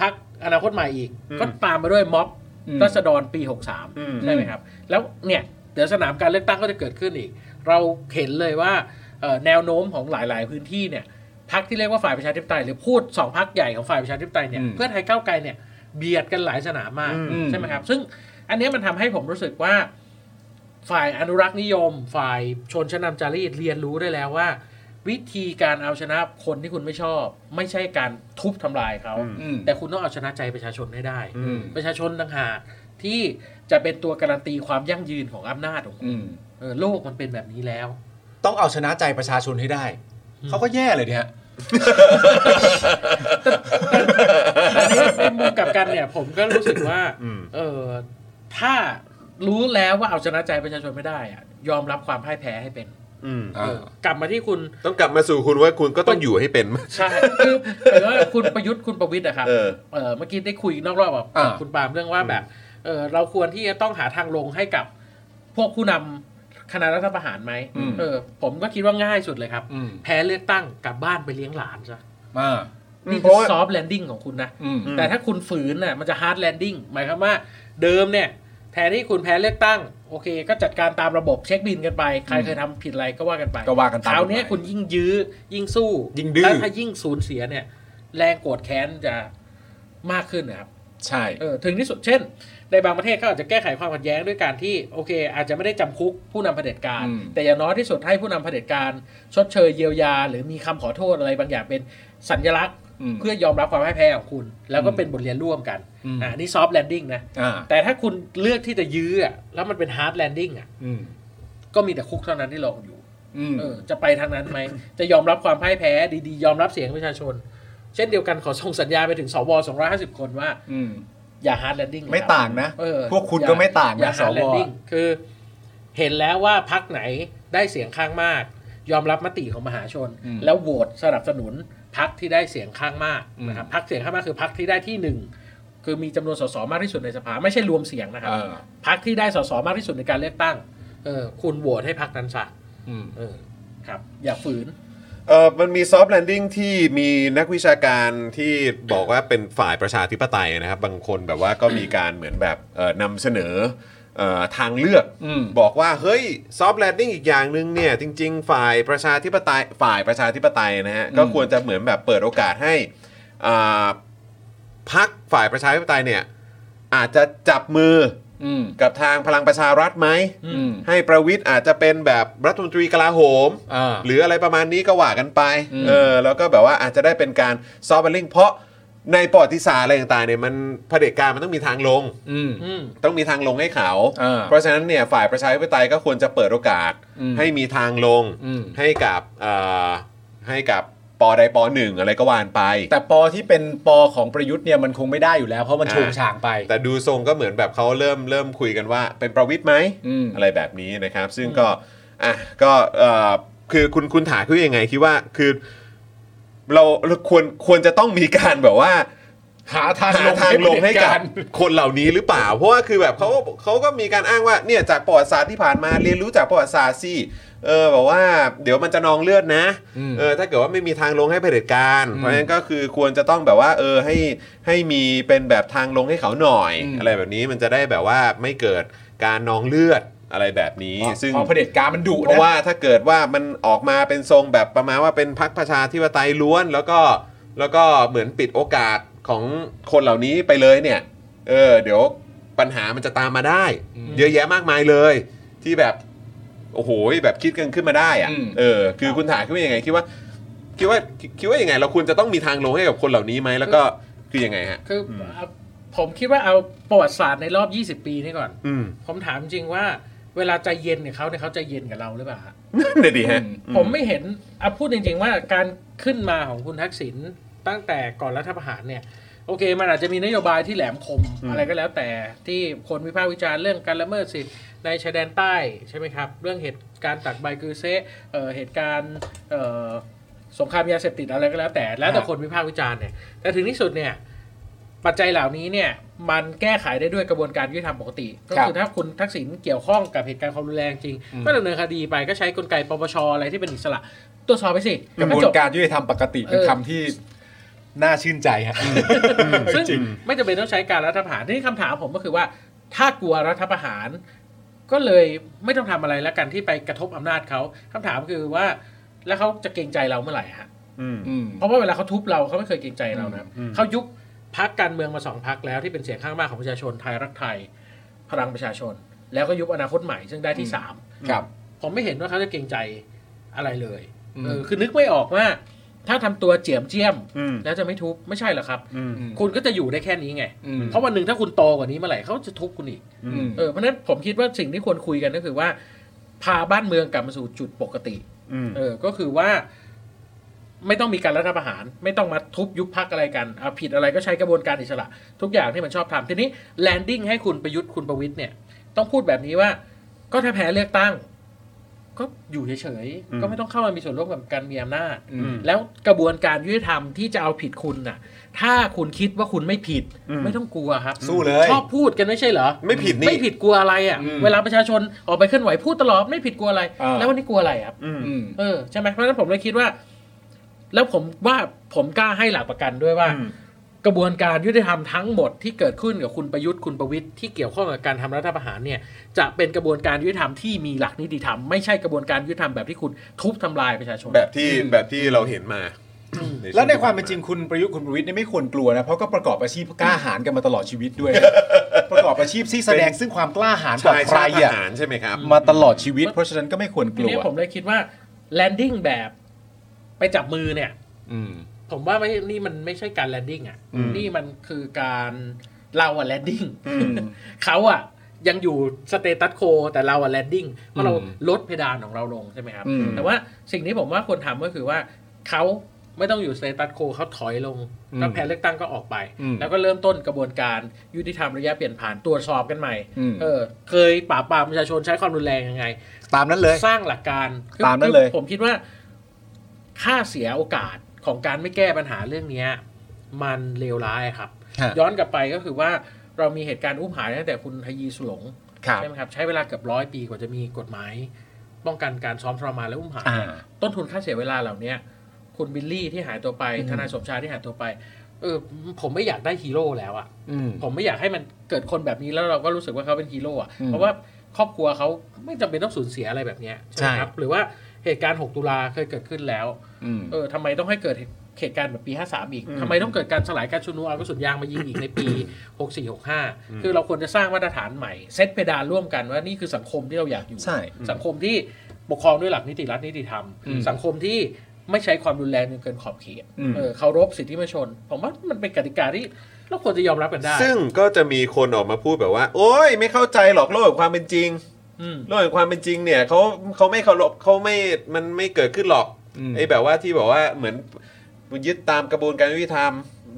Speaker 3: พักอนาคตใหม่อีก ก็ตามมาด้วยม็อบ
Speaker 2: อืม
Speaker 3: รัษฎรปี 63 ใช่ไหมครับ แล้วเนี่ยเดี๋ยวสนามการเลือกตั้งก็จะเกิดขึ้นอีก เราเห็นเลยว่าเอ่อแนวโน้มของหลาย ๆ พื้นที่เนี่ยพักที่เรียกว่าฝ่ายประชาธิปไตยหรือพูดสองพักใหญ่ของฝ่ายประชาธิปไตยเนี่ย
Speaker 2: อืม
Speaker 3: เพื่อไทยก้าวไกลเนี่ยเบียดกันหลายสนามมาก
Speaker 2: อืม
Speaker 3: ใช่ไหมครับ ซึ่งอันเนี้ยมันทำให้ผมรู้สึกว่า ฝ่ายอนุรักษ์นิยม ฝ่ายชนชั้นนำจารีตเรียนรู้ได้แล้วว่า วิธีการเอาชนะคนที่คุณไม่ชอบ ไม่ใช่การทุบทำลายเขา
Speaker 2: อืม
Speaker 3: แต่คุณต้องเอาชนะใจประชาชนให้ได้
Speaker 2: อืม
Speaker 3: ประชาชนต่างหากที่จะเป็นตัวการันตีความยั่งยืนของอำนาจของคุณ
Speaker 2: อืม
Speaker 3: เออโลกมันเป็นแบบนี้แล้ว
Speaker 2: ต้องเอาชนะใจประชาชนให้ได้ เขาก็แย่เลยเนี่ย
Speaker 3: อันนี้ในมุมกลับกันเนี่ยผมก็รู้สึกว่าเออถ้ารู้แล้วว่าเอาชนะใจประชาชนไม่ได้อะยอมรับความพ่ายแพ้ให้เป็นเออกลับมาที่คุณ
Speaker 1: ต้องกลับมาสู่คุณว่าคุณก็ต้องอยู่ให้เป็น
Speaker 3: ใช่คือเหมือนว่าคุณประยุทธ์คุณประวิทย์อะครับ
Speaker 1: เออ
Speaker 3: เออเมื่อกี้ได้คุยนอกรอบกับ
Speaker 2: อ่า
Speaker 3: คุณปาล์มเรื่องว่าแบบเออเราควรที่จะต้องหาทางลงให้กับพวกผู้นำคณะรัฐประหารไหมเออ ผมก็คิดว่าง่ายสุดเลยครับ
Speaker 2: อืม
Speaker 3: แพ้เลือกตั้งกลับบ้านไปเลี้ยงหลานซะ
Speaker 2: อ่า
Speaker 3: นี่
Speaker 1: เพ
Speaker 3: คื
Speaker 1: ราะ
Speaker 3: อ
Speaker 1: ว่า
Speaker 3: ซอฟต์แลนดิ้งของคุณนะ
Speaker 2: อืม
Speaker 3: แต่ถ้าคุณฝืนน่ะมันจะฮาร์ดแลนดิ้งหมายความว่าเดิมเนี่ยแทนที่คุณแพ้เลือกตั้ง โอเค ก็จัดการตามระบบเช็คบินกันไป ใครเคยทำผิดอะไรก็ว่ากันไป
Speaker 2: ก็ว่ากันตาม
Speaker 3: คราวเนี้ยคุณยิ่งยื้อยิ่งสู้
Speaker 2: ยิ่งดื้อ
Speaker 3: แล้วถ้ายิ่งสูญเสียเนี่ย แรงโกรธแค้นจะมากขึ้นนะครับ
Speaker 2: ใช่
Speaker 3: เออถึงที่สุดเช่น ในบางประเทศเขาอาจจะแก้ไขความขัดแย้งด้วยการที่โอเค อาจจะไม่ได้จำคุกผู้นำเผด็จการ
Speaker 2: อืม
Speaker 3: แต่อย่างน้อยที่สุดให้ผู้นำเผด็จการชดเชยเยียวยา หรือมีคำขอโทษอะไรบางอย่างเป็นสัญลักษณ์
Speaker 2: ม
Speaker 3: เพื่อยอมรับความพ่ายแพ้ของคุณ แล้วก็
Speaker 2: อืม
Speaker 3: เป็นบทเรียนร่วมกัน
Speaker 2: อืม
Speaker 3: อ่านี่ซอฟต์แลนดิ้งนะ
Speaker 2: อ่า
Speaker 3: แต่ถ้าคุณเลือกที่จะยื้ออะแล้วมันเป็นฮาร์ดแลนดิ้งอ่ะ
Speaker 2: อืม
Speaker 3: ก็มีแต่คุกเท่านั้นที่รออยู่
Speaker 2: อืม
Speaker 3: เออจะไปทางนั้นไหม จะยอมรับความพ่ายแพ้ดีๆ ยอมรับเสียงประชาชน เช่นเดียวกันขอส่งสัญญาณไปถึงสว250 คนว่า
Speaker 2: อืม
Speaker 3: อย่าฮาร์ดแลนดิ้ง
Speaker 2: ไม่ต่างนะ
Speaker 3: เออ
Speaker 2: พวกคุณ
Speaker 3: อย่
Speaker 2: ก็ไม่ต่าง
Speaker 3: อย่า
Speaker 2: นะส
Speaker 3: ฮาร์ด
Speaker 2: ว
Speaker 3: แลนดิ้งคือเห็นแล้วว่าพักไหนได้เสียงข้างมาก ยอมรับมติของมหาชน แล้วโหวตสนับสนุนพักที่ได้เสียงข้างมากนะครับพักเสียงข้างมากคือพักที่ได้ที่หนึ่งคือมีจำนวนสสมากที่สุดในสภาไม่ใช่รวมเสียงนะครั
Speaker 2: เอบ อ
Speaker 3: พักที่ได้สสมากที่สุดในการเลือกตั้งเออคุณโหวตให้พักนั้นซะ
Speaker 2: อืม
Speaker 3: เออครับ อย่าฝืน
Speaker 1: เออมันมีซอฟต์แลนดิ้งที่มีนักวิชาการที่บอกว่าเป็นฝ่ายประชาธิปไตยนะครับ บางคนแบบว่าก็มีการเหมือนแบบเอ่อนำเสนอ เอ่อทางเลือก
Speaker 2: อืม
Speaker 1: บอกว่าเฮ้ยซอฟต์แลนดิ้งอีกอย่างหนึ่งเนี่ยจริง ๆ ฝ่ายประชาธิปไตยฝ่ายประชาธิปไตยนะฮะก็ควรจะเหมือนแบบเปิดโอกาสให้อ่าพักฝ่ายประชาธิปไตยเนี่ยอาจจะจับมือ
Speaker 2: อืม
Speaker 1: กับทางพลังประชารัฐไหม
Speaker 2: อืม
Speaker 1: ให้ประวิทย์อาจจะเป็นแบบรัฐมนตรีกลาโหม
Speaker 3: อ่า
Speaker 1: หรืออะไรประมาณนี้ก็ว่ากันไป
Speaker 2: อืม
Speaker 1: เออ แล้วก็แบบว่าอาจจะได้เป็นการซอฟต์แวร์ลิงเพราะในประวัติศาสตร์อะไรต่างๆเนี่ยมันเผด็จการมันต้องมีทางลง
Speaker 2: อืม
Speaker 3: อืม
Speaker 1: ต้องมีทางลงให้เขา
Speaker 2: เออ
Speaker 1: เพราะฉะนั้นเนี่ยฝ่ายประชาธิปไตยก็ควรจะเปิดโอกาส
Speaker 2: อืม
Speaker 1: ให้มีทางลง
Speaker 2: อืม
Speaker 1: ให้กับเอ่อให้กับปอใดปอหนึ่งอะไรก็ว่านไป
Speaker 2: แต่ปอที่เป็นปอของประยุทธ์เนี่ยมันคงไม่ได้อยู่แล้ว เพราะมัน
Speaker 1: อ่า
Speaker 2: ชงช่างไป
Speaker 1: แต่ดูทรงก็เหมือนแบบเขาเริ่มเริ่มคุยกันว่าเป็นประวิทย์ไหม
Speaker 2: อืม
Speaker 1: ไรแบบนี้นะครับ ซึ่งก็อ่ะก็เอ่อคือคุณคุณถาคือยังไงคิดว่าคือเราเราควรควรจะต้องมีการแบบว่า
Speaker 2: หาทาง
Speaker 1: หา
Speaker 2: ลง
Speaker 1: ทางลงให้กับ
Speaker 2: เผด็จาร
Speaker 1: คนเหล่านี้หรือเปล่า เพราะว่าคือแบบเขาเขาก็มีการอ้างว่าเนี่ยจากประวัติศาสตร์ที่ผ่านมาเรียนรู้จากประวัติศาสตร์สิเออแบบว่าเดี๋ยวมันจะนองเลือดนะ
Speaker 2: อืม
Speaker 1: เออถ้าเกิดว่าไม่มีทางลงให้เผด็จการเพราะฉะนั้นก็คือควรจะต้องแบบว่า เออให้ให้มีเป็นแบบทางลงให้เขาหน่อย
Speaker 2: อืม
Speaker 1: อะไรแบบนี้มันจะได้แบบว่าไม่เกิดการนองเลือดอะไรแบบนี้ ซึ่ง
Speaker 2: เพราะเผด็จการมันดุ
Speaker 1: เพ
Speaker 2: นะ
Speaker 1: ราะว่าถ้าเกิดว่ามันออกมาเป็นทรงแบบประมาณว่าเป็นพักประชาธิปไตยล้วน แล้วก็แล้วก็เหมือนปิดโอกาสของคนเหล่านี้ไปเลยเนี่ย เออ เดี๋ยวปัญหามันจะตามมาได้
Speaker 2: อืม
Speaker 1: เยอะแยะมากมายเลย ที่แบบโอ้โหแบบคิดกันขึ้นมาได้อะ
Speaker 2: อืม
Speaker 1: เออ คือคุณถามคิดว่ายังไงคิดว่า คิดว่าคิดว่ายังไง เราควรจะต้องมีทางลงให้กับคนเหล่านี้ไหมแล้วก็คือยังไงฮะ
Speaker 3: คืออ
Speaker 1: ม
Speaker 3: ผมคิดว่าเอาประวัติศาสตร์ในรอบ 20 ปีนี่ก่อน
Speaker 1: อืม
Speaker 3: ผมถามจริงว่าเวลาใจเย็นเนี่ยเขาเนี่ยเขาใจเย็นกับเราหรือเปล่าฮะ
Speaker 1: นั่นนะดีฮะ
Speaker 3: ผมไม่เห็นอ่ะพูดจริง ๆ ว่าการขึ้นมาของคุณทักษิณตั้งแต่ก่อนรัฐประหารเนี่ย โอเค มันอาจจะมีนโยบายที่แหลมคม
Speaker 1: อืม
Speaker 3: อะไรก็แล้วแต่ที่คนวิพากษ์วิจารณ์เรื่องการละเมิดสิทธิในชายแดนใต้ใช่ไหมครับ เรื่องเหตุการณ์ตักใบกือเซะเอ่อเหตุการณ์เอ่อสงครามยาเสพติดอะไรก็แล้วแต่ แล้วแต่
Speaker 2: ฮะ
Speaker 3: คนวิพากษ์วิจารณ์เนี่ยแต่ถึงที่สุดเนี่ย ปัจจัยเหล่านี้เนี่ยมันแก้ไขได้ด้วยกระบวนการยุติธรรมปกติ ก็
Speaker 2: ครับ
Speaker 3: คือถ้าคุณทักษิณเกี่ยวข้องกับเหตุการณ์ความรุนแรงจริง
Speaker 2: อืม
Speaker 3: ก็ดำเนินคดีไปก็ใช้กลไกปปชอะไรที่เป็นอิสระตรวจสอบไปสิ
Speaker 2: กระบวน
Speaker 3: จ
Speaker 2: การยุติธรรมปกติเป็น
Speaker 3: เออ
Speaker 2: คำที่น่าชื่นใจฮะ
Speaker 3: ซึ่ง
Speaker 2: จริง
Speaker 3: ไม่จำเป็นต้องใช้การรัฐประหาร ที่คำถามผมก็คือว่า ถ้ากลัวรัฐประหาร ก็เลยไม่ต้องทำอะไรแล้วกันที่ไปกระทบอำนาจเขาคำถามคือว่า แล้วเขาจะเกรงใจเราเมื่อไหร่ฮะ
Speaker 1: อืม
Speaker 2: อืม
Speaker 3: เพราะว่าเวลาเขาทุบเราเขาไม่เคยเกรงใจเรานะครับ
Speaker 1: อืม
Speaker 3: เขายุบพักการเมืองมาสองพักแล้วที่เป็นเสียงข้างมากของประชาชนไทยรักไทย พลังประชาชน แล้วก็ยุบอนาคตใหม่ซึ่งได้ที่
Speaker 2: อืม
Speaker 3: สาม
Speaker 2: ครับ
Speaker 3: ผมไม่เห็นว่าเขาจะเกรงใจอะไรเลย
Speaker 2: อืม
Speaker 3: เออคือนึกไม่ออกว่า ถ้าทำตัวเจียมเจียม
Speaker 1: อืม
Speaker 3: แล้วจะไม่ทุบไม่ใช่เหรอครับ
Speaker 1: อืม
Speaker 3: คุณก็จะอยู่ได้แค่นี้ไง
Speaker 2: อืม
Speaker 3: เพราะวันหนึ่งถ้าคุณโตกว่านี้เมื่อไหร่เขาจะทุบคุณอีก
Speaker 2: อืม
Speaker 3: เออ เพราะฉะนั้นผมคิดว่าสิ่งที่ควรคุยกันก็คือว่า พาบ้านเมืองกลับมาสู่จุดปกติ
Speaker 1: อืม
Speaker 3: เออ ก็คือว่า ไม่ต้องมีการรัฐประหาร ไม่ต้องมาทุบยุบพักอะไรกันเอาผิดอะไรก็ใช้กระบวนการอิสระ ทุกอย่างที่มันชอบทำทีนี้แลนดิ้งให้คุณประยุทธ์คุณประวิทย์เนี่ย ต้องพูดแบบนี้ว่า ก็ถ้าแพ้เลือกตั้ง ก็อยู่เฉย
Speaker 1: อืม
Speaker 3: ๆ ก็ไม่ต้องเข้ามามีส่วนร่วมกับการมีอำนาจ
Speaker 2: อืม
Speaker 3: แล้วกระบวนการยุติธรรมที่จะเอาผิดคุณน่ะ ถ้าคุณคิดว่าคุณไม่ผิด
Speaker 1: อืม
Speaker 3: ไม่ต้องกลัวครับ
Speaker 2: สู้เลย
Speaker 3: ชอบพูดกันไม่ใช่เหรอ
Speaker 1: ไม่ผิดนี่
Speaker 3: ไม่ผิดกลัวอะไรอ่ะ
Speaker 2: อืม
Speaker 3: เวลาประชาชนออกไปเคลื่อนไหวพูดตลอดไม่ผิดกลัวอะไร
Speaker 2: อ่า
Speaker 3: แล้ววันนี้กลัวอะไรครับ
Speaker 1: อืม
Speaker 2: อืม
Speaker 3: เออใช่ไหมเพราะฉะนั้นผมเลยคิดว่า แล้วผมว่าผมกล้าให้หลักประกันด้วยว่า
Speaker 1: อืม
Speaker 3: กระบวนการยุติธรรมทั้งหมดที่เกิดขึ้นกับคุณประยุทธ์คุณประวิทย์ที่เกี่ยวข้องกับการทำรัฐประหารเนี่ย จะเป็นกระบวนการยุติธรรมที่มีหลักนิติธรรมไม่ใช่กระบวนการยุติธรรมแบบที่คุณทุบทำลายประชาชน
Speaker 1: แบบที่แบบที่เราเห็นมาช่ง
Speaker 2: แล้วในความเป็นจริงคุณประยุทธ์คุณประวิทย์เนี่ยไม่ควรกลัวนะ เพราะก็ประกอบอาชีพกล้าหาญกันมาตลอดชีวิต ด้วยนะ ประกอบอาชีพที่แสดงซึ่งความกล้าหาญกว่า
Speaker 1: ชาย
Speaker 2: ใคร
Speaker 1: ชาติท
Speaker 2: อ่ะ
Speaker 1: หารใช่ไหมครับ
Speaker 2: มาตลอดชีวิต เพราะฉะนั้นก็ไม่ควรก
Speaker 3: ที
Speaker 2: ลัว
Speaker 3: นี้ผมเลยคิดว่าแลนดิ้งแบบไปจับมือเนี่ย
Speaker 2: อืม
Speaker 3: ผมว่าไม่นี่มันไม่ใช่การแลนดิ้งอ่ะ
Speaker 1: อืม
Speaker 3: นี่มันคือการเราอะแลนดิ้ง
Speaker 1: อืม
Speaker 3: เขาอะยังอยู่สเตตัสโคแต่เราอะแลนดิ้งเพราะเรา
Speaker 2: อืม
Speaker 3: ลดเพดานของเราลงใช่ไหมครับ
Speaker 2: อืม
Speaker 3: แต่ว่าสิ่งที่ผมว่าควรทำก็คือว่าเขาไม่ต้องอยู่สเตตัสโคเขาถอยลง
Speaker 2: อืม
Speaker 3: แล้วแพ้เลือกตั้งก็ออกไป
Speaker 2: อืม
Speaker 3: แล้วก็เริ่มต้นกระบวนการยุติธรรมระยะเปลี่ยนผ่านตรวจสอบกันใหม่
Speaker 2: อืม
Speaker 3: เออเคยปราบปรามประชาชนใช้ความรุนแรงยังไง
Speaker 2: ตามนั้นเลย
Speaker 3: สร้างหลักการคือ
Speaker 2: ตามนั้นเลย
Speaker 3: คือผมคิดว่า ค่าเสียโอกาสของการไม่แก้ปัญหาเรื่องเนี้ย มันเลวร้ายครับ
Speaker 2: ฮะ
Speaker 3: ย้อนกลับไปก็คือว่าเรามีเหตุการณ์อุ้มหายตั้งแต่คุณทยีสุหลง
Speaker 2: ครับ
Speaker 3: ใช่ไหมครับ ใช้เวลาเกือบร้อยปีกว่าจะมีกฎหมาย ป้องกันการซ้อมทรมานและอุ้มหาย
Speaker 2: อ่า
Speaker 3: ต้นทุนค่าเสียเวลาเหล่าเนี้ยคุณบิลลี่ที่หายตัวไป
Speaker 2: อืม
Speaker 3: ทนายสมชายที่หายตัวไป เออผมไม่อยากได้ฮีโร่แล้วอะ
Speaker 2: อืม
Speaker 3: ผมไม่อยากให้มันเกิดคนแบบนี้แล้วเราก็รู้สึกว่าเขาเป็นฮีโร่อะ
Speaker 2: อืม
Speaker 3: เพราะว่าครอบครัวเขาไม่จำเป็นต้องสูญเสียอะไรแบบเนี้ย
Speaker 2: ใช่
Speaker 3: ไหมครับ หรือว่าเหตุการณ์ 6 ตุลาเคยเกิดขึ้นแล้ว
Speaker 2: อืม
Speaker 3: เออทำไมต้องให้เกิดเหตุการณ์แบบปี 53 อีก
Speaker 1: อืม
Speaker 3: ทำไมต้องเกิดการสลายการชุมนุมเอากระสุนยางมายิงอีกใน ปี 64 65 คือเราควรจะสร้างมาตรฐานใหม่ เซตเพดานร่วมกันว่านี่คือสังคมที่เราอยากอยู่
Speaker 2: ใช่
Speaker 3: สังคมที่ปกครองด้วยหลักนิติรัฐนิติธรรม
Speaker 2: อืม
Speaker 3: สังคมที่ไม่ใช้ความรุนแรงจนเกินขอบเขต
Speaker 2: อืม
Speaker 3: เออเคารพสิทธิมนชน ผมว่ามันเป็นกติกาที่เราควรจะยอมรับกันได้
Speaker 1: ซึ่งก็จะมีคนออกมาพูดแบบว่า โอ้ยไม่เข้าใจหรอกโลกแห่งความเป็นจริง
Speaker 3: อืม
Speaker 1: โลกแห่งความเป็นจริงเนี่ยเขาเขาไม่เคารพเขาไม่มันไม่เกิดขึ้นหรอก
Speaker 2: อืม
Speaker 1: ไอ้แบบว่าที่แบบว่าเหมือนยึดตามกระบวนการยุติธรรม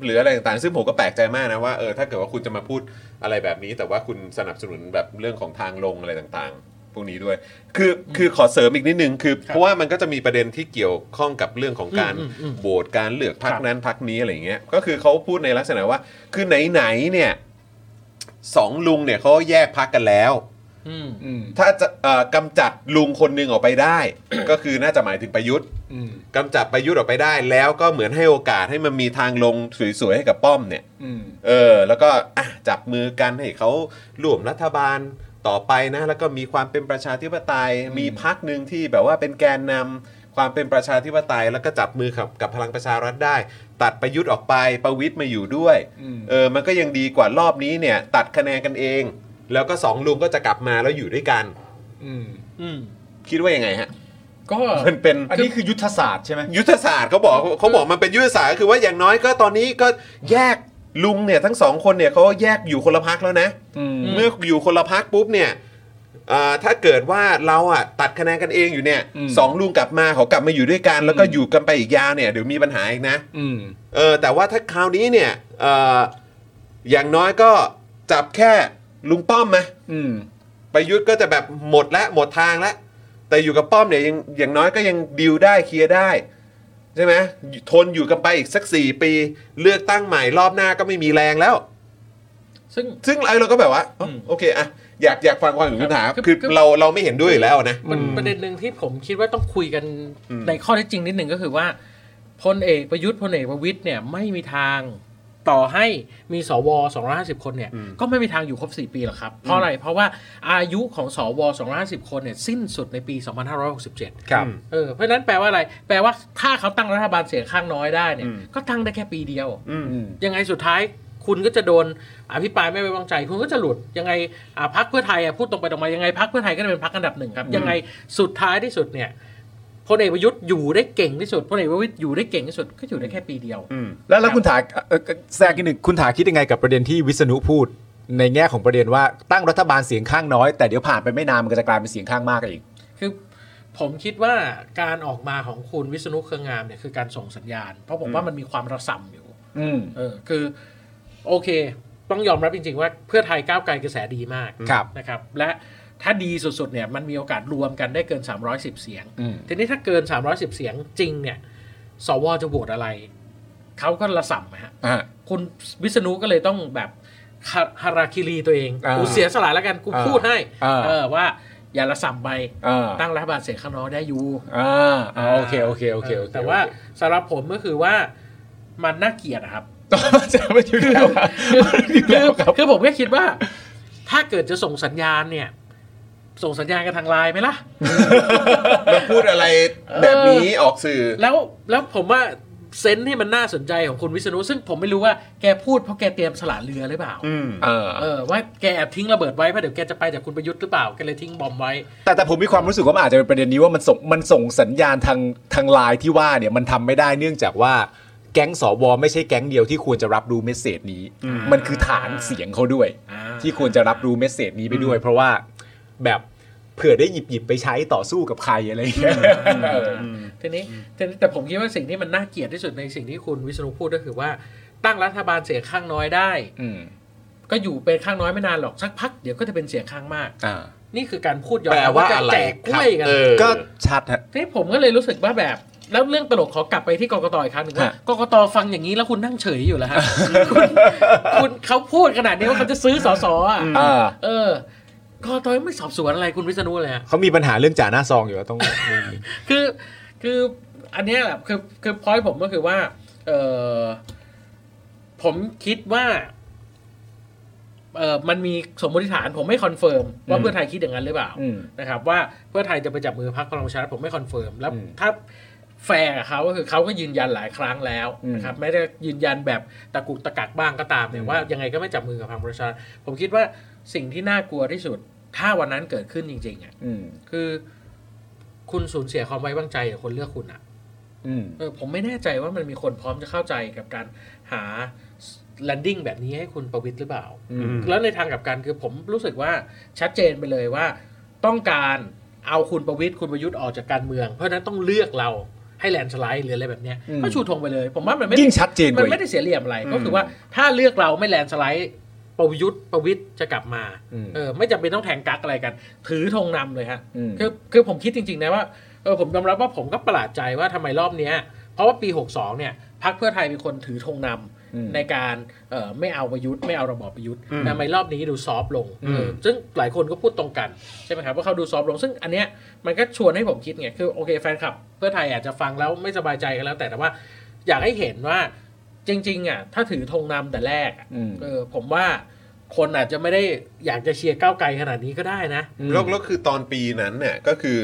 Speaker 1: หรืออะไรต่างๆ ซึ่งผมก็แปลกใจมากนะว่าเออถ้าเกิดว่าคุณจะมาพูดอะไรแบบนี้ แต่ว่าคุณสนับสนุนแบบเรื่องของทางลงอะไรต่างๆ พวกนี้ด้วย คือคือขอเสริมอีกนิดนึงคือเพราะว่ามันก็จะมีประเด็นที่เกี่ยวข้องกับเรื่องของการ
Speaker 3: อืมอืมอืม
Speaker 1: โหวตการเลือกพักนั้นพักนี้อะไรอย่างเงี้ยก็คือเขาพูดในลักษณะว่า คือไหนๆเนี่ยสองลุงเนี่ยเขาแยกพักกันแล้ว
Speaker 3: อืม
Speaker 2: อืม
Speaker 1: ถ้าจะเอ่อกำจัดลุงคนหนึ่งออกไปได้ ก็คือน่าจะหมายถึงประยุทธ์
Speaker 2: อืม
Speaker 1: กำจัดประยุทธ์ออกไปได้ แล้วก็เหมือนให้โอกาสให้มันมีทางลงสวยๆให้กับป้อมเนี่ย
Speaker 2: อืม
Speaker 1: เออแล้วก็อ่ะจับมือกันให้เขาร่วมรัฐบาลต่อไปนะแล้วก็มีความเป็นประชาธิปไตย มีพักหนึ่งที่แบบว่าเป็นแกนนำความเป็นประชาธิปไตย แล้วก็จับมือกับกับพลังประชารัฐได้ ตัดประยุทธ์ออกไปประวิทย์มาอยู่ด้วย
Speaker 2: อืม
Speaker 1: เออ มันก็ยังดีกว่ารอบนี้เนี่ย ตัดคะแนนกันเอง แล้วก็สองลุงก็จะกลับมาแล้วอยู่ด้วยกัน
Speaker 2: อืม
Speaker 3: อืม
Speaker 1: คิดว่ายังไงฮะ
Speaker 3: ก็
Speaker 1: มันเป็น
Speaker 2: อันนี้คือยุทธศาสตร์ใช่ไหม
Speaker 1: ยุทธศาสตร์เขาบอกเขาบอกมันเป็นยุทธศาสตร์ก็คือว่าอย่างน้อยก็ตอนนี้ก็แยกลุงเนี่ยทั้งสองคนเนี่ยเขาแยกอยู่คนละพักแล้วนะ
Speaker 2: อืม
Speaker 1: เมื่ออยู่คนละพักปุ๊บเนี่ยเอ่อถ้าเกิดว่าเราอ่ะตัดคะแนนกันเองอยู่เนี่ย
Speaker 2: อืม
Speaker 1: สองลุงกลับมาเขากลับมาอยู่ด้วยกัน แล้วก็อยู่กันไปอีกยาวเนี่ยเดี๋ยวมีปัญหาอีกนะ
Speaker 2: อืม
Speaker 1: เออแต่ว่าถ้าคราวนี้เนี่ยเอออย่างน้อยก็จับแค่ลุงป้อมไหม
Speaker 2: อืม
Speaker 1: ประยุทธ์ก็จะแบบหมดละหมดทางละแต่อยู่กับป้อมเนี่ยยังอย่างน้อยก็ยังดิวได้เคลียร์ได้ใช่ไหมทนอยู่กันไปอีกสัก 4 ปี เลือกตั้งใหม่รอบหน้าก็ไม่มีแรงแล้ว
Speaker 3: ซึ่ง
Speaker 1: ซึ่งไอ้เราก็แบบว่าอ๋อ
Speaker 3: ม
Speaker 1: โอเคอะอยากอยากฟังความเห็นคุณถาม
Speaker 3: ครับ
Speaker 1: คือ
Speaker 3: คือ
Speaker 1: เราเราไม่เห็นด้วยอยู่แล้วนะ
Speaker 3: มัน
Speaker 5: อืม
Speaker 3: ประเด็นหนึ่งที่ผมคิดว่าต้องคุยกัน
Speaker 1: อืม
Speaker 3: ในข้อเท็จจริงนิดหนึ่งก็คือว่าพลเอกประยุทธ์พลเอกประวิตยเนี่ยไม่มีทางต่อให้มีสว250 คนเนี่ย ก็ไม่มีทางอยู่ครบ 4 ปีหรอกครับ เพราะอะไรเพราะว่าอายุของสว250 คนเนี่ยสิ้นสุดในปี 2567
Speaker 2: ครับ
Speaker 3: เออเพราะฉะนั้นแปลว่าอะไร แปลว่าถ้าเขาตั้งรัฐบาลเสียงข้างน้อยได้เนี่ยก็ตั้งได้แค่ปีเดียว
Speaker 1: อืม
Speaker 2: อืม
Speaker 3: ยังไงสุดท้ายคุณก็จะโดนอภิปรายไม่ไว้วางใจ คุณก็จะหลุดยังไงอ่าพักเพื่อไทยอ่ะพูดตรงไปตรงมายังไงพักเพื่อไทยก็จะเป็นพักอันดับหนึ่งครับ ยังไงสุดท้ายที่สุดเนี่ยพลเอกประยุทธ์อยู่ได้เก่งที่สุดพลเอกประวิตยอยู่ได้เก่งที่สุดก็อยู่ได้แค่ปีเดียว
Speaker 2: แล้วแล้วคุณถาเอ่อแทรกอีกหนึ่งคุณถาคิดยังไงกับประเด็นที่วิษณุพูด ในแง่ของประเด็นว่าตั้งรัฐบาลเสียงข้างน้อยแต่เดี๋ยวผ่านไปไม่นานมันก็จะกลายเป็นเสียงข้างมากอีก
Speaker 3: คือผมคิดว่าการออกมาของคุณวิษณุเครืองามเนี่ยคือการส่งสัญญาณ เพราะผมว่ามันมีความระส่ำอยู่
Speaker 2: อืม
Speaker 3: เออคือโอเค ต้องยอมรับจริง ๆ ว่าเพื่อไทยก้าวไกลกระแสดีมาก
Speaker 2: ครับ
Speaker 3: นะครับและถ้าดีสุด ๆ เนี่ยมันมีโอกาสรวมกันได้เกิน 310 เสียง
Speaker 2: อืม
Speaker 3: ทีนี้ถ้าเกิน 310 เสียงจริงเนี่ยสวจะโหวตอะไร เขาก็ระส่ำฮะ
Speaker 2: อ่า
Speaker 3: คุณวิษณุก็เลยต้องแบบฮาฮาราคิรีตัวเอง
Speaker 2: อ่ากู
Speaker 3: กูเสียสละแล้วกันกู
Speaker 2: อ่า
Speaker 3: พูดให้
Speaker 2: อ่า
Speaker 3: เออว่าอย่าระส่ำไป
Speaker 2: อ่า
Speaker 3: ตั้งรัฐบาลเสียงข้างน้อยได้อยู่
Speaker 2: อ่าอ่าโอเคโอเคโอเคโอเค
Speaker 3: แต่ว่าสำหรับผมก็คือว่ามันน่าเกลียด นะครับ
Speaker 2: จะไม่อยู่แล้วครับ
Speaker 3: คือคือผมแค่คิดว่า ถ้าเกิดจะส่งสัญญาณเนี่ย ส่งสัญญาณกันทางไลน์ไหมล่ะ
Speaker 1: มันพูดอะไรแบบนี้ออกสื่อ
Speaker 3: แล้วแล้วผมว่าเซนส์ที่มันน่าสนใจของคุณวิษณุซึ่งผมไม่รู้ว่าแกพูดเพราะแกเตรียมสละเรือหรือเปล่า
Speaker 1: อืม
Speaker 2: เออ
Speaker 3: เออว่าแกแอบทิ้งระเบิดไว้เพราะเดี๋ยวแกจะไปจากคุณประยุทธ์หรือเปล่าแกเลยทิ้งบอมไว้
Speaker 2: แต่แต่ผมมีความรู้สึกว่ามันอาจจะเป็นประเด็นนี้ว่ามันส่งมันส่งสัญญาณทางทางไลน์ที่ว่าเนี่ยมันทำไม่ได้เนื่องจากว่าแก๊งสวไม่ใช่แก๊งเดียวที่ควรจะรับรู้เมสเซจนี้
Speaker 3: อืม
Speaker 2: มันคือฐานเสียงเขาด้วย
Speaker 3: อ่า
Speaker 2: ที่ควรจะรับรู้เมสเซจนี้ไปด้วย เพราะว่าแบบเผื่อได้หยิบหยิบไปใช้ต่อสู้กับใครอะไรอย่างเงี้ย
Speaker 3: อ่าทีนี้ทีนี้แต่ผมคิดว่าสิ่งที่มันน่าเกลียดที่สุดในสิ่งที่คุณวิษณุพูดก็คือว่าตั้งรัฐบาลเสียงข้างน้อยได้
Speaker 2: อืม
Speaker 3: ก็อยู่เป็นข้างน้อยไม่นานหรอกสักพักเดี๋ยวก็จะเป็นเสียงข้างมาก
Speaker 2: อ่า
Speaker 3: นี่คือการพูดย้อน
Speaker 1: แปลว่าอะไร
Speaker 3: แจกกล้วยกัน
Speaker 1: เออ
Speaker 2: ก็ชัดฮะ
Speaker 3: ที่ผมก็เลยรู้สึกว่าแบบ แล้วเรื่องตลกขอกลับไปที่กกตอีกครั้งหนึ่งว่า
Speaker 2: ฮะ
Speaker 3: กกตฟังอย่างนี้แล้วคุณนั่งเฉยอยู่แล้วฮะ คุณคุณเขาพูดขนาดนี้ว่าเขาจะซื้อสอสอ่ะ
Speaker 2: อ่า
Speaker 3: เออกกตยังไม่สอบสวนอะไรคุณวิษณุเลยฮะ
Speaker 2: เขามีปัญหาเรื่องจ่าหน้าซองอยู่อะต้อง
Speaker 3: คือคืออันเนี้ยแหละคือคือพอยผมก็คือว่าเออ ผมคิดว่าเออมันมีสมมติฐาน ผมไม่คอนเฟิร์มว่าเพื่อไทยคิดอย่างนั้นหรือเปล่า
Speaker 2: อืม
Speaker 3: นะครับว่าเพื่อไทยจะไปจับมือพรรคพลังประชารัฐผมไม่คอนเฟิร์มแล้ว
Speaker 2: อืม
Speaker 3: ถ้าแฟร์กับเขาก็คือเขาก็ยืนยันหลายครั้งแล้ว
Speaker 2: อืม
Speaker 3: นะครับแม้จะยืนยันแบบตะกุกตะกักบ้างก็ตามเนี่ยว่ายังไงก็ไม่จับมือกับพลังประชารัฐผมคิดว่าสิ่งที่น่ากลัวที่สุด ถ้าวันนั้นเกิดขึ้นจริงๆอ่ะ
Speaker 2: อืม
Speaker 3: คือ คุณสูญเสียความไว้วางใจจากคนเลือกคุณอ่ะ
Speaker 2: อืม
Speaker 3: เออผมไม่แน่ใจว่ามันมีคนพร้อมจะเข้าใจกับการหา landing แบบนี้ให้คุณประวิตรหรือเปล่า
Speaker 1: อืม
Speaker 3: แล้วในทางกลับกันคือผมรู้สึกว่าชัดเจนไปเลยว่า ต้องการเอาคุณประวิตรคุณประยุทธ์ออกจากการเมือง เพราะฉะนั้นต้องเลือกเราให้แลนสไลด์หรืออะไรแบบเนี้ย
Speaker 2: อืม
Speaker 3: ก็ชูธงไปเลย ผมว่ามันไม่
Speaker 2: ยิ่งชัดเจนก
Speaker 3: มัน
Speaker 2: ว่า
Speaker 3: ไม่
Speaker 2: อีก
Speaker 3: ได้เสียเหลี่ยมอะไรก็คือว่าถ้าเลือกเราไม่แลนสไลด์ประยุทธ์ประวิตรจะกลับมา
Speaker 2: อืม
Speaker 3: เออไม่จำเป็นต้องแทงกักอะไรกัน ถือธงนำเลยฮะ
Speaker 2: ม
Speaker 3: คือคือผมคิดจริง ๆ นะว่าเออผมยอมรับว่าผมก็ประหลาดใจว่าทำไมรอบเนี้ยเพราะว่าปี 62 เนี่ยพักเพื่อไทยเป็นคนถือธงนำ
Speaker 2: อืม
Speaker 3: ในการเอ่อไม่เอาประยุทธ์ไม่เอาระบอบประยุทธ์
Speaker 1: อืม
Speaker 3: แต่ทำไมรอบนี้ดูซอฟต์ลง
Speaker 2: อืม
Speaker 3: เออซึ่งหลายคนก็พูดตรงกันใช่ไหมครับว่าเขาดูซอฟต์ลง ซึ่งอันเนี้ยมันก็ชวนให้ผมคิดไงคือโอเคแฟนคลับเพื่อไทยอาจจะฟังแล้วไม่สบายใจกันแล้ว แต่แต่ว่าอยากให้เห็นว่าจริง ๆอ่ะถ้าถือธงนำแต่แรกอะ
Speaker 2: อืม
Speaker 3: เออผมว่าคนอาจจะไม่ได้อยากจะเชียร์ก้าวไกลขนาดนี้ก็ได้นะ
Speaker 2: อืม
Speaker 1: แล้วแล้วคือตอนปีนั้นเนี่ยก็คือ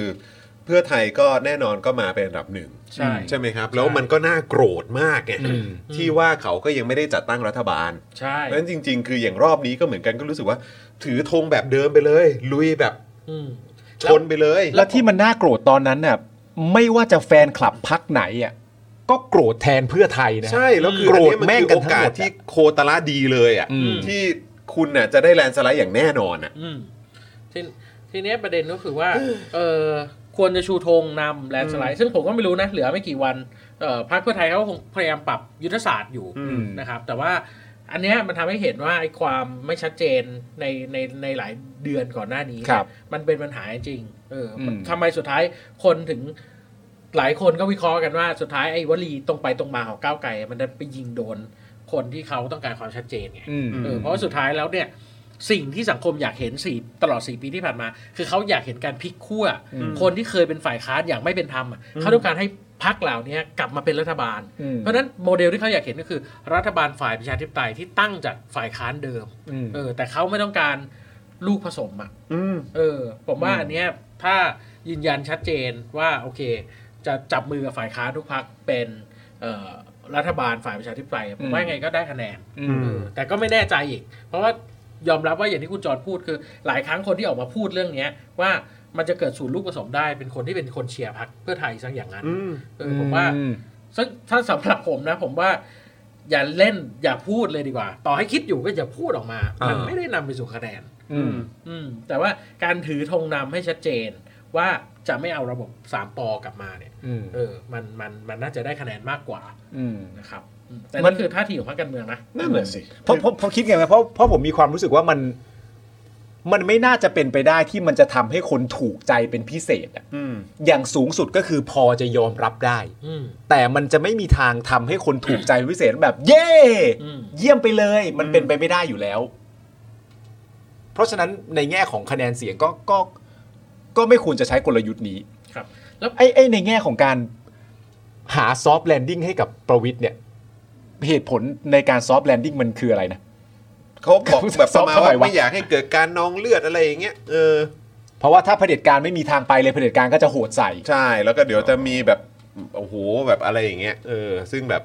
Speaker 1: เพื่อไทยก็แน่นอนก็มาเป็นอันดับหนึ่ง
Speaker 3: ใช่
Speaker 1: ใช่ไหมครับ แล้วมันก็น่าโกรธมากไง
Speaker 3: อืม
Speaker 1: ที่ว่าเขาก็ยังไม่ได้จัดตั้งรัฐบาล
Speaker 3: ใช่
Speaker 1: เพราะฉะนั้นจริง ๆ คืออย่างรอบนี้ก็เหมือนกันก็รู้สึกว่า ถือธงแบบเดิมไปเลย ลุยแบบ
Speaker 3: อืม
Speaker 1: ชนไปเลย
Speaker 2: แล้วที่มันน่าโกรธตอนนั้นน่ะไม่ว่าจะแฟนคลับพักไหนอ่ะก็โกรธแทนเพื่อไทยนะ
Speaker 1: ใช่แล้วคือ
Speaker 2: โกรธ
Speaker 1: อันนี้มัน
Speaker 2: แม่ง
Speaker 1: คือ
Speaker 2: กัน
Speaker 1: โอกาส
Speaker 2: ทั้งหมดอะ
Speaker 1: ที่โคตรละดีเลยอ่ะ
Speaker 2: อืม
Speaker 1: ที่คุณน่ะจะได้แลนด์สไลด์อย่างแน่นอนอ่ะ
Speaker 3: อืมทีทีเนี้ยประเด็นก็คือว่า เออควรจะชูธงนำแลนด์สไลด์ซึ่งผมก็ไม่รู้นะ เหลือไม่กี่วันเออพรรคเพื่อไทยเขาก็คงพยายามปรับยุทธศาสตร์อยู่
Speaker 1: อืม
Speaker 3: นะครับ แต่ว่าอันเนี้ยมันทำให้เห็นว่าไอ้ความไม่ชัดเจนในในในหลายเดือนก่อนหน้านี้
Speaker 2: ครับ
Speaker 3: มันเป็นปัญหาจริงๆเอออ
Speaker 2: ม
Speaker 3: ทำไมสุดท้ายคนถึงหลายคนก็วิเคราะห์กันว่าสุดท้ายไอ้วลีตรงไปตรงมาของก้าวไกลมันดันไปยิงโดนคนที่เขาต้องการความชัดเจนไง
Speaker 2: อืม
Speaker 3: เออเพราะว่าสุดท้ายแล้วเนี่ยสิ่งที่สังคมอยากเห็นสี่ตลอดสี่ปีที่ผ่านมา คือเขาอยากเห็นการพลิกขั้ว
Speaker 2: อืม
Speaker 3: คนที่เคยเป็นฝ่ายค้านอย่างไม่เป็นธรรมอะเขาต้องการให้พักเหล่านี้กลับมาเป็นรัฐบาล
Speaker 2: อืม
Speaker 3: เพราะฉะนั้นโมเดลที่เขาอยากเห็นก็คือ รัฐบาลฝ่ายประชาธิปไตยที่ตั้งจากฝ่ายค้านเดิม
Speaker 2: อืม
Speaker 3: เออแต่เขาไม่ต้องการลูกผสมอ่ะ
Speaker 1: อืม
Speaker 3: เออผมว่าอันเนี้ยถ้ายืนยันชัดเจนว่าโอเค จะจับมือกับฝ่ายค้านทุกพักเป็นเอ่อรัฐบาลฝ่ายประชาธิปไตยผมว่ายังไงก็ได้คะแนน
Speaker 2: อืม
Speaker 3: เออแต่ก็ไม่แน่ใจอีก เพราะว่ายอมรับว่าอย่างที่คุณจอร์ดพูดคือ หลายครั้งคนที่ออกมาพูดเรื่องเนี้ยว่ามันจะเกิดศูนย์ลูกผสมได้เป็นคนที่เป็นคนเชียร์พรรคเพื่อไทยซะอย่างนั้นเออผมว่า
Speaker 2: อืม
Speaker 3: ซึ่งถ้าสำหรับผมนะ ผมว่า อย่าเล่นอย่าพูดเลยดีกว่า ต่อให้คิดอยู่ก็อย่าพูดออกมามัน
Speaker 1: อ่า
Speaker 3: ไม่ได้นำไปสู่คะแนน
Speaker 2: อืม
Speaker 3: อืมแต่ว่าการถือธงนำให้ชัดเจนว่าจะไม่เอาระบบสามปอกลับมาเนี่ย
Speaker 2: อืม
Speaker 3: เออมันมันมันน่าจะได้คะแนนมากกว่า
Speaker 2: อืม
Speaker 3: นะครับอืมแต่
Speaker 2: มั
Speaker 3: นั่
Speaker 2: น
Speaker 3: นคือท่าทีของพรรคการเมืองนะ
Speaker 1: นั่นแหละสิ
Speaker 2: เพราะเพราะเพราะคิดไงไหมเพราะเพราะผมมีความรู้สึกว่ามัน มันไม่น่าจะเป็นไปได้ที่มันจะทำให้คนถูกใจเป็นพิเศษอะ
Speaker 1: อืม
Speaker 2: อย่างสูงสุดก็คือพอจะยอมรับได้
Speaker 3: อืม
Speaker 2: แต่มันจะไม่มีทางทำให้คนถูกใจเป็นพิเศษแบบ เย่
Speaker 3: อืม
Speaker 2: เยี่ยมไปเลย มันเป็นไปไม่ได้อยู่แล้ว เพราะฉะนั้นในแง่ของคะแนนเสียงก็ก็ก็ไม่ควรจะใช้กลยุทธ์นี้
Speaker 3: ครับ แล้ว
Speaker 2: ไอ้ไอ้ในแง่ของการหาซอฟต์แลนดิ้งให้กับประวิทย์เนี่ย เหตุผลในการซอฟต์แลนดิ้งมันคืออะไรนะ
Speaker 1: เขาบอกแบบประมาณ
Speaker 2: ซอฟต์เข้า
Speaker 1: ว่าว
Speaker 2: ไปะ
Speaker 1: ไม่อยากให้เกิดการนองเลือดอะไรอย่างเงี้ยเออ
Speaker 2: เพราะว่าถ้าเผด็จการไม่มีทางไปเลยเผด็จการก็จะโหดใส่
Speaker 1: ใช่แล้วก็เดี๋ยวจะมีแบบโอ้โหแบบอะไรอย่างเงี้ยเออซึ่งแบบ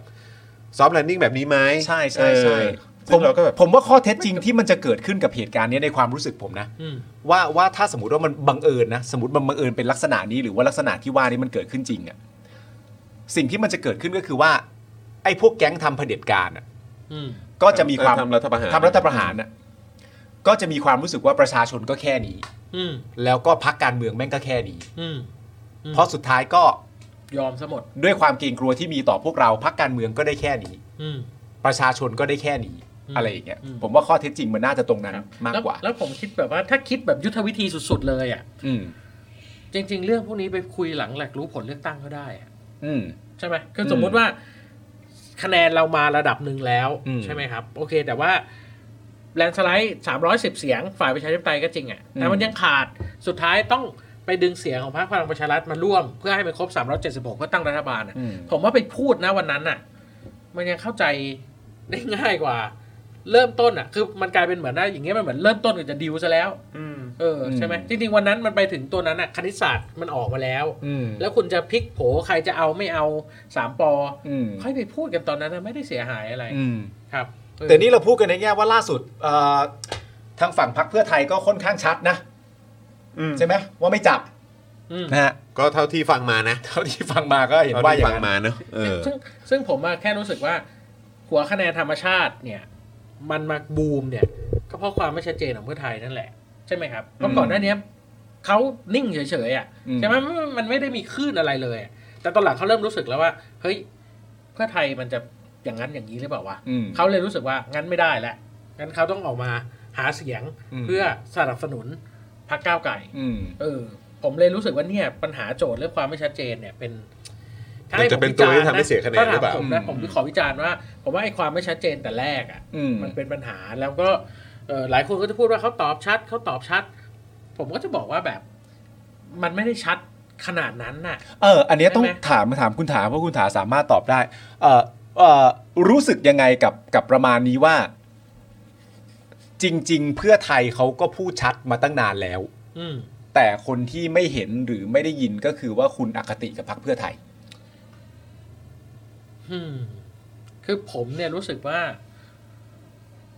Speaker 1: ซอฟต์แลนดิ้งแบบนี้ไหม
Speaker 2: ใช่ใช่ใช่
Speaker 1: เออ
Speaker 2: ผ
Speaker 1: ซึ่
Speaker 2: ม
Speaker 1: งเราก็แบบ
Speaker 2: ผมว่าข้อเท็จจริงที่มันจะเกิดขึ้นกับเหตุการณ์เนี้ยในความรู้สึกผมนะ
Speaker 3: อืม
Speaker 2: ว่าว่าถ้าสมมติว่ามันบังเอิญนะ สมมติมันบังเอิญเป็นลักษณะนี้หรือว่าลักษณะที่ว่านี้มันเกิดขึ้นจริงอะสิ่งที่มันจะเกิดขึ้นก็คือว่า ไอ้พวกแก๊งทำเผด็จการอะ
Speaker 3: อืม
Speaker 2: ก็จะมีความ
Speaker 1: ทำรัฐประหาร
Speaker 2: ทำรัฐประหารน่ะก็จะมีความรู้สึกว่าประชาชนก็แค่นี้
Speaker 3: อืม
Speaker 2: แล้วก็พักการเมืองแม่งก็แค่นี้
Speaker 3: อืม
Speaker 2: เพราะสุดท้ายก็
Speaker 3: ยอมซะหมด
Speaker 2: ด้วยความเกรงกลัวที่มีต่อพวกเราพักการเมืองก็ได้แค่นี้
Speaker 3: อืม
Speaker 2: ประชาชนก็ได้แค่นี้
Speaker 3: อืม
Speaker 2: อะไรอย่างเงี้ย
Speaker 3: อืม
Speaker 2: ผมว่าข้อเท็จจริงมันน่าจะตรงนั้น
Speaker 3: ครับ
Speaker 2: มาก
Speaker 3: แล้ว
Speaker 2: กว่า
Speaker 3: แล้วผมคิดแบบว่าถ้าคิดแบบยุทธวิธีสุด ๆ เลยอ่ะ
Speaker 2: อืม
Speaker 3: จริง ๆ เรื่องพวกนี้ไปคุยหลังแหลกรู้ผลเลือกตั้งก็ได้อะ
Speaker 2: อืม
Speaker 3: ใช่ไหมคืออ
Speaker 2: ม
Speaker 3: สมมุติว่าคะแนนเรามาระดับหนึ่งแล้ว
Speaker 2: อืม
Speaker 3: ใช่ไหมครับ โอเค แต่ว่าแลนสไลด์310 เสียง ฝ่ายประชาธิปไตยก็จริงอะ่ะ แต่
Speaker 2: อืม
Speaker 3: มันยังขาดสุดท้ายต้องไปดึงเสียงของพรรคพลังประชารัฐมาร่วม เพื่อให้มันครบ 376 เพื่อตั้งรัฐบาลอะ
Speaker 2: อืม
Speaker 3: ผมว่าไปพูดนะวันนั้นอ่ะ มันยังเข้าใจ ได้ง่ายกว่า เริ่มต้นอ่ะ คือมันกลายเป็นเหมือนได้อย่างเงี้ยมันเหมือนเริ่มต้นกับจะดีลซะแล้ว
Speaker 1: อืม
Speaker 3: เออใช่ไหม
Speaker 2: อืม
Speaker 3: จริงๆวันนั้นมันไปถึงตัวนั้นอ่ะคณิตศาสตร์มันออกมาแล้ว
Speaker 2: อืม
Speaker 3: แล้วคุณจะพลิกโผใครจะเอาไม่เอาสามปอ
Speaker 2: อืม
Speaker 3: ค่อยไปพูดกันตอนนั้นนะไม่ได้เสียหายอะไร
Speaker 2: อืม
Speaker 3: ครับเออ
Speaker 2: แต่นี่เราพูดกันในแง่ว่าล่าสุดเอ่อทางฝั่งพรรคเพื่อไทยก็ค่อนข้างชัดนะ
Speaker 1: อืม
Speaker 2: ใช่ไหมว่าไม่จับ
Speaker 3: อืม
Speaker 2: นะฮะ
Speaker 1: ก็เท่าที่ฟังมานะ
Speaker 2: เท่าที่ฟังมาก็เห็น
Speaker 1: เท่า
Speaker 2: ว่าอ
Speaker 1: ที่
Speaker 2: ย่า
Speaker 1: ฟัง
Speaker 2: งนั้น
Speaker 1: มาเนอะเออ
Speaker 3: ซึ่งซึ่งผมอะแค่รู้สึกว่า หัวคะแนนธรรมชาติเนี่ย มันมาบูมเนี่ย ก็เพราะความไม่ชัดเจนของเพื่อไทยนั่นแหละ ใช่ไหมครับเพราะก่อนหน้าเนี้ยเขานิ่งเฉยๆอ่ะใช่ไหมมันมันไม่ได้มีคลื่นอะไรเลยอะแต่ตอนหลังเขาเริ่มรู้สึกแล้วว่าเฮ้ยเพื่อไทยมันจะอย่างนั้นอย่างนี้หรือเปล่าวะ
Speaker 2: อืม
Speaker 3: เขาเลยรู้สึกว่างั้นไม่ได้แล้วงั้นเขาต้องออกมาหาเสียง
Speaker 2: อืม
Speaker 3: เพื่อสนับสนุนพรรคก้าวไก่
Speaker 2: อืม
Speaker 3: เออ ผมเลยรู้สึกว่าเนี่ยปัญหาโจทย์เรื่องความไม่ชัดเจนเนี่ยเป็น
Speaker 1: มันจะเป็นตัวที่ทำให้เสียคะแนนหรือเปล่า
Speaker 3: ถ้ถมผมนะผม
Speaker 2: อืม
Speaker 3: ขอวิจารณ์ว่าผมว่าไอ้ความไม่ชัดเจนแต่แรกอ่ะ
Speaker 2: อืม
Speaker 3: มันเป็นปัญหาแล้วก็เอ่อหลายคนก็จะพูดว่าเขาตอบชัดเขาตอบชัด ผมก็จะบอกว่าแบบ มันไม่ได้ชัดขนาดนั้นน่ะ
Speaker 2: เออ อันเนี้ยต้อง
Speaker 3: ใช่ไหม
Speaker 2: ถามมาถามคุณถามเพราะคุณถาสามารถตอบได้ เออเออรู้สึกยังไงกับกับประมาณนี้ว่า จริง ๆ เพื่อไทยเขาก็พูดชัดมาตั้งนานแล้ว
Speaker 3: อืม
Speaker 2: แต่คนที่ไม่เห็นหรือไม่ได้ยินก็คือว่าคุณอคติกับพรรคเพื่อไทย
Speaker 3: อืมคือผมเนี่ยรู้สึกว่า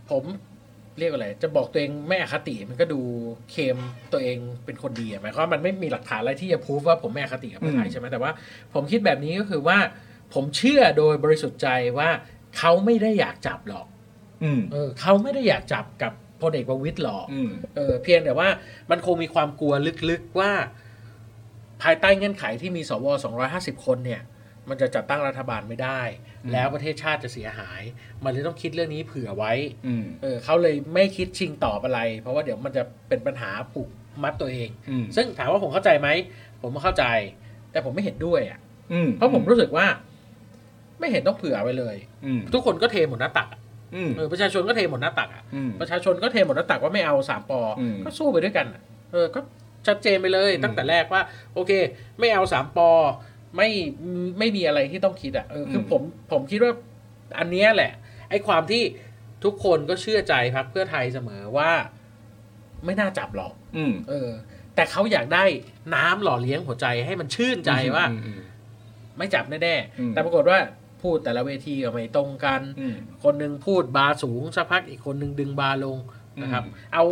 Speaker 3: ผมเรียกว่าอะไร จะบอกตัวเองไม่อคติมันก็ดูเคมตัวเองเป็นคนดีอะหมายความว่ามันไม่มีหลักฐานอะไรที่จะพูดว่าผมไม่อคติกับประเทศไทย
Speaker 2: อืม
Speaker 3: ใช่ไหมแต่ว่า ผมคิดแบบนี้ก็คือว่า ผมเชื่อโดยบริสุทธิ์ใจว่าเขาไม่ได้อยากจับหรอก
Speaker 2: อืม
Speaker 3: เออเขาไม่ได้อยากจับกับพลเอกประวิตยหรอก
Speaker 2: อืม
Speaker 3: เออเพียงแต่ว่ามันคงมีความกลัวลึกๆว่า ภายใต้เงื่อนไขที่มีสว 250 คนเนี่ย มันจะจัดตั้งรัฐบาลไม่ได้
Speaker 2: อืม
Speaker 3: แล้วประเทศชาติจะเสียหาย มันเลยต้องคิดเรื่องนี้เผื่อไว้
Speaker 2: อืม
Speaker 3: เออเขาเลยไม่คิดชิงตอบอะไร เพราะว่าเดี๋ยวมันจะเป็นปัญหาผูกมัดตัวเอง
Speaker 2: อืม
Speaker 3: ซึ่งถามว่าผมเข้าใจไหม ผมเข้าใจ แต่ผมไม่เห็นด้วยอ่ะ
Speaker 2: อืม
Speaker 3: เพราะผมรู้สึกว่า ไม่เห็นต้องเผื่อไว้เลย
Speaker 2: อืม
Speaker 3: ทุกคนก็เทหมดหน้าตักอะ
Speaker 2: อืม
Speaker 3: เออประชาชนก็เทหมดหน้าตักอ่ะ
Speaker 2: อืม
Speaker 3: ประชาชนก็เทหมดหน้าตักว่าไม่เอาสามปออ
Speaker 2: ม
Speaker 3: ก็สู้ไปด้วยกันน่ะเออก็ชัดเจนไปเลย
Speaker 2: อืม
Speaker 3: ตั้งแต่แรกว่า โอเค ไม่เอาสามปอไม่ไม่มีอะไรที่ต้องคิดอ่ะเออคืออ
Speaker 2: ม
Speaker 3: ผมผมคิดว่าอันเนี้ยแหละ ไอ้ความที่ทุกคนก็เชื่อใจพรรคเพื่อไทยเสมอว่า ไม่น่าจับหรอก
Speaker 2: อืม
Speaker 3: เออ แต่เขาอยากได้น้ำหล่อเลี้ยงหัวใจให้มันชื่นใจว่า
Speaker 2: อืมอืม
Speaker 3: ไม่จับแน่
Speaker 2: อืม
Speaker 3: ๆแต่ปรากฏว่าพูดแต่ละเวทีก็ไม่ตรงกัน
Speaker 2: อืม
Speaker 3: คนหนึ่งพูดบาร์สูงสักพักอีกคนหนึ่งดึงบาร์ลงนะครับ
Speaker 2: อืม
Speaker 3: เอา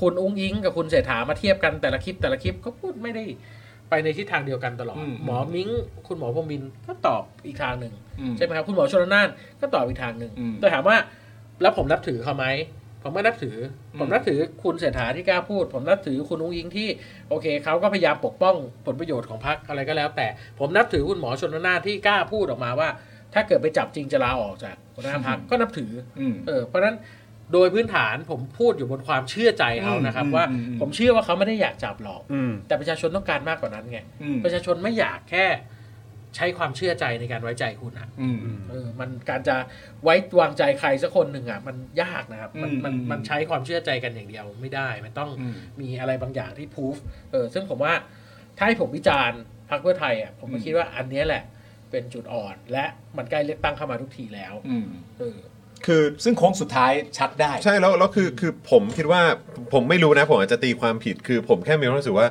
Speaker 3: คุณอุ้งอิงกับคุณเศรษฐามาเทียบกันแต่ละคลิปแต่ละคลิปก็พูดไม่ได้ไปในทิศทางเดียวกันตลอด หมอมิ้ง คุณหมอพรหมินทร์ก็ตอบอีกทางหนึ่ง
Speaker 2: อืม
Speaker 3: ใช่ไหมครับคุณหมอชลนานก็ตอบอีกทางหนึ่ง
Speaker 2: อืม
Speaker 3: แต่ถามว่าแล้วผมนับถือเขาไหมผมไม่นับถืออ
Speaker 2: ม
Speaker 3: ผมนับถือคุณเศรษฐาที่กล้าพูด ผมนับถือคุณอุ้งอิงที่โอเคเขาก็พยายามปกป้องผลประโยชน์ของพรรคอะไรก็แล้ว แต่ผมนับถือคุณหมอชลนานที่กล้าพูดออกมาว่า ถ้าเกิดไปจับจริงจะลาออกจากหัวหน้าพรรคก็นับถือ
Speaker 2: อืม
Speaker 3: เออเพราะฉะนั้นโดยพื้นฐานผมพูดอยู่บนความเชื่อใจเขานะครับ
Speaker 2: อืม
Speaker 3: ว่า
Speaker 2: อืมอืม
Speaker 3: ผมเชื่อว่าเขาไม่ได้อยากจับหรอก
Speaker 1: อืม
Speaker 3: แต่ประชาชนต้องการมากกว่านั้นไง
Speaker 2: อืม
Speaker 3: ประชาชนไม่อยากแค่ใช้ความเชื่อใจในการไว้ใจคุณอ่ะ
Speaker 2: อืม
Speaker 3: เออมันการจะไว้วางใจใครสักคนหนึ่งอ่ะมันยากนะครับมัน
Speaker 2: อืม
Speaker 3: มัน
Speaker 2: อืม
Speaker 3: มันใช้ความเชื่อใจกันอย่างเดียวไม่ได้ มันต้อง
Speaker 2: อืม
Speaker 3: มีอะไรบางอย่างที่พูฟเออซึ่งผมว่าถ้าให้ผมวิจารณ์พรรคเพื่อไทยอ่ะผมก็
Speaker 2: อืม
Speaker 3: คิดว่าอันเนี้ยแหละ เป็นจุดอ่อน และมันใกล้เลือกตั้งเข้ามาทุกทีแล้ว
Speaker 2: อืม
Speaker 3: เออ
Speaker 2: คือซึ่งโค้งสุดท้ายชัดได้
Speaker 1: ใช่แล้วแล้วคือคือผมคิดว่าผมไม่รู้นะ ผมอาจจะตีความผิดคือผมแค่มีความรู้สึกว่า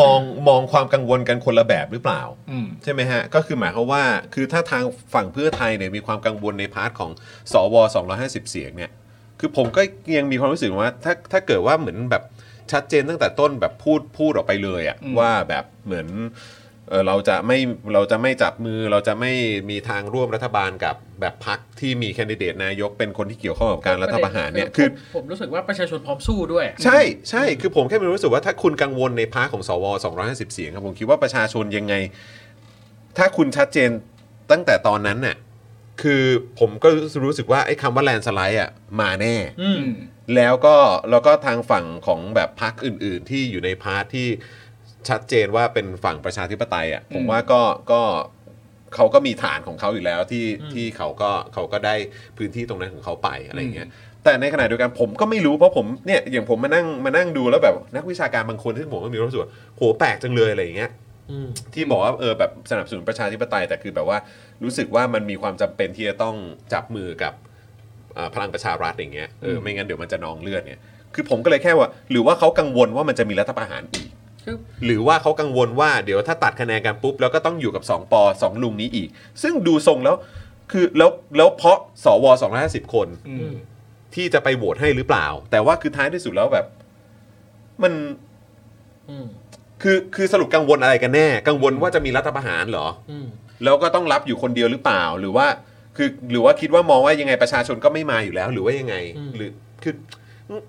Speaker 1: มองมองความกังวลกันคนละแบบหรือเปล่า
Speaker 2: อืม
Speaker 1: ใช่ไหมฮะ ก็คือหมายความว่าคือถ้าทางฝั่งเพื่อไทยเนี่ยมีความกังวลในพาร์ทของสว 250 เสียงเนี่ยคือผมก็ยังมีความรู้สึกว่าถ้าถ้าเกิดว่าเหมือนแบบชัดเจนตั้งแต่ต้นแบบพูดพูดออกไปเลยอะ
Speaker 2: อืม
Speaker 1: ว่าแบบเหมือนเอ่อเราจะไม่เราจะไม่จับมือเราจะไม่มีทางร่วมรัฐบาลกับแบบพักที่มีแคนดิเดตนายกเป็นคนที่เกี่ยวข้องกับการรัฐประหารเนี่ยคือ
Speaker 3: ผมผมรู้สึกว่าประชาชนพร้อมสู้ด้วย
Speaker 1: ใช่ใช่คือผมแค่มีความรู้สึกว่าถ้าคุณกังวลในพาร์ทของสว 250 เสียงครับผมคิดว่าประชาชนยังไง ถ้าคุณชัดเจนตั้งแต่ตอนนั้นน่ะคือผมก็รู้สึกว่าไอ้คำว่าแลนสไลด์อ่ะมาแน่
Speaker 3: อืม
Speaker 2: อืม
Speaker 1: แล้วก็แล้วก็ทางฝั่งของแบบพรรคอื่น ๆ ที่อยู่ในพาร์ทที่ชัดเจนว่าเป็นฝั่งประชาธิปไตยอ่ะผม
Speaker 2: อืม
Speaker 1: ว่าก็ก็เขาก็มีฐานของเขาอยู่แล้วที่
Speaker 3: อืม
Speaker 1: ที่เขาก็เขาก็ได้พื้นที่ตรงนั้นของเขาไปอะไรอย่างเงี้ยแต่ในขณะเดียวกันผมก็ไม่รู้เพราะผมเนี่ยอย่างผมมานั่งมานั่งดูแล้วแบบนักวิชาการบางคนที่งผมก็มีความรู้สึกว่าโหแปลกจังเลยอะไรอย่างเงี้ย
Speaker 3: อืม
Speaker 1: ที่บอกว่าเออแบบสนับสนุนประชาธิปไตย แต่คือแบบว่ารู้สึกว่ามันมีความจำเป็นที่จะต้องจับมือกับเอ่อพลังประชารัฐอย่างเงี้ยเออไม่งั้นเดี๋ยวมันจะนองเลือดเนี่ยคือผมก็เลยแค่ว่า หรือว่าเขากังวลว่ามันจะมีรัฐประหารอีก
Speaker 3: คือ
Speaker 1: หรือว่าเขากังวลว่าเดี๋ยวถ้าตัดคะแนนกันปุ๊บ แล้วก็ต้องอยู่กับ 2ปอสองลุงนี้อีก ซึ่งดูทรงแล้วคือแล้วแล้วเพราะสว250 คน
Speaker 2: อืม
Speaker 1: ที่จะไปโหวตให้หรือเปล่า แต่ว่าคือท้ายที่สุดแล้วแบบมัน
Speaker 3: อืม
Speaker 1: คือคือสรุปกังวลอะไรกันแน่ กังวลว่าจะมีรัฐประหารเหรอ
Speaker 3: อืม
Speaker 1: แล้วก็ต้องรับอยู่คนเดียวหรือเปล่า หรือว่าคือหรือว่าคิดว่ามองว่ายังไงประชาชนก็ไม่มาอยู่แล้ว หรือว่ายังไง
Speaker 3: อืม
Speaker 1: หรือคือ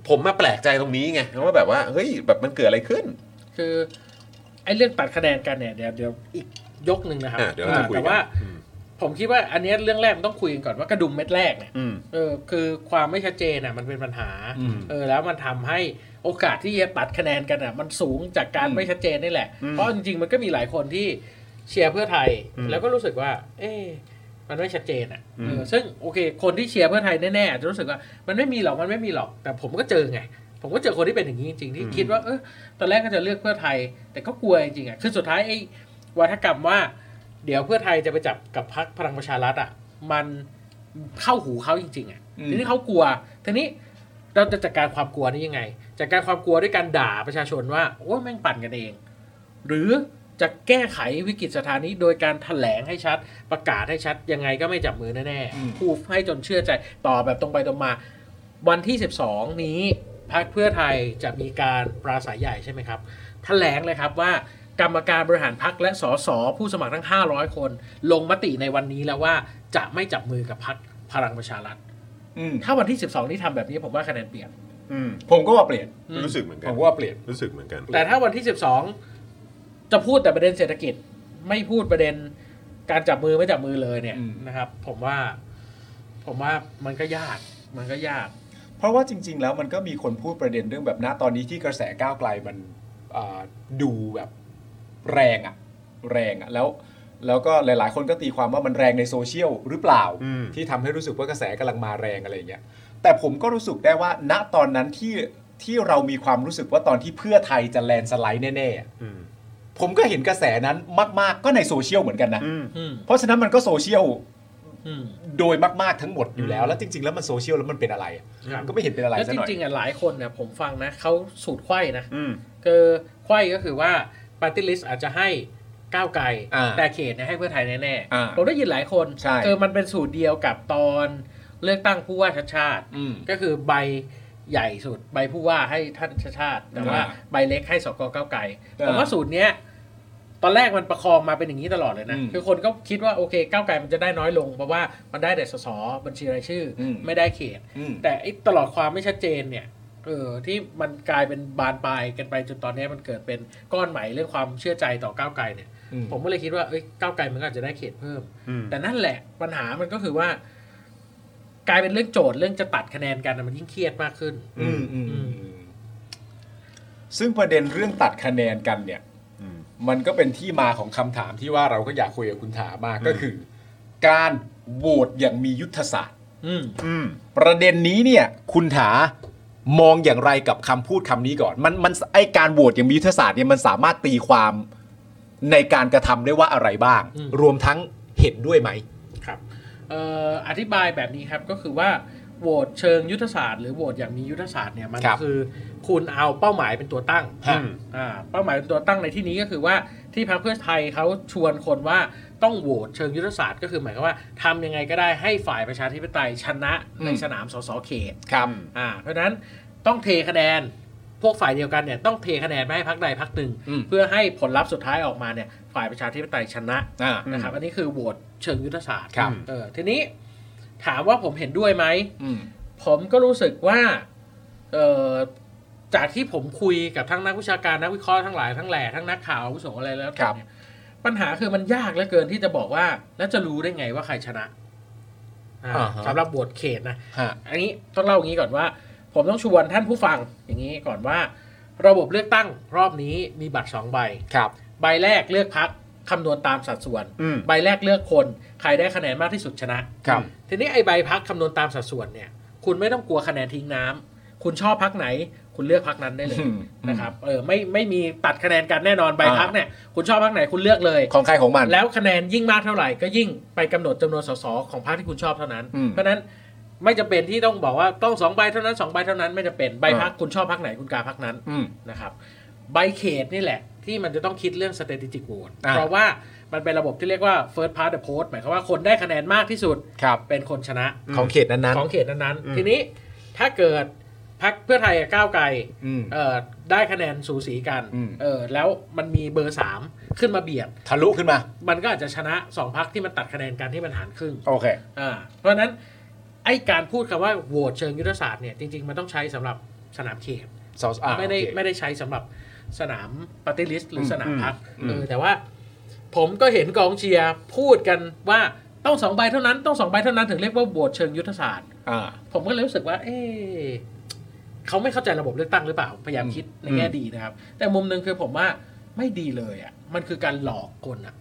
Speaker 1: ผมมาแปลกใจตรงนี้ไงว่าแบบว่าเฮ้ยแบบมันเกิดอะไรขึ้น
Speaker 3: คือไอ้เรื่องตัดคะแนนกันเนี่ยเดี๋ยวเดี๋ยวอีกยกหนึ่งนะครับ
Speaker 1: อ่ะเดี๋ยวเราจะคุยกัน
Speaker 3: แต่ว่า ผมคิดว่าอันเนี้ยเรื่องแรกมันต้องคุยกันก่อนว่ากระดุมเม็ดแรกเนี่ย
Speaker 1: อืม
Speaker 3: เออคือความไม่ชัดเจนอ่ะมันเป็นปัญหา
Speaker 2: อืม
Speaker 3: เออแล้วมันทำให้โอกาสที่จะตัดคะแนนกันอ่ะมันสูงจากการ
Speaker 2: อืม
Speaker 3: ไม่ชัดเจนนี่แหละ
Speaker 1: อืม
Speaker 3: เพราะจริงๆมันก็มีหลายคนที่เชียร์เพื่อไทย
Speaker 1: อืม
Speaker 3: แล้วก็รู้สึกว่า เอ๊ะมันไม่ชัดเจนอ่ะ
Speaker 1: อืม
Speaker 3: เออซึ่งโอเค คนที่เชียร์เพื่อไทยแน่ๆอาจจะรู้สึกว่ามันไม่มีหรอกมันไม่มีหรอก แต่ผมก็เจอไง ผมก็เจอคนที่เป็นอย่างนี้จริงๆที่คิดว่าเออตอนแรกก็จะเลือกเพื่อไทย แต่ก็กลัวจริงๆอ่ะคือสุดท้ายไอ้วัฒกรรมว่า เดี๋ยวเพื่อไทยจะไปจับกับพรรคพลังประชารัฐอ่ะมัน เข้าหูเขาจริงๆอ่ะ
Speaker 2: อืม
Speaker 3: ทีนี้เขากลัว ทีนี้เราจะจัดการความกลัวนี้ยังไง จัดการความกลัวด้วยการด่าประชาชนว่า โอ้ยแม่งปั่นกันเอง หรือจะแก้ไขวิกฤตสถานนี้โดยการแถลงให้ชัด ประกาศให้ชัด ยังไงก็ไม่จับมือแน่
Speaker 2: อืม
Speaker 3: ๆพูดให้จนเชื่อใจต่อแบบตรงไปตรงมา วันที่ 12 นี้พรรคเพื่อไทยจะมีการปราศัยใหญ่ใช่ไหมครับ แถลงเลยครับว่ากรรมการบริหารพักและสสผู้สมัครทั้ง 500 คน ลงมติในวันนี้แล้วว่าจะไม่จับมือกับพักพลังประชารัฐ
Speaker 2: อืม
Speaker 3: ถ้าวันที่ 12 นี้ทำแบบนี้ผมว่าคะแนนเปลี่ยน
Speaker 1: อืม
Speaker 2: ผมก็ว่าเปลี่ยน
Speaker 3: อืม
Speaker 1: รู้สึกเหมือนกั
Speaker 2: ผ
Speaker 1: น
Speaker 2: มก็ว่าเปลี่ยน
Speaker 1: รู้สึกเหมือนกัน
Speaker 3: แต่ถ้าวันที่ 12 จะพูดแต่ประเด็นเศรษฐกิจ ไม่พูดประเด็นการจับมือไม่จับมือเลยเนี่ย
Speaker 2: อืม
Speaker 3: นะครับ ผมว่า ผมว่ามันก็ยาก มันก็ยาก
Speaker 2: เพราะว่าจริง ๆ แล้วมันก็มีคนพูดประเด็นเรื่องแบบณตอนนี้ที่กระแสก้าวไกลมันเอ่อดูแบบแรงอะแรงอะแล้วแล้วก็หลาย ๆ คนก็ตีความว่ามันแรงในโซเชียลหรือเปล่า
Speaker 1: อืม
Speaker 2: ที่ทำให้รู้สึกว่ากระแสกำลังมาแรงอะไรอย่างเงี้ย แต่ผมก็รู้สึกได้ว่า ณตอนนั้นที่ที่เรามีความรู้สึกว่าตอนที่เพื่อไทยจะแลนด์สไลด์แน่ๆอะ
Speaker 1: อืม
Speaker 2: ผมก็เห็นกระแสนั้นมาก ๆ ก็ในโซเชียลเหมือนกันนะ
Speaker 1: อืม
Speaker 3: อืม
Speaker 2: เพราะฉะนั้นมันก็โซเชียล
Speaker 3: อืม
Speaker 2: โดยมากๆทั้งหมดอยู่แล้ว แล้วจริง ๆ แล้วมันโซเชียลแล้วมันเป็นอะไรอะ
Speaker 3: ครับ
Speaker 2: มันก็ไม่เห็นเป็นอะไร
Speaker 3: แล้ว
Speaker 2: ซะ
Speaker 3: จ
Speaker 2: หน่อย
Speaker 3: ริงๆอ่ะหลายคนเนี่ยผมฟังนะเขาสูตรไขว้นะ
Speaker 1: อืม
Speaker 3: คือไขว้ก็คือว่าปาร์ตี้ลิสต์อาจจะให้ก้าวไกล
Speaker 2: อ่า
Speaker 3: แต่เขตเนี่ยให้เพื่อไทยแน่
Speaker 2: อ่า
Speaker 3: ๆผมได้ยินหลายคน
Speaker 2: ใช่
Speaker 3: คือมันเป็นสูตรเดียวกับตอนเลือกตั้งผู้ว่าชัดชาติ
Speaker 2: อืม
Speaker 3: ก็คือใบใหญ่สุดใบผู้ว่าให้ท่านชาชาติ แต่ว่า
Speaker 2: อ่า
Speaker 3: ใบเล็กให้สกก้าวไกล
Speaker 2: อ่า
Speaker 3: ผมว่าสูตรเนี้ยตอนแรกมันประคองมาเป็นอย่างนี้ตลอดเลยนะ
Speaker 2: อืม
Speaker 3: คือคนก็คิดว่าโอเคก้าวไกลมันจะได้น้อยลง เพราะว่ามันได้แต่สสบัญชีรายชื่ออ
Speaker 2: ม
Speaker 3: ไม่ได้เขต
Speaker 2: อืม
Speaker 3: แต่ไอ้ตลอดความไม่ชัดเจนเนี่ยเออที่มันกลายเป็นบานปลายกันไปจนตอนเนี้ยมันเกิดเป็นก้อนใหม่เรื่องความเชื่อใจต่อก้าวไกลเนี่ย
Speaker 2: อืม
Speaker 3: ผมก็เลยคิดว่าเอ้ยก้าวไกลมันก็อาจจะได้เขตเพิ่ม
Speaker 1: อืม
Speaker 3: แต่นั่นแหละปัญหามันก็คือว่า กลายเป็นเรื่องโจทย์เรื่องจะตัดคะแนนกันน่ะมันยิ่งเครียดมากขึ้น
Speaker 2: อืมอืมอืมซึ่งประเด็นเรื่องตัดคะแนนกันเนี่ย
Speaker 1: อืม
Speaker 2: มันก็เป็นที่มาของคำถามที่ว่าเราก็อยากคุยกับคุณถามากก็คือ การโหวตอย่างมียุทธศาสตร์
Speaker 3: อืม
Speaker 1: อืม
Speaker 2: ประเด็นนี้เนี่ยคุณถามองอย่างไรกับคำพูดคำนี้ก่อน มันมันไอการโหวตอย่างมียุทธศาสตร์เนี่ยมันสามารถตีความในการกระทำได้ว่าอะไรบ้าง
Speaker 3: อืม
Speaker 2: รวมทั้งเห็นด้วยไหม
Speaker 3: ครับเอ่ออธิบายแบบนี้ครับก็คือว่าโหวตเชิงยุทธศาสตร์หรือโหวตอย่างมียุทธศาสตร์เนี่ยมัน
Speaker 2: ครับ
Speaker 3: คือคุณเอาเป้าหมายเป็นตัวตั้ง
Speaker 2: ฮะ
Speaker 3: อ่าเป้าหมายเป็นตัวตั้งในที่นี้ก็คือว่าที่พรรคเพื่อไทยเขาชวนคนว่าต้องโหวตเชิงยุทธศาสตร์ก็คือหมายความว่าทำยังไงก็ได้ให้ฝ่ายประชาธิปไตยชนะในสนามสสเขต
Speaker 2: ครับ
Speaker 3: อ่าเพราะฉะนั้นต้องเทคะแนนพวกฝ่ายเดียวกันเนี่ยต้องเทคะแนนไปให้พักใดพักหนึ่ง
Speaker 2: อืม
Speaker 3: เพื่อให้ผลลัพธ์สุดท้ายออกมาเนี่ยฝ่ายประชาธิปไตยชนะ
Speaker 2: อ่า
Speaker 3: นะครับอันนี้คือโหวตเชิงยุทธศาสตร์
Speaker 2: ครับ
Speaker 3: เออทีนี้ถามว่าผมเห็นด้วยไหม
Speaker 2: อืม
Speaker 3: ผมก็รู้สึกว่าเอ่อจากที่ผมคุยกับทั้งนักวิชาการนักวิเคราะห์ทั้งหลายทั้งแหล่ทั้งนักข่าวอาวุโสอะไรแล้ว
Speaker 2: ค
Speaker 3: แต่
Speaker 2: รับ
Speaker 3: เนี่ยปัญหาคือมันยากเหลือเกินที่จะบอกว่า แล้วจะรู้ได้ไงว่าใครชนะอ่า
Speaker 2: อ่าฮะ
Speaker 3: สำหรับโหวตเขตนะ
Speaker 2: ฮะ
Speaker 3: อันนี้ต้องเล่าอย่างนี้ก่อนว่า ผมต้องชวนท่านผู้ฟังอย่างนี้ก่อนว่า ระบบเลือกตั้งรอบนี้มีบัตรสองใบ
Speaker 2: ครับ
Speaker 3: ใบแรกเลือกพักคำนวณตามสัดส่วน
Speaker 1: อืม
Speaker 3: ใบแรกเลือกคน ใครได้คะแนนมากที่สุดชนะครับ ทีนี้ไอ้ใบพักคำนวณตามสัดส่วนเนี่ย คุณไม่ต้องกลัวคะแนนทิ้งน้ำคุณชอบพักไหน คุณเลือกพักนั้นได้เลย
Speaker 2: อืม
Speaker 3: นะครับเออไม่ไม่มีตัดคะแนนกันแน่นอนใบพักเนี่ยคุณชอบพักไหนคุณเลือกเลย
Speaker 2: ของใครของมัน
Speaker 3: แล้วคะแนนยิ่งมากเท่าไหร่ก็ยิ่งไปกำหนดจำนวนสสของพรรคที่คุณชอบเท่านั้น
Speaker 2: อืม
Speaker 3: เพราะฉะนั้นไม่จำเป็นที่ต้องบอกว่าต้องสองใบเท่านั้นสองใบเท่านั้นไม่จำเป็นใบพัก
Speaker 2: อ่า
Speaker 3: คุณชอบพักไหนคุณกาพักนั้น
Speaker 2: อืม
Speaker 3: นะครับใบเขตนี่แหละที่มันจะต้องคิดเรื่อง strategic vote
Speaker 2: อ่า
Speaker 3: เพราะว่ามันเป็นระบบที่เรียกว่า first past the post หมายความว่าคนได้คะแนนมากที่สุด
Speaker 2: ครับ
Speaker 3: เป็นคนชนะ
Speaker 2: ของเขตนั้น
Speaker 3: ของเขตนั้น
Speaker 1: อืม
Speaker 3: ๆ ทีนี้ถ้าเกิดพักเพื่อไทยกับก้าวไกล
Speaker 2: อืม
Speaker 3: เอ่อได้คะแนนสูสีกัน
Speaker 2: อืม
Speaker 3: เออแล้วมันมีเบอร์สามขึ้นมาเบียด
Speaker 2: ๆ ทะลุขึ้นมา
Speaker 3: มันก็อาจจะชนะ 2พักที่มันตัดคะแนนกันที่มันหารครึ่ง
Speaker 2: โอเค
Speaker 3: อ่าเพราะฉะนั้น ไอ้การพูดคำว่าโหวตเชิงยุทธศาสตร์เนี่ยจริง ๆ มันต้องใช้สำหรับสนามเขต
Speaker 2: สอสอ่า
Speaker 3: ไม่ได้
Speaker 2: โอเค
Speaker 3: ไม่ได้ใช้สำหรับสนามปฏิริษหรืออ
Speaker 2: ม
Speaker 3: สนามพัก
Speaker 2: อืม
Speaker 3: เออแต่ว่าผมก็เห็นกองเชียร์พูดกันว่าต้องสองใบเท่านั้นต้องสองใบเท่านั้นถึงเรียกว่าโหวตเชิงยุทธศาสตร์
Speaker 2: อ่า
Speaker 3: ผมก็เลยรู้สึกว่า เอ๊ะเขาไม่เข้าใจระบบเลือกตั้งหรือเปล่า พยายาม
Speaker 2: อืม
Speaker 3: คิดในแง่ดีนะครับ แต่มุมหนึ่งคือผมว่าไม่ดีเลยอ่ะ มันคือการหลอกคนอ่ะ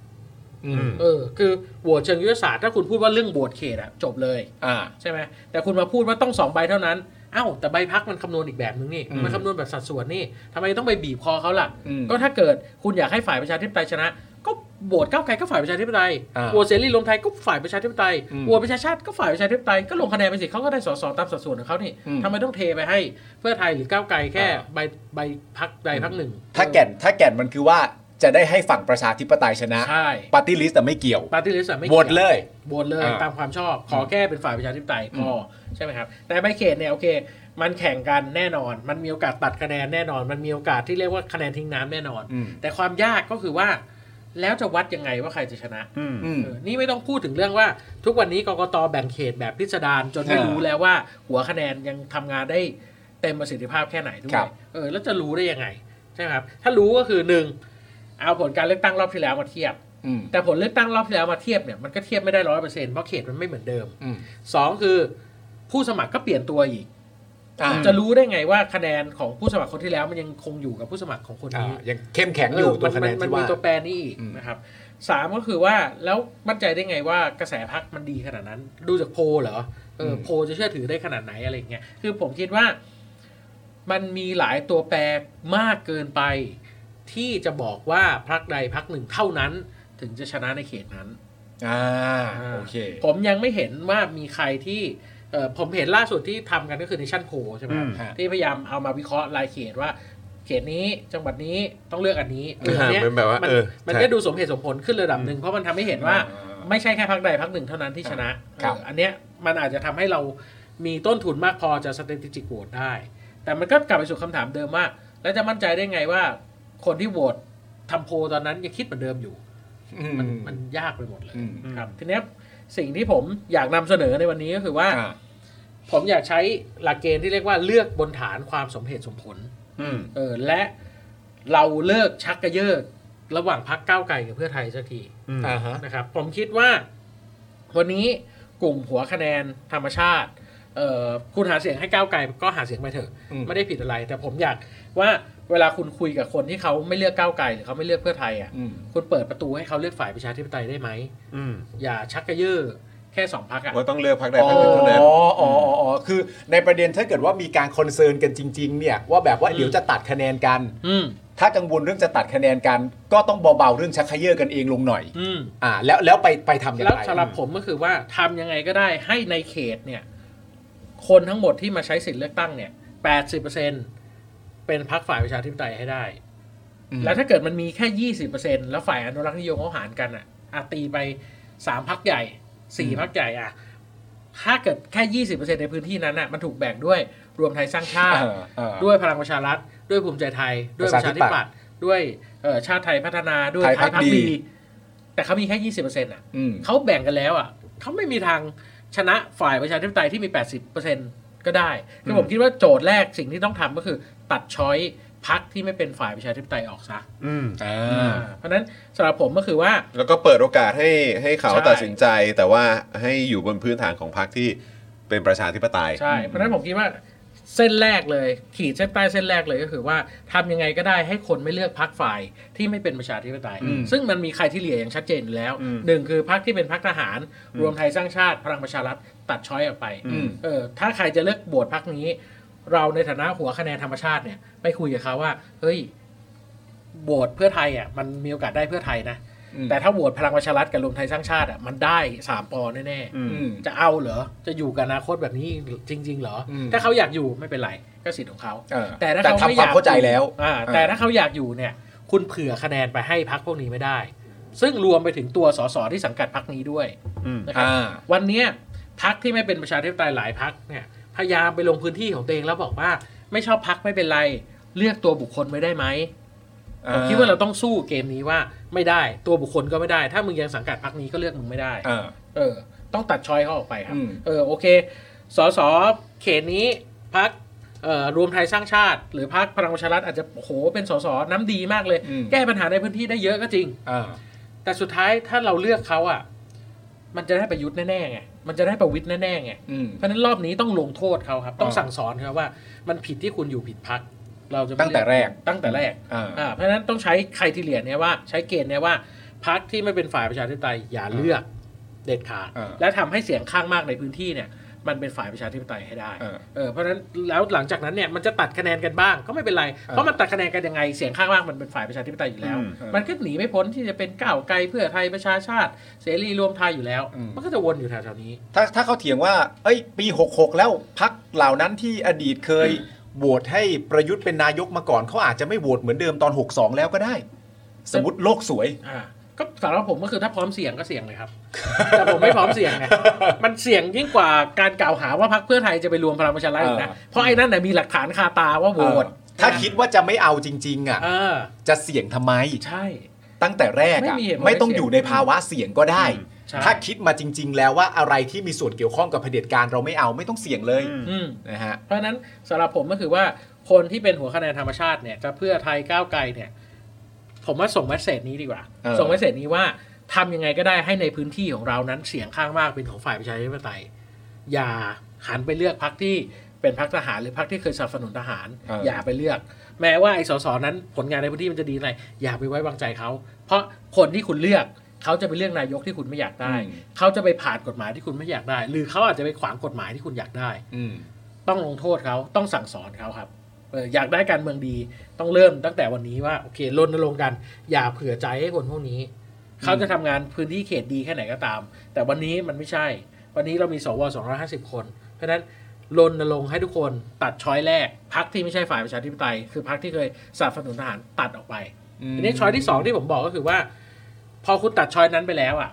Speaker 2: อืม
Speaker 3: เออ คือโหวตเชิงยุทธศาสตร์ ถ้าคุณพูดว่าเรื่องโหวตเขตอ่ะ จบเลย
Speaker 2: อ่า
Speaker 3: ใช่ไหม แต่คุณมาพูดว่าต้องสองใบเท่านั้น เอ้า แต่ใบพักมันคำนวณอีกแบบนึงนี่
Speaker 2: อืม
Speaker 3: มันคำนวณแบบสัดส่วนนี่ทำไมต้องไปบีบคอเขาล่ะ
Speaker 2: อืม
Speaker 3: ก็ถ้าเกิดคุณอยากให้ฝ่ายประชาธิปไตยชนะ ก็โหวตก้าวไกลก็ฝ่ายประชาธิปไตย
Speaker 2: อ่า
Speaker 3: โหวตเสรีรวมไทยก็ฝ่ายประชาธิปไตย
Speaker 2: อืม
Speaker 3: โหวตประชาชาติก็ฝ่ายประชาธิปไตย ก็ลงคะแนนไปสิเขาก็ได้สสตามสัดส่วนของเขานี่
Speaker 2: อืม
Speaker 3: ทำไมต้องเทไปให้เพื่อไทยหรือก้าวไกลแค่
Speaker 2: อ่า
Speaker 3: ใบใบพักใดพักหนึ่ง
Speaker 2: ถ้าแก่นถ้าแก่นมันคือว่าจะได้ให้ฝั่งประชาธิปไตยชนะ
Speaker 3: ใช่
Speaker 2: ปาร์ตี้ลิสต์แต่ไม่เกี่ยว
Speaker 3: ปาร์ตี้ลิสต์ไม่
Speaker 2: โหว
Speaker 3: กี่ย
Speaker 2: ตเลย
Speaker 3: โหวตเลย
Speaker 2: อ่า
Speaker 3: ตามความชอบขอแค่เป็นฝ่ายประชาธิปไตยพออใช่ไหมครับ แต่ใบเขตเนี่ยโอเค มันแข่งกันแน่นอน มันมีโอกาสตัดคะแนนแน่นอน มันมีโอกาสที่เรียกว่าคะแนนทิ้งน้ำแน่นอน
Speaker 2: อืม
Speaker 3: แต่ความยากก็คือว่า แล้วจะวัดยังไงว่าใครจะชนะ
Speaker 1: อืม
Speaker 2: อืม
Speaker 3: เออนี่ไม่ต้องพูดถึงเรื่องว่า ทุกวันนี้กกตแบ่งเขตแบบพิสดารจนไม่
Speaker 2: อ่า
Speaker 3: รู้แล้วว่า หัวคะแนนยังทำงานได้เต็มประสิทธิภาพแค่ไหนด้ว
Speaker 2: ครั
Speaker 3: ย
Speaker 2: บ
Speaker 3: เออแล้วจะรู้ได้ยังไงใช่ไหมครับถ้ารู้ก็คือหนึ่งเอาผลการเลือกตั้งรอบที่แล้วมาเทียบ
Speaker 2: อืม
Speaker 3: แต่ผลเลือกตั้งรอบที่แล้วมาเทียบเนี่ยมันก็เทียบไม่ได้ร้อยเปอร์เซ็นต์เพราะเขตมันไม่เหมือนเดิม
Speaker 2: อืม
Speaker 3: สองคือผู้สมัครก็เปลี่ยนตัวอีก
Speaker 2: อ่า
Speaker 3: จะรู้ได้ไงว่าคะแนนของผู้สมัครคนที่แล้วมันยังคงอยู่กับผู้สมัครของคน
Speaker 2: อ่า
Speaker 3: นี้
Speaker 2: ยังเข้มแข็งอยู่
Speaker 3: เออ
Speaker 2: ตั
Speaker 3: มั
Speaker 2: วคะแนน
Speaker 3: มั
Speaker 2: ที่
Speaker 3: มี
Speaker 2: ว่า
Speaker 3: ตัวแปรนี้อีก
Speaker 2: อืม
Speaker 3: นะครับสามก็คือว่าแล้วมั่นใจได้ไงว่ากระแสพักมันดีขนาดนั้น ดูจากโพลเหรอเอออโพลจะเชื่อถือได้ขนาดไหนอะไรอย่างเงี้ยคือผมคิดว่ามันมีหลายตัวแปรมากเกินไป ที่จะบอกว่าพักใดพักหนึ่งเท่านั้น ถึงจะชนะในเขตนั้น
Speaker 2: อ่า
Speaker 3: อ่า
Speaker 2: โอเค
Speaker 3: ผมยังไม่เห็นว่ามีใครที่เอ่อผมเห็นล่าสุดที่ทำกันก็คือในชั่นโพใช่ไหมครับ
Speaker 2: อืมฮะ
Speaker 3: ที่พยายามเอามาวิเคราะห์รายเขตว่า เขตนี้จังหวัดนี้ต้องเลือกอันนี้
Speaker 1: อ่า
Speaker 3: เนี้ย
Speaker 1: เป็นแบบว่าเออ
Speaker 3: มัน
Speaker 1: ใช่
Speaker 3: ก็ดูสมเหตุสมผลขึ้นระดับหนึ่งเพราะมันทำให้เห็นว่า
Speaker 2: อ่า
Speaker 3: ไม่ใช่แค่พักใดพักหนึ่งเท่านั้นที่ชนะครับ เอออันเนี้ยมันอาจจะทำให้เรามีต้นทุนมากพอจะ strategic vote ได้ แต่มันก็กลับไปสู่คำถามเดิมว่า แล้วจะมั่นใจได้ไงว่าคนที่โหวตทำโพลตอนนั้นยังคิดเหมือนเดิมอยู่
Speaker 2: อืม
Speaker 3: มันมันยากไปหมดเลย
Speaker 2: อืม
Speaker 3: ครับทีเนี้ยสิ่งที่ผมอยากนำเสนอในวันนี้ก็คือว่า
Speaker 2: อ่า
Speaker 3: ผมอยากใช้หลักเกณฑ์ที่เรียกว่าเลือกบนฐานความสมเหตุสมผล
Speaker 2: อืม
Speaker 3: เออและเราเลิกชักกระเยกระหว่างพักก้าวไกลกับเพื่อไทยสักที
Speaker 2: อ่าฮะ
Speaker 3: นะครับ ผมคิดว่าวันนี้กลุ่มหัวคะแนนธรรมชาติเออคุณหาเสียงให้ก้าวไกลก็หาเสียงไปเถอะ
Speaker 2: อืม
Speaker 3: ไม่ได้ผิดอะไร แต่ผมอยากว่าเวลาคุณคุยกับคนที่เขาไม่เลือกก้าวไกลหรือเขาไม่เลือกเพื่อไทยอ่ะ
Speaker 2: อืม
Speaker 3: คุณเปิดประตูให้เขาเลือกฝ่ายประชาธิปไตยได้ไหม
Speaker 1: อืม
Speaker 3: อย่าชักกระเยอะแค่สองพักอ่ะ
Speaker 1: ว่าต้องเลือกพักใดพักหนึ่งเท่านั้น
Speaker 2: อ๋ออ๋ออ๋ออ๋อคือในประเด็นถ้าเกิดว่ามีการคอนเซิร์นกันจริง ๆ เนี่ย ว่าแบบว่า
Speaker 3: อืม
Speaker 2: เดี๋ยวจะตัดคะแนนกัน
Speaker 3: อืม
Speaker 2: ถ้ากังวลเรื่องจะตัดคะแนนกัน ก็ต้องเบาๆเรื่องชักเขยือกันเองลงหน่อย
Speaker 3: อืม
Speaker 2: อ่า แล้วแล้วไปไปทำอย่าง
Speaker 3: แล้ว
Speaker 2: ไร
Speaker 3: สำหรับผมก็คือว่าทำยังไงก็ได้ให้ในเขตเนี่ย คนทั้งหมดที่มาใช้สิทธิ์เลือกตั้งเนี่ยแปดสิบเปอร์เซ็นเป็นพักฝ่ายประชาธิปไตยให้ได้
Speaker 2: อืม
Speaker 3: แล้วถ้าเกิดมันมีแค่ยี่สิบเปอร์เซ็นแล้วฝ่ายอนุรักษ์นิยมเขาหารกันอ่ะอาตีไปสามพักใหญ่สี่พักใหญ่อ่ะ ถ้าเกิดแค่ยี่สิบเปอร์เซ็นในพื้นที่นั้นอ่ะมันถูกแบ่งด้วยรวมไทยสร้างชาติ
Speaker 2: เออเออ
Speaker 3: ด้วยพลังประชารัฐ ด้วยภูมิใจไทย ด้วยประชาธิปัตย์ด้วยเอ่อชาติไทยพัฒนาด้วย
Speaker 2: ไทย
Speaker 3: ไท
Speaker 2: พัก
Speaker 3: ยพัก
Speaker 2: ดี
Speaker 3: ดี แต่เขามีแค่ยี่สิบเปอร์เซ็นต์อ่ะ
Speaker 2: อืม
Speaker 3: เขาแบ่งกันแล้วอ่ะเขาไม่มีทางชนะฝ่ายประชาธิปไตยที่มี 80เปอร์เซ็นต์ก็ได้คือผมคิดว่าโจทย์แรกสิ่งที่ต้องทำก็คือ ตัดช้อยพักที่ไม่เป็นฝ่ายประชาธิปไตยออกซะ
Speaker 1: อืม
Speaker 2: อ่า
Speaker 3: เพราะฉะนั้นสำหรับผมก็คือว่า
Speaker 1: แล้วก็เปิดโอกาสให้ให้เขา
Speaker 3: ใช่
Speaker 1: ตัดสินใจ แต่ว่าให้อยู่บนพื้นฐานของพรรคที่เป็นประชาธิปไตย
Speaker 3: ใช่ เพราะฉะนั้นผมคิดว่าเส้นแรกเลย ขีดเส้นใต้เส้นแรกเลยก็คือว่าทำยังไงก็ได้ให้คนไม่เลือกพักฝ่ายที่ไม่เป็นประชาธิปไตย
Speaker 2: อืม
Speaker 3: ซึ่งมันมีใครที่เหลียอย่างชัดเจนอยู่แล้ว
Speaker 1: อืม
Speaker 3: หนึ่งคือพักที่เป็นพักทหาร รวมไทยสร้างชาติพลังประชารัฐตัดช้อยออกไป
Speaker 2: อืม
Speaker 3: เออถ้าใครจะเลือกโบวตพักนี้ เราในฐานะหัวคะแนนธรรมชาติเนี่ยไปคุยกับเขาว่าเฮ้ยโหวตเพื่อไทยอ่ะมันมีโอกาสได้เพื่อไทยนะ
Speaker 2: อืม
Speaker 3: แต่ถ้าโหวตพลังประชารัฐกับรวมไทยสร้างชาติอ่ะมันได้สามปอแน่ๆ
Speaker 2: อืม
Speaker 3: จะเอาเหรอ จะอยู่กับอนาคตแบบนี้จริง ๆ เหรอ
Speaker 2: อืม
Speaker 3: ถ้าเขาอยากอยู่ไม่เป็นไรก็สิทธิ์ของเขา
Speaker 2: เออ
Speaker 3: แต่ถ้า
Speaker 2: แต่
Speaker 3: เขา
Speaker 2: ทำ
Speaker 3: ไม่
Speaker 2: ค
Speaker 3: อ
Speaker 2: วาม
Speaker 3: ยาก
Speaker 2: เข้าใจแล้ว
Speaker 3: อ่า
Speaker 2: เออ
Speaker 3: แต่ถ้าเขาอยากอยู่เนี่ย คุณเผื่อคะแนนไปให้พักพวกนี้ไม่ได้ ซึ่งรวมไปถึงตัวสสที่สังกัดพักนี้ด้วยนะครับ
Speaker 2: อ่า
Speaker 3: วันเนี้ยพักที่ไม่เป็นประชาธิปไตยหลายพักเนี่ยพยายามไปลงพื้นที่ของตัวเองแล้วบอกว่า ไม่ชอบพักไม่เป็นไร เลือกตัวบุคคลไว้ได้ไหมผมคิดว่าเราต้องสู้เกมนี้ว่าไม่ได้ตัวบุคคลก็ไม่ได้ ถ้ามึงยังสังกัดพักนี้ก็เลือกมึงไม่ได้
Speaker 2: อ่า
Speaker 3: เออ ต้องตัดชอยเขาออกไปครับ
Speaker 2: อืม
Speaker 3: เออ โอเค สส เขตนี้พักเอ่อรวมไทยสร้างชาติ หรือพักพลังประชารัฐอาจจะโอ้โหเป็นสส น้ำดีมากเลย
Speaker 2: อืม
Speaker 3: แก้ปัญหาในพื้นที่ได้เยอะก็จริง
Speaker 2: อ่า
Speaker 3: แต่สุดท้ายถ้าเราเลือกเขาอ่ะ มันจะได้ประยุทธ์แน่ๆไง มันจะได้ประวิทย์แน่ๆไง
Speaker 2: อืม
Speaker 3: เพราะฉะนั้นรอบนี้ต้องลงโทษเขาครับ ต้อง
Speaker 2: อ่า
Speaker 3: สั่งสอนเขาว่า มันผิดที่คุณอยู่ผิดพัก เราจะไม่
Speaker 2: ตั้งแต่แรก
Speaker 3: ตั้งแต่แรก
Speaker 2: อ่า
Speaker 3: อ่าเพราะฉะนั้นต้องใช้ใครทีเลียเนี่ยว่าใช้เกณฑ์เนี่ยว่าพักที่ไม่เป็นฝ่ายประชาธิปไตยอย่าเลือกเด็ดขาด
Speaker 2: อ่า
Speaker 3: และทำให้เสียงข้างมากในพื้นที่เนี่ย มันเป็นฝ่ายประชาธิปไตยให้ได้
Speaker 2: อ่า
Speaker 3: เออเพราะฉะนั้นแล้วหลังจากนั้นเนี่ยมันจะตัดคะแนนกันบ้างก็ไม่เป็นไร เพราะมันตัดคะแนนกันยังไงเสียงข้างมากมันเป็นฝ่ายประชาธิปไตยอยู่แล้ว
Speaker 1: อืม
Speaker 2: อ่ามั
Speaker 3: มันก็หนีไม่พ้นที่จะเป็นก้าวไกลเพื่อไทยประชาชาติ เสรีรวมไทยอยู่แล้ว
Speaker 2: อืม
Speaker 3: มันก็จะวนอยู่แถวๆนี้
Speaker 2: ถ้าถ้าเขาเถียงว่า เอ้ย ปี 66 แล้วพักเหล่านั้นที่อดีตเคยโหวตให้ประยุทธ์เป็นนายกมาก่อน เขาอาจจะไม่โหวตเหมือนเดิมตอน 62 แล้วก็ได้ สมมติโลกสวย
Speaker 3: อ่าก็สำหรับผมก็คือถ้าพร้อมเสี่ยงก็เสี่ยงเลยครับ แต่ผมไม่พร้อมเสี่ยงไงมันเสี่ยงยิ่งกว่าการกล่าวหาว่าพรรคเพื่อไทยจะไปรวมพลังประชารัฐอีกนะ
Speaker 2: เออ
Speaker 3: เพราะไอ้นั่นน่ะมีหลักฐานคาตาว่าโหวต
Speaker 2: ถ้าคิดว่าจะไม่เอาจริง ๆ อ่ะ
Speaker 3: เออ
Speaker 2: จะเสี่ยงทำไม
Speaker 3: ใช่
Speaker 2: ตั้งแต่แรกอ่ะ
Speaker 3: ไม่มีเหตุผล
Speaker 2: ไม่ต้องอยู่ในภาวะเสี่ยงก็ได้
Speaker 3: ใช่
Speaker 2: ถ้าคิดมาจริง ๆ แล้วว่าอะไรที่มีส่วนเกี่ยวข้องกับเผด็จการเราไม่เอาไม่ต้องเสี่ยงเลย
Speaker 3: อืม
Speaker 2: นะฮะ
Speaker 3: เพราะฉะนั้นสำหรับผมก็คือว่าคนที่เป็นหัวคะแนนธรรมชาติเนี่ยจะเพื่อไทยก้าวไกลเนี่ย ผมว่าส่งเมสเซจนี้ดีกว่า
Speaker 2: เออ
Speaker 3: ส่งเมสเซจนี้ว่าทำยังไงก็ได้ให้ในพื้นที่ของเรานั้นเสียงข้างมากเป็นของฝ่ายประชาธิปไตย อย่าหันไปเลือกพรรคที่เป็นพรรคทหารหรือพรรคที่เคยสนับสนุนทหาร
Speaker 2: เอออ
Speaker 3: อย่าไปเลือก แม้ว่าไอ้สสนั้นผลงานในพื้นที่มันจะดีอะไรอย่าไปไว้วางใจเขา เพราะคนที่คุณเลือกเขาจะไปเลือกนายกที่คุณไม่อยากได้
Speaker 2: อืม
Speaker 3: เขาจะไปผ่านกฎหมายที่คุณไม่อยากได้ หรือเขาอาจจะไปขวางกฎหมายที่คุณอยากได้
Speaker 2: อืม
Speaker 3: ต้องลงโทษเขาต้องสั่งสอนเขาครับเอออยากได้การเมืองดีต้องเริ่มตั้งแต่วันนี้ว่าโอเครณรงค์กัน อย่าเผื่อใจให้คนพวกนี้ เขาจะทำงานพื้นที่เขตดีแค่ไหนก็ตาม แต่วันนี้มันไม่ใช่ วันนี้เรามีสว250 คน เพราะฉะนั้นรณรงค์ให้ทุกคนตัดช้อยแรกพักที่ไม่ใช่ฝ่ายประชาธิปไตย คือพักที่เคยสนับสนุนทหารตัดออกไปทีนี้ช้อยที่สองที่ผมบอกก็คือว่า พอคุณตัดช้อยนั้นไปแล้วอ่ะ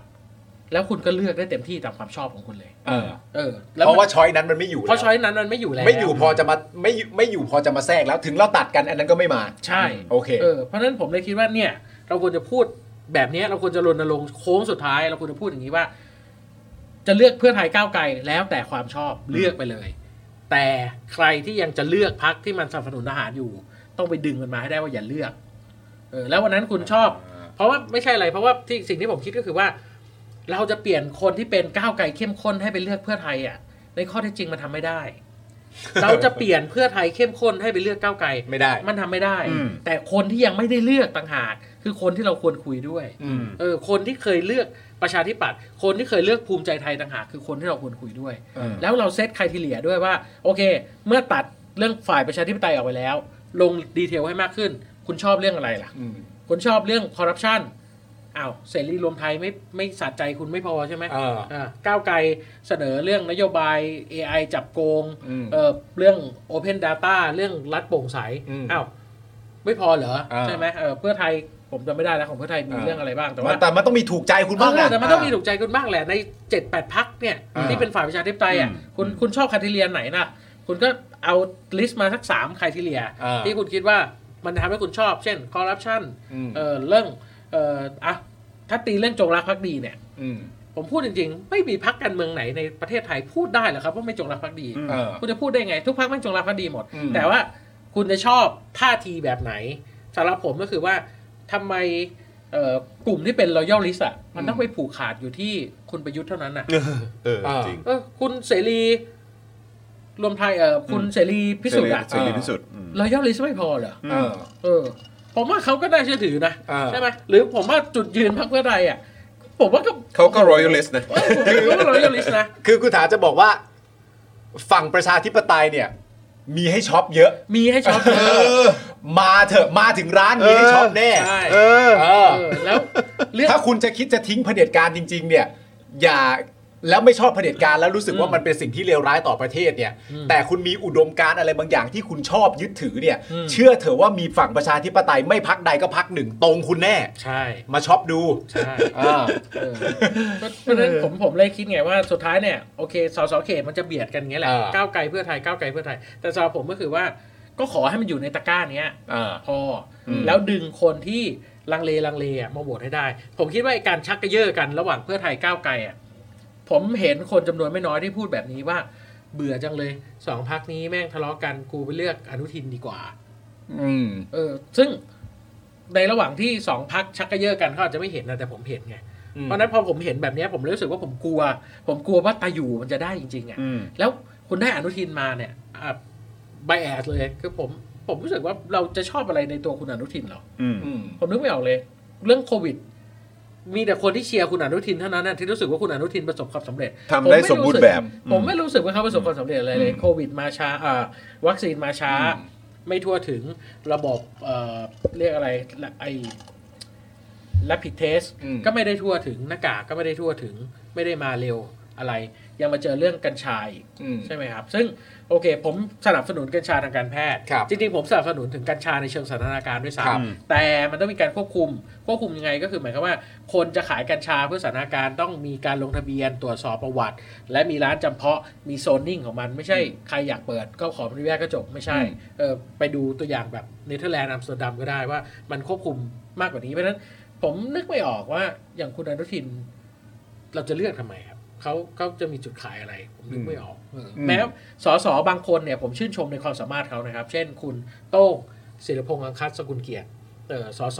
Speaker 3: แล้วคุณก็เลือกได้เต็มที่ตามความชอบของคุณเลย
Speaker 2: เออ
Speaker 3: เออแล้
Speaker 2: เพราะ
Speaker 3: มัน
Speaker 2: ว่าช้อยนั้นมันไม่อยู่
Speaker 3: เพราะ
Speaker 2: แล้ว
Speaker 3: ช้อยนั้นมันไม่อยู่แล้ว
Speaker 2: ไม่อยู่พอจะมาไม่อยู่ไม่อยู่พอจะมาแทรกแล้วถึงเราตัดกันอันนั้นก็ไม่มา
Speaker 3: ใช่
Speaker 2: โอเค
Speaker 3: เออเพราะฉะนั้นผมเลยคิดว่าเนี่ย เราควรจะพูดแบบเนี้ยเราควรจะรณรงค์โค้งสุดท้าย เราควรจะพูดอย่างนี้ว่า จะเลือกเพื่อไทยก้าวไกลแล้วแต่ความชอบเลือกไปเลย แต่ใครที่ยังจะเลือกพักที่มันสนับสนุนทหารอยู่ ต้องไปดึงมันมาให้ได้ว่าอย่าเลือก เออ แล้ววันนั้นคุณชอบ เพราะว่าไม่ใช่อะไร เพราะว่าที่สิ่งที่ผมคิดก็คือว่า เราจะเปลี่ยนคนที่เป็นก้าวไกลเข้มข้นให้ไปเลือกเพื่อไทยอ่ะ ในข้อเท็จจริงมันทำไม่ได้ เราจะเปลี่ยนเพื่อไทยเข้มข้นให้ไปเลือกก้าวไกล
Speaker 2: ไม่ได้
Speaker 3: มันทำไม่ได้
Speaker 1: อืม
Speaker 3: แต่คนที่ยังไม่ได้เลือกต่างหาก คือคนที่เราควรคุยด้วย
Speaker 2: อืม
Speaker 3: เออคนที่เคยเลือกประชาธิปัตย์คนที่เคยเลือกภูมิใจไทยต่างหากคือคนที่เราควรคุยด้วย
Speaker 2: เออ
Speaker 3: แล้วเราเซตใครทีเหลียด้วยว่า โอเค เมื่อตัดเรื่องฝ่ายประชาธิปไตยออกไปแล้ว ลงดีเทลให้มากขึ้น คุณชอบเรื่องอะไรล่ะ
Speaker 2: อืม
Speaker 3: คุณชอบเรื่องคอร์รัปชันอ้าวเสรีรวมไทยไม่ไม่สะใจคุณไม่พอใช่ไหม
Speaker 2: เออ
Speaker 3: อ่าก้าวไกลเสนอเรื่องนโยบาย AI จับโกง
Speaker 2: อืม
Speaker 3: เออเรื่อง Open Data เรื่องรัฐโปร่งใส
Speaker 2: อืม
Speaker 3: อ้าวไม่พอเหรอ
Speaker 2: เออ
Speaker 3: ใช่ไหมเออเพื่อไทยผมจำไม่ได้แล้วของเพื่อไทยมีเรื่องอะไรบ้างแต่
Speaker 2: มั
Speaker 3: ว่าน
Speaker 2: แต่มันต้องมีถูกใจคุณบ้าง
Speaker 3: เออ
Speaker 2: นะ
Speaker 3: แต่มันต้องมีถูกใจคุณบ้างแหละ ใน 7 8พักเนี่ย
Speaker 2: เออ
Speaker 3: ที่เป็นฝ่ายประชาธิปไตยอ่ะคุณคุณชอบคาทิเลียนไหนนะคุณก็เอาลิสต์มาสักสามคาทิเลีย
Speaker 2: เออ
Speaker 3: ที่คุณคิดว่ามันทำให้คุณชอบ เช่นคอร์รัปชัน
Speaker 2: อืม
Speaker 3: เออเรื่องเอออ่ะถ้าตีเรื่องจงรักภักดีเนี่ย
Speaker 2: อืม
Speaker 3: ผมพูดจริงๆ ไม่มีพักการเมืองไหนในประเทศไทยพูดได้หรอกครับว่าไม่จงรักภักดี
Speaker 2: เออ
Speaker 3: คุณจะพูดได้ไง ทุกพักไม่จงรักภักดีหมด
Speaker 2: อืม
Speaker 3: แต่ว่าคุณจะชอบท่าทีแบบไหนสำหรับผมก็คือว่าทำไมเอ่อกลุ่มที่เป็นรอยัลลิสอะมันต้องไปผูกขาดอยู่ที่คุณประยุทธ์เท่านั้นน่ะ
Speaker 1: เออจริง
Speaker 3: เออคุณเสรีรวมไทยเออคุณเสรีพิสุทธิ์อะ
Speaker 1: เสรีพิสุทธิ์อืม
Speaker 3: รอยัลลิสไม่พอเหรอ
Speaker 2: เออ
Speaker 3: เออผมว่าเขาก็น่าเชื่อถือนะ
Speaker 2: เออ
Speaker 3: ใช่ไหมหรือผมว่าจุดยืนพรรคเพื่อไทยอ่ะผมว่าก็
Speaker 1: เขาก็ royalist นะ
Speaker 3: เออผมก็ royalist นะ
Speaker 2: คือคุณถาจะบอกว่า ฝั่งประชาธิปไตยเนี่ย มีให้ช็อปเยอะ
Speaker 3: มีให้ช็อปเยอะ
Speaker 2: เออ มาเถอะมาถึงร้านมีให้ช็อปแน่
Speaker 3: ใช่
Speaker 1: เออ
Speaker 2: เอ
Speaker 3: เอ
Speaker 2: อ
Speaker 3: อแล้วเลือก
Speaker 2: ถ้าคุณจะคิดจะทิ้งเผด็จการจริง ๆ เนี่ย อย่าแล้วไม่ชอบเผด็จการแล้วรู้สึกว่ามันเป็นสิ่งที่เลวร้ายต่อประเทศเนี่ย แต่คุณมีอุดมการณ์อะไรบางอย่างที่คุณชอบยึดถือเนี่ย
Speaker 3: อืม
Speaker 2: เชื่อเถอะว่ามีฝั่งประชาธิปไตยไม่พักใดก็พักหนึ่งตรงคุณแน่
Speaker 3: ใช่
Speaker 2: มาช็อปดู
Speaker 3: ใช่
Speaker 2: อ่า
Speaker 3: เออเพราะฉะนั้นผมผมเลยคิดไงว่าสุดท้ายเนี่ยโอเคสสเขตมันจะเบียดกันอย่างเงี้ยแหละ
Speaker 2: อ่า
Speaker 3: ก้าวไกลเพื่อไทยก้าวไกลเพื่อไทย แต่สำหรับผมก็คือว่าก็ขอให้มันอยู่ในตะกร้าเนี้ย
Speaker 2: อ่า
Speaker 3: พออแล้วดึงคนที่ลังเลลังเลอะมาโหวตให้ได้ ผมคิดว่าไอ้การชักกระเยาะกันระหว่างเพื่อไทยก้าวไกลอ่ะผมเห็นคนจำนวนไม่น้อยที่พูดแบบนี้ว่า เบื่อจังเลยสองพักนี้แม่งทะเลาะกันกูไปเลือกอนุทินดีกว่า
Speaker 2: อืม
Speaker 3: เออซึ่งในระหว่างที่สองพักชักกระเยาะกันเขาอาจจะไม่เห็นนะแต่ผมเห็นไง
Speaker 2: อืม
Speaker 3: เพราะฉะนั้นพอผมเห็นแบบเนี้ยผมเลยรู้สึกว่าผมกลัว ผมกลัวว่าตาอยู่มันจะได้จริงๆอ่ะ
Speaker 2: อืม
Speaker 3: แล้วคุณได้อนุทินมาเนี่ยใบแอดเลยคือผมผมรู้สึกว่าเราจะชอบอะไรในตัวคุณอนุทินเหรอ
Speaker 1: อืม
Speaker 2: อืม
Speaker 3: ผมนึกไม่ออกเลย เรื่องโควิด มีแต่คนที่เชียร์คุณอนุทินเท่านั้นนะที่รู้สึกว่าคุณอนุทินประสบความสำเร็จ
Speaker 1: ทำได้สมบูรณ์แบบ
Speaker 3: ผมไม่รู้สึกว่าเขาประสบความสำเร็จอะไรเลย
Speaker 2: อืม
Speaker 3: โควิดมาช้าอ่าวัคซีนมาช้า
Speaker 2: อืม
Speaker 3: ไม่ทั่วถึงระบบเอ่อเรียกอะไรละไอรับผิดเทส
Speaker 2: อืม
Speaker 3: ก็ไม่ได้ทั่วถึงหน้ากากก็ไม่ได้ทั่วถึง ไม่ได้มาเร็วอะไร ยังมาเจอเรื่องกัญชาอีก
Speaker 2: อืม
Speaker 3: ใช่ไหมครับ ซึ่งโอเค ผมสนับสนุนกัญชาทางการแพทย์
Speaker 2: ครับ
Speaker 3: จริงๆ ผมสนับสนุนถึงกัญชาในเชิงสถานาการด้วยซ้
Speaker 2: ครับ
Speaker 3: ำแต่มันต้องมีการควบคุม ควบคุมยังไงก็คือหมายความว่า คนจะขายกัญชาเพื่อสถานาการต้องมีการลงทะเบียนตรวจสอบประวัติ และมีร้านจำเพาะมีโซนนิ่งของมัน ไม่ใช่ใครอยากเปิดก็ขออนุญาตก็จบไม่ใช่
Speaker 2: อืม
Speaker 3: เออไปดูตัวอย่างแบบเนเธอร์แลนด์อัมสเตอร์ดัมก็ได้ว่ามันควบคุมมากกว่านี้เพราะฉะนั้นผมนึกไม่ออกว่าอย่างคุณอนุทิน เราจะเลือกทำไมครับเขาเขาจะมีจุดขายอะไร ผมนึกไม่ออกเออแม้สสบางคนเนี่ยผมชื่นชมในความสามารถเขานะครับ เช่น คุณโต้งศิรพงษ์อังคัตสกุลเกียรติเออสส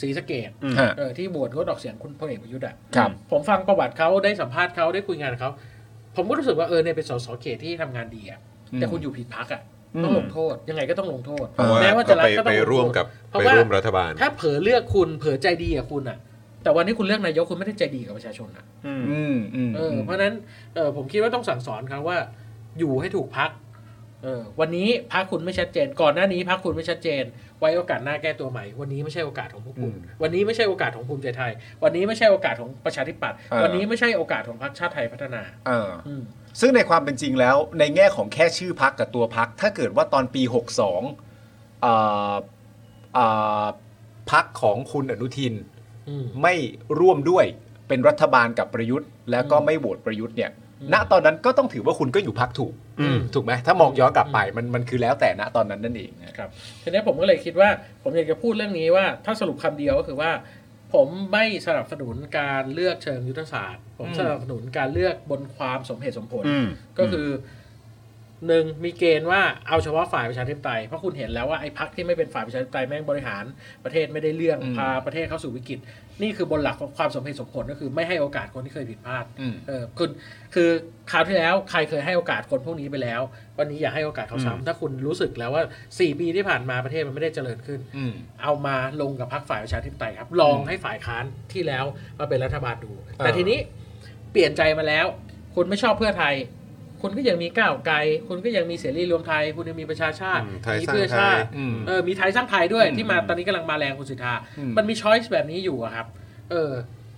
Speaker 3: ศรีสะเกด
Speaker 2: ฮะ
Speaker 3: เออที่โหวตงดออกเสียงคุณพลเอกประยุทธ์อ่ะ
Speaker 2: ครับ
Speaker 3: ผมฟังประวัติเขาได้สัมภาษณ์เขาได้คุยงานกับเขาผมก็รู้สึกว่าเออเนี่ยเป็นสสเขตที่ทำงานดีอ่ะแต่คุณอยู่ผิดพักอ่ะต้องลงโทษ ยังไงก็ต้องลงโทษ
Speaker 1: เพราะว่า
Speaker 3: แม้ว่า
Speaker 1: ก็
Speaker 3: จะรั
Speaker 1: ไป
Speaker 3: กก็ต้อง
Speaker 1: ไป
Speaker 3: ลงโทษ
Speaker 1: ร่วมกับ
Speaker 3: เพราะ
Speaker 1: ไป
Speaker 3: ว่า
Speaker 1: ร่วมรัฐบาล
Speaker 3: ถ้าเผลอเลือกคุณเผลอใจดีกับคุณอ่ะ แต่วันนี้คุณเลือกนายกคุณไม่ได้ใจดีกับประชาชนนะ
Speaker 2: อืมอืม
Speaker 3: เออเพราะฉะนั้นเออผมคิดว่าต้องสั่งสอนเขาว่า อยู่ให้ถูกพักเออวันนี้พักคุณไม่ชัดเจน ก่อนหน้านี้พักคุณไม่ชัดเจน ไว้โอกาสหน้าแก้ตัวใหม่ วันนี้ไม่ใช่โอกาสของพวกคุณ วันนี้ไม่ใช่โอกาสของภูมิใจไทย วันนี้ไม่ใช่โอกาสของประชาธิปัตย์วันนี้ไม่ใช่โอกาสของพรรคชาติไทยพัฒนา
Speaker 2: เออ
Speaker 3: อืม
Speaker 2: ซึ่งในความเป็นจริงแล้วในแง่ของแค่ชื่อพักกับตัวพัก ถ้าเกิดว่าตอนปี 62เอ่อเอ่อพักของคุณอนุทิน
Speaker 3: อืม
Speaker 2: ไม่ร่วมด้วยเป็นรัฐบาลกับประยุทธ์ แล้วก็ไม่โหวตประยุทธ์เนี่ย ณตอนนั้นก็ต้องถือว่าคุณก็อยู่พักถูก
Speaker 3: อืม
Speaker 2: ถูกไหมถ้ามองย้อนกลับไปมันมันคือแล้วแต่ณตอนนั้นนั่นเองนะ
Speaker 3: ครับทีนี้ผมก็เลยคิดว่าผมอยากจะพูดเรื่องนี้ว่า ถ้าสรุปคำเดียวก็คือว่า ผมไม่สนับสนุนการเลือกเชิงยุทธศาสตร์ ผม
Speaker 2: อืม
Speaker 3: สนับสนุนการเลือกบนความสมเหตุสมผล
Speaker 1: อืม
Speaker 3: ก็คือหนึ่งมีเกณฑ์ว่าเอาเฉพาะฝ่ายประชาธิปไตยเพราะคุณเห็นแล้วว่าไอ้พักที่ไม่เป็นฝ่ายประชาธิปไตยแม่งบริหารประเทศไม่ได้เรื่อง
Speaker 2: อืม
Speaker 3: พาประเทศเข้าสู่วิกฤต นี่คือบนหลักของความสมเหตุสมผลก็คือไม่ให้โอกาสคนที่เคยผิดพลาด
Speaker 2: อืม
Speaker 3: เออคุณคือคราวที่แล้วใครเคยให้โอกาสคนพวกนี้ไปแล้ว วันนี้อยากให้โอกาสเขา
Speaker 2: อืม
Speaker 3: ซ้ำถ้าคุณรู้สึกแล้วว่า 4 ปีที่ผ่านมาประเทศมันไม่ได้เจริญขึ้น
Speaker 2: อืม
Speaker 3: เอามาลงกับพรรคฝ่ายประชาธิปไตยครับ ลองให้ฝ่ายค้านที่แล้วมาเป็นรัฐบาลดู แต่ทีนี้เปลี่ยนใจมาแล้ว คุณไม่ชอบเพื่อไทย คุณก็ยังมีก้าวไกล คุณก็ยังมีเสรีรวมไทย คุณยังมีประชาชาติ
Speaker 1: อืมไทย
Speaker 3: มี
Speaker 1: สร้าง
Speaker 3: เพื่อชาติ
Speaker 1: ไทย
Speaker 2: อืม
Speaker 3: เออมีไทยสร้างไทยด้วย
Speaker 2: อืม
Speaker 3: ที่มาตอนนี้กำลังมาแรงคุณสิทธา
Speaker 2: อืม
Speaker 3: มันมีช้อยส์แบบนี้อยู่อะครับเออ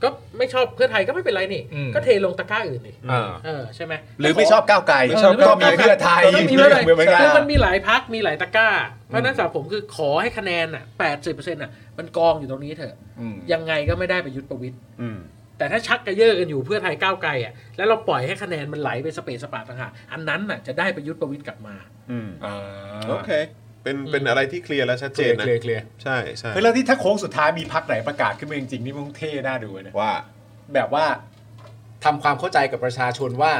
Speaker 3: ก็ไม่ชอบเพื่อไทยก็ไม่เป็นไรนี่
Speaker 2: อืม
Speaker 3: ก็เทลงตะกร้าอื่นนี่
Speaker 2: อ่า
Speaker 3: เออใช่ไหม
Speaker 2: หรือไม่ชอบก้าวไกล
Speaker 3: ไม่ชอบ
Speaker 2: ก็
Speaker 3: ก้าวไกล
Speaker 2: มีเพื่อไทย
Speaker 3: เราต้องมีเมื่อไหร่
Speaker 2: เหมือนกัน
Speaker 3: คือมันมีหลายพักมีหลายตะกร้า เพราะฉะนั้นสำหรับผมคือขอให้คะแนนอ่ะแปดสิบเปอร์เซ็นต์อ่ะ มันกองอยู่ตรงนี้เถอะ
Speaker 2: อืม
Speaker 3: ยังไงก็ไม่ได้ประยุทธ์ประวิตย
Speaker 1: อืม
Speaker 3: แต่ถ้าชักกระเยอะกันอยู่เพื่อไทยก้าวไกลอ่ะ แล้วเราปล่อยให้คะแนนมันไหลไปสเปซสปาต่างหากอันนั้นน่ะจะได้ประยุทธ์ประวิตยกลับมา
Speaker 1: อืม
Speaker 2: อ่า
Speaker 1: โอเค เป็น เป็นอะไรที่เคลียร์แล้วชัด
Speaker 2: เค
Speaker 1: เจ
Speaker 2: ลีย
Speaker 1: น
Speaker 2: ร์
Speaker 1: นะ
Speaker 2: เคลียร์เคลียร์
Speaker 1: ใช่ใช่
Speaker 2: เฮ้ยแล้วที่ถ้าโค้งสุดท้ายมีพักไหนประกาศขึ้นมาจริงๆนี่มันคงเท่น่าดูเลยนะ
Speaker 1: ว่า
Speaker 2: แบบว่าทำความเข้าใจกับประชาชนว่า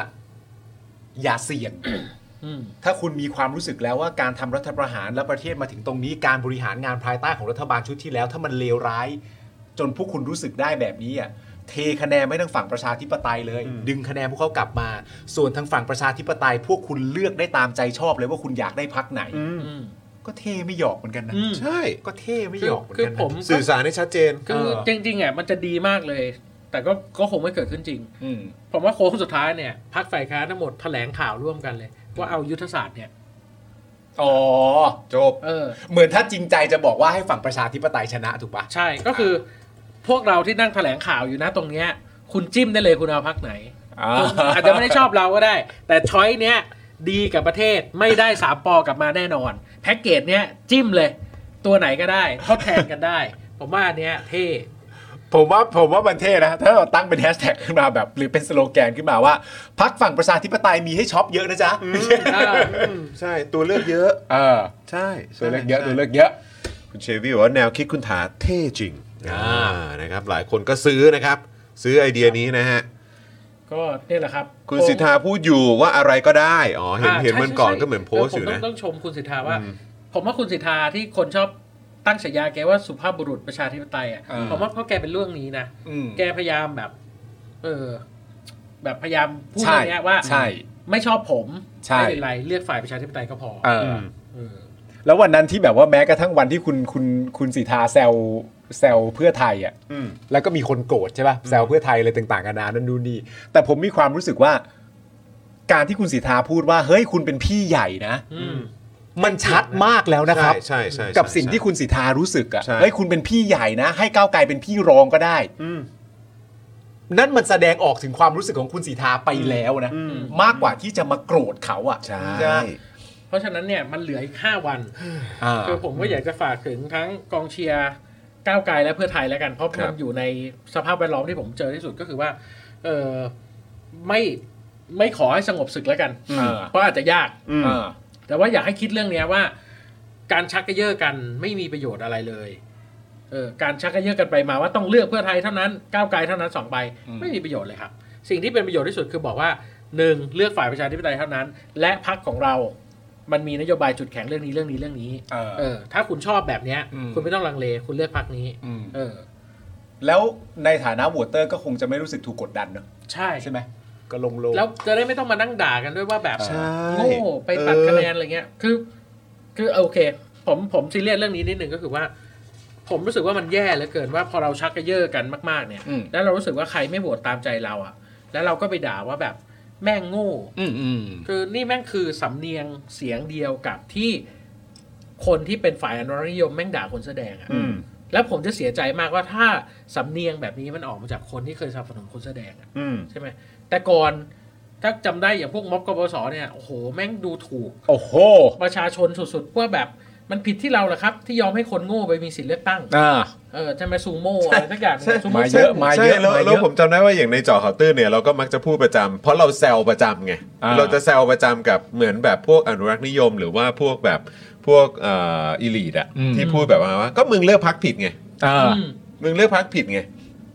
Speaker 2: อย่าเสี่ยง
Speaker 3: อืม
Speaker 2: ถ้าคุณมีความรู้สึกแล้วว่าการทำรัฐประหารและประเทศมาถึงตรงนี้ การบริหารงานภายใต้ของรัฐบาลชุดที่แล้ว ถ้ามันเลวร้าย จนพวกคุณรู้สึกได้แบบนี้อ่ะเทคะแนนไม่ทางฝั่งประชาธิปไตยเลย ดึงคะแนนพวกเขากลับมา ส่วนทางฝั่งประชาธิปไตย พวกคุณเลือกได้ตามใจชอบเลยว่าคุณอยากได้พักไหน
Speaker 3: อืม
Speaker 2: ก็เท่ไม่หยอกเหมือนกันนะ
Speaker 3: อืม
Speaker 1: ใช่
Speaker 2: ก็เท่ไม่หยอกเหมือน
Speaker 3: คือ
Speaker 2: กัน
Speaker 3: ผ
Speaker 2: นะ
Speaker 3: มก็
Speaker 1: สื่อสารให้ชัดเจน
Speaker 3: คือ
Speaker 2: เออ
Speaker 3: จริงๆอ่ะมันจะดีมากเลย แต่ก็ก็คงไม่เกิดขึ้นจริง
Speaker 2: อืม
Speaker 3: ผมว่าโค้งสุดท้ายเนี่ยพักฝ่ายค้านทั้งหมดแถลงข่าวร่วมกันเลย ว่าเอายุทธศาสตร์เนี่ย
Speaker 2: อ๋อ
Speaker 1: จบ
Speaker 3: เออ
Speaker 2: เหมือนถ้าจริงใจจะบอกว่าให้ฝั่งประชาธิปไตยชนะถูกปะ
Speaker 3: ใช่ก็คือพวกเราที่นั่งแถลงข่าวอยู่นะตรงเนี้ย คุณจิ้มได้เลยคุณเอาพักไหน
Speaker 2: อ่า
Speaker 3: อาจจะไม่ได้ชอบเราก็ได้ แต่ช้อยเนี้ยดีกับประเทศไม่ได้สามปอกลับมาแน่นอน แพ็กเกจเนี้ยจิ้มเลย ตัวไหนก็ได้ทดแทนกันได้ ผมว่าอันเนี้ยเท่
Speaker 2: ผมว่าผมว่ามันเท่นะ ถ้าเราตั้งเป็นแฮชแท็กขึ้นมาแบบ หรือเป็นสโลแกนขึ้นมาว่าพักฝั่งประชาธิปไตยมีให้ช็อปเยอะนะจ๊ะ
Speaker 1: ใช่ ตัวเลือกเยอะ
Speaker 2: เออ
Speaker 1: ใช่ใช่
Speaker 2: ตัวเลือกเยอะ
Speaker 1: ใช่
Speaker 2: ตัวเลือกเยอะ
Speaker 1: คุณเชวี่บอกว่าแนวคิดคุณถาเท่จริง
Speaker 2: อ่า
Speaker 1: อ่านะครับ หลายคนก็ซื้อนะครับ ซื้อไอเดียนี้นะฮะ
Speaker 3: ก็เนี่ยแหละครับ
Speaker 1: คุณสิทธาพูดอยู่ว่าอะไรก็ได้ อ๋อ เห็น
Speaker 3: อ่า
Speaker 1: เห็นมันก่อน
Speaker 3: ใช่ใช่
Speaker 1: ก็เหมือนโพสต์อยู่
Speaker 3: ผมต้
Speaker 1: นะ
Speaker 3: งต้องชมคุณสิทธาว่า ผมว่าคุณสิทธาที่คนชอบตั้งฉายาแกว่าสุภาพบุรุษประชาธิปไตยอ่ะ
Speaker 2: อ่า
Speaker 3: ผมว่าเพราะแกเป็นเรื่องนี้นะ
Speaker 2: อืม
Speaker 3: แกพยายามแบบ เออ แบบพยายามพูด
Speaker 2: ใช่
Speaker 3: เรื่องเนี้ยว่า
Speaker 2: ใช่
Speaker 3: ไม่ชอบผม
Speaker 2: ใช่
Speaker 3: ไม่เป็นไรเลือกฝ่ายประชาธิปไตยก็พอ
Speaker 2: เอออ
Speaker 1: ม
Speaker 3: เออ
Speaker 2: แล้ววันนั้นที่แบบว่าแม้กระทั่งวันที่คุณคุณคุณสีทาแซวแซวเพื่อไทยอ่ะ
Speaker 1: อืม
Speaker 2: แล้วก็มีคนโกรธใช่ป่ะแซวเพื่อไทยอะไรต่างๆกันานานั่นดูนนี่แต่ผมมีความรู้สึกว่า การที่คุณสีทาพูดว่า เฮ้ยคุณเป็นพี่ใหญ่นะ
Speaker 3: อืม
Speaker 2: มันชัดมากแล้วนะครับ
Speaker 1: ใช่ใช่ใช่ใช่
Speaker 2: กับสิ่งที่คุณสีทารู้สึก
Speaker 1: ใช่
Speaker 2: อะ่ะเฮ้ยคุณเป็นพี่ใหญ่นะ ให้ก้าวไกลเป็นพี่รองก็ได้
Speaker 1: อืม
Speaker 2: นั่นมันแสดงออกถึงความรู้สึกของคุณสีทาไปแล้วนะ มากกว่าที่จะมาโกรธเขาอะ่ะ
Speaker 1: ใช่
Speaker 3: เพราะฉะนั้นเนี่ยมันเหลืออีกห้าวัน
Speaker 2: อ่า
Speaker 3: คือผมก็อยากจะฝากถึงทั้งกองเชียร์ก้าวไกลและเพื่อไทยแล้วกัน เพราะ
Speaker 1: ครั
Speaker 3: มั
Speaker 1: บ
Speaker 3: นอยู่ในสภาพแวดล้อมที่ผมเจอที่สุดก็คือว่า เออไม่ไม่ขอให้สงบศึกแล้วกัน
Speaker 2: อืม
Speaker 3: เพราะอาจจะยาก
Speaker 1: อืม
Speaker 2: อ่า
Speaker 3: แต่ว่าอยากให้คิดเรื่องเนี้ยว่า การชักกระเยอะกันไม่มีประโยชน์อะไรเลยเออการชักกระเยอะกันไปมาว่าต้องเลือกเพื่อไทยเท่านั้นก้าวไกลเท่านั้นสองใบ
Speaker 2: อืม
Speaker 3: ไม่มีประโยชน์เลยครับ สิ่งที่เป็นประโยชน์ที่สุดคือบอกว่าหนึ่งเลือกฝ่ายประชาธิปไตยเท่านั้น และพักของเรา มันมีนโยบายจุดแข็งเรื่องนี้เรื่องนี้เรื่องนี้
Speaker 2: เออ
Speaker 3: เออ ถ้าคุณชอบแบบเนี้ย
Speaker 2: อืม
Speaker 3: คุณไม่ต้องลังเลคุณเลือกพักนี้
Speaker 2: ม
Speaker 3: เออ
Speaker 2: แล้วในฐานะโหวตเตอร์ก็คงจะไม่รู้สึกถูกกดดันเนอะ
Speaker 3: ใช่
Speaker 2: ใช่ไหมก็ลงโลง
Speaker 3: แล้วจะได้ไม่ต้องมานั่งด่ากันด้วยว่าแบบ
Speaker 1: ใช่
Speaker 3: โง่ไปปัดคะแนนอะไรเงี้ย คือ คือโอเค ผมผมซีเรียสเรื่องนี้นิดนึงก็คือว่า ผมรู้สึกว่ามันแย่เหลือเกินว่าพอเราชักกระเยอะกันมากๆเนี่ย
Speaker 2: อืม
Speaker 3: แล้วเรารู้สึกว่าใครไม่โหวตตามใจเราอะแล้วเราก็ไปด่าว่าแบบแม่งโง่
Speaker 2: อืมอืม
Speaker 3: คือนี่แม่งคือสำเนียงเสียงเดียวกับที่คนที่เป็นฝ่ายอนุรักษ์นิยมแม่งด่าคนแสอแดงอะ
Speaker 2: อืม
Speaker 3: แล้วผมจะเสียใจมากว่าถ้าสำเนียงแบบนี้มันออกมาจากคนที่เคยสนับสนุนคนแสอแดงอะ
Speaker 1: อืม
Speaker 3: ใช่ไหมแต่ก่อนถ้าจำได้อย่างพวกม็อบกบสเนี่ยโอ้โหแม่งดูถูก
Speaker 2: โอ้โห
Speaker 3: ประชาชนสุดๆว่าแบบมันผิดที่เราเหรอครับ ที่ยอมให้คนโง่ไปมีสิทธิ์เลือกตั้ง
Speaker 2: อ่า
Speaker 3: เออใช่ไหมซูโม่อะไรสักอย่าง
Speaker 1: ใช่
Speaker 3: ซู
Speaker 2: มา
Speaker 3: โม่
Speaker 2: เยอะ มา
Speaker 1: ใช่
Speaker 2: เยอะ
Speaker 1: แล้ว
Speaker 2: มา
Speaker 1: แล้
Speaker 2: เยว อะ
Speaker 1: ผมจำได้ว่าอย่างในเจาะข่าวตื้นเนี่ยเราก็มักจะพูดประจำเพราะเราแซวประจำไง
Speaker 2: อ่า
Speaker 1: เราจะแซวประจำกับเหมือนแบบพวกอนุรักษ์นิยม หรือว่าพวกแบบพวกเอ่ออีลีดอะที่พูดแบบว่า ก็มึงเลือกพักผิดไง
Speaker 2: อ่า
Speaker 3: อืม
Speaker 1: มึงเลือกพักผิดไง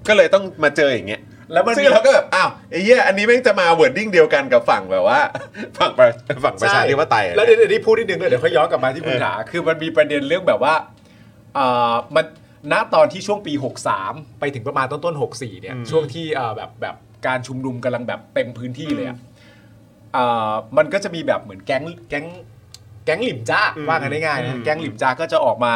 Speaker 1: ก็เลยต้องมาเจออย่างเงี้ย
Speaker 2: แล้วมัน
Speaker 1: ซึ่ง
Speaker 2: มี
Speaker 1: เราก็แบบอ้าวไอ้เหี้ยอันนี้แม่งจะมาเวิร์ดดิ้งเดียวกันกับฝั่งแบบว่า ฝั่งประฝั่งประชาธิปไตยอะ
Speaker 2: แล้วเดี๋ยวนี้พูดนิดนึงเลยเดี๋ยวค่อยย้อนกลับมาที่คุณถาคือมันมีประเด็นเรื่องแบบว่าเอ่อมันณตอนที่ช่วงปี 63 ไปถึงประมาณต้นต้นๆ64 เนี่ย ช่วงที่เอ่อแบบแบบการชุมนุมกำลังแบบเต็มพื้นที่เลยอะเอ่อมันก็จะมีแบบเหมือนแก๊งแก๊งแก๊งหลิมจ้าว่ากันได้ง่ายนะแก๊งหลิมจ้าก็จะออกมา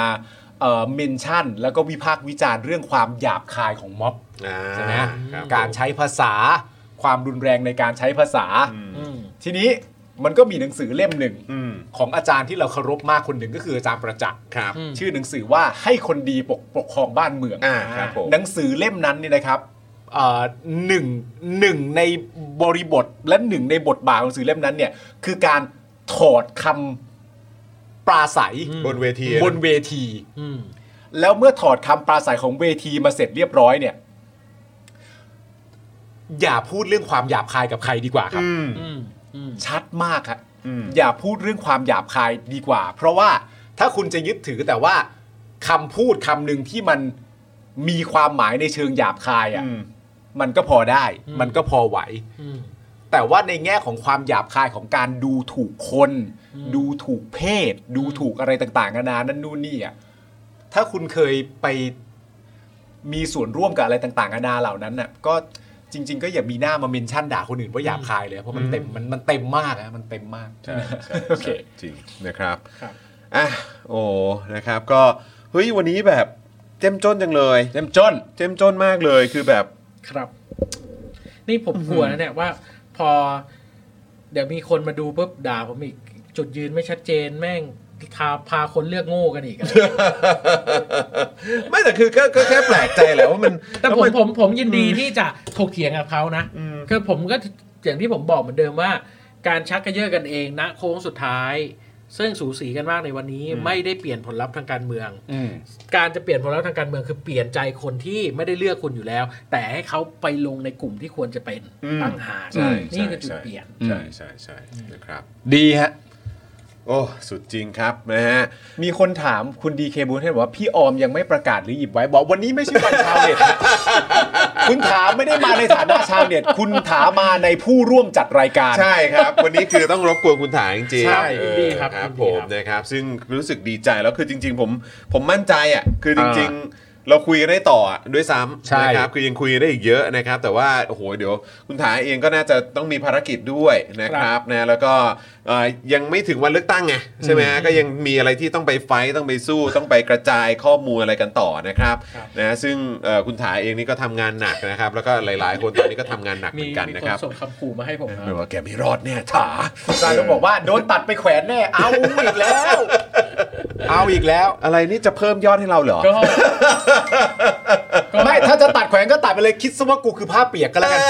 Speaker 2: เอ่อเมนชั่น แล้วก็วิพากษ์วิจารณ์เรื่องความหยาบคายของม็อบ
Speaker 1: อ่า
Speaker 2: ใช่ไหม
Speaker 1: ครับ
Speaker 2: การใช้ภาษา ความรุนแรงในการใช้ภาษา
Speaker 3: อืม
Speaker 2: ทีนี้มันก็มีหนังสือเล่มหนึ่ง
Speaker 1: อืม
Speaker 2: ของอาจารย์ที่เราเคารพมากคนหนึ่งก็คืออาจารย์ประจักษ์
Speaker 1: ครับ
Speaker 3: อืม
Speaker 2: ชื่อหนังสือว่าให้คนดีปกปกครองบ้านเมือง
Speaker 1: อ่าครับผม
Speaker 2: หนังสือเล่มนั้นเนี่ยนะครับเอ่อหนึ่งหนึ่งในบริบทและหนึ่งในบทบาทของหนังสือเล่มนั้นเนี่ยคือการถอดคำปราศัย
Speaker 1: บนเวที
Speaker 2: บนเวที
Speaker 3: อืม
Speaker 2: แล้วเมื่อถอดคำปราศัยของเวทีมาเสร็จเรียบร้อยเนี่ย อย่าพูดเรื่องความหยาบคายกับใครดีกว่าครับ
Speaker 3: อืมอืม
Speaker 2: ชัดมากครับ
Speaker 1: อืม
Speaker 2: อย่าพูดเรื่องความหยาบคายดีกว่า เพราะว่าถ้าคุณจะยึดถือแต่ว่าคำพูดคำหนึ่งที่มันมีความหมายในเชิงหยาบคายอะ่ะ
Speaker 1: อืม
Speaker 2: มันก็พอได้ มันก็พอไหว
Speaker 3: อืม
Speaker 2: แต่ว่าในแง่ของความหยาบคายของการดูถูกคน ดูถูกเพศ ดูถูกอะไรต่างๆนานานั่นนู่นนี่อ่ะถ้าคุณเคยไปมีส่วนร่วมกับอะไรต่างๆนานาเหล่านั้นน่ะก็จริง ๆ ก็อย่ามีหน้ามาเมนชั่นด่าคนอื่นว่าหยาบคายเลยเพราะมันเต็มมันมันเต็มมากอะมันเต็มมาก
Speaker 1: ใช่ใช่
Speaker 2: โอเค
Speaker 1: ใช่จริงนะครับ
Speaker 3: ครับ
Speaker 1: อ่ะโอ้นะครับก็เฮ้ยวันนี้แบบเจ้มจนจังเลย
Speaker 2: เต็มจน
Speaker 1: เจ้มจนมากเลยคือแบบ
Speaker 3: ครับ นี่ผมกลัวนะเนี่ยว่า พอ เดี๋ยวมีคนมาดูปุ๊บด่าผมอีก จุดยืนไม่ชัดเจนแม่งพาพาคนเลือกโง่กันอีกอะ
Speaker 1: ไม่แต่คือก็ก็แค่แปลกใจแหละว่ามัน
Speaker 3: แต่ผ
Speaker 1: ว่าม น
Speaker 3: ผมผมยินดีที่จะถกเถียงกับเขานะ
Speaker 1: อืม
Speaker 3: คือผมก็อย่างที่ผมบอกเหมือนเดิมว่า การชักกระเยาะกันเองณโค้งสุดท้าย ซึ่งสูสีกันมากในวันนี้ไม่ได้เปลี่ยนผลลัพธ์ทางการเมือง
Speaker 2: อืม
Speaker 3: การจะเปลี่ยนผลลัพธ์ทางการเมืองคือเปลี่ยนใจคนที่ไม่ได้เลือกคุณอยู่แล้ว แต่ให้เขาไปลงในกลุ่มที่ควรจะเป็น
Speaker 1: อืม
Speaker 3: ตั้งหาก
Speaker 1: ใช่
Speaker 3: นี่
Speaker 1: ใช่
Speaker 3: คือจุด
Speaker 1: ใช่
Speaker 3: เปลี่ยน
Speaker 1: ใช่ใช่ใช่นะครับ
Speaker 2: ดีฮะ
Speaker 1: โอ้สุดจริงครับนะฮะ
Speaker 2: มีคนถามคุณดีเคบูนให้บอกว่าพี่ออมยังไม่ประกาศหรือหยิบไว้ บอกวันนี้ไม่ใช่วัน ชาวเน็ต คุณถามไม่ได้มาในฐานะชาวเน็ต คุณถามมาในผู้ร่วมจัดรายการ
Speaker 1: ใช่ครับ วันนี้คือต้องรบกวนคุณถาจริงๆ
Speaker 3: ใช่
Speaker 1: เออ
Speaker 3: ดีครับ
Speaker 1: ครับ
Speaker 3: ดี
Speaker 1: ผ
Speaker 3: ค
Speaker 1: ม
Speaker 3: รับ
Speaker 1: นะครับ ซึ่งรู้สึกดีใจแล้วคือจริง ๆ ผมผมมั่นใจอ่ะคือจริง ๆ เราคุยกันได้ต่ออะด้วยซ้
Speaker 2: ใช่
Speaker 1: ำนะครับคือยังคุยกันได้อีกเยอะนะครับ แต่ว่าโอ้โหเดี๋ยวคุณถาเองก็น่าจะต้องมีภารกิจด้วยนะครับนะแล้วก็เอ่อยังไม่ถึงวันเลือกตั้งไงใช่ไหมฮะก็ยังมีอะไรที่ต้องไปไฟท์ต้องไปสู้ต้องไปกระจายข้อมูลอะไรกันต่อนะครับนะซึ่งเอ่อคุณถาเองนี่ก็ทำงานหนักนะครับ แล้วก็หลาย ๆ คนตอนนี้ก็ทำงานหนักเห
Speaker 3: มี
Speaker 1: มือนกัน
Speaker 3: มี
Speaker 1: นะคน
Speaker 3: ค
Speaker 1: รับ
Speaker 3: ส่งคำขู่มาให้ผมนะ
Speaker 1: ไม่ว่าแกไม่รอดแน่ถา
Speaker 2: อาจารย์ก็บอกว่าโดนตัดไปแขวนแน่ เอาอีกแล้ว เอาอีกแล้ว
Speaker 1: อะไรนี่จะเพิ่มยอดให้เราเหรอ
Speaker 3: ก็
Speaker 2: ไม่ ถ้าจะตัดแขวนก็ตัดไปเลยคิดซะว่ากูคือผ้าเปียกก็แล้วกัน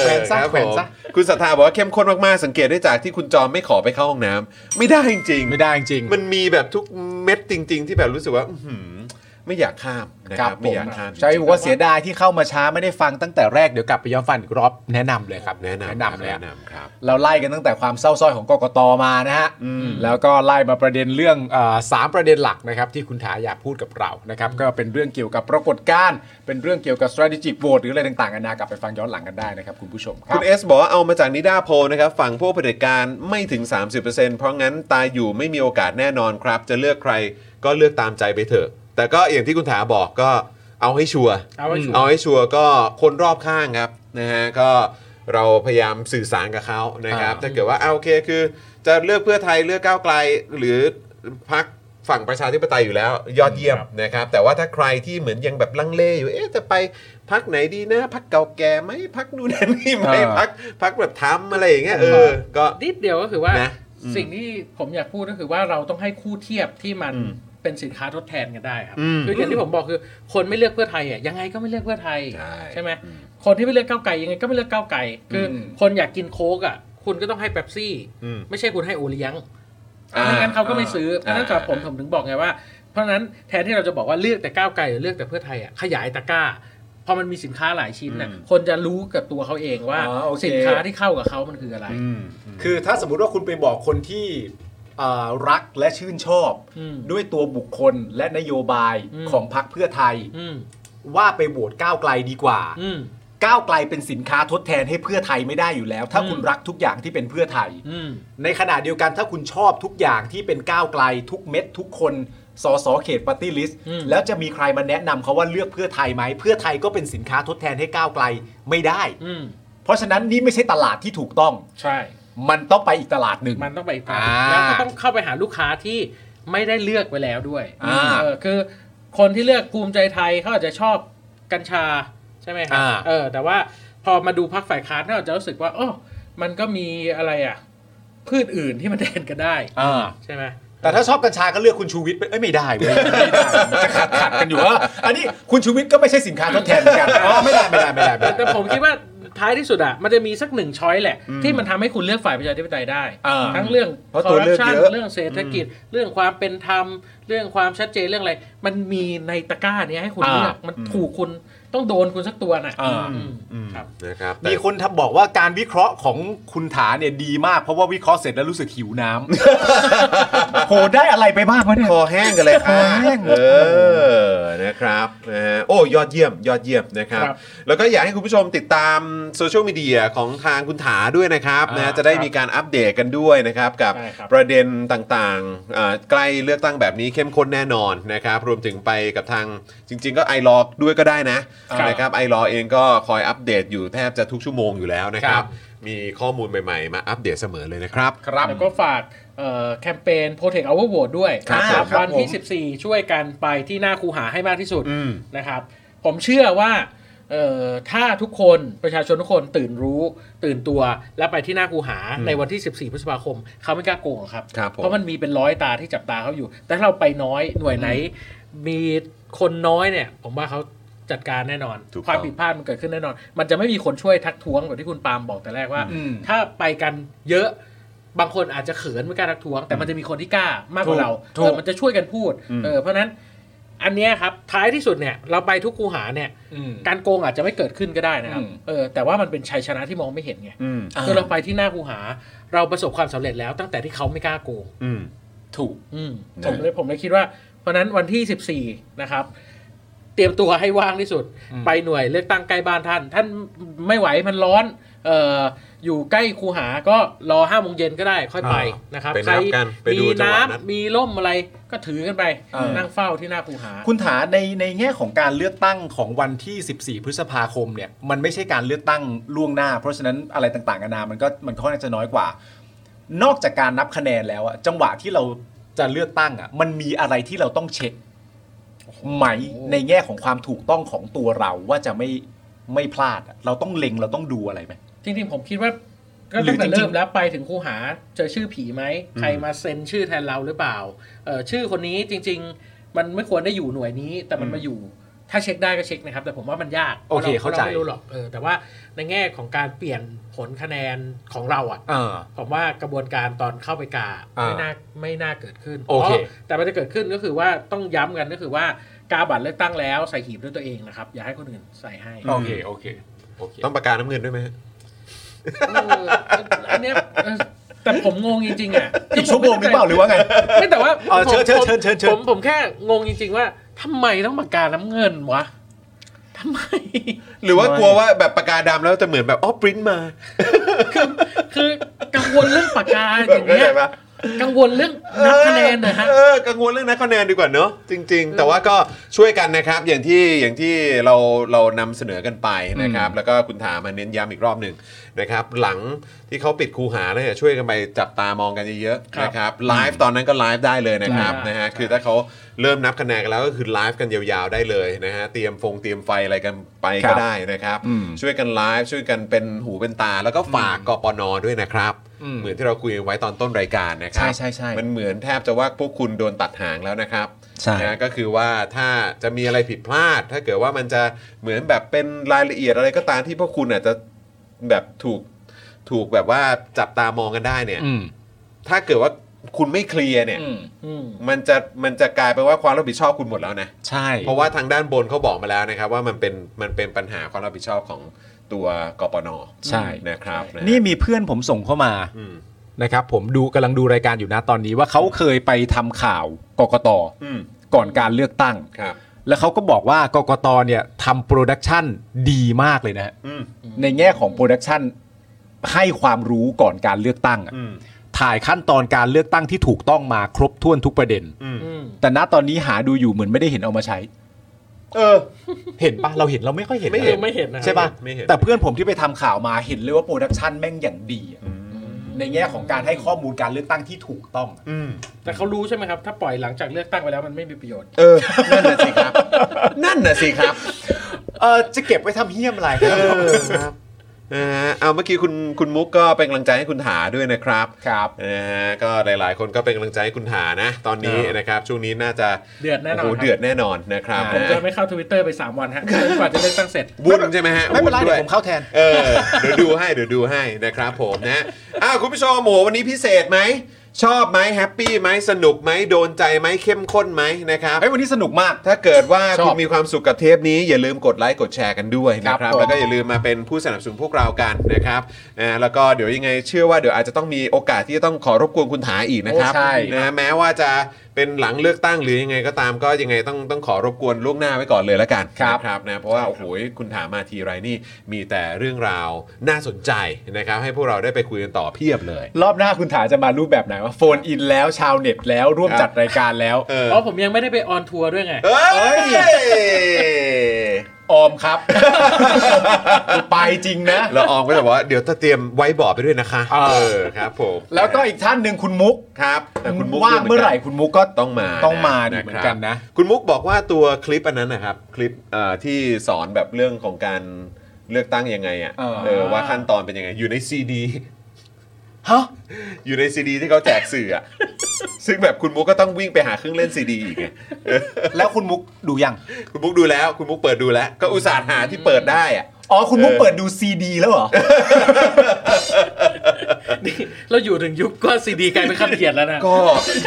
Speaker 2: แขวนซะ
Speaker 1: ครับ
Speaker 2: แขวนซะ
Speaker 1: ผมคุณศรัทธาบอกว่าเข้มข้นมากๆ สังเกตได้จากที่คุณจอมไม่ขอไปเข้าห้องน้ำไม่ได้จริงๆ
Speaker 2: ไม่ได้จริง
Speaker 1: มันมีแบบทุกเม็ดจริง ๆ ที่แบบรู้สึกว่า อื้อหือไม่อยากข้ามนะ
Speaker 2: ค
Speaker 1: ค
Speaker 2: รั
Speaker 1: รั
Speaker 2: บบ ผ
Speaker 1: ไม่
Speaker 2: ม
Speaker 1: อยากข้ามจริงๆ
Speaker 2: ใช่บอกว่าเสียดายที่เข้ามาช้าไม่ได้ฟังตั้งแต่แรกเดี๋ยวกลับไปย้อนฟังอีกรอบแนะนำเลยครับ
Speaker 1: แนะนำ
Speaker 2: แนะนำเลย
Speaker 1: แนะนำครับ
Speaker 2: เราไล่กันตั้งแต่ความเศร้าซ้อยของกกตมานะฮะแล้วก็ไล่มาประเด็นเรื่องเออสามประเด็นหลักนะครับที่คุณถาอยากพูดกับเรานะครับก็เป็นเรื่องเกี่ยวกับปรากฏการณ์เป็นเรื่องเกี่ยวกับ strategic vote หรืออะไรต่างๆกันานะกลับไปฟังย้อนหลังกันได้นะครับคุณผู้ชมครั
Speaker 1: คุ
Speaker 2: บ
Speaker 1: ณเอสบอกว่าเอามาจากนิด้าโพลนะครับ ฝั่งพวกเผด็จการไม่ถึง 30%เพราะงั้นตายอยู่ไม่มีโอกาสแน่นอนครับ จะเลือกใครก็เลือกตามใจไปเถอะ แต่ก็อย่างที่คุณถาบอกก็เอาให้ชัวร์
Speaker 3: เอาให้ชัวร์
Speaker 1: เอาให้ชัวร์ก็คนรอบข้างครับนะฮะก็เราพยายามสื่อสารกับเขานะครับ
Speaker 2: อ่า
Speaker 1: ถ้าเกิดว่าเอาโอเคคือ จะเลือกเพื่อไทยเลือกก้าวไกล หรือพักฝั่งประชาธิปไตยอยู่แล้ว ยอดเยี่ยมนะครับ แต่ว่าถ้าใครที่เหมือนยังแบบลังเลอยู่เอ๊ะจะไปพักไหนดีนะพักเก่าแก่ไหมพักนู่นนั่นนี่ไหม
Speaker 2: เออ
Speaker 1: พักพักแบบทำอะไรอย่างเงี้ยเออก็
Speaker 3: นิดเดียวก็คือว่า
Speaker 1: นะอืม
Speaker 3: สิ่งที่ผมอยากพูดก็คือว่าเราต้องให้คู่เทียบที่มัน
Speaker 1: อืม
Speaker 3: เป็นสินค้าทดแทนกันได้ครับ
Speaker 1: อืม
Speaker 3: คืออย่างที่ผมบอกคือคนไม่เลือกเพื่อไทยอ่ะยังไงก็ไม่เลือกเพื่อไทย
Speaker 1: ใช่
Speaker 3: ไหมคนที่ไม่เลือกก้าวไกลยังไงก็ไม่เลือกก้าวไกลคืออ
Speaker 2: ม
Speaker 3: คนอยากกินโค้กอ่ะคุณก็ต้องให้เป๊ปซี่
Speaker 1: อืม
Speaker 3: ไม่ใช่คุณให้โอเลี้ยง
Speaker 1: อ่า
Speaker 3: ไม่งั้นเขาก็ไม่ซื้อเพ
Speaker 1: อ่า
Speaker 3: ราะฉะนั้นครับผม
Speaker 1: อ่า
Speaker 3: ผมถึงบอกไงว่า เพราะฉะนั้นแทนที่เราจะบอกว่าเลือกแต่ก้าวไกลหรือเลือกแต่เพื่อไทยอ่ะขยายตะกร้าพอมันมีสินค้าหลายชิ้นน่ะคนจะรู้กับตัวเขาเองว่า
Speaker 2: อ๋อโอเค
Speaker 3: สินค้าที่เข้ากับเขามันคืออะไร
Speaker 2: คือถ้าสมมติว่าคุณไปบอกคนที่เอ่อรักและชื่นชอบ
Speaker 3: อืม
Speaker 2: ด้วยตัวบุคคลและนโยบาย
Speaker 3: อืม
Speaker 2: ของพรรคเพื่อไทย
Speaker 3: อืม
Speaker 2: ว่าไปโหวตก้าวไกลดีกว่า
Speaker 3: อืม
Speaker 2: ก้าวไกลเป็นสินค้าทดแทนให้เพื่อไทยไม่ได้อยู่แล้ว ถ้า
Speaker 3: อืม
Speaker 2: คุณรักทุกอย่างที่เป็นเพื่อไทย
Speaker 3: อืม
Speaker 2: ในขณะเดียวกันถ้าคุณชอบทุกอย่างที่เป็นก้าวไกล ทุกเม็ดทุกคนสอสอเขตปาร์ตี้ลิสต์
Speaker 3: อืม
Speaker 2: แล้วจะมีใครมาแนะนำเขาว่าเลือกเพื่อไทยไหมเพื่อไทยก็เป็นสินค้าทดแทนให้ก้าวไกลไม่ได้
Speaker 3: อืม
Speaker 2: เพราะฉะนั้นนี่ไม่ใช่ตลาดที่ถูกต้อง
Speaker 3: ใช่
Speaker 2: มันต้องไปอีกตลาดหนึ่ง
Speaker 3: มันต้องไปอีก
Speaker 2: อ่า
Speaker 3: แล้วก็ต้องเข้าไปหาลูกค้าที่ไม่ได้เลือกไว้แล้วด้วย
Speaker 2: อ่า
Speaker 3: เออคือ คนที่เลือกภูมิใจไทยเขาอาจจะชอบกัญชาใช่ไหมครั
Speaker 2: อ่า
Speaker 3: เออ แต่ว่าพอมาดูพักฝ่ายค้านเขาอาจจะรู้สึกว่าโอ้อมันก็มีอะไรอ่ะ พืชอื่นที่มันแทนกันได้
Speaker 2: อ่า
Speaker 3: ใช่ไหม
Speaker 2: แต่ถ้าชอบกัญชาก็เลือกคุณชูวิทย์ไปเอ้ย ไม่ได้เว้ยไม่ได้จะขัดขัดกันอยู่เอออันนี้คุณชูวิทย์ก็ไม่ใช่สินค้าทดแทนเหมือนกันอ๋อไม่ได้ไม่ได้ไม่ได้ไม่
Speaker 3: แต่แต่
Speaker 2: ได้
Speaker 3: ผมคิดว่าท้ายที่สุดอ่ะมันจะมีสักหนึ่งช้อยแหละ ที่มันทำให้คุณเลือกฝ่ายประชาธิปไตยได้
Speaker 2: อ่า
Speaker 3: ทั้งเรื่อง
Speaker 1: เพราะตัวเลือก
Speaker 3: ชั
Speaker 1: เยอะ
Speaker 3: เรื่องเศรษฐกิจ เรื่องความเป็นธรรม เรื่องความชัดเจนเรื่องอะไร มันมีในตะกร้าเนี้ยให้คุณ
Speaker 2: อ่า
Speaker 3: เลือกมันถูกคุณต้องโดนคุณสักตัวน่ะ
Speaker 2: อ่า
Speaker 3: อืมครับ
Speaker 1: นะครับแต่
Speaker 2: มีคนทำบอกว่าการวิเคราะห์ของคุณถาเนี่ยดีมาก เพราะว่าวิเคราะห์เสร็จแล้วรู้สึกหิวน้ำ โหได้อะไรไปบ้างวะเนี่ย
Speaker 1: คอแห้งกันเลยค่ะ
Speaker 2: คอแห้ง
Speaker 1: เออนะครับนะฮะโอ้ยอดเยี่ยมยอดเยี่ยมนะครับ
Speaker 3: ครับ
Speaker 1: แล้วก็อยากให้คุณผู้ชมติดตามโซเชียลมีเดียของทางคุณถาด้วยนะครับ
Speaker 2: อ่าน
Speaker 1: นะจะได้มีการอัปเดตกันด้วยนะครับ กับ
Speaker 3: ใช่ครับ
Speaker 1: ประเด็นต่างๆอ่าใกล้เลือกตั้งแบบนี้เข้มข้นแน่นอนนะครับ รวมถึงไปกับทางจริง ๆ ก็ไอรอด้วยก็ได้นะ
Speaker 3: ครับ
Speaker 1: นะครับไอรอเองก็คอยอัปเดตอยู่แทบจะทุกชั่วโมงอยู่แล้วนะครับ มีข้อมูลใหม่ๆ มาอัปเดตเสมอเลยนะครับ
Speaker 2: ครับ
Speaker 3: แล้วก็ฝากเอ่อแคมเปญ Protect Our Vote ด้วย
Speaker 2: ครับ
Speaker 3: นะ
Speaker 2: ผมครับ
Speaker 3: วันที่ 14 ช่วยกันไปที่หน้าคูหาให้มากที่สุดนะครับ ผมเชื่อว่า เอ่อถ้าทุกคนประชาชนทุกคนตื่นรู้ ตื่นตัวและไปที่หน้าคูหาในวันที่ 14 พฤษภาคม เขาไม่กล้าโกงหรอกครับ
Speaker 1: ครับผม
Speaker 3: เพราะมันมีเป็นร้อยตาที่จับตาเขาอยู่ แต่ถ้าเราไปน้อยหน่วยไหน มีคนน้อยเนี่ย ผมว่าเขาจัดการแน่นอน
Speaker 1: ถูกต้อง
Speaker 3: ความผิดพลาดมันเกิดขึ้นแน่นอน มันจะไม่มีคนช่วยทักท้วงแบบที่คุณปาล์มบอกแต่แรกว่า
Speaker 2: อืม
Speaker 3: ถ้าไปกันเยอะบางคนอาจจะเขินไม่กล้าทักท้วง แต่มันจะมีคนที่กล้ามากกว่าเรา
Speaker 2: ถูก
Speaker 3: เออมันจะช่วยกันพูดเออเพราะฉะนั้นอันเนี้ยครับท้ายที่สุดเนี่ยเราไปทุกคูหาเนี่ย
Speaker 2: อืม
Speaker 3: การโกงอาจจะไม่เกิดขึ้นก็ได้นะครับ
Speaker 2: อืม
Speaker 3: เออแต่ว่ามันเป็นชัยชนะที่มองไม่เห็นไง
Speaker 1: อืม
Speaker 3: คือเราไปที่หน้าคูหา เราประสบความสำเร็จแล้วตั้งแต่ที่เขาไม่กล้าโกง
Speaker 1: อืม
Speaker 2: ถูก
Speaker 3: อืม
Speaker 2: นะ
Speaker 3: ผมเลยผมเลยคิดว่า เพราะฉะนั้นวันที่ 14 นะครับ เตรียมตัวให้ว่างที่สุด ไปหน่วยเลือกตั้งใกล้บ้านท่าน ท่านไม่ไหวมันร้อนเอ่ออยู่ใกล้คูหาก็รอห้าโมงเย็นก็ได้ค่อยไป
Speaker 1: อ่าน
Speaker 3: นะครับ
Speaker 1: ไปนับกันไปดู
Speaker 3: มี
Speaker 1: จังหวะนั้น
Speaker 3: น้ำมีร่มอะไรก็ถือกันไป
Speaker 2: เออ
Speaker 3: นั่งเฝ้าที่หน้าคูหา
Speaker 2: คุณถาในในแง่ของการเลือกตั้งของวันที่ 14 พฤษภาคมเนี่ยมันไม่ใช่การเลือกตั้งล่วงหน้า เพราะฉะนั้นอะไรต่างๆนานามันก็มันค่อนข้างจะน้อยกว่า นอกจากการนับคะแนนแล้วอะจังหวะที่เราจะเลือกตั้งอะมันมีอะไรที่เราต้องเช็คไหมในแง่ของความถูกต้องของตัวเราว่าจะไม่ไม่พลาดอะเราต้องเล็งเราต้องดูอะไรไหม
Speaker 3: จริงๆผมคิดว่าก็
Speaker 2: หรื
Speaker 3: ตั้
Speaker 2: องจ
Speaker 3: แต่
Speaker 2: ริงๆ
Speaker 3: เริ่มแล้วไปถึงคูหาเจอชื่อผีไหมใครมาเซ็นชื่อแทนเราหรือเปล่าเออชื่อคนนี้จริง ๆ มันไม่ควรได้อยู่หน่วยนี้ แต่มันมาอยู่ ถ้าเช็คได้ก็เช็คนะครับ แต่ผมว่ามันยาก
Speaker 2: โอเค
Speaker 3: พระ
Speaker 2: เข้าใจ
Speaker 3: ไม่รู้หรอกเออแต่ว่าในแง่ของการเปลี่ยนผลคะแนนของเราอ่ะ
Speaker 2: เออ
Speaker 3: ผมว่ากระบวนการตอนเข้าไปกา
Speaker 2: อ่า
Speaker 3: ไม่น่าไม่น่าเกิดขึ้น
Speaker 2: โอเค
Speaker 3: พราะแต่มันจะเกิดขึ้นก็คือว่าต้องย้ำกันก็คือว่ากาบัตรเลือกตั้งแล้วใส่หีบด้วยตัวเองนะครับอย่าให้คนอื่นใส่ให้
Speaker 2: โอเคโอเคโอเค
Speaker 1: ต้องประกาศน้ำเงินด้วยไหมฮะ
Speaker 3: เอออันเนี้ยเออแต่ผมงงจริงๆอ่ะ
Speaker 2: อีกชั่วโมงหรือเปล่าหรือว่าไง
Speaker 3: ไม่แต่ว่า
Speaker 2: เออเชิญ
Speaker 3: ผม
Speaker 2: เชิญเชิญเชิญ
Speaker 3: ผมผมแค่งงจริง ๆ ว่าทำไมต้องปากกาน้ำเงินวะทำไม
Speaker 1: หรือว่ากลัวว่าแบบปากกาดำแล้วจะเหมือนแบบอ๋อปริ้นมา
Speaker 3: คือคือกังวลเรื่องปากกาอย่างเงี้ย
Speaker 1: เข้าใจปะ
Speaker 3: กังวลเรื่องนับคะแนนนะฮะ
Speaker 1: เออกังวลเรื่องนับคะแนนดีกว่าเนอะจริง ๆ แต่ว่าก็ช่วยกันนะครับอย่างที่อย่างที่เราเรานำเสนอกันไปนะครับ แล้วก็คุณถามมาเน้นย้ำอีกรอบหนึ่งนะครับ หลังที่เขาปิดคูหาแล้วเนี่ยช่วยกันไปจับตามองกันเยอะ
Speaker 3: ค
Speaker 1: ๆ
Speaker 3: รับ
Speaker 1: นะครับไลฟ์ตอนนั้นก็ไลฟ์ได้เลยนะครับ
Speaker 3: ได้
Speaker 1: นะฮะ
Speaker 3: ได้
Speaker 1: คือถ้าเขาเริ่มนับคะแนนกันแล้วก็คือไลฟ์กันยาวๆได้เลยนะฮะเตรียมฟงเตรียมไฟอะไรกันไป
Speaker 2: ครั
Speaker 1: ก็
Speaker 2: บ
Speaker 1: ได้นะครับ
Speaker 2: อืม
Speaker 1: ช่วยกันไลฟ์ช่วยกันเป็นหูเป็นตา แล้วก็ฝากกปนด้วยนะครับ เหมือนที่เราคุยกันไว้ตอนต้นรายการนะครั
Speaker 2: ใช่ใช่ใช่
Speaker 1: มันเหมือนแทบจะว่าพวกคุณโดนตัดหางแล้วนะครับ
Speaker 2: ใช่
Speaker 1: นะก็คือว่าถ้าจะมีอะไรผิดพลาด ถ้าเกิดว่ามันจะเหมือนแบบเป็นรายละเอียดอะไรก็ตามที่พวกคุณอาจจะแบบถูกถูกแบบว่าจับตามองกันได้เนี่ย ถ้าเกิดว่าคุณไม่เคลียร์เนี่ย
Speaker 2: อืม
Speaker 3: อืม
Speaker 1: มันจะมันจะกลายเป็นว่าความรับผิดชอบคุณหมดแล้วนะ
Speaker 2: ใช่
Speaker 1: เพราะว่าทางด้านบนเขาบอกมาแล้วนะครับ ว่ามันเป็นมันเป็นปัญหาความรับผิดชอบของตัวกปน
Speaker 2: ใช่
Speaker 1: นะครับะ
Speaker 2: นี่มีเพื่อนผมส่งเข้ามา
Speaker 1: อืม
Speaker 2: นะครับผมดูกำลังดูรายการอยู่นะตอนนี้ว่าเขาเคยไปทำข่าวกกต
Speaker 1: อืม
Speaker 2: ก่อนการเลือกตั้ง
Speaker 1: ครับ
Speaker 2: แล้วเขาก็บอกว่ากกตเนี่ยทำโปรดักชันดีมากเลยนะฮะ
Speaker 1: อืม
Speaker 2: ในแง่ของโปรดักชันให้ความรู้ก่อนการเลือกตั้งอะ
Speaker 1: อืม
Speaker 2: ถ่ายขั้นตอนการเลือกตั้งที่ถูกต้องมาครบถ้วนทุกประเด็น
Speaker 1: อืม
Speaker 3: อืม
Speaker 2: แต่ณตอนนี้หาดูอยู่เหมือนไม่ได้เห็นเอามาใช้
Speaker 1: เออ
Speaker 2: เห็นปะเราเห็นเราไม่ค่อยเห็น
Speaker 1: ไม่
Speaker 3: เอ
Speaker 1: ห็
Speaker 3: อน ไม่เห็นนะ
Speaker 2: ใช่ปะ
Speaker 1: ไม่เห็น
Speaker 2: แต่เพื่อนผมที่ไปทำข่าวมาเห็นเลยว่าโปรดักชันแม่งอย่างดีอะ
Speaker 1: อืม
Speaker 2: ในแง่ของการให้ข้อมูลการเลือกตั้งที่ถูกต้อง
Speaker 1: อืม
Speaker 3: แต่เขารู้ใช่ไหมครับ ถ้าปล่อยหลังจากเลือกตั้งไปแล้วมันไม่มีประโยชน์
Speaker 1: เออ นั่นน่ะสิครับ นั่นน่ะสิครับ
Speaker 2: เออจะเก็บไว้ทำเฮี้ยมอะไรค
Speaker 1: เอ
Speaker 2: รับ
Speaker 1: อครับนะฮะเอาเมื่อกี้คุณคุณมุกก็เป็นกำลังใจให้คุณถาด้วยนะครับ
Speaker 2: ครับ
Speaker 1: นะฮะก็หลายๆ คนก็เป็นกำลังใจให้คุณถานะ ตอนนี้
Speaker 3: ครับ
Speaker 1: นะครับ ช่วงนี้น่าจะ
Speaker 3: เดือดแน่นอน
Speaker 1: โโห
Speaker 3: ครับ
Speaker 1: เดือดแน่นอนนะครับ
Speaker 3: ผม
Speaker 1: นะ
Speaker 3: จะไม่เข้าทวิตเตอร์ไป 3 วันฮะจนกว่าจะเลือกตั้งเสร็จ
Speaker 1: วุ่นใช่ไหมฮะ
Speaker 2: ไม่เป็นไร
Speaker 1: วุ่
Speaker 2: เดี๋
Speaker 1: ด้ว
Speaker 2: ยวผมเข้าแทน
Speaker 1: เออ เดี๋ยวดูให้เดี๋ยวดูให้นะครับผมนะอ้าวคุณผู้ชมโหวันนี้พิเศษไหมชอบไหมแฮปปี้ไหมสนุกไหมโดนใจไหมเข้มข้นไหมนะครับ
Speaker 2: เฮ้ยวันนี้สนุกมาก
Speaker 1: ถ้าเกิดว่า
Speaker 2: ชอบ
Speaker 1: คุณมีความสุขกับเทปนี้อย่าลืมกดไลค์กดแชร์กันด้วยนะค
Speaker 2: ครั
Speaker 1: รับบ
Speaker 2: ผม
Speaker 1: แล้วก็อย่าลืมมาเป็นผู้สนับสนุนพวกเรากันนะครับอ่าแล้วก็เดี๋ยวยังไงเชื่อว่าเดี๋ยวอาจจะต้องมีโอกาสที่จะต้องขอรบกวนคุณถาอีกนะครับ
Speaker 2: โอ้ใช่
Speaker 1: นะแม้ว่าจะเป็นหลังเลือกตั้งหรือยังไงก็ตามก็ยังไงต้องต้องขอรบกวนล่วงหน้าไว้ก่อนเลยละกันนะครับนะเพราะว่าโอ้โหคุณถามาทีไรนี่มีแต่เรื่องราวน่าสนใจนะครับให้พวกเราได้ไปคุยกันต่อเพียบเลย
Speaker 2: รอบหน้าคุณถาจะมารูปแบบไหนว่าโฟนอินแล้วชาวเน็ตแล้วร่วม
Speaker 1: ครับ
Speaker 2: จัดรายการแล้ว
Speaker 1: เออ
Speaker 3: เพราะผมยังไม่ได้ไปออนทัวร์ด้วยไง
Speaker 1: เอ้ย
Speaker 2: อ ออมครับ กูไปจริงนะ
Speaker 1: แล้วออมก็จะบอกว่าเดี๋ยวจะเตรียมไว้บอร์ดไปด้วยนะคะ
Speaker 2: อ่า
Speaker 1: เออครับผม
Speaker 2: แล้วก็อีกท่านหนึ่งคุณมุก
Speaker 1: ครับแต่คุณมุก
Speaker 2: ว่างเมื่อไหร่
Speaker 1: น
Speaker 2: คุณมุกก็
Speaker 1: ต้องมา
Speaker 2: ต้องมาดิ
Speaker 1: ะ
Speaker 2: เหมื
Speaker 1: ค
Speaker 2: อ
Speaker 1: รับ
Speaker 2: นกันนะ
Speaker 1: คุณมุกบอกว่าตัวคลิปอันนั้นนะครับ คลิปเอ่อที่สอนแบบเรื่องของการเลือกตั้งยังไงอ่ะ
Speaker 2: เออ
Speaker 1: เออว่าขั้นตอนเป็นยังไงอยู่ในซีดี
Speaker 2: ฮะ
Speaker 1: อยู่ในซีดีที่เขาแจกสื่ออะ ซึ่งแบบคุณมุกก็ต้องวิ่งไปหาเครื่องเล่นซีดีอีกไงเออ
Speaker 2: แล้วคุณมุกดูยัง
Speaker 1: คุณมุกดูแล้ว คุณมุกเปิดดูแล้ว ก็อุตส่าห์หาที่เปิดได้อะ
Speaker 2: อ๋อ คุณมุกเปิดดูซีดีแล้วเหรอ
Speaker 3: นี่เราอยู่ถึงยุคก็ซีดีกลายเป็นคำเขียนแล้วนะ
Speaker 1: ก็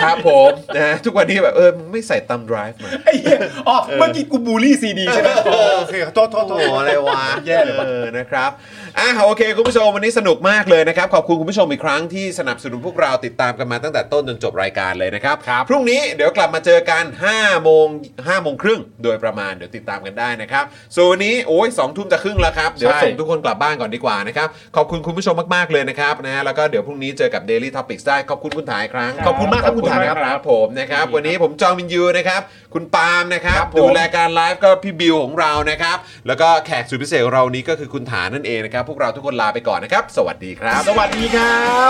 Speaker 1: ครับผม นะฮะทุกวันนี้แบบเออไม่ใส่ตัมไดรฟ์มา
Speaker 2: ไอ้เหี้ยอ๋อ เมื่อกี้กูบูลลี่ซีดีใช่ไหม
Speaker 1: โอเคโทษโทษโทษอะไรวะแย่เลยนะครับอ่ะโอเค คุณผู้ชมวันนี้สนุกมากเลยนะครับ ขอบคุณคุณผู้ชมอีกครั้งที่สนับสนุนพวกเราติดตามกันมาตั้งแต่ต้นจนจบรายการเลยนะครับ
Speaker 2: ครับ
Speaker 1: พรุ่งนี้เดี๋ยวกลับมาเจอกัน5โมง5โมงครึ่งโดยประมาณเดี๋ยวติดตามกันได้นะครับส่วนวันนี้โอ้ย2ทุ่มจะครึ่งแล้วครับเดี๋ยวส่งทุกคนกลับบ้านก่อนดีกว่านะครับขอบคุณคุณผู้ชมมากๆเลยนะครับนะฮะแล้วก็เดี๋ยวพรุ่งนี้เจอกับ Daily Topics ได้ขอบคุณคุณถ่ายอีกครั้ง
Speaker 3: ขอบคุณมากครับคุณถ่าย
Speaker 1: ขอ
Speaker 3: ครับ
Speaker 1: ผมนะครับวันนี้ผมจอมินยูนะครับคุณปาล์มนะครับ
Speaker 2: ครับผม
Speaker 1: ดูแล รายการไลฟ์ก็พี่บิวของเรานะครับ แล้วก็แขกสุดพิเศษของเรานี้ก็คือคุณฐานนั่นเองนะครับ พวกเราทุกคนลาไปก่อนนะครับ สวัสดีครับ
Speaker 2: สวัสดีครับ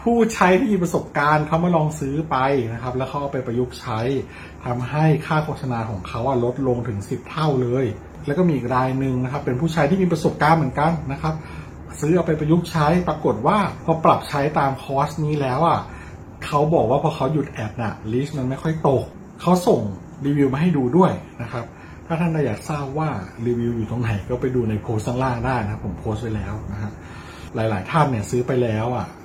Speaker 5: ผู้ใช้ที่มีประสบการณ์เขามาลองซื้อไปนะครับ แล้วเขาเอาไปประยุกต์ใช้ทำให้ค่าโฆษณาของเขาอะลดลงถึง 10 เท่าเลย แล้วก็มีอีกรายหนึ่งนะครับ เป็นผู้ใช้ที่มีประสบการณ์เหมือนกันนะครับ ซื้อเอาไปประยุกต์ใช้ปรากฏว่าพอปรับใช้ตามคอร์สนี้แล้วอ่ะเขาบอกว่าพอเขาหยุดแอดน่ะลิสต์มันไม่ค่อยตกเขาส่งรีวิวมาให้ดูด้วยนะครับ ถ้าท่านอยากทราบว่ารีวิวอยู่ตรงไหนก็ไปดูในโพสต์ข้างล่างได้นะครับผมโพสต์ไว้แล้วนะครับ หลาย ๆ ท่านเนี่ยซื้อไปแล้วอ่ะ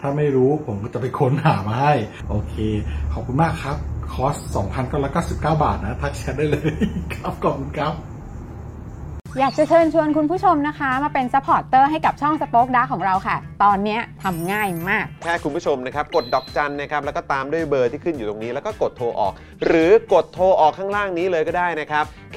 Speaker 5: ถ้าไม่รู้ผมก็จะไปค้นหามาให้ โอเค ขอบคุณมากครับ คอร์ส 2,999 บาทนะ ทักแชทได้เลย ครับ ขอบคุณครับ
Speaker 6: อยากจะเชิญชวนคุณผู้ชมนะคะ มาเป็นซัพพอร์ตเตอร์ให้กับช่องสป็อคดาของเราค่ะ ตอนเนี้ยทำง่ายมาก
Speaker 1: แค่คุณผู้ชมนะครับ กดดอกจันนะครับ แล้วก็ตามด้วยเบอร์ที่ขึ้นอยู่ตรงนี้ แล้วก็กดโทรออก หรือกดโทรออกข้างล่างนี้เลยก็ได้นะครับ แ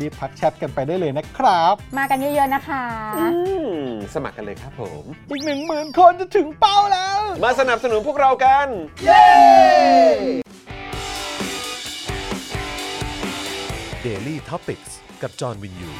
Speaker 5: รีบทักแชทกันไปได้เลยนะครับ
Speaker 6: มากันเยอะๆนะคะ
Speaker 1: อืมสมัครกันเลยครับผม
Speaker 5: อีก 1 0,000 คนจะถึงเป้าแล้ว
Speaker 1: มาสนับสนุนพวกเรากัน
Speaker 4: Daily t o p i c กกับจอห์นวินยู